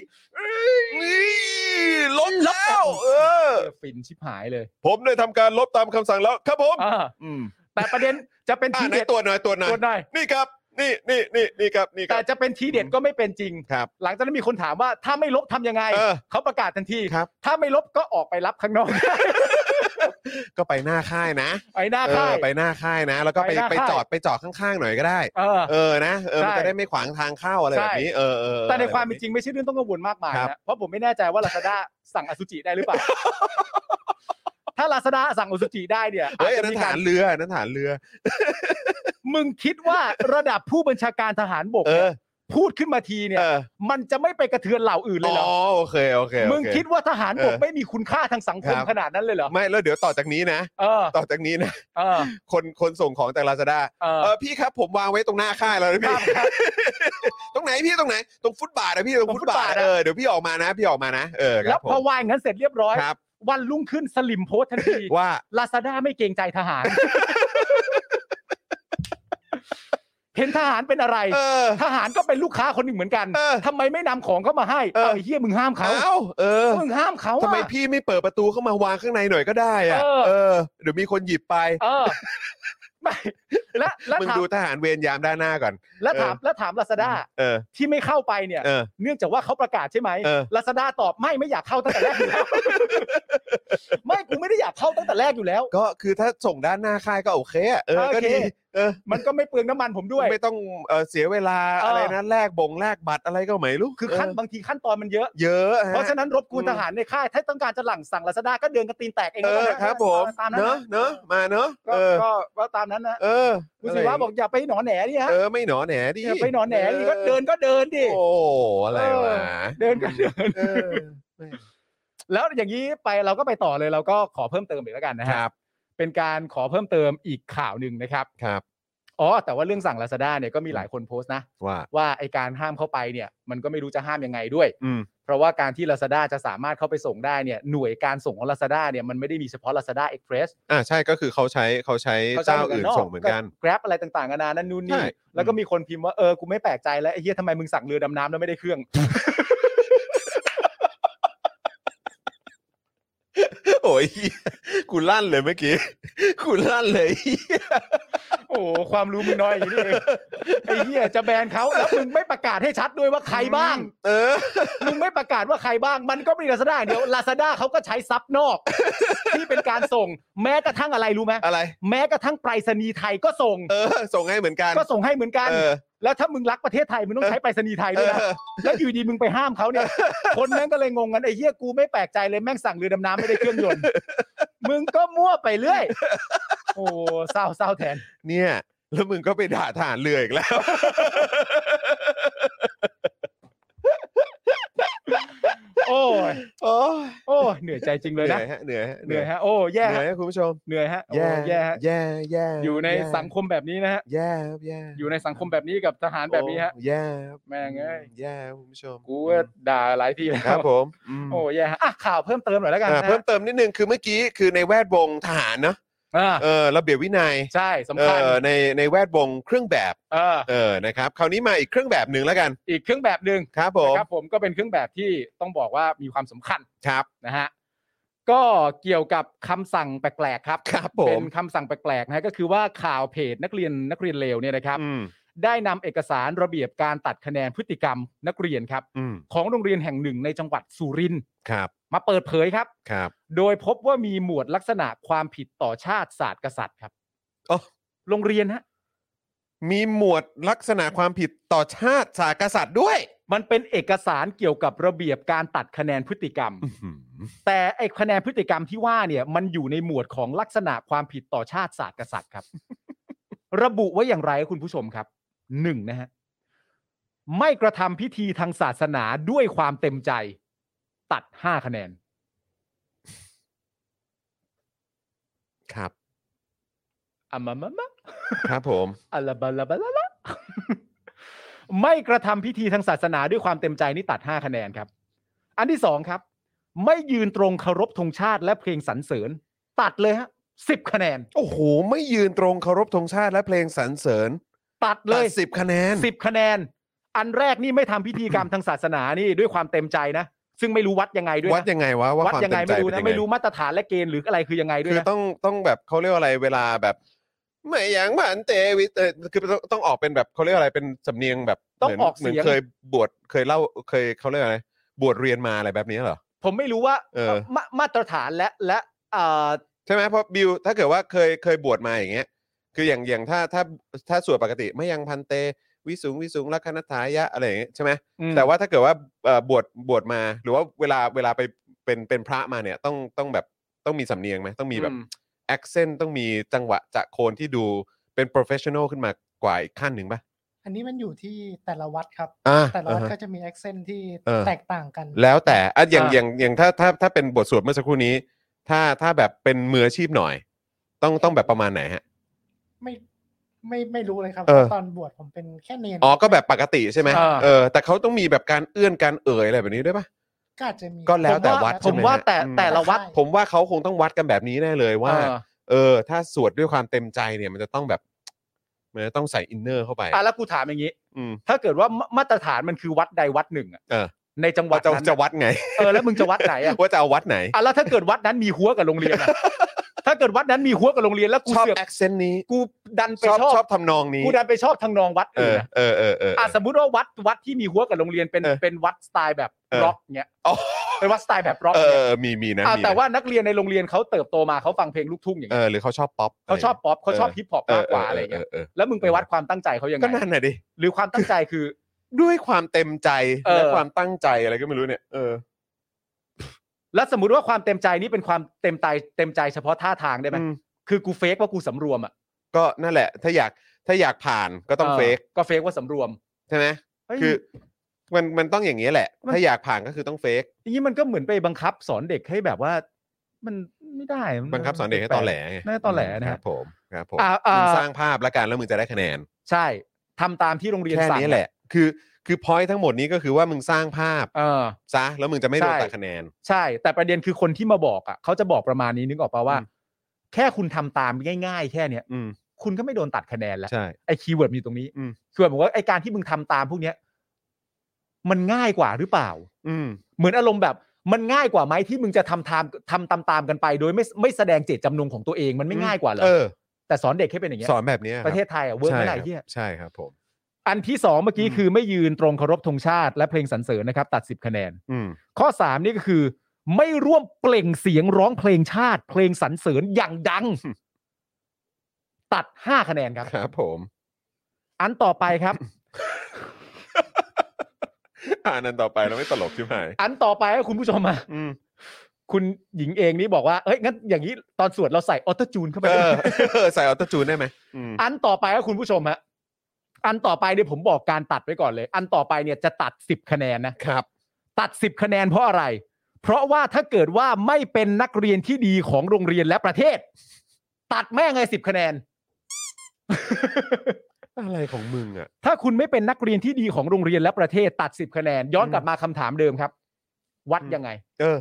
Speaker 3: นี่ลบแล้วเออ
Speaker 6: เออฟินชิบหายเลย
Speaker 3: ผมได้ทำการลบตามคำสั่งแล้วครับผม
Speaker 6: อ่า
Speaker 3: อืม
Speaker 6: แต่ประเด็น จะเป็น
Speaker 3: อ่า
Speaker 6: ที
Speaker 3: ไหน
Speaker 6: เด็ด
Speaker 3: ตัวหน่อยตัวหน่อย
Speaker 6: ตัวหน่อย
Speaker 3: นี่ครับ นี่นี่นี่นี่ครับนี่ค
Speaker 6: แต่
Speaker 3: รับ
Speaker 6: จะเป็นทีเด็ดก็ไม่เป็นจริง
Speaker 3: ครับ
Speaker 6: หลังจากนั้นมีคนถามว่าถ้าไม่ลบทำยังไง
Speaker 3: เออ
Speaker 6: เขาประกาศทันที
Speaker 3: ครับ
Speaker 6: ถ้าไม่ลบก็ออกไปรับข้างนอก
Speaker 3: ก็ไปหน้าค่ายนะ
Speaker 6: ไอ้หน้า
Speaker 3: เอ
Speaker 6: ค่า
Speaker 3: อย ไปหน้าค่ายนะ แล้วก็ไป
Speaker 6: ไปหน้า
Speaker 3: ไป
Speaker 6: ค่าย
Speaker 3: จอดไปจอดข้างๆหน่อยก็ได้
Speaker 6: เออ
Speaker 3: เออนะเออมัน
Speaker 6: ใช่
Speaker 3: จะได้ไม่ขวางทางเข้าอะไร
Speaker 6: ใช่
Speaker 3: แบบนี้เออเออเออ
Speaker 6: แต่ใน
Speaker 3: อะไ
Speaker 6: ความเป็น
Speaker 3: แบบ
Speaker 6: จริงไม่ใช่เรื่องต้องกังวลมากมาย
Speaker 3: ครับ
Speaker 6: นะ เพราะผมไม่แน่ใจว่าลาซาด้าสั่งอสุจิได้หรือเปล่า ถ้าลาซาด้าสั่งอสุจิได้เนี่ย
Speaker 3: เฮ้ยอั
Speaker 6: อาจ
Speaker 3: น
Speaker 6: จะ
Speaker 3: นั้นฐาก
Speaker 6: มีาน ร
Speaker 3: เรืออันนั้นฐานเรือ
Speaker 6: มึงคิดว่าระดับผู้บัญชาการทหารบก
Speaker 3: เอ
Speaker 6: เนี่
Speaker 3: อย
Speaker 6: พูดขึ้นมาทีเนี่ย
Speaker 3: เออ
Speaker 6: มันจะไม่ไปกระเทือนเหล่าอื่นเลยเหร
Speaker 3: อ๋
Speaker 6: อ
Speaker 3: อโอเคโอเคโอเ
Speaker 6: มึงคิดว่าทหารบก
Speaker 3: เออ
Speaker 6: ไม่มีคุณค่าทางสังคม
Speaker 3: ครับ
Speaker 6: ขนาดนั้นเลยเหรอ
Speaker 3: ไม่แล้วเดี๋ยวต่อจากนี้นะ
Speaker 6: เออ
Speaker 3: ต่อจากนี้นะ
Speaker 6: เออ
Speaker 3: คนคนส่งของจากลาซาด้า
Speaker 6: เออ
Speaker 3: เออพี่ครับผมวางไว้ตรงหน้าค่ายแล้วนะ
Speaker 6: ค
Speaker 3: พี่
Speaker 6: รับครับ
Speaker 3: ตรงไหนพี่ตรงไหน ตรงฟุตบาทนะพี่ตรง
Speaker 6: ตรง
Speaker 3: ฟุต
Speaker 6: ฟุต
Speaker 3: บา
Speaker 6: บา
Speaker 3: ท
Speaker 6: ท
Speaker 3: เออเดี๋ยวพี่ออกมานะ พี่ออกมานะ เออค
Speaker 6: แล้
Speaker 3: รั
Speaker 6: ว
Speaker 3: บ
Speaker 6: พ
Speaker 3: ผ
Speaker 6: อ
Speaker 3: ม
Speaker 6: วางงั้นเสร็จเรียบร้อย
Speaker 3: ครับ
Speaker 6: วันรุ่งขึ้นสลิมโพสต์ทันที
Speaker 3: ว่า
Speaker 6: ลาซาด้าไม่เกรงใจทหาร เห็นทหารเป็นอะไร
Speaker 3: เออ
Speaker 6: ทหารก็เป็นลูกค้าคนหนึ่งเหมือนกัน
Speaker 3: เออ
Speaker 6: ทำไมไม่นำของเข้ามาให้
Speaker 3: เออ
Speaker 6: เอ้าไอ้เฮียมึงห้ามเขา
Speaker 3: เอ้าเออ
Speaker 6: มึงห้ามเขาอะ
Speaker 3: ทำไมพี่ไม่เปิดประตูเข้ามาวางข้างในหน่อยก็ได้อะ
Speaker 6: เออ
Speaker 3: เออเดี๋ยวมีคนหยิบไป
Speaker 6: เออไม่และและ
Speaker 3: มึง
Speaker 6: ถาม
Speaker 3: ดูทหารเวรยามด้านหน้าก่อน
Speaker 6: และถาม
Speaker 3: เออ
Speaker 6: และถามลาซาด้า
Speaker 3: เออ
Speaker 6: ที่ไม่เข้าไปเนี่ย
Speaker 3: เออ
Speaker 6: เนื่องจากว่าเขาประกาศใช่ไหม
Speaker 3: เออ
Speaker 6: ลาซาด้าตอบไม่ไม่อยากเข้าตั้งแต่แรกอยู่ แล้ว ไม่กูไม่ได้อยากเข้าตั้งแต่แรกอยู่แล้ว
Speaker 3: ก็คือถ้าส่งด้านหน้าค่ายก็โอเคอะเออ
Speaker 6: โอเค
Speaker 3: ก็ดี เออ
Speaker 6: มันก็ไม่เปลืองน้ำมันผมด้วย
Speaker 3: ไม่ต้องเอ่อเสียเวลา
Speaker 6: เอออ
Speaker 3: อะไรนะแลกบงแลกบัตรอะไรก็ไม่รู้
Speaker 6: คือขั้น
Speaker 3: เ
Speaker 6: บางทีขั้นตอนมันเยอะ
Speaker 3: เยอะฮ
Speaker 6: เพราะฉะนั้นรบกวนทหารในค่าย ถ้าต้องการจะหลั่งสั่งลาซาด้าก็เดินกระตีนแตกเอง
Speaker 3: เอ
Speaker 6: แล้ว
Speaker 3: อ
Speaker 6: กันนะครับ
Speaker 3: ผม
Speaker 6: ตามนั้น
Speaker 3: เนอะ
Speaker 6: นะ
Speaker 3: เนอะมาเนอะ
Speaker 6: ก็
Speaker 3: เออ
Speaker 6: ก็ก็ตามนั้นนะ
Speaker 3: เออ
Speaker 6: คุณศิวะบอกอย่าไปหนอแหนนี่ฮะ
Speaker 3: เออไม่หนอแหนดิ
Speaker 6: อย่าไปหนอนแหนนี่ก็เดินก็เดินดิ
Speaker 3: โอ้อะไรวะ
Speaker 6: เดินก็เดิน
Speaker 3: เออแม่ง
Speaker 6: แล้วอย่างนี้ไปเราก็ไปต่อเลยเราก็ขอเพิ่มเติมอีกแล้วกันนะฮะ
Speaker 3: ครับ
Speaker 6: เป็นการขอเพิ่มเติมอีกข่าวหนึ่งนะครับ
Speaker 3: ครับ
Speaker 6: อ๋อแต่ว่าเรื่องสั่งลาซาด้าเนี่ยก็มีหลายคนโพสต์นะ
Speaker 3: ว่า
Speaker 6: ว่าไอการห้ามเข้าไปเนี่ยมันก็ไม่รู้จะห้ามยังไงด้วย
Speaker 3: อืม
Speaker 6: เพราะว่าการที่ลาซาด้าจะสามารถเข้าไปส่งได้เนี่ยหน่วยการส่งของลาซาด้าเนี่ยมันไม่ได้มีเฉพาะลาซาด้าเอ็กเพรส
Speaker 3: อ่าใช่ก็คือเขาใช้เขาใช้เจ้าอื่นส่งเหมือนกัน
Speaker 6: แกร็บอะไรต่างๆนานานั่นนู่น
Speaker 3: ใช่
Speaker 6: นี่แล้วก็มีคนพิมพ์ว่าเออกูไม่แปลกใจแล้วไอ้เหี้ยทำไมมึงสั่งเรือดำน้ำแล้วไม่ได้เครื่อง
Speaker 3: โอ้ยเหี้ยกูลั่นเลยเมื่อกี้ กูลั่นเลยเหี้ย
Speaker 6: โอ้โหความรู้มึงน้อยอย่างนี้นี่เองไอ้เหี้ยจะแบนเขาแล้วมึงไม่ประกาศให้ชัดด้วยว่าใครบ้าง
Speaker 3: เออ
Speaker 6: มึงไม่ประกาศว่าใครบ้าง มันก็ไม่ลาซาด้าเดี๋ยวลาซาด้าเขาก็ใช้ซับนอก ที่เป็นการส่ง แม้กระทั่งอะไรรู้ไหม
Speaker 3: อะไร
Speaker 6: แม้กระทั่งไปรษณีย์ไทยก็ส่ง
Speaker 3: เออ ส่งให้เหมือนกัน
Speaker 6: ก็ส่งให้เหมือนกัน
Speaker 3: เออ
Speaker 6: แล้วถ้ามึงรักประเทศไทยมึงต้องใช้ไปรษณีย์ไทย
Speaker 3: เอ
Speaker 6: ด้วย
Speaker 3: อ
Speaker 6: นะแล้วอยู่ดีมึงไปห้ามเขาเนี่ย คนแม่งก็เลยงงกันไอ้เหี้ยกูไม่แปลกใจเลยแม่งสั่งเรือดำน้ำไม่ได้เครื่องยนต์ มึงก็มั่วไปเรื่อยโอ้เศร้าเศร้าแทน
Speaker 3: เนี่ย แล้วมึงก็ไปด่าทหารเรืออีกแล้ว
Speaker 6: โอ้ย
Speaker 3: โอ้ย
Speaker 6: โอ้ยเหนื่อยใจจริง
Speaker 3: เห
Speaker 6: เลย
Speaker 3: นื่
Speaker 6: นะ
Speaker 3: อยฮะเหนื่อยฮะ
Speaker 6: เหนื่อยฮะโอ้
Speaker 3: เห
Speaker 6: แย่
Speaker 3: นื่อย
Speaker 6: ฮะ
Speaker 3: ฮะคุณผู้ชม
Speaker 6: เหนื่อยฮะโอ้
Speaker 3: แย่
Speaker 6: แย่ฮะ
Speaker 3: แย่แย่
Speaker 6: อยู่ใน
Speaker 3: แ
Speaker 6: สังคมแบบนี้นะฮะ
Speaker 3: แย่แย่
Speaker 6: อยู่ในสังคมแบบนี้กับทหารแบบนี้ฮะ
Speaker 3: โอ้แย่
Speaker 6: แม่งเอ้ย
Speaker 3: แย่คุณผู้ชม
Speaker 6: กูก็ด่าหลายทีแล้
Speaker 3: ครับ
Speaker 6: ว
Speaker 3: ผมอืม
Speaker 6: โอ้แย่ฮะอ่ะข่าวเพิ่มเติมหน่อยแล้วกัน
Speaker 3: อ่า
Speaker 6: นะ
Speaker 3: เพิ่มเติมนิดนึงคือเมื่อกี้คือในแวดวงทหารเนอะ
Speaker 6: อ่า
Speaker 3: เออระเบียบวินัย
Speaker 6: ใช่
Speaker 3: เอ
Speaker 6: สำคัญ
Speaker 3: อในในแวดวงเครื่องแบบ
Speaker 6: เออ
Speaker 3: เออนะครับคราวนี้มาอีกเครื่องแบบหนึ่งแล้วกัน
Speaker 6: อีกเครื่องแบบหนึ่ง
Speaker 3: ครับผม
Speaker 6: นะครับผมก็เป็นเครื่องแบบที่ต้องบอกว่ามีความสำคัญ
Speaker 3: ครับ
Speaker 6: นะฮะก็เกี่ยวกับคำสั่งแปลกๆครับ
Speaker 3: ครับผ
Speaker 6: เป็
Speaker 3: ม
Speaker 6: นคำสั่งแปลกๆนะฮะก็คือว่าข่าวเพจนักเรียนนักเรียนเลวเนี่ยนะครับ
Speaker 3: อืม
Speaker 6: ได้นำเอกสารระเบียบการตัดคะแนนพฤติกรรมนักเรียนครับ
Speaker 3: อืม
Speaker 6: ของโรงเรียนแห่งหนึ่งในจังหวัดสุรินทร์
Speaker 3: ครับ
Speaker 6: มาเปิดเผยครับ
Speaker 3: ครับ
Speaker 6: โดยพบว่ามีหมวดลักษณะความผิดต่อชาติศาสตร์กษัตริย์ครับ
Speaker 3: อ๋อ
Speaker 6: โรงเรียนฮะ
Speaker 3: มีหมวดลักษณะความผิดต่อชาติศาสตร์กษัตริย์ด้วย
Speaker 6: มันเป็นเอกสารเกี่ยวกับระเบียบการตัดคะแนนพฤติกรรม แต่ไอ้คะแนนพฤติกรรมที่ว่าเนี่ยมันอยู่ในหมวดของลักษณะความผิดต่อชาติศาสตร์กษัตริย์ครับ ระบุไว้อย่างไรคุณผู้ชมครับหนึ่งนะฮะไม่กระทำพิธีทางศาสนาด้วยความเต็มใจ ตัดห้าคะแนน
Speaker 3: ครับ
Speaker 6: อะมามามะ
Speaker 3: ครับผม
Speaker 6: อะลาบาลาบาลาลา ไม่กระทำพิธีทางศาสนาด้วยความเต็มใจนี่ตัดห้าคะแนนครับ อันที่สองครับ ไม่ยืนตรงเคารพธงชาติและเพลงสรรเสริญ ตัดเลยฮะสิบคะแนน
Speaker 3: โอ้โห ไม่ยืนตรงเคารพธงชาติและเพลงสรรเสริญ
Speaker 6: ตัดเลย
Speaker 3: สิบคะแนน
Speaker 6: สิบคะแนน อันแรกนี่ไม่ทำพิธีกรรมทางศาสนานี่ด้วยความเต็มใจนะ ซึ่งไม่รู้วัดยังไงด้วยนะ
Speaker 3: วัดยังไงวะว่า
Speaker 6: วัด
Speaker 3: ความ
Speaker 6: ยังไง
Speaker 3: เต็มใจ
Speaker 6: ไม่รู้
Speaker 3: เป็น
Speaker 6: นะ
Speaker 3: ยังไง
Speaker 6: ไม่รู้มาตรฐานและเกณฑ์หรืออะไรคือยังไงด้วย
Speaker 3: คือ
Speaker 6: นะ
Speaker 3: ต้องต้องแบบเขาเรียกว่าอะไรเวลาแบบไม่อย่างผันเตวิเออคือต้องต้องออกเป็นแบบเขาเรียกว่าอะไรเป็นสำเนียงแบบ
Speaker 6: ต้อง
Speaker 3: หมืน
Speaker 6: ออก
Speaker 3: เหมือน
Speaker 6: เสียง
Speaker 3: เคยบวชเคยเล่าเคยเขาเรียกว่าอะไรบวชเรียนมาอะไรแบบนี้เหรอ
Speaker 6: ผมไม่รู้ว่า
Speaker 3: เออ
Speaker 6: มามาตรฐานและและเอ่อ
Speaker 3: ใช่ไหมเพราะบิวถ้าเกิดว่าเคยเคยบวชมาอย่างเงี้ย คืออย่างอย่างถ้าถ้าถ้าสวดปกติไม่ยังพันเตวิสูงวิสูงลักขณทายะอะไรอย่างเงี้ยใช่ไหม
Speaker 6: อืม
Speaker 3: แต่ว่าถ้าเกิดว่าเอ่อบวชบวชมา หรือว่าเวลาเวลาไปเป็นเป็นพระมาเนี่ยต้องต้องแบบต้องมีสำเนียงไหมต้องมีแบบ
Speaker 6: อื
Speaker 3: accent ต้องมีจังหวะจะโคนที่ดูเป็น professional ขึ้นมากว่าอีกขั้นหนึ่งป่ะ
Speaker 7: อันนี้มันอยู่ที่แต่ละวัดครับ
Speaker 3: อ่า
Speaker 7: แต่ละวัดก็จะมีแอคเซนต์ที่
Speaker 3: เออ
Speaker 7: แตกต่างกัน
Speaker 3: แล้วแต่อ่ะอย่าง
Speaker 6: อ่า
Speaker 3: อย่างอย่างถ้าถ้าถ้าเป็นบทสวดเมื่อสักครู่นี้ ถ้าถ้าแบบเป็นมืออาชีพหน่อย ต้องต้องแบบประมาณไหนฮะ
Speaker 7: ไม่ไม่ไม่รู้เลยครับ
Speaker 3: เออ
Speaker 7: พราะตอนบวชผมเป็นแค่เนน
Speaker 3: อ๋อก็แบบปกติใช่ไหม
Speaker 6: อ่า
Speaker 3: เออแต่เขาต้องมีแบบการเอื้อนการเอ่ยอะไรแบบนี้ด้วยป่ะ
Speaker 7: ก็อาจจะมี
Speaker 3: ก็แล้วแต่วัด
Speaker 7: ผม
Speaker 6: ผ
Speaker 3: ใช่
Speaker 6: ม
Speaker 3: ไห
Speaker 6: ว่าแต่
Speaker 3: อืม
Speaker 6: แต่ละวัด
Speaker 3: ผมว่าเขาคงต้องวัดกันแบบนี้แน่เลยว่า
Speaker 6: เออ
Speaker 3: เออถ้าสวดด้วยความเต็มใจเนี่ยมันจะต้องแบบมันจะต้องใส่อินเนอร์เข้าไป
Speaker 6: อ่ะแล้วกูถามอย่างนี้
Speaker 3: อืม
Speaker 6: ถ้าเกิดว่ามามาตรฐานมันคือวัดใดวัดหนึ่งอะ
Speaker 3: เออ
Speaker 6: ในจังหวั
Speaker 3: ว่า
Speaker 6: ด
Speaker 3: จะ
Speaker 6: นั้น
Speaker 3: จะวัดไง
Speaker 6: เออแล้วมึงจะวัดไหนอะ
Speaker 3: ว่าจะเอาวัดไหน
Speaker 6: อ่ะแล้วถ้าเกิดวัดนั้นมีหัวกับโรงเรียน อะ ถ้าเกิดวัดนั้นมีหัวกับโรงเรียนแล้วกู
Speaker 3: ชอบ
Speaker 6: เสือก
Speaker 3: แอคเซนต์นี้
Speaker 6: กูดันไป
Speaker 3: ชอบ
Speaker 6: ชอบ
Speaker 3: ชอบทำนองนี้
Speaker 6: กูดันไปชอบทางนองวัด
Speaker 3: เอ
Speaker 6: อื่น
Speaker 3: อ
Speaker 6: นะ
Speaker 3: เออเออเออ
Speaker 6: อ่ะสมมติว่าวัดวัดที่มีหัวกับโรงเรียนเป็น
Speaker 3: เออ
Speaker 6: เป็นวัดสไตล์แบบ
Speaker 3: เออ
Speaker 6: ร็อกเงี้ย
Speaker 3: อ๋อ
Speaker 6: เป็นวัดสไตล์แบบร็อก
Speaker 3: เออเอ
Speaker 6: เงี้ย
Speaker 3: อมีมีนะ
Speaker 6: อ่ะ
Speaker 3: มีนะ
Speaker 6: แต่ว่านักเรียนในโรงเรียนเขาเติบโตมาเขาฟังเพลงลูกทุ่งอย่าง
Speaker 3: เอ
Speaker 6: เงี้ย
Speaker 3: อหรือเขาชอบป๊อป
Speaker 6: เขาชอบป๊อปเขาชอบฮิปฮอป
Speaker 3: เอ
Speaker 6: มา
Speaker 3: อกเอก อ
Speaker 6: ว่าอะไรเงี้ย
Speaker 3: เออเออ
Speaker 6: แล้วมึงไปวัดความตั้งใจเขายังไง
Speaker 3: ก็นั่นน่ะดิ
Speaker 6: หรือความตั้งใจคือ
Speaker 3: ด้วยความเต็มใจ
Speaker 6: เออ
Speaker 3: และความตั้งใจอะไรก็ไม่รู้เนี่ยเออ
Speaker 6: แล้วสมมติว่าความเต็มใจนี่เป็นความเต็มใจเต็มใจเฉพาะท่าทางได้ไหม
Speaker 3: อืม
Speaker 6: คือกูเฟกว่ากูสำรวมอ่ะ
Speaker 3: ก็นั่นแหละ ถ้าอยากถ้าอยากผ่านก็ต้องเฟก
Speaker 6: ก็เฟกว่าสำรวม
Speaker 3: ใช่ไหม
Speaker 6: เฮ้ย
Speaker 3: คือมันมันต้องอย่างนี้ยแหละ
Speaker 6: มัน
Speaker 3: ถ้าอยากผ่านก็คือต้องเฟก
Speaker 6: อย่างนี้มันก็เหมือนไปบังคับสอนเด็กให้แบบว่า มันไม่ได้มั
Speaker 3: บังคับสอนเด็กให้ตอแหลไง
Speaker 6: น่าจะตอแหลนะ
Speaker 3: ค
Speaker 6: ฮะ
Speaker 3: รับผมครับผม
Speaker 6: อ่าอ่ามึ
Speaker 3: งสร้างภาพละกันแล้วมึงจะได้คะแนน
Speaker 6: ใช่ทำตามที่โรงเรียน
Speaker 3: แค่
Speaker 6: สั่ง
Speaker 3: นี้แหละ คือคือพอยทั้งหมดนี้ก็คือว่ามึงสร้างภาพ
Speaker 6: เออ
Speaker 3: ซะแล้วมึงจะไม่โดน
Speaker 6: ใช่
Speaker 3: ตัดคะแนน
Speaker 6: ใช่ แต่ประเด็นคือคนที่มาบอกอ่ะเขาจะบอกประมาณนี้นึกออกปะว่า
Speaker 3: อืม
Speaker 6: แค่คุณทำตามง่าย ๆ แค่เนี้ย
Speaker 3: อืม
Speaker 6: คุณก็ไม่โดนตัดคะแนนแล้ว
Speaker 3: ใช่
Speaker 6: ไอ้คีย์เวิร์ดมีตรงนี้
Speaker 3: อืม
Speaker 6: คือแบบว่าไอ้การที่มึงทำตามพวกเนี้ย มันง่ายกว่าหรือเปล่า
Speaker 3: อืม
Speaker 6: เหมือนอารมณ์แบบมันง่ายกว่าไหมที่มึงจะทำตามทำตามๆกันไป โดยไม่ไม่แสดงเจตจำนงของตัวเองมันไม่ง่ายกว่าเหรอ
Speaker 3: เออ
Speaker 6: แต่สอนเด็กให้เป็นอย่างเงี้ย
Speaker 3: สอนแบบเนี้ยคบ
Speaker 6: ประเทศไทยอ่ะเวิร์ก
Speaker 3: ใช่
Speaker 6: ไม่ได้
Speaker 3: คบ
Speaker 6: เฮีย
Speaker 3: ใช่ครับผม
Speaker 6: อันที่สองเมื่อกี้
Speaker 3: อืม
Speaker 6: คือไม่ยืนตรงเคารพธงชาติ และเพลงสรรเสริญนะครับ ตัด 10 คะแนน
Speaker 3: อืม
Speaker 6: ข้อ 3 นี่ก็คือ ไม่ร่วมเปล่งเสียงร้องเพลงชาติ เพลงสรรเสริญอย่างดัง ตัด 5 คะแนนครับ
Speaker 3: ครับผม
Speaker 6: อันต่อไปครับ
Speaker 3: อ่านอันต่อไปเราไม่ตลกใช่ไหม
Speaker 6: อันต่อไปให้คุณผู้ชมมา
Speaker 3: อืม
Speaker 6: คุณหญิงเองนี่บอกว่าเอ้ยงั้นอย่างนี้ตอนสวดเราใส่ออโตจูนเข้าไป
Speaker 3: เอ
Speaker 6: ได้ไห
Speaker 3: อ
Speaker 6: ม
Speaker 3: เอ อใส่ออโต้จูนได้ไหมอืม
Speaker 6: อันต่อไปครับคุณผู้ชมฮะอันต่อไปเนี่ยผมบอกการตัดไว้ก่อนเลย อันต่อไปเนี่ยจะตัด 10 คะแนนนะครับ ตัด 10 คะแนนเพราะอะไร เพราะว่าถ้าเกิดว่าไม่เป็นนักเรียนที่ดีของโรงเรียนและประเทศ ตัดแม่งไงสิบคะแนน
Speaker 3: อะไรของมึงอ่ะ
Speaker 6: ถ้าคุณไม่เป็นนักเรียนที่ดีของโรงเรียนและประเทศ ตัด 10 คะแนน ย้อน
Speaker 3: อืม
Speaker 6: กลับมาคำถามเดิมครับ วัด
Speaker 3: อืม
Speaker 6: ยังไง
Speaker 3: เออ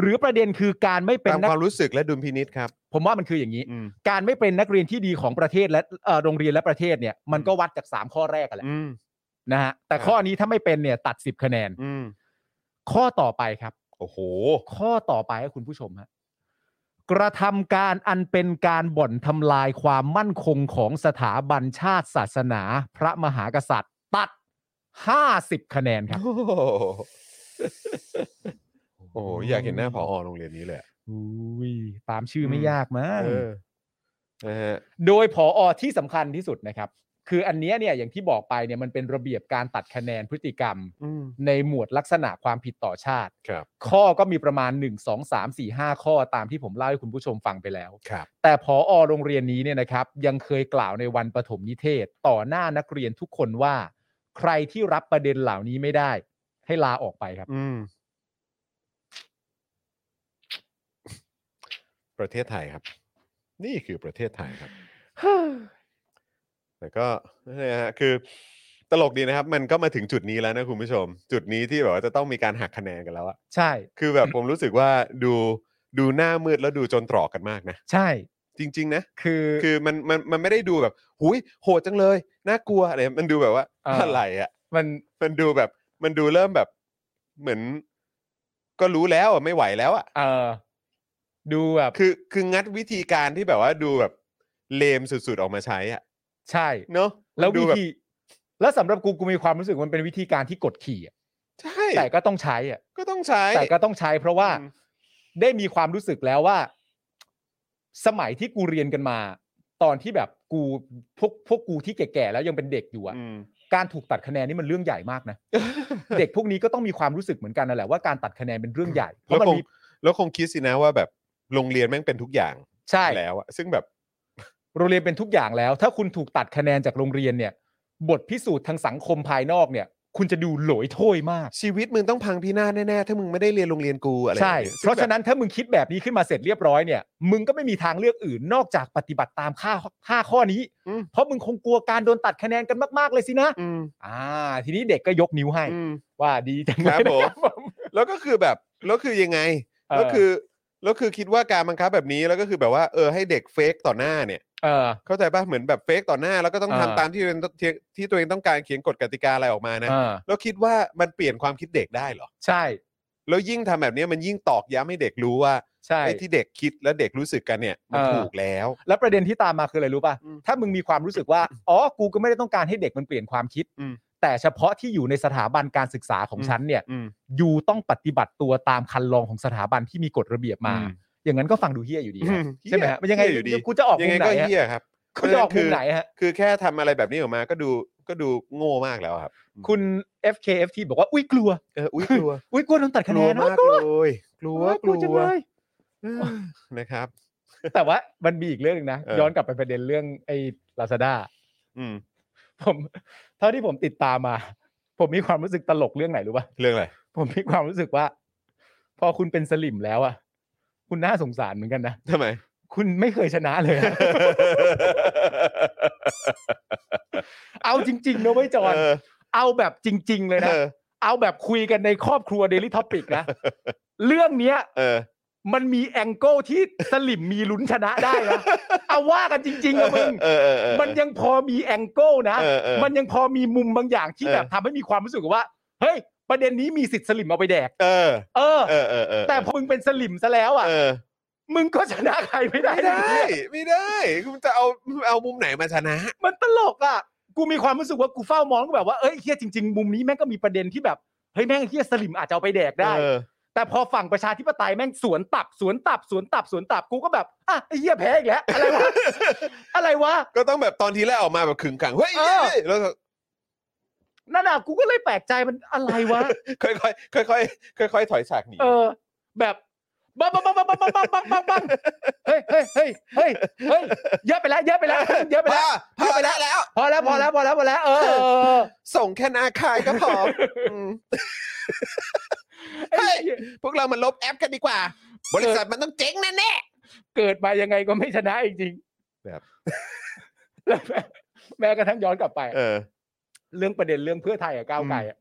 Speaker 6: หรือประเด็นคือการไม่เป็น
Speaker 3: ตาม
Speaker 6: นัก
Speaker 3: ความรู้สึกและดุลพินิษครับ
Speaker 6: ผมว่ามันคืออย่างนี้
Speaker 3: อืม
Speaker 6: การไม่เป็นนักเรียนที่ดีของประเทศและเอ่อโรงเรียนและประเทศเนี่ย มันก็วัดจากสามข้อแรกกันแหละ
Speaker 3: อืม
Speaker 6: นะฮะแต่
Speaker 3: ครับ
Speaker 6: ข้อนี้ถ้าไม่เป็นเนี่ยตัด 10 คะแนน
Speaker 3: อืม
Speaker 6: ข้อต่อไปครับ
Speaker 3: โอ้โห
Speaker 6: ข้อต่อไปให้คุณผู้ชมฮะกระทำการอันเป็นการบ่อนทำลายความมั่นคงของสถาบันชาติศาสนา พระมหากษัตริย์ ตัด 50 คะแนนครับ
Speaker 3: โอ้โหโอ้โหอยากเห็นหน้าผอโรงเรียนนี้เลยอะ
Speaker 6: อุ้ยตามชื่อ
Speaker 3: ม
Speaker 6: อไม่ยากมาก
Speaker 3: เออนะฮะ
Speaker 6: โดยผออที่สำคัญที่สุดนะครับ คืออันเนี้ยเนี่ยอย่างที่บอกไปเนี่ยมันเป็นระเบียบการตัดคะแนนพฤติกรรม
Speaker 3: อืม
Speaker 6: ในหมวดลักษณะความผิดต่อชาติ
Speaker 3: ครับ
Speaker 6: ข้อก็มีประมาณ 1 2 3 4 5 ข้อตามที่ผมเล่าให้คุณผู้ชมฟังไปแล้ว
Speaker 3: ครับ
Speaker 6: แต่พออโรงเรียนนี้เนี่ยนะครับ ยังเคยกล่าวในวันปฐมนิเทศ ต่อหน้านักเรียนทุกคนว่า ใครที่รับประเด็นเหล่านี้ไม่ได้ ให้ลาออกไปครับ
Speaker 3: อืม ประเทศไทยครับ นี่คือประเทศไทยครับ แต่ก็นะฮะคือ ตลกดีนะครับ มันก็มาถึงจุดนี้แล้วนะคุณผู้ชม จุดนี้ที่แบบว่าจะต้องมีการหักคะแนนกันแล้วอะ
Speaker 6: ใช่
Speaker 3: คือแบบผมรู้สึกว่าดูดูหน้ามืดแล้วดูจนตรอกกันมากนะ
Speaker 6: ใช่
Speaker 3: จริง ๆ นะ
Speaker 6: คือ
Speaker 3: คือมันมันมันไม่ได้ดูแบบหุยโหดจังเลยน่ากลัวอะไรมันดูแบบว่า
Speaker 6: เอออ
Speaker 3: อะไรอ่ะ
Speaker 6: มัน
Speaker 3: มันดูแบบ มันดูเริ่มแบบ เหมือน ก็รู้แล้วอะไม่ไหวแล้วอ่ะ
Speaker 6: เออดูแบบ
Speaker 3: คือคืองัดวิธีการที่แบบว่าดูแบบเลมสุดๆออกมาใช้อ่ะ
Speaker 6: ใช่
Speaker 3: เนาะ
Speaker 6: แล้ว
Speaker 3: ดู
Speaker 6: วิ
Speaker 3: บบ
Speaker 6: ธี แล้วสำหรับกูกูมีความรู้สึกมันเป็นวิธีการที่กดขี่อะ
Speaker 3: ใช่
Speaker 6: แต่ก็ต้องใช้อะ
Speaker 3: ก็ต้องใช้
Speaker 6: แต่ก็ต้องใช้เพราะว่า
Speaker 3: อืม
Speaker 6: ได้มีความรู้สึกแล้วว่า สมัยที่กูเรียนกันมา ตอนที่แบบกูพวกพวกกูที่แก่ๆแล้วยังเป็นเด็กอยู่อะ
Speaker 3: อืม
Speaker 6: การถูกตัดคะแนนนี่มันเรื่องใหญ่มากนะ เด็กพวกนี้ก็ต้องมีความรู้สึกเหมือนกันนั่นแหละว่าการตัดคะแนนเป็นเรื่องใหญ่เพ
Speaker 3: แล้ว
Speaker 6: ราะมัน
Speaker 3: คง
Speaker 6: มี
Speaker 3: แล้วคงคิดสินะว่าแบบโรงเรียนแม่งเป็นทุกอย่าง
Speaker 6: ใช่
Speaker 3: แล้วอ่ะซึ่งแบบ
Speaker 6: โรงเรียนเป็นทุกอย่างแล้ว ถ้าคุณถูกตัดคะแนนจากโรงเรียนเนี่ย บทพิสูจน์ทางสังคมภายนอกเนี่ย คุณจะดูโหลอยโถ้ยมาก
Speaker 3: ชีวิตมึงต้องพังพินาศแน่ๆถ้ามึงไม่ได้เรียนโรงเรียนกูอะไรอย่
Speaker 6: ใช่
Speaker 3: งงี้ยซึ่ง
Speaker 6: เพราะ
Speaker 3: แบบ
Speaker 6: ฉะนั้นถ้ามึงคิดแบบนี้ขึ้นมาเสร็จเรียบร้อยเนี่ย มึงก็ไม่มีทางเลือกอื่นนอกจากปฏิบัติตามข้าห้าข้อนี้
Speaker 3: อืม
Speaker 6: เพราะมึงคงกลัวการโดนตัดคะแนนกันมาก ๆ เลยสินะ
Speaker 3: อืม
Speaker 6: อ่า ทีนี้เด็กก็ยกนิ้วให้
Speaker 3: อืม
Speaker 6: ว่าดีจังเล
Speaker 3: ครั
Speaker 6: ย
Speaker 3: บผม
Speaker 6: นะครับผม
Speaker 3: แล้วก็คือแบบแล้วคือยังไง แล้วคือแล้วคือคิดว่าการบังคับแบบนี้แล้วก็คือแบบว่าเออให้เด็กเฟกต่อหน้าเนี่ย
Speaker 6: เออ
Speaker 3: เข้าใจป่ะเหมือนแบบเฟกต่อหน้า แล้วก็ต้องทำ
Speaker 6: อ่า
Speaker 3: ตามที่ตัวเองที่ตัวเองต้องการเขียนกฎกติกาอะไรออกมานะ
Speaker 6: เออ
Speaker 3: แล้วคิดว่ามันเปลี่ยนความคิดเด็กได้เหรอ
Speaker 6: ใช่
Speaker 3: แล้วยิ่งทำแบบนี้มันยิ่งตอกย้ำให้เด็กรู้ว่า
Speaker 6: ใช่
Speaker 3: ไอ้ที่เด็กคิดและเด็กรู้สึกกันเนี่ยมัน
Speaker 6: เออ
Speaker 3: ถูกแล้ว
Speaker 6: แล้วประเด็นที่ตามมาคืออะไรรู้ป่ะ
Speaker 3: อืม
Speaker 6: ถ้ามึงมีความรู้สึกว่า อ๋อ กูก็ไม่ได้ต้องการให้เด็กมันเปลี่ยนความคิด
Speaker 3: อืม
Speaker 6: แต่เฉพาะที่อยู่ในสถาบันการศึกษาของ
Speaker 3: อืม
Speaker 6: ฉันเนี่ย
Speaker 3: อืม
Speaker 6: ยูต้องปฏิบัติตัวตามคันลองของสถาบันที่มีกฎระเบียบมา
Speaker 3: อืม
Speaker 6: อย่างนั้นก็ฟังดูเฮี้ยอยู่ดี
Speaker 3: อื
Speaker 6: ฮะ
Speaker 3: ม
Speaker 6: ใช่ไหมฮะ
Speaker 3: เหี้ย
Speaker 6: มันยังไง
Speaker 3: เหี้ยอยู่ดี
Speaker 6: กูจะออก
Speaker 3: ยัง
Speaker 6: มุ
Speaker 3: ไง
Speaker 6: มไหน
Speaker 3: ก็
Speaker 6: ฮะ
Speaker 3: เฮี้ยครับ
Speaker 6: กูจะออกมุมไหนฮะ
Speaker 3: คือแค่ทำอะไรแบบนี้ออกมาก็ดูก็ดูโง่มากแล้วครับ
Speaker 6: คุณ FKFT บอกว่าอุ้ยกลัว
Speaker 3: เอออุ้ยกลัว
Speaker 6: อุ้ยกลัวโดนตัด
Speaker 3: ก
Speaker 6: คะแน
Speaker 3: ลัวน
Speaker 6: นะ
Speaker 3: มากเลยกลัว
Speaker 6: อุ๊ย
Speaker 3: กลัว
Speaker 6: จังเลย
Speaker 3: เออนะครับ
Speaker 6: แต่ว่ามันมีอีกเรื่องหนึงนะ
Speaker 3: เออ
Speaker 6: ย้อนกลับไปประเด็นเรื่องไอ้ลาซาด้า
Speaker 3: อืม
Speaker 6: ผม เท่าที่ผมติดตามมา ผมมีความรู้สึกตลกเรื่องไหนรู้ป่ะ
Speaker 3: เรื่องอะไร
Speaker 6: ผมมีความรู้สึกว่า พอคุณเป็นสลิมแล้วอ่ะ คุณน่าสงสารเหมือนกันนะ
Speaker 3: ทำไม
Speaker 6: คุณไม่เคยชนะเลยอะ เอาจริงๆนะเว้ยจอน
Speaker 3: เออ
Speaker 6: เอาแบบจริง ๆ เลยนะ
Speaker 3: เออ
Speaker 6: เอาแบบคุยกันในครอบครัว Daily Topic นะ เรื่องเนี้ย
Speaker 3: เออ
Speaker 6: มันมีแองเกิลที่สลิมมีลุ้นชนะได้ นะเอาว่ากันจริงๆอะมึง
Speaker 3: เออเออเออ
Speaker 6: มันยังพอมีแองเกิลนะ
Speaker 3: เออเออ
Speaker 6: มันยังพอมีมุมบางอย่างที่
Speaker 3: เออ
Speaker 6: แบบทำให้มีความรู้สึกว่า เฮ้ย ประเด็นนี้มีสิทธิ์สลิมเอาไปแดก
Speaker 3: เออ
Speaker 6: เออ
Speaker 3: เออเออเออ
Speaker 6: แต่พอมึงเป็นสลิมซะแล้วอ่ะ
Speaker 3: เออ
Speaker 6: มึงก็ชนะใครไม่ได้
Speaker 3: ไม่ได้ ไม่ได้คุณจะเอาเอามุมไหนมาชนะ
Speaker 6: มันตลกอ่ะ กูมีความรู้สึกว่ากูเฝ้ามองก็แบบว่าเอ้ยเฮียจริง ๆ มุมนี้แม่งก็มีประเด็นที่แบบเฮ้ยแม่งเฮียสลิมอาจจะเอาไปแดกได้
Speaker 3: เออ
Speaker 6: แต่พอฝั่งประชาธิปไตยแม่งสวนตับสวนตับสวนตับสวนตับกูก็แบบอ่ะไอ้เฮียแพ้อีกแล้วอะไรวะ อะไรวะ
Speaker 3: ก็ต้องแบบตอนทีแรกออกมาแบบขึงขังเฮ้ย
Speaker 6: เออ
Speaker 3: เฮ้ยแล้วก็
Speaker 6: นั่นอ่ะกูก็เลยแปลกใจมันอะไรวะ
Speaker 3: ค่อยๆค่อยๆค่อยๆถอยฉากหนี
Speaker 6: เออ แบบบังบังบังบังบังบังบังบังบังเฮ้ยเฮ้ยเฮ้ยเฮ้ยเฮ้ยเยอะไปแล้วเยอะไปแล้วเยอะไปแล้ว
Speaker 3: พอแล้วแล้ว
Speaker 6: พอแล้วพอแล้วพอแล้วพอแล้วเออ
Speaker 3: ส่งแค่หนาคายก็พอ อืม
Speaker 6: ไอ้
Speaker 3: เฮ้ย
Speaker 6: เหี้ย
Speaker 3: พวกเรามันลบแอปกันดีกว่า บริษัทมันต้องเจ๊งแน่
Speaker 6: เกิดมายังไงก็ไม่ชนะจริงๆ
Speaker 3: แบบ
Speaker 6: แล้ว แม่แม้กระทั่งย้อนกลับไป
Speaker 3: ๆเออ
Speaker 6: เรื่องประเด็นเรื่องเพื่อไทยกับก้าวไกลอะ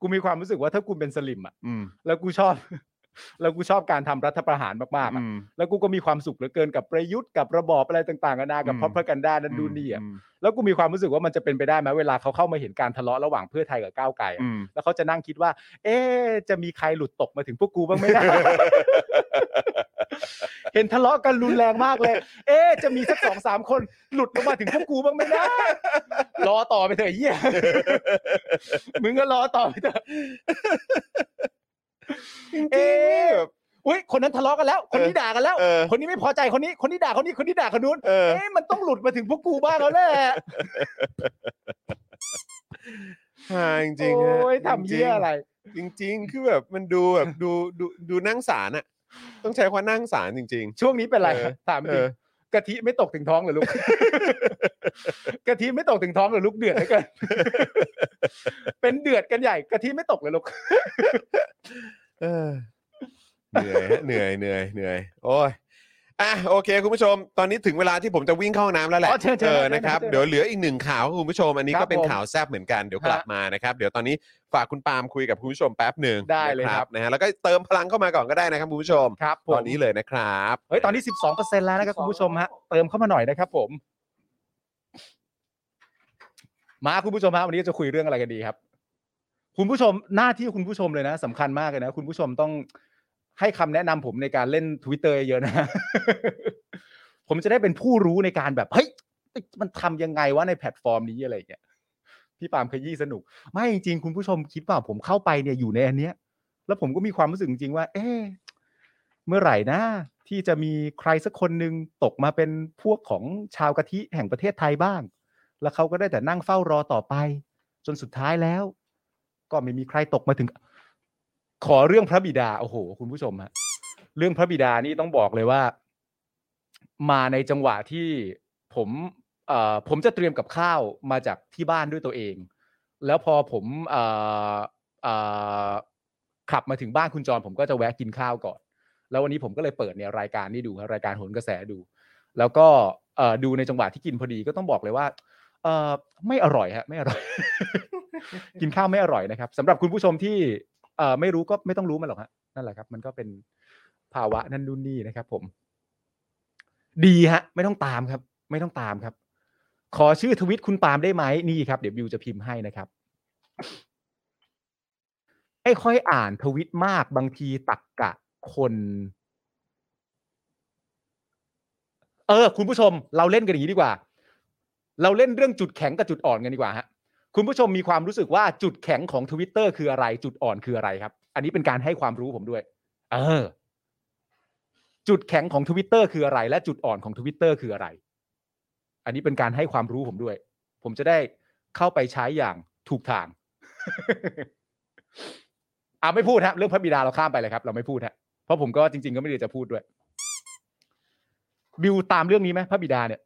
Speaker 6: กูมีความรู้สึกว่าถ้ากูเป็นสลิมอ่ะ
Speaker 3: อืม
Speaker 6: แล้วกูชอบ แล้วกูชอบการทำรัฐประหารมากๆอะ
Speaker 3: อืม
Speaker 6: แล้วกูก็มีความสุขเหลือเกินกับประยุทธ์กับระบอบอะไรต่างๆกันานากับ
Speaker 3: อืม
Speaker 6: พรพกันดานั้นดูนี่อ่ะ แล้วกูมีความรู้สึกว่ามันจะเป็นไปได้ไหมเวลาเขาเข้ามาเห็นการทะเลาะระหว่างเพื่อไทยกับก้าวไกลอะ
Speaker 3: อืม
Speaker 6: แล้วเขาจะนั่งคิดว่า เอ๊ะจะมีใครหลุดตกมาถึงพวกกูบ้างไหมนะ เห็นทะเลาะกันรุนแรงมากเลย เอ๊ะจะมีสักสองสามคนหลุดลงมาถึงพวกกูบ้างไหมนะรอต่อไปเถอะไอ้เหี้ย มึงก็รอต่อไปเถอะ
Speaker 3: จริงๆ
Speaker 6: เอ๊ะ
Speaker 3: แบบ
Speaker 6: อุ้ยคนนั้นทะเลาะกันแล้ว คนนี้ด่ากันแล้ว
Speaker 3: เออ
Speaker 6: คนนี้ไม่พอใจคนนี้ คนนี้ด่าคนนี้คนนี้ด่าคนนู้น
Speaker 3: เออ
Speaker 6: เอ๊ะมันต้องหลุดมาถึงพวกกูบ้างแล้วแหละ
Speaker 3: หาจริง
Speaker 6: โ
Speaker 3: ๆฮะ
Speaker 6: อ้ยทำเยี่ยอะไร
Speaker 3: จริงๆจริง ๆ คือแบบมันดูแบบดูดูดูนั่งสารอะต้องใช้คำว่านั่งสารจริง
Speaker 6: ช่วงนี้เป็นไร
Speaker 3: เออ
Speaker 6: ถาม
Speaker 3: ๆ เอ
Speaker 6: จริง
Speaker 3: อก
Speaker 6: ะทิไม่ตกถึงท้องเหรอ ลูก กะทิไม่ตกถึงท้องเหรอลูกเดือดเหลือเกิน เป็นเดือดกันใหญ่กะทิไม่ตกเลยลูก
Speaker 3: เออเหนื่อยฮะเหนื่อยเหนื่อยเหนื่อยโอ้ยอ่ะโอเค คุณผู้ชม ตอนนี้ถึงเวลาที่ผมจะวิ่งเข้าห้องน้ำแล้วแหละ
Speaker 6: อ๋อเชิญเชิญ
Speaker 3: อนะครับ
Speaker 6: เชิญเชิญ
Speaker 3: เดี๋ยวเหลืออีกหนึ่งข่าวครับคุณผู้ชม อันนี้
Speaker 6: ครั
Speaker 3: ก็
Speaker 6: บ
Speaker 3: เป็น
Speaker 6: ผม
Speaker 3: ข่าวแซบเหมือนกันเดี๋ยวกลับ
Speaker 6: ฮะ
Speaker 3: มานะครับเดี๋ยวตอนนี้ฝากคุณปาล์มคุยกับคุณผู้ชมแป๊บหนึ่ง
Speaker 6: ได้เลยครับ
Speaker 3: นะนะฮะแล้วก็เติมพลังเข้ามาก่อนก็ได้นะครับคุณผู้ชม
Speaker 6: ครับผ
Speaker 3: ตอ
Speaker 6: ม
Speaker 3: นนี้เลยนะครับ
Speaker 6: เฮ้ยตอนนี้สิบสองเปอร์เซ็นแล้วนะครับคุณผู้ชมฮะเติมเข้ามาหน่อยนะครับ ผม มาคุณผู้ชมฮะวันนี้จะคุยเรื่องอะไรกันดีครับ คุณผู้ชมหน้าที่คุณผู้ชมเลยนะสำคัญมากเลยนะ คุณผู้ชมต้องให้คำแนะนำผมในการเล่น Twitter เยอะนะ ผมจะได้เป็นผู้รู้ในการแบบเฮ้ยมันทำยังไงวะในแพลตฟอร์มนี้อะไรอย่างเงี้ยพี่ปาล์มขยี้สนุก ไม่จริงๆคุณผู้ชมคิดว่าผมเข้าไปเนี่ยอยู่ในอันเนี้ย แล้วผมก็มีความรู้สึกจริงๆว่า เอ๊ะเมื่อไหร่นะที่จะมีใครสักคนหนึ่งตกมาเป็นพวกของชาวกะทิแห่งประเทศไทยบ้าง แล้วเขาก็ได้แต่นั่งเฝ้ารอต่อไป จนสุดท้ายแล้ว ก็ไม่มีใครตกมาถึง ขอเรื่องพระบิดาโอ้โห คุณผู้ชมฮะเรื่องพระบิดานี่ต้องบอกเลยว่า มาในจังหวะที่ผมเอ่อผมจะเตรียมกับข้าวมาจากที่บ้านด้วยตัวเอง แล้วพอผมเอ่อเอ่อขับมาถึงบ้านคุณจร ผมก็จะแวะกินข้าวก่อน แล้ววันนี้ผมก็เลยเปิดเนี่ยรายการนี่ดูครับรายการโหนกระแสดู แล้วก็เอ่อดูในจังหวะที่กินพอดีก็ต้องบอกเลยว่า เอ่อไม่อร่อยฮะไม่อร่อย กินข้าวไม่อร่อยนะครับสำหรับคุณผู้ชมที่เอ่อไม่รู้ก็ไม่ต้องรู้มันหรอกฮะนั่นแหละครับ มันก็เป็นภาวะนั่นนู่นนี่นะครับ ผม ดีฮะ ไม่ต้องตามครับ ไม่ต้องตามครับ ขอชื่อทวิตคุณปาล์มได้ไหมนี่ครับเดี๋ยวบิวจะพิมพ์ให้นะครับ ไม่ค่อยอ่านทวิตมากบางทีตักกะคน เออ คุณผู้ชม เราเล่นกันอย่างนี้ดีกว่า เราเล่นเรื่องจุดแข็งกับจุดอ่อนกันดีกว่าฮะคุณผู้ชมมีความรู้สึกว่าจุดแข็งของทวิตเตอร์คืออะไร จุดอ่อนคืออะไรครับ อันนี้เป็นการให้ความรู้ผมด้วย เออ จุดแข็งของทวิตเตอร์คืออะไร และจุดอ่อนของทวิตเตอร์คืออะไร อันนี้เป็นการให้ความรู้ผมด้วย ผมจะได้เข้าไปใช้อย่างถูกทาง อ่ะไม่พูดฮะเรื่องพระบิดาเราข้ามไปเลยครับ เราไม่พูดฮะเพราะผมก็จริง ๆ ก็ไม่ได้จะพูดด้วย บิวตามเรื่องนี้ไหมพระบิดาเนี่ย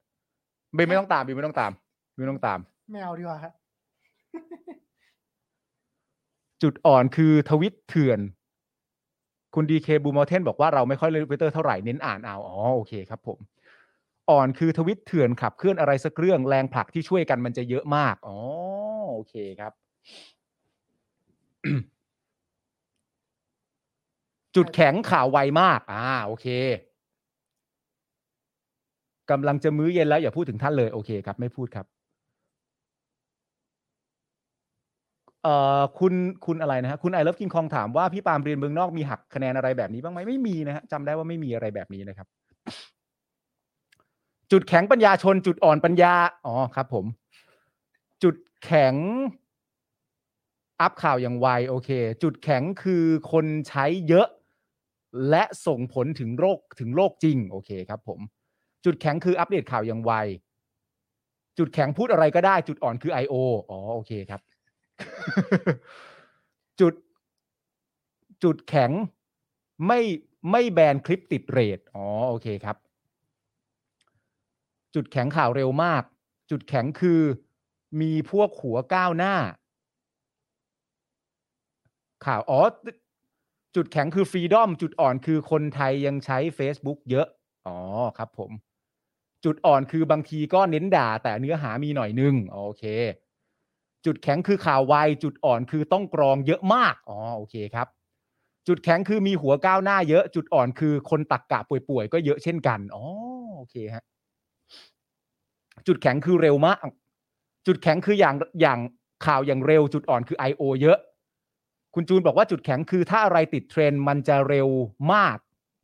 Speaker 6: บิวไม่ต้องตามบิวไม่ต้องตามบิวไม่ต้องตาม
Speaker 7: ไม่เอาดีกว่าครับ
Speaker 6: จุดอ่อนคือทวิตเถื่อน คุณดีเคบูมอเทนบอกว่าเราไม่ค่อยเล่นทวิตเตอร์เท่าไหร่เน้นอ่านเอาอ๋อโอเคครับผม อ่อนคือทวิตเถื่อนขับเคลื่อนอะไรสักเรื่องแรงผลักที่ช่วยกันมันจะเยอะมากอ๋อโอเคครับ จุดแข็งข่าวไวมาก อ่า โอเคกำลังจะมื้อเย็นแล้วอย่าพูดถึงท่านเลย โอเคครับ ไม่พูดครับ เอ่อคุณคุณอะไรนะฮะคุณไอ o v ฟกินคองถามว่าพี่ปาล์มเรียนเมืองนอกมีหักคะแนนอะไรแบบนี้บ้างไหมไม่มีนะฮะจำได้ว่าไม่มีอะไรแบบนี้นะครับ จุดแข็งปัญญาชน จุดอ่อนปัญญา อ๋อครับผม จุดแข็ง อัพข่าวอย่างไวโอเค จุดแข็งคือคนใช้เยอะ และส่งผลถึงโรคถึงโรคจริง โอเคครับผม จุดแข็งคืออัปเดตข่าวอย่างไว จุดแข็งพูดอะไรก็ได้ จุดอ่อนคือ I.O. อ๋อโอเคครับ จุด จุดแข็งไม่ไม่แบนคลิปติดเรทอ๋อโอเคครับ จุดแข็งข่าวเร็วมาก จุดแข็งคือมีพวกหัวก้าวหน้า ข่าวอ๋อจุดแข็งคือฟรีดอม จุดอ่อนคือคนไทยยังใช้ Facebook เยอะ อ๋อครับผม จุดอ่อนคือบางทีก็เน้นด่า แต่เนื้อหามีหน่อยนึงอ๋อโอเค จุดแข็งคือข่าวไวจุดอ่อนคือต้องกรองเยอะมากอ๋อโอเคครับ จุดแข็งคือมีหัวก้าวหน้าเยอะ จุดอ่อนคือคนตักกะป่วยๆก็เยอะเช่นกันอ๋อโอเคฮะ จุดแข็งคือเร็วมาก จุดแข็งคืออย่างอย่างข่าวอย่างเร็ว จุดอ่อนคือ I.O. เยอะ คุณจูนบอกว่าจุดแข็งคือถ้าอะไรติดเทรนด์มันจะเร็วมาก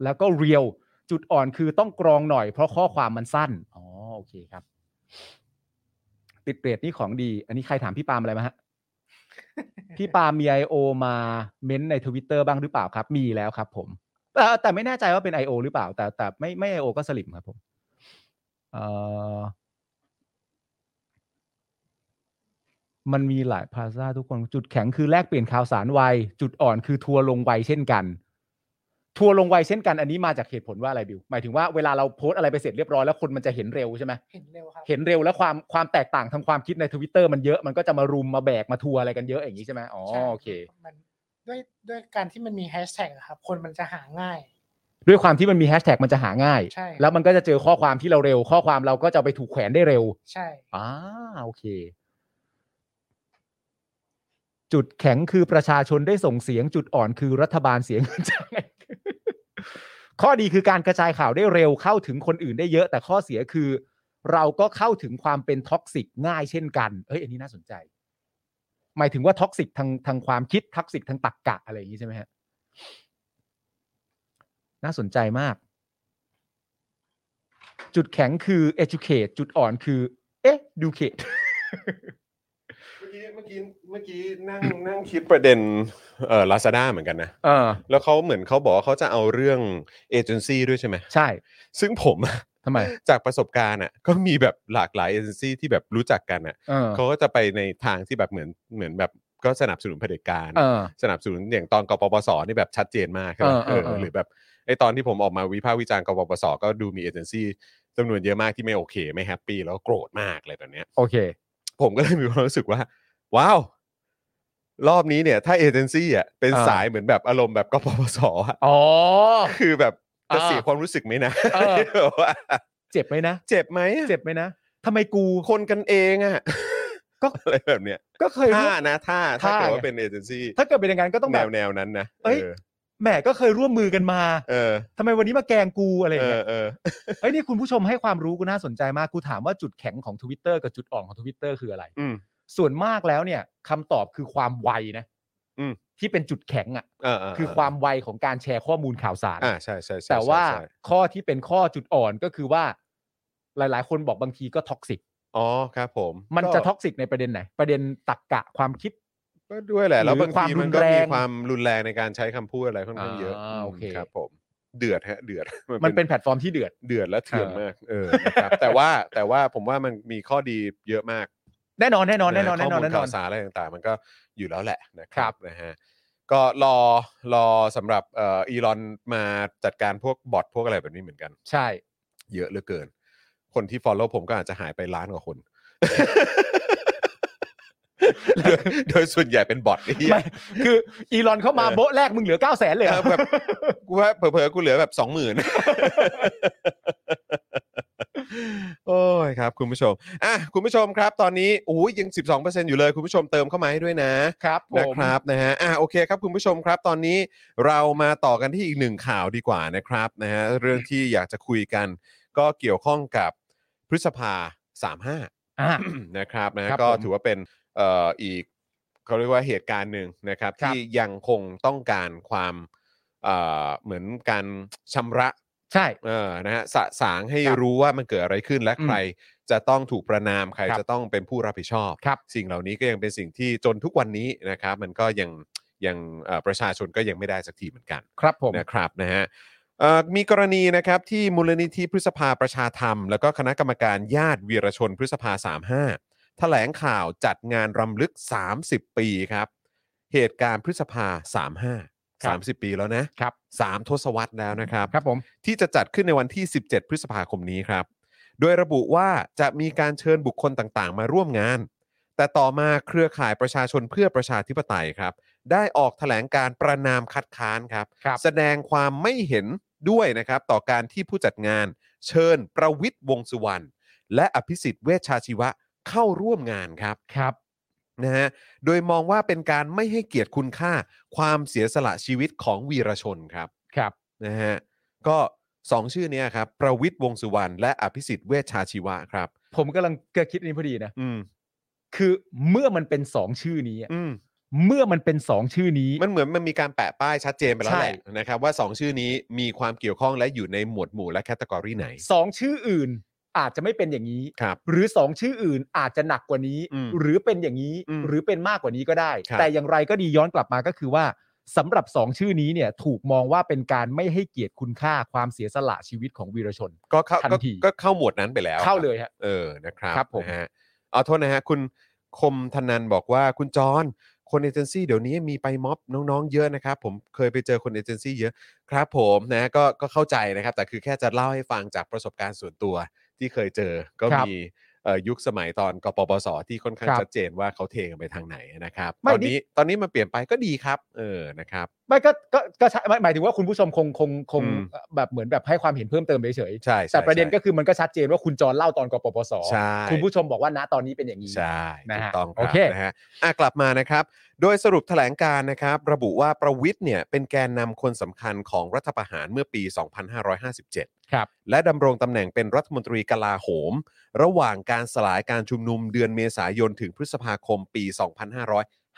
Speaker 6: แล้วก็เรียว จุดอ่อนคือต้องกรองหน่อยเพราะข้อความมันสั้น อ๋อโอเคครับ ติดเรทนี่ของดี อันนี้ใครถามพี่ปาล์มอะไรมาฮะ พี่ปาล์มมี I.O. มาเม้นต์ในทวิตเตอร์บ้างหรือเปล่าครับ มีแล้วครับ ผมเอ่อแต่ไม่แน่ใจว่าเป็น I.O. หรือเปล่า แต่แต่ไม่ไม่ I.O. ก็สลิมครับผมเอ่อ มันมีหลายพาซาทุกคนจุดแข็งคือแลกเปลี่ยนข่าวสารไว จุดอ่อนคือทัวร์ลงไวเช่นกัน ทัวร์ลงไวเช่นกัน อันนี้มาจากเหตุผลว่าอะไรบิวหมายถึงว่าเวลาเราโพสต์อะไรไปเสร็จเรียบร้อยแล้วคนมันจะเห็นเร็วใช่ไหม
Speaker 7: เห็นเร็วครับ
Speaker 6: เห็นเร็วแล้วความความแตกต่างทางความคิดในทวิตเตอร์มันเยอะมันก็จะมารุมมาแบกมาทัวร์อะไรกันเยอะอย่างนี้ใช่ไหมอ๋อ
Speaker 7: ใช่
Speaker 6: โอเค
Speaker 7: มันด้วยด้วยการที่มันมีแฮชแท็กครับ คนมันจะหาง่าย
Speaker 6: ด้วยความที่มันมีแฮชแท็กมันจะหาง่าย
Speaker 7: ใช่
Speaker 6: แล้วมันก็จะเจอข้อความที่เราเร็ว ข้อความเราก็จะเอาไปถูกแขวนได้เร็ว
Speaker 7: ใช่
Speaker 6: อ่าโอเค จุดแข็งคือประชาชนได้ส่งเสียงจุดอ่อนคือรัฐบาลเสียง จังข้อดีคือการกระจายข่าวได้เร็วเข้าถึงคนอื่นได้เยอะ แต่ข้อเสียคือ เราก็เข้าถึงความเป็นท็อกซิกง่ายเช่นกันเอ้ยอันนี้น่าสนใจ หมายถึงว่าท็อกซิกทางทางความคิดท็อกซิกทางตรรกกะอะไรอย่างนี้ใช่ไหมฮะน่าสนใจมาก จุดแข็งคือ educate จุดอ่อนคือ educate
Speaker 3: มื่อกี้เมื่อกี้เมื่อกี้นั่ง นั่งคิดประเด็นเอ่อลาซาด้าเหมือนกันนะ
Speaker 6: เออ
Speaker 3: แล้วเขาเหมือนเขาบอกว่าเขาจะเอาเรื่องเอเจนซี่ด้วยใช่ไหม
Speaker 6: ใช่
Speaker 3: ซึ่งผมอะ
Speaker 6: ทำไม
Speaker 3: จากประสบการณ์อ่ะก็มีแบบหลากหลายเอเจนซี่ที่แบบรู้จักกันอ่ะ
Speaker 6: เออ
Speaker 3: เขาก็จะไปในทางที่แบบเหมือนเหมือนแบบก็สนับสนุนเผด็จการ
Speaker 6: เออ
Speaker 3: สนับสนุนอย่างตอนกปปสนี่แบบชัดเจนมากใช่ไหม
Speaker 6: เออ
Speaker 3: เอ
Speaker 6: เออเอ
Speaker 3: อ
Speaker 6: อ
Speaker 3: หรือแบบไอ้ตอนที่ผมออกมาวิพากษ์วิจารณ์กปปสก็ดูมีเอเจนซี่จำนวนเยอะมากที่ไม่โอเค ไม่แฮปปี้แล้วโกรธมากอะไรแบบเนี้ย
Speaker 6: โอเค
Speaker 3: ผมก็เลยมีความรู้สึกว่า ว้าวรอบนี้เนี่ย ถ้าเอเจนซี่อ่ะเป็น
Speaker 6: อ่า
Speaker 3: สายเหมือนแบบอารมณ์แบบกปปสอะ
Speaker 6: อ๋อ
Speaker 3: คือแบบจะ
Speaker 6: อ่า
Speaker 3: เสียความรู้สึกไหมนะ
Speaker 6: เออ
Speaker 3: แบบว่า
Speaker 6: เจ็บไหมนะ
Speaker 3: เจ็บไหมอะ
Speaker 6: เจ็บไหมนะทำไมกู
Speaker 3: คนกันเองอ่ะ ก็อะไรแบบเนี้ย
Speaker 6: ก็เคยร่
Speaker 3: ถ้าว
Speaker 6: ม
Speaker 3: นะถ้าถ้า
Speaker 6: ถ้า
Speaker 3: เกิดว่า
Speaker 6: ไง
Speaker 3: เป็นเอเจนซี่
Speaker 6: ถ้าเกิดเป็นอย่างนั้นก็ต้อง
Speaker 3: แน
Speaker 6: แบบ
Speaker 3: วแนวนั้นนะ
Speaker 6: เอ้ย แหมก็เคยร่วมมือกันมา
Speaker 3: เออ
Speaker 6: ทำไมวันนี้มาแกงกูอะไรอ
Speaker 3: เอย่าง
Speaker 6: เงี้
Speaker 3: อย เออ
Speaker 6: เอ้ยนี่คุณผู้ชมให้ความรู้กูน่าสนใจมากกูถามว่าจุดแข็งของ Twitter กับจุดอ่อนของ Twitter คืออะไร
Speaker 3: อืม
Speaker 6: ส่วนมากแล้วเนี่ยคำตอบคือความไวนะ
Speaker 3: อืม
Speaker 6: ที่เป็นจุดแข็งอ่ะ
Speaker 3: เออเเ
Speaker 6: คือความไวของการแชร์ข้อมูลข่าวสาร
Speaker 3: อ่าใช่ใช่ใช่
Speaker 6: แต่ว่า
Speaker 3: ใช่ใช่
Speaker 6: ข้อที่เป็นข้อจุดอ่อนก็คือว่า หลาย ๆ คนบอกบางทีก็ท็อกซิก
Speaker 3: อ๋อครับผม
Speaker 6: มันจะท็อกซิกในประเด็นไหน ประเด็นตรรกกะความคิด
Speaker 3: ก็ด้วยแหละ แล้
Speaker 6: หรือบ
Speaker 3: วางทีมัน
Speaker 6: ค
Speaker 3: ก็
Speaker 6: วามรุ
Speaker 3: มี
Speaker 6: นแรง
Speaker 3: ความรุนแรงในการใช้คำพูดอะไรค่อนข้างเยอะ
Speaker 6: อ่าโอเค
Speaker 3: มครับ ผม เดือดฮะ เดือ ด
Speaker 6: มันเป็นแพลตฟอร์มที่เดือด
Speaker 3: เดือดและเถื่อน
Speaker 6: เออ
Speaker 3: มาก เออนะครับ แต่ว่าแต่ว่าผมว่ามันมีข้อดีเยอะมาก
Speaker 6: แน่นอนแน่นอนแน่นอนะ แน่น
Speaker 3: ข้
Speaker 6: อน
Speaker 3: อมูล
Speaker 6: แน่น
Speaker 3: ข่า
Speaker 6: อน
Speaker 3: วสารอะไรต่างๆ มันก็อยู่แล้วแหละนะค
Speaker 6: ครั
Speaker 3: รับบ นะฮะก็รอรอสำหรับเอ่ออีลอนมาจัดการพวกบอทพวกอะไรแบบนี้เหมือนกัน
Speaker 6: ใช่
Speaker 3: เยอะเหลือเกิน คนที่ follow ผมก็อาจจะหายไปล้านกว่าคน โดยโดยส่วนใหญ่เป็นบอทนี่
Speaker 6: ไม่ คืออีลอนเข้ามา
Speaker 3: เออ
Speaker 6: โบ๊ะแรกมึงเหลือ 9 0 0แสนเลยเหรอ
Speaker 3: แบบกูว่าเผลอๆกูเหลือแบบสองหมื่น โอ้ยครับ คุณผู้ชม อ่ะคุณผู้ชมครับ ตอนนี้โอ้ยยัง 12%อยู่เลย คุณผู้ชมเติมเข้ามาให้ด้วยนะ
Speaker 6: ครับผ
Speaker 3: นะ
Speaker 6: ม
Speaker 3: ครับนะฮะอ่ะโอเคครับคุณผู้ชมครับ ตอนนี้เรามาต่อกันที่อีกหนึ่งข่าวดีกว่านะครับนะฮะเรื่องที่อยากจะคุยกัน ก็เกี่ยวข้องกับพฤษภา 35
Speaker 6: อ่ะ
Speaker 3: นะครับนะฮะ
Speaker 6: ครับ
Speaker 3: ก็
Speaker 6: ผม
Speaker 3: ถือว่าเป็นเอ่ออีกเขาเรียกว่าเหตุการณ์หนึ่งนะครับ
Speaker 6: ครับ
Speaker 3: ที่ยังคงต้องการความเอ่อเหมือนการชำระ
Speaker 6: ใช่
Speaker 3: เออนะฮะสะสางให้
Speaker 6: ครับ
Speaker 3: รู้ว่ามันเกิดอะไรขึ้นและ
Speaker 6: อืม
Speaker 3: ใครจะต้องถูกประนามใคร
Speaker 6: ครับ
Speaker 3: จะต้องเป็นผู้รับผิดชอบ
Speaker 6: ครับ
Speaker 3: สิ่งเหล่านี้ก็ยังเป็นสิ่งที่จนทุกวันนี้นะครับมันก็ยังยังเอ่อประชาชนก็ยังไม่ได้สักทีเหมือนกัน
Speaker 6: ครับผม
Speaker 3: นะครับนะฮะเอ่อมีกรณีนะครับที่มูลนิธิพฤษภาประชาธรรม แล้วก็คณะกรรมการญาติวีรชนพฤษภา 35 แถลงข่าวจัดงานรำลึก 30 ปีครับ เหตุการณ์พฤษภา 35
Speaker 6: ครับ
Speaker 3: 30 ปีแล้วนะครับ สามทศวรรษแล้วนะครับ
Speaker 6: ครับผม
Speaker 3: ที่จะจัดขึ้นในวันที่ 17 พฤษภาคมนี้ครับ โดยระบุว่าจะมีการเชิญบุคคลต่างๆ มาร่วมงาน แต่ต่อมาเครือข่ายประชาชนเพื่อประชาธิปไตยครับ ได้ออกแถลงการประนามคัดค้านครับ
Speaker 6: ครับ
Speaker 3: แสดงความไม่เห็นด้วยนะครับ ต่อการที่ผู้จัดงานเชิญประวิทย์วงษ์สุวรรณและอภิสิทธิ์เวชชาชีวะเข้าร่วมงานครับ
Speaker 6: ครับ
Speaker 3: นะฮะ โดยมองว่าเป็นการไม่ให้เกียรติคุณค่าความเสียสละชีวิตของวีรชนครับ
Speaker 6: ครับ
Speaker 3: นะฮะ ก็สองชื่อเนี้ยครับ ประวิทย์วงษ์สุวรรณและอภิสิทธิ์เวชชาชีวะครับ
Speaker 6: ผมกำลังเกิดคิดอันนี้พอดีนะ
Speaker 3: อืม
Speaker 6: คือเมื่อมันเป็นสองชื่อนี้อะ
Speaker 3: อืม
Speaker 6: เมื่อมันเป็นสองชื่อนี้
Speaker 3: มันเหมือนมันมีการแปะป้ายชัดเจนไปแล้ว
Speaker 6: ใช่
Speaker 3: แหละนะครับ ว่าสองชื่อนี้มีความเกี่ยวข้องและอยู่ในหมวดหมู่และแคตตากรีไหน
Speaker 6: สองชื่ออื่นอาจจะไม่เป็นอย่างนี้
Speaker 3: ครับ
Speaker 6: หรือสองชื่ออื่นอาจจะหนักกว่านี้
Speaker 3: อืม
Speaker 6: หรือเป็นอย่างนี้
Speaker 3: อืม
Speaker 6: หรือเป็นมากกว่านี้ก็ได้
Speaker 3: ครับ
Speaker 6: แต่อย่างไรก็ดีย้อนกลับมาก็คือว่าสำหรับสองชื่อนี้เนี่ยถูกมองว่าเป็นการไม่ให้เกียรติคุณค่าความเสียสละชีวิตของวีรชน
Speaker 3: ก็เข้า
Speaker 6: ทัน
Speaker 3: ก็
Speaker 6: ที
Speaker 3: ก็เข้าหมวดนั้นไปแล้ว
Speaker 6: เข้า
Speaker 3: ครับ
Speaker 6: เลยฮะ
Speaker 3: เออ นะครับ
Speaker 6: ครับผม
Speaker 3: นะฮะเอาโทษนะฮะ คุณคมธนันบอกว่าคุณจอนคนเอเจนซี่เดี๋ยวนี้มีไปม็อบน้องๆ เยอะนะครับ ผมเคยไปเจอคนเอเจนซี่เยอะครับผมนะก็ก็เข้าใจนะครับ แต่คือแค่จะเล่าให้ฟังจากประสบการณ์ส่วนตัวที่เคยเจอ ก็
Speaker 6: ครับ
Speaker 3: มีเอ่อยุคสมัยตอนกปปส ที่ค่อนข้าง
Speaker 6: ครับ
Speaker 3: ชัดเจนว่าเขาเทกันไปทางไหนนะครับ
Speaker 6: ไม่
Speaker 3: ตอน
Speaker 6: นี่
Speaker 3: นี้ตอนนี้มันเปลี่ยนไปก็ดีครับ เออนะครับ
Speaker 6: ไม่ก็ก็ก็ใช่หมายหมายถึงว่าคุณผู้ชมคงคงคง
Speaker 3: อืม
Speaker 6: แบบเหมือนแบบให้ความเห็นเพิ่มเติมเฉยๆ
Speaker 3: ใช่ใช่
Speaker 6: แต่ประเด็น
Speaker 3: ใช่
Speaker 6: ก็คือมันก็ชัดเจนว่าคุณจรเล่าตอนกปปส
Speaker 3: ใช่
Speaker 6: คุณผู้ชมบอกว่าณตอนนี้เป็นอย่างนี้
Speaker 3: ใช่
Speaker 6: นะ
Speaker 3: ถูก
Speaker 6: ฮะ
Speaker 3: ต้องค
Speaker 6: โอ
Speaker 3: รับ
Speaker 6: เค
Speaker 3: นะฮะอ่ะกลับมานะครับ โดยสรุปแถลงการนะครับ ระบุว่าประวิทย์เนี่ยเป็นแกนนำคนสำคัญของรัฐประหารเมื่อปี 2557
Speaker 6: ครับ
Speaker 3: และดำรงตำแหน่งเป็นรัฐมนตรีกลาโหม ระหว่างการสลายการชุมนุมเดือนเมษายนถึงพฤษภาคมปี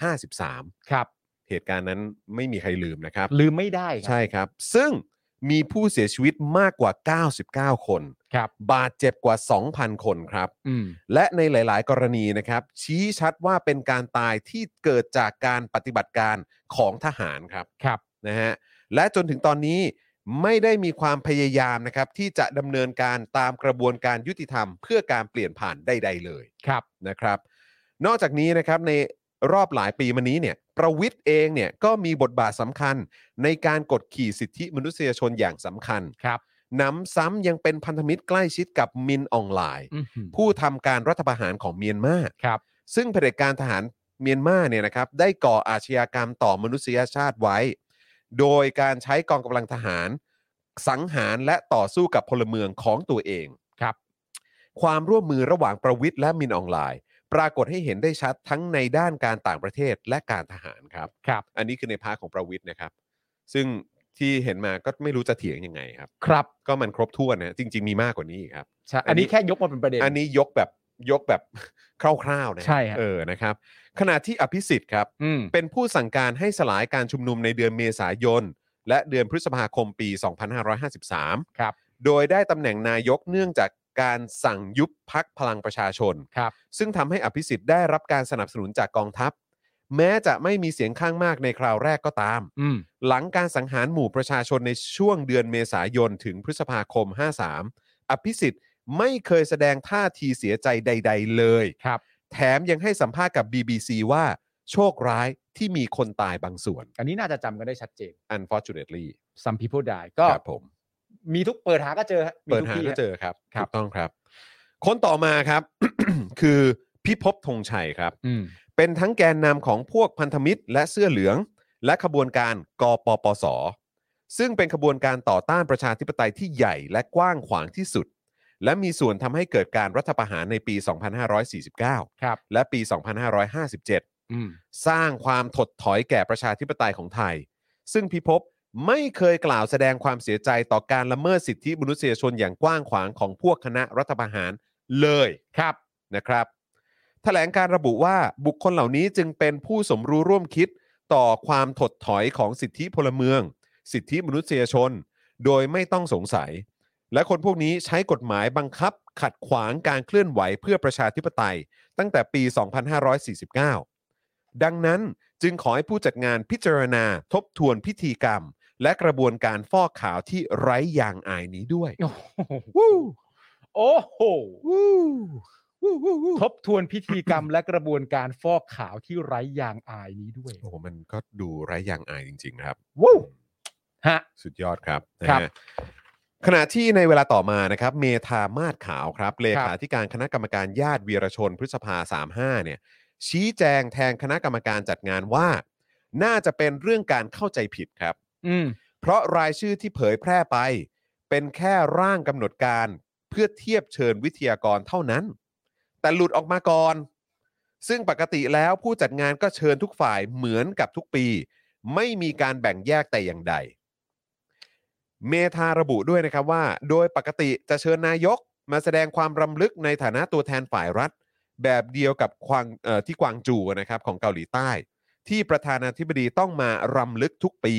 Speaker 3: 2553
Speaker 6: ครับ
Speaker 3: เหตุการณ์นั้นไม่มีใครลืมนะครับ
Speaker 6: ลืมไม่ได้ครับ
Speaker 3: ใช่ครับ ซึ่งมีผู้เสียชีวิตมากกว่า 99 คน
Speaker 6: ครับ
Speaker 3: บาดเจ็บกว่า 2,000 คนครับ
Speaker 6: อืม
Speaker 3: และในหลาย ๆ กรณีนะครับ ชี้ชัดว่าเป็นการตายที่เกิดจากการปฏิบัติการของทหารครับ
Speaker 6: ครับ
Speaker 3: นะฮะและจนถึงตอนนี้ไม่ได้มีความพยายามนะครับที่จะดำเนินการตามกระบวนการยุติธรรม เพื่อการเปลี่ยนผ่านใด ๆ เลย
Speaker 6: ครับ
Speaker 3: นะครับ นอกจากนี้นะครับในรอบหลายปีมานี้เนี่ยประวิทย์เองเนี่ยก็มีบทบาทสำคัญในการกดขี่สิทธิมนุษยชนอย่างสำคัญ
Speaker 6: ครับ
Speaker 3: หนำซ้ำยังเป็นพันธมิตรใกล้ชิดกับมินออนไลน์
Speaker 6: อื้อหือ
Speaker 3: ผู้ทำการรัฐประหารของเมียนมา
Speaker 6: ครับ
Speaker 3: ซึ่งเผด็จการทหารเมียนมาเนี่ยนะครับได้ก่ออาชญากรรมต่อมนุษยชาติไว้ โดยการใช้กองกำลังทหาร สังหารและต่อสู้กับพลเมืองของตัวเอง
Speaker 6: ครับ
Speaker 3: ความร่วมมือระหว่างประวิทย์และมินออนไลน์ ปรากฏให้เห็นได้ชัดทั้งในด้านการต่างประเทศและการทหารครับ
Speaker 6: ครับ
Speaker 3: อันนี้คือในพาร์ทของประวิทย์นะครับ ซึ่งที่เห็นมาก็ไม่รู้จะเถียงยังไงครับ
Speaker 6: ครับ
Speaker 3: ก็มันครบถ้วนนะจริง ๆมีมากกว่านี้อีกครับ
Speaker 6: ใช่
Speaker 3: อั
Speaker 6: อั
Speaker 3: น
Speaker 6: น
Speaker 3: นี้
Speaker 6: นี้แค่ยกมาเป็นประเด็น
Speaker 3: อันนี้ยกแบบยกแบบ คร่าวๆนะ
Speaker 6: ใช่ฮะ
Speaker 3: เออนะครับ ขณะที่อภิสิทธิ์ครับ
Speaker 6: อืม
Speaker 3: เป็นผู้สั่งการให้สลายการชุมนุมในเดือนเมษายน และเดือนพฤษภาคมปี 2553
Speaker 6: ครับ
Speaker 3: โดยได้ตำแหน่งนายกเนื่องจากการสั่งยุบพักพลังประชาชน
Speaker 6: ครับ
Speaker 3: ซึ่งทำให้อภิสิทธิ์ได้รับการสนับสนุนจากกองทัพ แม้จะไม่มีเสียงข้างมากในคราวแรกก็ตาม
Speaker 6: อืม
Speaker 3: หลังการสังหารหมู่ประชาชนในช่วงเดือนเมษายนถึงพฤษภาคม 53 อภิสิทธิ์ไม่เคยแสดงท่าทีเสียใจใด ๆ เลย
Speaker 6: ครับ
Speaker 3: แถมยังให้สัมภาษณ์กับ BBC ว่าโชคร้ายที่มีคนตายบางส่วน
Speaker 6: อันนี้น่าจะจำกันได้ชัดเจน
Speaker 3: unfortunately
Speaker 6: some people die ก็
Speaker 3: ครับผม
Speaker 6: มีทุกเปิดหาก็เจอฮะมี
Speaker 3: เปิด
Speaker 6: ทุ
Speaker 3: หา
Speaker 6: ที่
Speaker 3: ก็
Speaker 6: ฮะ
Speaker 3: เจอครับ
Speaker 6: ครับ
Speaker 3: ถูกต้องครับ คนต่อมาครับ คือพิภพธงชัยครับ
Speaker 6: อืม
Speaker 3: เป็นทั้งแกนนำของพวกพันธมิตรและเสื้อเหลือง และขบวนการกปปส ซึ่งเป็นขบวนการต่อต้านประชาธิปไตยที่ใหญ่และกว้างขวางที่สุด และมีส่วนทำให้เกิดการรัฐประหารในปี 2549
Speaker 6: ครับ
Speaker 3: และปี 2557
Speaker 6: อื ม
Speaker 3: สร้างความถดถอยแก่ประชาธิปไตยของไทย ซึ่งพิภพไม่เคยกล่าวแสดงความเสียใจต่อการละเมิดสิทธิมนุษยชนอย่างกว้างขวางของพวกคณะรัฐประหารเลย
Speaker 6: ครับ
Speaker 3: นะครับ แถลงการระบุว่าบุคคลเหล่านี้จึงเป็นผู้สมรู้ร่วมคิดต่อความถดถอยของสิทธิพลเมือง สิทธิมนุษยชน โดยไม่ต้องสงสัย และคนพวกนี้ใช้กฎหมายบังคับขัดขวางการเคลื่อนไหวเพื่อประชาธิปไตย ตั้งแต่ปี 2549 ดังนั้นจึงขอให้ผู้จัดงานพิจารณาทบทวนพิธีกรรม และกระบวนการฟอกขาวที่ไร้ยางอายนี้ด้วย
Speaker 6: วู้โอ้โหทบทวนพิธีกรรมและกระบวนการฟอกขาวที่ไร้ยางอายนี้ด้วย
Speaker 3: โอ้โหมันก็ดูไร้ยางอายจริงๆนะครับ
Speaker 6: วู้ฮะ
Speaker 3: สุดยอดครับนะครับ ฮะขณะที่ในเวลาต่อมานะครับ เมธามาศขาวครับ เลขาธิการคณะกรรมการญาติวีรชนพฤษภา 35 เนี่ย ชี้แจงแทนคณะกรรมการจัดงานว่า น่าจะเป็นเรื่องการเข้าใจผิดครับ
Speaker 6: อืม
Speaker 3: เพราะรายชื่อที่เผยแพร่ไป เป็นแค่ร่างกำหนดการเพื่อเทียบเชิญวิทยากรเท่านั้น แต่หลุดออกมาก่อน ซึ่งปกติแล้วผู้จัดงานก็เชิญทุกฝ่ายเหมือนกับทุกปี ไม่มีการแบ่งแยกแต่อย่างใด เมธาระบุด้วยนะครับว่า โดยปกติจะเชิญนายกมาแสดงความรำลึกในฐานะตัวแทนฝ่ายรัฐ แบบเดียวกับควางเอ่อที่กวางจูนะครับของเกาหลีใต้ ที่ประธานาธิบดีต้องมารำลึกทุกปี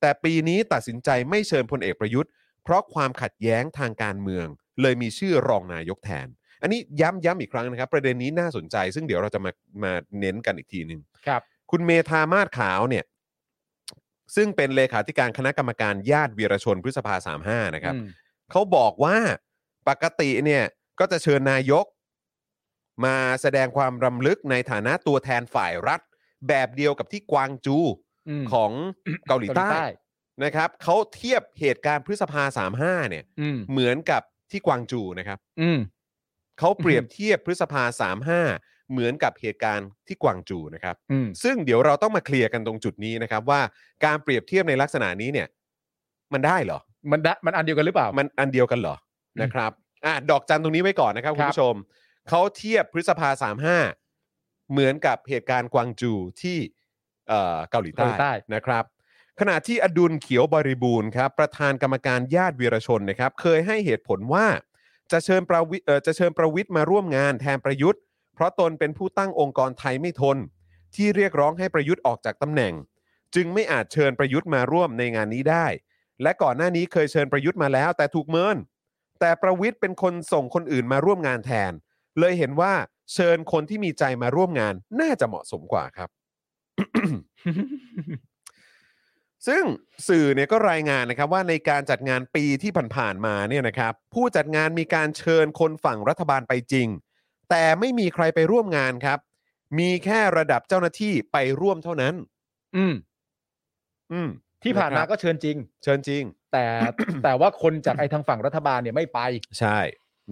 Speaker 3: แต่ปีนี้ตัดสินใจไม่เชิญพลเอกประยุทธ์ เพราะความขัดแย้งทางการเมือง เลยมีชื่อรองนายกแทน อันนี้ย้ำย้ำอีกครั้งนะครับ ประเด็นนี้น่าสนใจ ซึ่งเดี๋ยวเราจะมามาเน้นกันอีกทีหนึ่ง
Speaker 6: ครับ
Speaker 3: คุณเมธามาศขาวเนี่ย ซึ่งเป็นเลขาธิการคณะกรรมการญาติวีรชนพฤษภา 35 นะครับ
Speaker 6: อืม
Speaker 3: เขาบอกว่าปกติเนี่ยก็จะเชิญนายก มาแสดงความรำลึกในฐานะตัวแทนฝ่ายรัฐ แบบเดียวกับที่กวางจู
Speaker 6: ม
Speaker 3: ของเกาหลีใต้
Speaker 6: เกาหลีใต้
Speaker 3: นะครับเขาเทียบเหตุการณ์พฤษภา 35 เนี่ย
Speaker 6: อืม
Speaker 3: เหมือนกับที่กวางจูนะครับ
Speaker 6: อืม
Speaker 3: เขาเปรียบเทียบพฤษภา 35 เหมือนกับเหตุการณ์ที่กวางจูนะครับ
Speaker 6: อืม
Speaker 3: ซึ่งเดี๋ยวเราต้องมาเคลียร์กันตรงจุดนี้นะครับว่าการเปรียบเทียบในลักษณะนี้เนี่ย มันได้เหรอ
Speaker 6: มันดะมันอันเดียวกันหรือเปล่า
Speaker 3: มันอันเดียวกันเหรอนะครับอ่ะดอกจันตรงนี้ไว้ก่อนนะครับ
Speaker 6: ค
Speaker 3: คุ
Speaker 6: รั
Speaker 3: ณ
Speaker 6: บ
Speaker 3: ผู้ชม เขาเทียบพฤษภา 35 เหมือนกับเหตุการณ์กวางจูที่เอ่อเกาหลีใต้
Speaker 6: เกาหลีใต้
Speaker 3: นะครับ ขณะที่อดุลเขียวบริบูรณ์ครับ ประธานกรรมการญาติวีรชนนะครับ เคยให้เหตุผลว่า จะเชิญประวิเอ่อจะเชิญประวิทย์มาร่วมงานแทนประยุทธ์ เพราะตนเป็นผู้ตั้งองค์กรไทยไม่ทน ที่เรียกร้องให้ประยุทธ์ออกจากตำแหน่ง จึงไม่อาจเชิญประยุทธ์มาร่วมในงานนี้ได้ และก่อนหน้านี้เคยเชิญประยุทธ์มาแล้ว แต่ถูกเมิน แต่ประวิทย์เป็นคนส่งคนอื่นมาร่วมงานแทน เลยเห็นว่าเชิญคนที่มีใจมาร่วมงานน่าจะเหมาะสมกว่าครับ ซึ่งสื่อเนี่ยก็รายงานนะครับว่าในการจัดงานปีที่ผ่านๆมาเนี่ยนะครับ ผู้จัดงานมีการเชิญคนฝั่งรัฐบาลไปจริง แต่ไม่มีใครไปร่วมงานครับ มีแค่ระดับเจ้าหน้าที่ไปร่วมเท่านั้น
Speaker 6: อืม
Speaker 3: อืม
Speaker 6: ที่ผ่านมา
Speaker 3: นะครับ
Speaker 6: ก็เชิญจริง
Speaker 3: เชิญจริง
Speaker 6: แต่ แต่ว่าคนจากไอ้ทางฝั่งรัฐบาลเนี่ยไม่ไป
Speaker 3: ใช่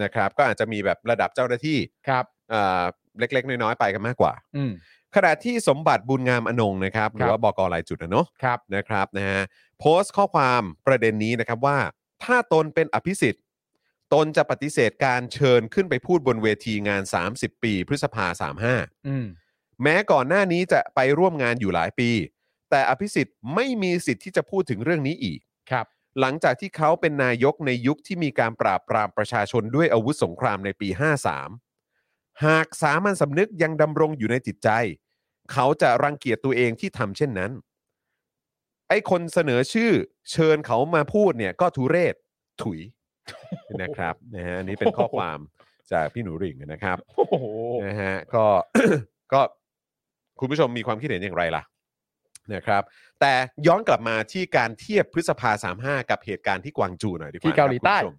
Speaker 3: นะครับ ก็อาจจะมีแบบระดับเจ้าหน้าที่
Speaker 6: ครับ
Speaker 3: เอ่อเล็ก ๆ น้อยๆไปกันมากกว่า
Speaker 6: อืม
Speaker 3: ขณะที่สมบัติบุญงามอนงค์นะครับ หรือว่าบกลายจุดนะเนาะ
Speaker 6: ครับ
Speaker 3: นะครับนะฮะโพสต์ข้อความประเด็นนี้นะครับว่า ถ้าตนเป็นอภิสิทธิ์ ตนจะปฏิเสธการเชิญขึ้นไปพูดบนเวทีงาน 30 ปีพฤษภา
Speaker 6: อืม
Speaker 3: 35 แม้ก่อนหน้านี้จะไปร่วมงานอยู่หลายปี แต่อภิสิทธิ์ไม่มีสิทธิ์ที่จะพูดถึงเรื่องนี้อีก
Speaker 6: ครับ
Speaker 3: หลังจากที่เขาเป็นนายกในยุคที่มีการปราบปรามประชาชนด้วยอาวุธสงครามในปี 53 หากสามัญสำนึกยังดำรงอยู่ในจิตใจ เขาจะรังเกียจตัวเองที่ทำเช่นนั้น ไอ้คนเสนอชื่อเชิญเขามาพูดเนี่ยก็ทุเรศถุยนะครับนะฮะอันนี้เป็นข้อความจากพี่หนูหริ่งนะครับ
Speaker 6: โอ้โห
Speaker 3: นะฮะก็ ก็คุณผู้ชมมีความคิดเห็นอย่างไรล่ะนะครับ แต่ย้อนกลับมาที่การเทียบพฤษภา 35 กับเหตุการณ์ที่กวางจูหน่อยดีกว่า
Speaker 6: ที่เกาหลี
Speaker 3: นะครับ
Speaker 6: ใต้
Speaker 3: คุณผู้ชม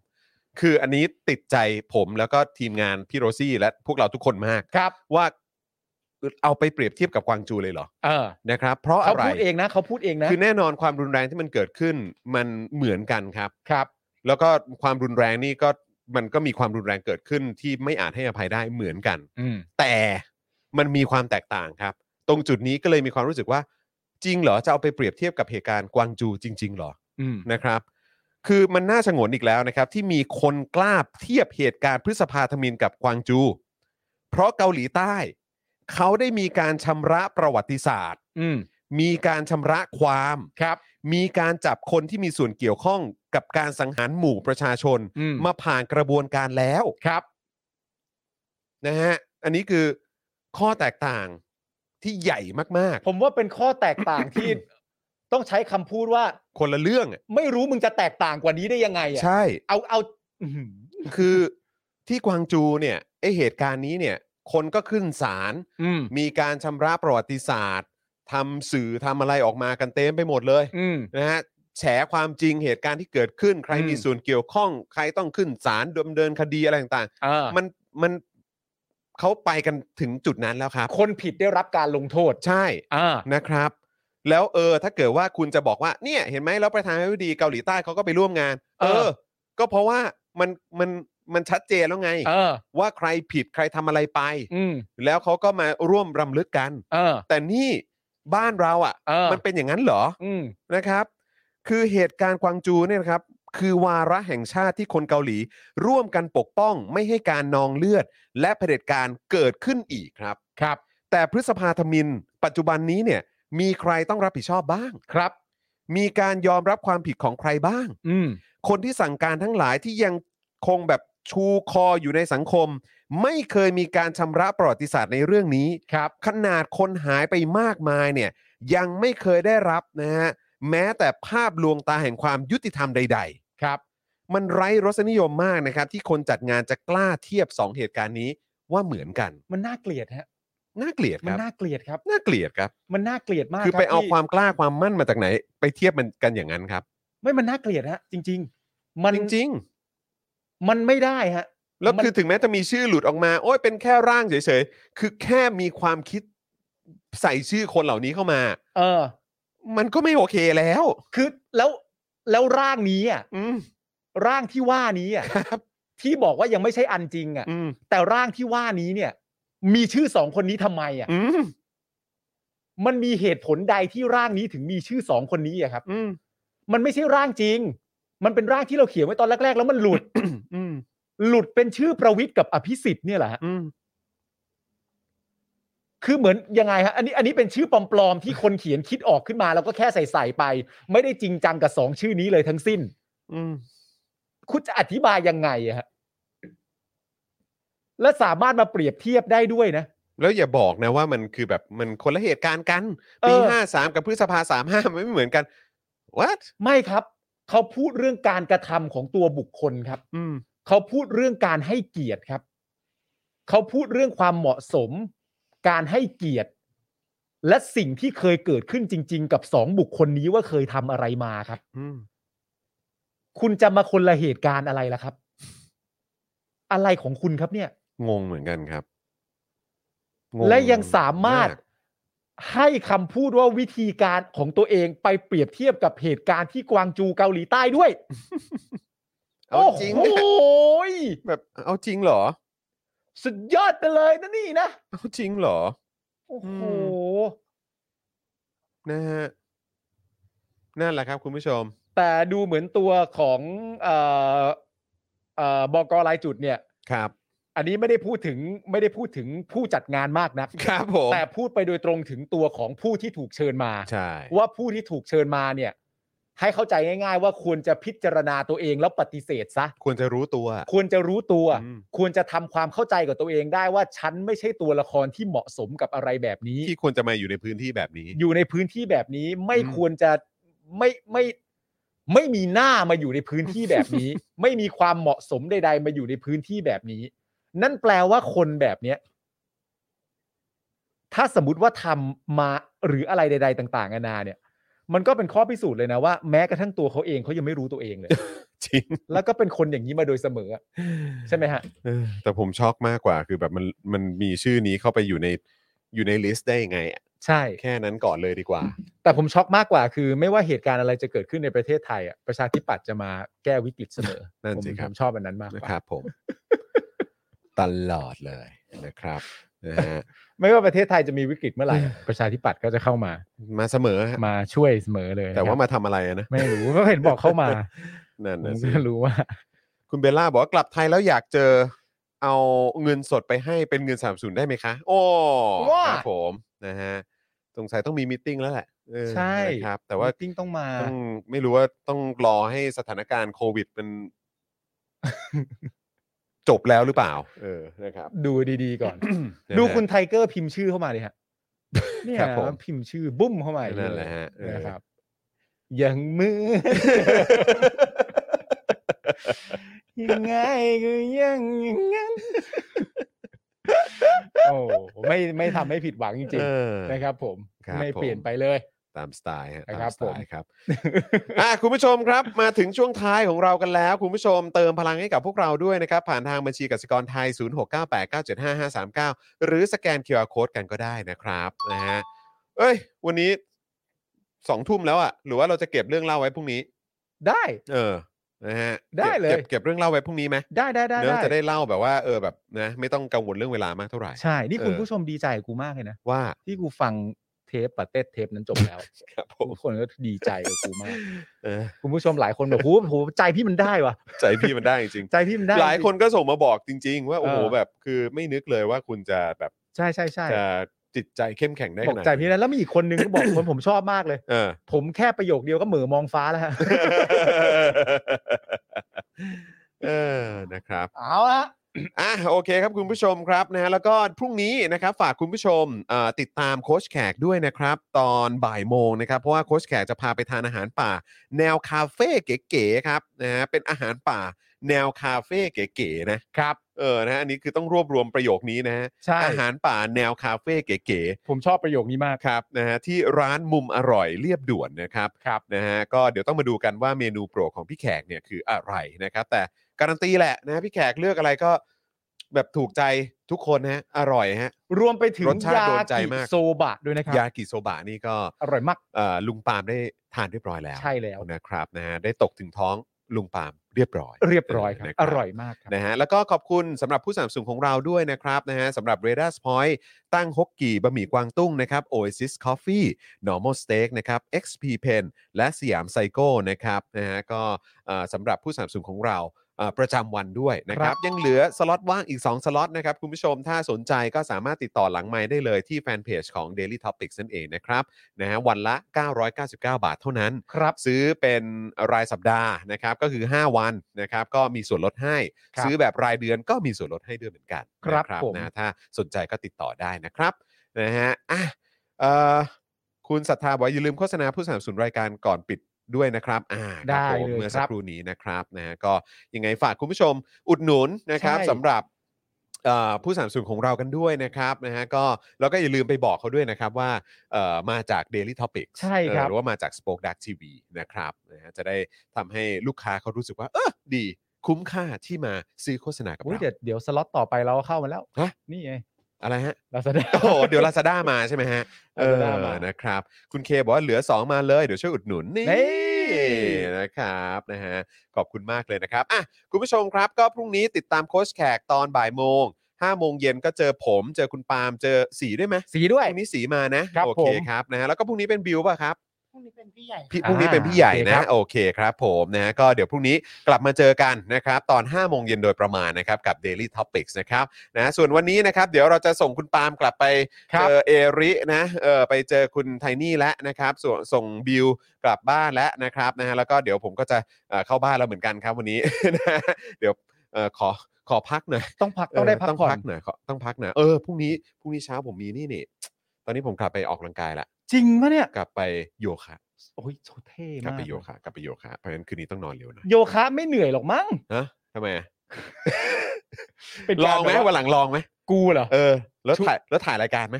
Speaker 3: คืออันนี้ติดใจผมแล้วก็ทีมงานพี่โรซี่และพวกเราทุกคนมาก
Speaker 6: ครับ
Speaker 3: ว่าเอาไปเปรียบเทียบกับกวางจูเลยเหรอ
Speaker 6: เออ
Speaker 3: นะครับ เพราะ
Speaker 6: เขา
Speaker 3: อะไร
Speaker 6: พูดเองนะ เขาพูดเองนะ
Speaker 3: คือแน่นอนความรุนแรงที่มันเกิดขึ้นมันเหมือนกันครับ
Speaker 6: ครับ
Speaker 3: แล้วก็ความรุนแรงนี่ก็มันก็มีความรุนแรงเกิดขึ้นที่ไม่อาจให้อภัยได้เหมือนกัน
Speaker 6: อืม
Speaker 3: แต่มันมีความแตกต่างครับ ตรงจุดนี้ก็เลยมีความรู้สึกว่า จริงเหรอจะเอาไปเปรียบเทียบกับเหตุการณ์กวางจูจริง ๆ เหรอ
Speaker 6: อืม
Speaker 3: นะครับ คือมันน่าชงนอีกแล้วนะครับ ที่มีคนกล้าเทียบเหตุการณ์พฤษภาธมินกับกวางจู เพราะเกาหลีใต้ เขาได้มีการชำระประวัติศาสตร์
Speaker 6: อืม
Speaker 3: มีการชำระความ
Speaker 6: ครับ
Speaker 3: มีการจับคนที่มีส่วนเกี่ยวข้องกับการสังหารหมู่ประชาชน
Speaker 6: อืม
Speaker 3: มาผ่านกระบวนการแล้ว
Speaker 6: ครับ
Speaker 3: นะฮะ อันนี้คือข้อแตกต่างที่ใหญ่มาก
Speaker 6: ผมว่าเป็นข้อแตกต่างที่ ต้องใช้คำพูดว่า
Speaker 3: คนละเรื่องอะ
Speaker 6: ไม่รู้มึงจะแตกต่างกว่านี้ได้ยังไงอ่ะ
Speaker 3: ใช่
Speaker 6: เอาเอาอื้อหือ
Speaker 3: คือที่กวางจูเนี่ยไอเหตุการณ์นี้เนี่ย คนก็ขึ้นศาล
Speaker 6: อืม
Speaker 3: มีการชำระประวัติศาสตร์ทำสื่อทำอะไรออกมากันเต็มไปหมดเลย
Speaker 6: อืม
Speaker 3: นะฮะแฉความจริงเหตุการณ์ที่เกิดขึ้น ใคร
Speaker 6: อืม
Speaker 3: มีส่วนเกี่ยวข้อง ใครต้องขึ้นศาลดำเนินคดีอะไรต่าง
Speaker 6: อ่า
Speaker 3: ๆ มันมันเขาไปกันถึงจุดนั้นแล้วครับ
Speaker 6: คนผิดได้รับการลงโทษ
Speaker 3: ใช่
Speaker 6: อ่า
Speaker 3: นะครับ แล้วเออถ้าเกิดว่าคุณจะบอกว่าเนี่ยเห็นไหมแล้วประธานาธิบดีเกาหลีใต้เขาก็ไปร่วมงาน เออ ก็เพราะว่ามันมันมันชัดเจนแล้วไง
Speaker 6: เออ
Speaker 3: ว่าใครผิดใครทำอะไรไป
Speaker 6: อืม
Speaker 3: แล้วเขาก็มาร่วมรำลึกกัน
Speaker 6: เออ
Speaker 3: แต่นี่บ้านเราอ่ะ
Speaker 6: เออ
Speaker 3: มันเป็นอย่างนั้นเหรอ
Speaker 6: อืม
Speaker 3: นะครับ คือเหตุการณ์กวางจูเนี่ยนะครับ คือวาระแห่งชาติที่คนเกาหลี ร่วมกันปกป้องไม่ให้การนองเลือด และะเผด็จการเกิดขึ้นอีกครับ
Speaker 6: ครับ
Speaker 3: แต่พฤษภาธมิน ปัจจุบันนี้เนี่ยมีใครต้องรับผิดชอบบ้าง
Speaker 6: ครับ
Speaker 3: มีการยอมรับความผิดของใครบ้าง
Speaker 6: อืม
Speaker 3: คนที่สั่งการทั้งหลายที่ยังคงแบบชูคออยู่ในสังคม ไม่เคยมีการชำระประวัติศาสตร์ในเรื่องนี้
Speaker 6: ครับ
Speaker 3: ขนาดคนหายไปมากมายเนี่ยยังไม่เคยได้รับนะฮะแม้แต่ภาพลวงตาแห่งความยุติธรรมใด
Speaker 6: ครับ
Speaker 3: ๆ มันไร้รสนิยมมากนะครับ ที่คนจัดงานจะกล้าเทียบ 2 เหตุการณ์นี้ว่าเหมือนกัน
Speaker 6: มันน่าเกลียดฮะ
Speaker 3: น่าเกลียดค
Speaker 6: มัน
Speaker 3: รับ
Speaker 6: น่าเกลียดครับ
Speaker 3: น่าเกลียดครับ
Speaker 6: มันน่าเกลียดมาก
Speaker 3: คือ
Speaker 6: รับ
Speaker 3: ไปเอา
Speaker 6: ที่
Speaker 3: ความกล้าความมั่นมาจากไหน ไปเทียบมันกันอย่างนั้นครับ
Speaker 6: ไม่มันน่าเกลียดฮะ จริง ๆ มัน
Speaker 3: จริง
Speaker 6: มันไม่ได้ฮะ
Speaker 3: ๆ แล้ว
Speaker 6: มัน
Speaker 3: คือถึงแม้จะมีชื่อหลุดออกมา โอ้ยเป็นแค่ร่างเฉยๆคือแค่มีความคิดใส่ชื่อคนเหล่านี้เข้ามา
Speaker 6: เออ
Speaker 3: มันก็ไม่โอเคแล้ว
Speaker 6: คือแล้วแล้วร่างนี้อ่ะ
Speaker 3: อืม
Speaker 6: ร่างที่ว่านี้อ่ะ
Speaker 3: ครับ
Speaker 6: ที่บอกว่ายังไม่ใช่อันจริงอ่ะ
Speaker 3: อืม
Speaker 6: แต่ร่างที่ว่านี้เนี่ย มีชื่อสองคนนี้ทำไมอ่ะ
Speaker 3: อืม
Speaker 6: มันมีเหตุผลใดที่ร่างนี้ถึงมีชื่อสองคนนี้อะครับ
Speaker 3: อืม
Speaker 6: มันไม่ใช่ร่างจริง มันเป็นร่างที่เราเขียนไว้ตอนแรก ๆ แล้วมันหลุด
Speaker 3: อืม
Speaker 6: หลุดเป็นชื่อประวิทย์กับอภิสิทธิ์เนี่ยแหละฮะ
Speaker 3: อืม
Speaker 6: คือเหมือนยังไงฮะอันนี้อันนี้เป็นชื่อปลอมๆที่คนเขียนคิดออกขึ้นมา แล้วก็แค่ใส่ใส่ๆไป ไม่ได้จริงจังกับสองชื่อนี้เลยทั้งสิ้น
Speaker 3: อืม
Speaker 6: คุณจะอธิบายยังไงอะฮะและสามารถมาเปรียบเทียบได้ด้วยนะ
Speaker 3: แล้วอย่าบอกนะว่ามันคือแบบมันคนละเหตุการณ์กัน
Speaker 6: เออ
Speaker 3: ปีห้าสามกับพฤษภาสามห้ามันไม่เหมือนกัน what
Speaker 6: ไม่ครับ เขาพูดเรื่องการกระทำของตัวบุคคลครับ
Speaker 3: อืม
Speaker 6: เขาพูดเรื่องการให้เกียรติครับ เขาพูดเรื่องความเหมาะสม การให้เกียรติ และสิ่งที่เคยเกิดขึ้นจริง ๆ กับสองบุคคลนี้ว่าเคยทำอะไรมาครับ
Speaker 3: อืม
Speaker 6: คุณจะมาคนละเหตุการณ์อะไรล่ะครับ อะไรของคุณครับเนี่ย
Speaker 3: งงเหมือนกันครับง
Speaker 6: และยังสามารถ
Speaker 3: ก
Speaker 6: ให้คำพูดว่าวิธีการของตัวเองไปเปรียบเทียบกับเหตุการณ์ที่กวางจูเกาหลีใต้ด้วย
Speaker 3: เอา
Speaker 6: โอ้
Speaker 3: จริง
Speaker 6: โห
Speaker 3: อะ
Speaker 6: ย
Speaker 3: แบบเอาจริงเหรอ
Speaker 6: สุดยอดไปเลยนะนี่นะ
Speaker 3: เอาจริงเหรอ
Speaker 6: โอ้
Speaker 3: อื
Speaker 6: โห
Speaker 3: ม นะฮะนั่นแหละครับ คุณผู้ชม
Speaker 6: แต่ดูเหมือนตัวของเอ่อเอ่อบอกรายจุดเนี่ย
Speaker 3: ครับ
Speaker 6: อันนี้ไม่ได้พูดถึงไม่ได้พูดถึงผู้จัดงานมากนัก
Speaker 3: ครับผม
Speaker 6: แต่พูดไปโดยตรงถึงตัวของผู้ที่ถูกเชิญมา
Speaker 3: ใช่
Speaker 6: ว่าผู้ที่ถูกเชิญมาเนี่ย ให้เข้าใจง่าย ๆ ว่าควรจะพิจารณาตัวเองแล้วปฏิเสธซะ
Speaker 3: ควรจะรู้ตัว
Speaker 6: ควรจะรู้ตัว
Speaker 3: อืม
Speaker 6: ควรจะทำความเข้าใจกับตัวเองได้ว่าฉันไม่ใช่ตัวละครที่เหมาะสมกับอะไรแบบนี้
Speaker 3: ที่ควรจะมาอยู่ในพื้นที่แบบนี้
Speaker 6: อยู่ในพื้นที่แบบนี้ไม่
Speaker 3: อืม
Speaker 6: ควรจะไม่ไม่ไม่มีหน้ามาอยู่ในพื้นที่แบบ นี้ ไม่มีความเหมาะสมใด ๆ มาอยู่ในพื้นที่แบบนี้ นั่นแปลว่าคนแบบเนี้ยถ้าสมมติว่าทำมาหรืออะไรใด ๆ ต่างๆนานาเนี่ย มันก็เป็นข้อพิสูจน์เลยนะว่าแม้กระทั่งตัวเขาเองเขายังไม่รู้ตัวเองเลย
Speaker 3: จริง
Speaker 6: แล้วก็เป็นคนอย่างนี้มาโดยเสมออะใช่ไหมฮะ
Speaker 3: เออแต่ผมช็อกมากกว่า คือแบบมันมันมีชื่อนี้เข้าไปอยู่ในอยู่ในลิสต์ได้ยังไงอะ
Speaker 6: ใช่
Speaker 3: แค่นั้นก่อนเลยดีกว่า
Speaker 6: แต่ผมช็อกมากกว่าคือ ไม่ว่าเหตุการณ์อะไรจะเกิดขึ้นในประเทศไทยอะประชาธิปัตย์จะมาแก้วิกฤตเสมอ
Speaker 3: นั่นสิ
Speaker 6: ผม
Speaker 3: ครับ
Speaker 6: ผมชอบอันนั้นมากก
Speaker 3: นะ
Speaker 6: ว่า
Speaker 3: ครับ ผม ตลอดเลยนะครับนะฮะ
Speaker 6: ไม่ว่าประเทศไทยจะมีวิกฤตเมื่อไหร่ ประชาธิปัตย์ก็จะเข้ามา
Speaker 3: มาเสมอฮะ
Speaker 6: มาช่วยเสมอเลยนะครับ
Speaker 3: แต่ว่ามาทำอะไรอะนะ
Speaker 6: ไม่รู้ ก็เห็นบอกเข้ามา
Speaker 3: นั่น
Speaker 6: ผ
Speaker 3: นะ
Speaker 6: ม
Speaker 3: สิ
Speaker 6: ก็รู้ว่า
Speaker 3: คุณเบลล่าบอกว่ากลับไทยแล้วอยากเจอ เอาเงินสดไปให้เป็นเงินสามศูนย์ได้ไหมคะ โอ้
Speaker 6: ว้า
Speaker 3: ครับผมนะฮะสงสัยต้องมีมิทติ้งแล้วแหละเออ
Speaker 6: ใช่
Speaker 3: นะครับ แต่ว่า
Speaker 6: ติ้งต้องมา
Speaker 3: ต้องไม่รู้ว่าต้องรอให้สถานการณ์โควิดมัน จบแล้วหรือเปล่า เออนะครับ
Speaker 6: ดูดีๆก่อน ดู คุณไทเกอร์พิมพ์ชื่อเข้ามาเลยฮะเนี่ย
Speaker 3: ครับผม
Speaker 6: พิมพ์ชื่อบุ้มเข้ามา
Speaker 3: นั่นแหละฮะเออ
Speaker 6: นะครับ อย่างมือ ยังไงก็ยังอย่างนั้น โอ้ไม่ไม่ทำให้ผิดหวังจริง
Speaker 3: เออ
Speaker 6: ๆนะครับผม
Speaker 3: ครับ
Speaker 6: ไม่
Speaker 3: ผม
Speaker 6: เปลี่ยนไปเลย
Speaker 3: ตามสไตล์ฮะ
Speaker 6: นะ
Speaker 3: ตา
Speaker 6: ครั
Speaker 3: ม
Speaker 6: บ
Speaker 3: สไต
Speaker 6: ผม
Speaker 3: ล์ครับ อ่ะคุณผู้ชมครับ มาถึงช่วงท้ายของเรากันแล้ว คุณผู้ชมเติมพลังให้กับพวกเราด้วยนะครับ ผ่านทางบัญชีกสิกรไทย 0698975539 หรือสแกน QR Code กันก็ได้นะครับนะฮะเอ้ย วันนี้สองทุ่มแล้วอะหรือว่าเราจะเก็บเรื่องเล่าไว้พรุ่งนี้
Speaker 6: ได้
Speaker 3: เออนะฮะ
Speaker 6: ได้เลย
Speaker 3: ก็บก็บเก็บเรื่องเล่าไว้พรุ่งนี้ไหม
Speaker 6: ได้ได้ได้
Speaker 3: เนื้
Speaker 6: ได้
Speaker 3: จะได้เล่าแบบว่าเออแบบนะไม่ต้องกังวลเรื่องเวลามากเท่าไหร่
Speaker 6: ใช่ นี่คุณ
Speaker 3: เออ
Speaker 6: ผู้ชมดีใจกับกูมากเลยนะ
Speaker 3: ว่า
Speaker 6: ที่กูฟังเทปปะเต้เทปนั้นจบแล้ว
Speaker 3: ครับผม
Speaker 6: ทุกคนก็ดีใจกับกูมาก
Speaker 3: เออ
Speaker 6: คุณผู้ชมหลายคน แบบโอ้โหใจพี่มันได้วะ
Speaker 3: ใจพี่มันได้จริง
Speaker 6: ใจพี่มันได้
Speaker 3: หลายคน
Speaker 6: จริ
Speaker 3: ก็ส่งมาบอกจริง ๆ ว่าโอ้โห
Speaker 6: เออ
Speaker 3: แบบคือไม่นึกเลยว่าคุณจะแบบ
Speaker 6: งใช่ใช่ใช่
Speaker 3: จะจิตใจเข้มแข็งได้
Speaker 6: บอ
Speaker 3: ข
Speaker 6: ก
Speaker 3: นาด
Speaker 6: ใจพี่
Speaker 3: นี้
Speaker 6: นั้นแล้วมีอีกคนนึงก็บอก คนผมชอบมากเลย
Speaker 3: เออ
Speaker 6: ผมแค่ประโยคเดียวก็เหมือมองฟ้าแล้ว ฮะ
Speaker 3: เออนะครับ
Speaker 6: เอาละ
Speaker 3: อ่ะโอเคครับคุณผู้ชมครับนะฮะแล้วก็พรุ่งนี้นะครับฝากคุณผู้ชมเอ่อติดตามโค้ชแขกด้วยนะครับ ตอนบ่ายโมงนะครับ เพราะว่าโค้ชแขกจะพาไปทานอาหารป่า แนวคาเฟ่เก๋ๆครับนะฮะเป็นอาหารป่า แนวคาเฟ่เก๋ๆนะครับเออนะฮะอันนี้คือต้องรวบรวมประโยคนี้นะฮะ
Speaker 6: ใช่
Speaker 3: อาหารป่าแนวคาเฟ่เก๋ๆ
Speaker 6: ผมชอบประโยคนี้มาก
Speaker 3: ครับนะฮะที่ร้านมุมอร่อยเรียบด่วนนะครับ
Speaker 6: ครับ
Speaker 3: นะฮะก็เดี๋ยวต้องมาดูกันว่าเมนูโปรดของพี่แขกเนี่ยคืออะไรนะครับ แต่การันตีแหละนะฮะพี่แขกเลือกอะไรก็แบบถูกใจทุกคนนะฮะอร่อยฮะ
Speaker 6: รวมไปถึง
Speaker 3: รสชาติ
Speaker 6: ยา
Speaker 3: โดนใจ
Speaker 6: กิ
Speaker 3: มาก
Speaker 6: โซบะด้วยนะครับ
Speaker 3: ยากิโซบะนี่ก็
Speaker 6: อร่อยมาก
Speaker 3: เอ่อลุงปาล์มได้ทานเรียบร้อยแล้ว
Speaker 6: ใช่แล้ว
Speaker 3: นะครับนะฮะได้ตกถึงท้องลุงปาล์มเรียบร้อย
Speaker 6: เรียบร้อยครับ
Speaker 3: นะ
Speaker 6: อร่อยมากครับ
Speaker 3: นะฮะแล้วก็ขอบคุณสำหรับผู้สนับสนุนของเราด้วยนะครับนะฮะสำหรับ r a d a r Point ตั้งฮกกี่บะหมี่กวางตุ้งนะครับ Oasis Coffee Normal Steak นะครับ XP Pen และสยามไซโก้นะครับนะฮะก็เอ่อสำหรับผู้สนับสนุนของเราเอ่อประจำวันด้วยนะครับ ยังเหลือสล็อตว่างอีก 2 สล็อตนะครับ คุณผู้ชมถ้าสนใจก็สามารถติดต่อหลังไมค์ได้เลยที่แฟนเพจของ Daily Topics นั่นเองนะครับนะฮะวันละ 999 บาทเท่านั้น
Speaker 6: ครับ
Speaker 3: ซื้อเป็นรายสัปดาห์นะครับก็คือ 5 วันนะครับก็มีส่วนลดให้
Speaker 6: ครับ
Speaker 3: ซื้อแบบรายเดือนก็มีส่วนลดให้ด้วยเหมือนกัน
Speaker 6: ครับ
Speaker 3: นะ
Speaker 6: ผม
Speaker 3: นะถ้าสนใจก็ติดต่อได้นะครับนะฮะอ่ะเอ่อคุณศรัทธาบอกว่าอย่าลืมโฆษณาผู้สนับสนุนรายการก่อนปิดด้วยนะครับอ่าครับ
Speaker 6: ได้
Speaker 3: ผม
Speaker 6: เลย
Speaker 3: เมื่อสั
Speaker 6: ค
Speaker 3: ก
Speaker 6: รับ
Speaker 3: ครู่นี้นะครับนะฮะก็ยังไงฝากคุณผู้ชมอุดหนุนนะครับ
Speaker 6: ใช่
Speaker 3: สำหรับเอ่อผู้สนับสนุนของเรากันด้วยนะครับนะฮะก็แล้วก็อย่าลืมไปบอกเขาด้วยนะครับว่า เอ่อมาจาก Daily Topic
Speaker 6: ใช่ครับ
Speaker 3: หรือว่ามาจาก Spoke Dark TV นะครับนะฮะจะได้ทำให้ลูกค้าเขารู้สึกว่า เออดีคุ้มค่าที่มาซื้อโฆษณากับ
Speaker 6: อุ๊ย
Speaker 3: เรา
Speaker 6: เดี๋ยวเดี๋ยวสล็อตต่อไปเราเข้ามาแล้ว
Speaker 3: ฮะ
Speaker 6: นี่ไง
Speaker 3: อะไรฮะ
Speaker 6: ลาซาด้า
Speaker 3: โอ้โหเดี๋ยว Lazada มาใช่ไหมฮะ เออ
Speaker 6: Lazada มา
Speaker 3: นะครับ คุณเคบอกว่าเหลือ 2 มาเลย เดี๋ยวช่วยอุดหนุนนี่
Speaker 6: นี่
Speaker 3: นะครับนะฮะขอบคุณมากเลยนะครับอ่ะคุณผู้ชมครับก็พรุ่งนี้ติดตามโค้ชแขกตอนบ่ายโมง5โมงเย็นก็เจอผม เจอคุณปาล์มเจอสีด้วยไหม
Speaker 6: สีด้วย
Speaker 3: พรุ่งนี้สีมานะครับ โอเค
Speaker 6: ผม
Speaker 3: ครับนะฮะแล้วก็พรุ่งนี้เป็นบิวป่ะครับ
Speaker 7: พรุ่งนี้เป็นพี่ใหญ่
Speaker 3: พี่
Speaker 6: อ่า
Speaker 3: พรุ่งนี้เป็นพี่ใหญ่นะ
Speaker 6: โอเคค
Speaker 3: โอเคค
Speaker 6: รับ
Speaker 3: รับผมนะฮะก็เดี๋ยวพรุ่งนี้กลับมาเจอกันนะครับ ตอน 5 โมงเย็นโดยประมาณนะครับ กับ Daily Topics นะครับนะส่วนวันนี้นะครับ เดี๋ยวเราจะส่งคุณปาล์มกลับไป
Speaker 6: ครั
Speaker 3: เจ
Speaker 6: บ
Speaker 3: อเอรินะเออไปเจอคุณไทนี่แล้วนะครับส่วนส่งบิวกลับบ้านแล้วนะครับนะฮะแล้วก็เดี๋ยวผมก็จะเอ่อเข้าบ้านแล้วเหมือนกันครับวันนี้ นะฮะเดี๋ยวเอ่อขอขอพักหน่อย
Speaker 6: ต้องพักต้องได้พัก
Speaker 3: เต้อง
Speaker 6: ผ่อ
Speaker 3: พั
Speaker 6: น
Speaker 3: กหน่อยขอต้องพักหน่อยเออพรุ่งนี้พรุ่งนี้เช้าผมมีนี่นี่ตอนนี้ผมกลับไปออกกำลังกายละ
Speaker 6: จริงปะเนี่ย
Speaker 3: กลับไปโยคะ
Speaker 6: โอ้ยโชเท่
Speaker 3: กลับ
Speaker 6: มาก
Speaker 3: ไปโยคะกลับไปโยคะเพราะฉะนั้นคืนนี้ต้องนอนเร็วหน่อย
Speaker 6: โยคะไม่เหนื่อยหรอกมั้ง
Speaker 3: ฮะทำไมอะ
Speaker 6: เป็น
Speaker 3: ล
Speaker 6: กา
Speaker 3: อ
Speaker 6: รง
Speaker 3: ไหม
Speaker 6: แบบว่า
Speaker 3: วันหลังลองไหม
Speaker 6: กูเหรอ
Speaker 3: เออ แล้ว
Speaker 6: ชุด
Speaker 3: ถ่ายแล้วถ่ายรายการไหม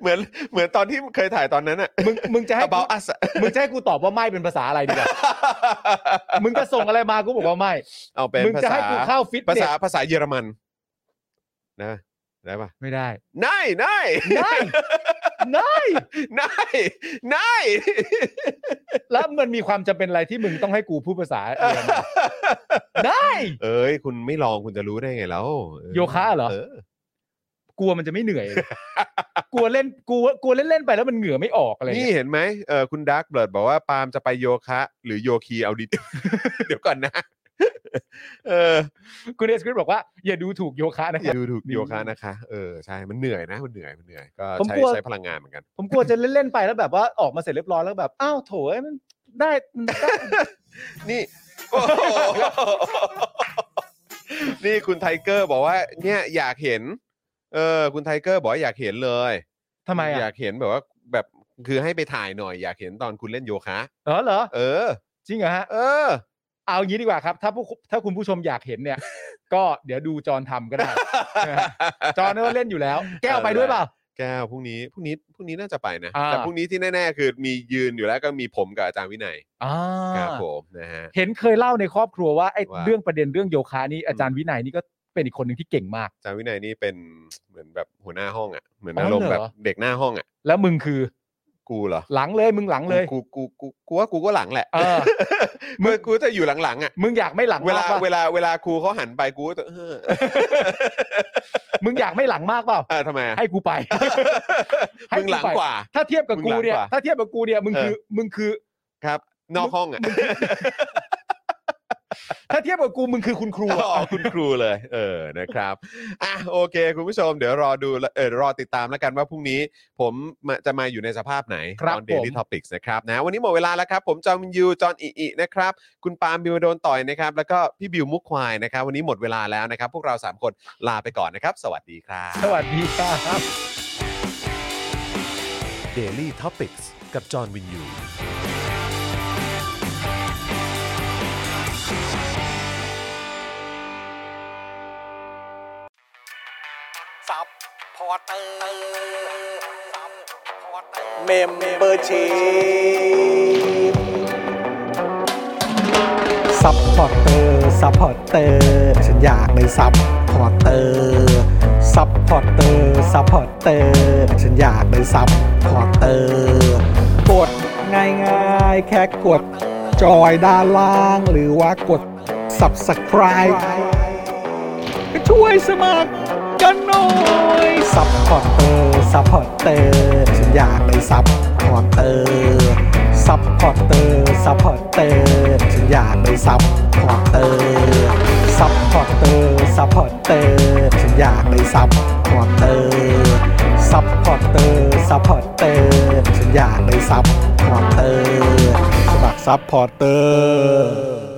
Speaker 3: เหมือนเหมือนตอนที่เคยถ่ายตอนนั้นอะ
Speaker 6: มึงมึงจะให้กู
Speaker 3: about us อะ
Speaker 6: มึงจะให้กูตอบว่าไม่เป็นภาษาอะไรดีกว่า มึงจะส่งอะไรมากูบอกว่าไม่
Speaker 3: เอาเป็น
Speaker 6: มึง
Speaker 3: ภา
Speaker 6: จะ
Speaker 3: ษา
Speaker 6: ให้กูเข้าฟิต
Speaker 3: ภา
Speaker 6: เน
Speaker 3: ษา
Speaker 6: ส
Speaker 3: ภาษาเยอรมัน นะได้ปะ
Speaker 6: ไม่ได้
Speaker 3: นายนาย
Speaker 6: ได้ได้
Speaker 3: นายนาย
Speaker 6: แล้วมันมีความจำเป็นอะไรที่มึงต้องให้กูพูดภาษาเยอรมันได้
Speaker 3: เอ้ยคุณไม่ลองคุณจะรู้ได้ไงแล้วเออ
Speaker 6: โยคะเหรอ
Speaker 3: เออ
Speaker 6: กลัวมันจะไม่เหนื่อย กลัวเล่นกลัวกลัวเล่นเล่นๆไปแล้วมันเหงื่อไม่ออกอะไร
Speaker 3: นี่
Speaker 6: เงี้ย
Speaker 3: เห็นไหมเออคุณดักเบิร์ดบอกว่าปาล์มจะไปโยคะ หรือโยคีเอาดี เดี๋ยวก่อนนะ เออ
Speaker 6: คุณเอสคริสบอกว่าอย่าดูถูกโยคะนะ
Speaker 3: อ
Speaker 6: ครั
Speaker 3: ย่า
Speaker 6: บ
Speaker 3: ดูถูกโยคะนะคะ เออใช่มันเหนื่อยนะ มันเหนื่อยมันเหนื่อยก็
Speaker 6: ผม
Speaker 3: ใช้
Speaker 6: กลัว
Speaker 3: ใช้พลังงานเหมือนกัน
Speaker 6: ผมกลัวจะเล่นๆไปแล้วแบบว่าออกมาเสร็จเรียบร้อยแล้วแบบอ้าวโถเอ้ยมันได้มันได้
Speaker 3: นี่ โอ้โหนี่คุณไทเกอร์บอกว่า เนี่ยอยากเห็น เออ คุณไทเกอร์บอกว่าอยากเห็นเลย
Speaker 6: ทำไมอ่ะ
Speaker 3: ยากเห็นแบบว่าแบบ คือให้ไปถ่ายหน่อยอยากเห็นตอนคุณเล่นโยคะ
Speaker 6: เออเหรอ
Speaker 3: เออ
Speaker 6: จริงเหรอฮะ
Speaker 3: เออ
Speaker 6: เอางี้ดีกว่าครับ ถ้าผู้ถ้าคุณผู้ชมอยากเห็นเนี่ย ก็เดี๋ยวดูจอนทำก็ได้ จอนก็เล่นอยู่แล้ว แก้วไปด้วยเปล่า
Speaker 3: แก้วพรุ่งนี้พรุ่งนี้พรุ่งนี้น่าจะไปนะ
Speaker 6: อ่า
Speaker 3: แต่พรุ่งนี้ที่แน่ๆคือมียืนอยู่แล้วก็มีผมกับอาจารย์วินัย
Speaker 6: อ่า
Speaker 3: ครับผมนะฮะ
Speaker 6: เห็นเคยเล่าในครอบครัวว่าไอ้
Speaker 3: ว่า
Speaker 6: เรื่องประเด็นเรื่องโยคะนี่อาจารย์วินัยนี่ก็เป็นอีกคนหนึ่งที่เก่งมาก
Speaker 3: อาจารย์วินัยนี่เป็นเหมือนแบบหัวหน้าห้องอ่ะเหมือน
Speaker 6: อ๋อ
Speaker 3: อา
Speaker 6: อ
Speaker 3: รมณ์แบบ
Speaker 6: เหรอ
Speaker 3: เด็กหน้าห้องอ่ะ
Speaker 6: แล้วมึงคือ
Speaker 3: กูเหรอ
Speaker 6: หลังเลยมึงหลังเลย
Speaker 3: กูกูกูกูว่ากูก็หลังแหละ
Speaker 6: เอ อ
Speaker 3: เมื่อกูจะอยู่หลังๆอ่ะ
Speaker 6: มึงอยากไม่หลัง
Speaker 3: เวลาม
Speaker 6: ากปะ
Speaker 3: เวลาเวลาครูเขาหันไปกูก็จะเอ อ
Speaker 6: มึงอยากไม่หลังมากเป ล่า
Speaker 3: เออทำไมอะ
Speaker 6: ให้กูไป ให้
Speaker 3: มึงหลัง
Speaker 6: กูไป
Speaker 3: กว่า
Speaker 6: ถ้าเทียบกับกูเนี่
Speaker 3: มึงหลั
Speaker 6: ย
Speaker 3: งกว่า
Speaker 6: ถ้าเทียบกับกูเนี่ยมึงคือมึงคือ
Speaker 3: ครับ นอกห้องอ่ะ
Speaker 6: ถ้าเทียบกับกูมึงคือคุณครูอะ
Speaker 3: อ๋อคุณครูเลย เออนะครับอ่ะโอเค คุณผู้ชมเดี๋ยวรอดูเออรอติดตามแล้วกันว่าพรุ่งนี้ ผมมาจะมาอยู่ในสภาพไหน
Speaker 6: ครับ
Speaker 3: ตอน
Speaker 6: ผ
Speaker 3: Daily
Speaker 6: ม
Speaker 3: Topics นะครับนะวันนี้หมดเวลาแล้วครับ ผมจอมยูจอนอิอินะครับ คุณปาล์มบิวโดนต่อยนะครับ แล้วก็พี่บิวมุกควายนะครับ วันนี้หมดเวลาแล้วนะครับ พวกเรา 3 คนลาไปก่อนนะครับ สวัสดีครับ
Speaker 6: สวัสดีครับ
Speaker 2: Daily Topics กับจอห์นวินยู
Speaker 4: ซับพอร์เตอร์ซับพอร์เตอร์
Speaker 1: เมมเบอร์ชีซัพพอร์เตอร์ซัพพอร์เตอร์ฉันอยากเป็นซัพพอร์เตอร์ซัพพอร์เตอร์ซัพพอร์เตอร์ฉันอยากเป็นซัพพอร์เตอร์กดง่ายๆ แค่กด จอยด้านล่าง หรือว่ากด subscribe ก็ช่วยสมัครกันหน่อย ซัพพอร์เตอร์ซัพพอร์เตอร์ฉันอยากเป็นซัพพอร์เตอร์ซัพพอร์เตอร์ซัพพอร์เตอร์ฉันอยากเป็นซัพพอร์เตอร์ซัพพอร์เตอร์ซัพพอร์เตอร์ฉันอยากเป็นซัพพอร์เตอร์ซัพพอร์เตอร์ซัพพอร์เตอร์ฉันอยากเป็นซัพพอร์เตอร์สมัครซัพพอร์เตอร์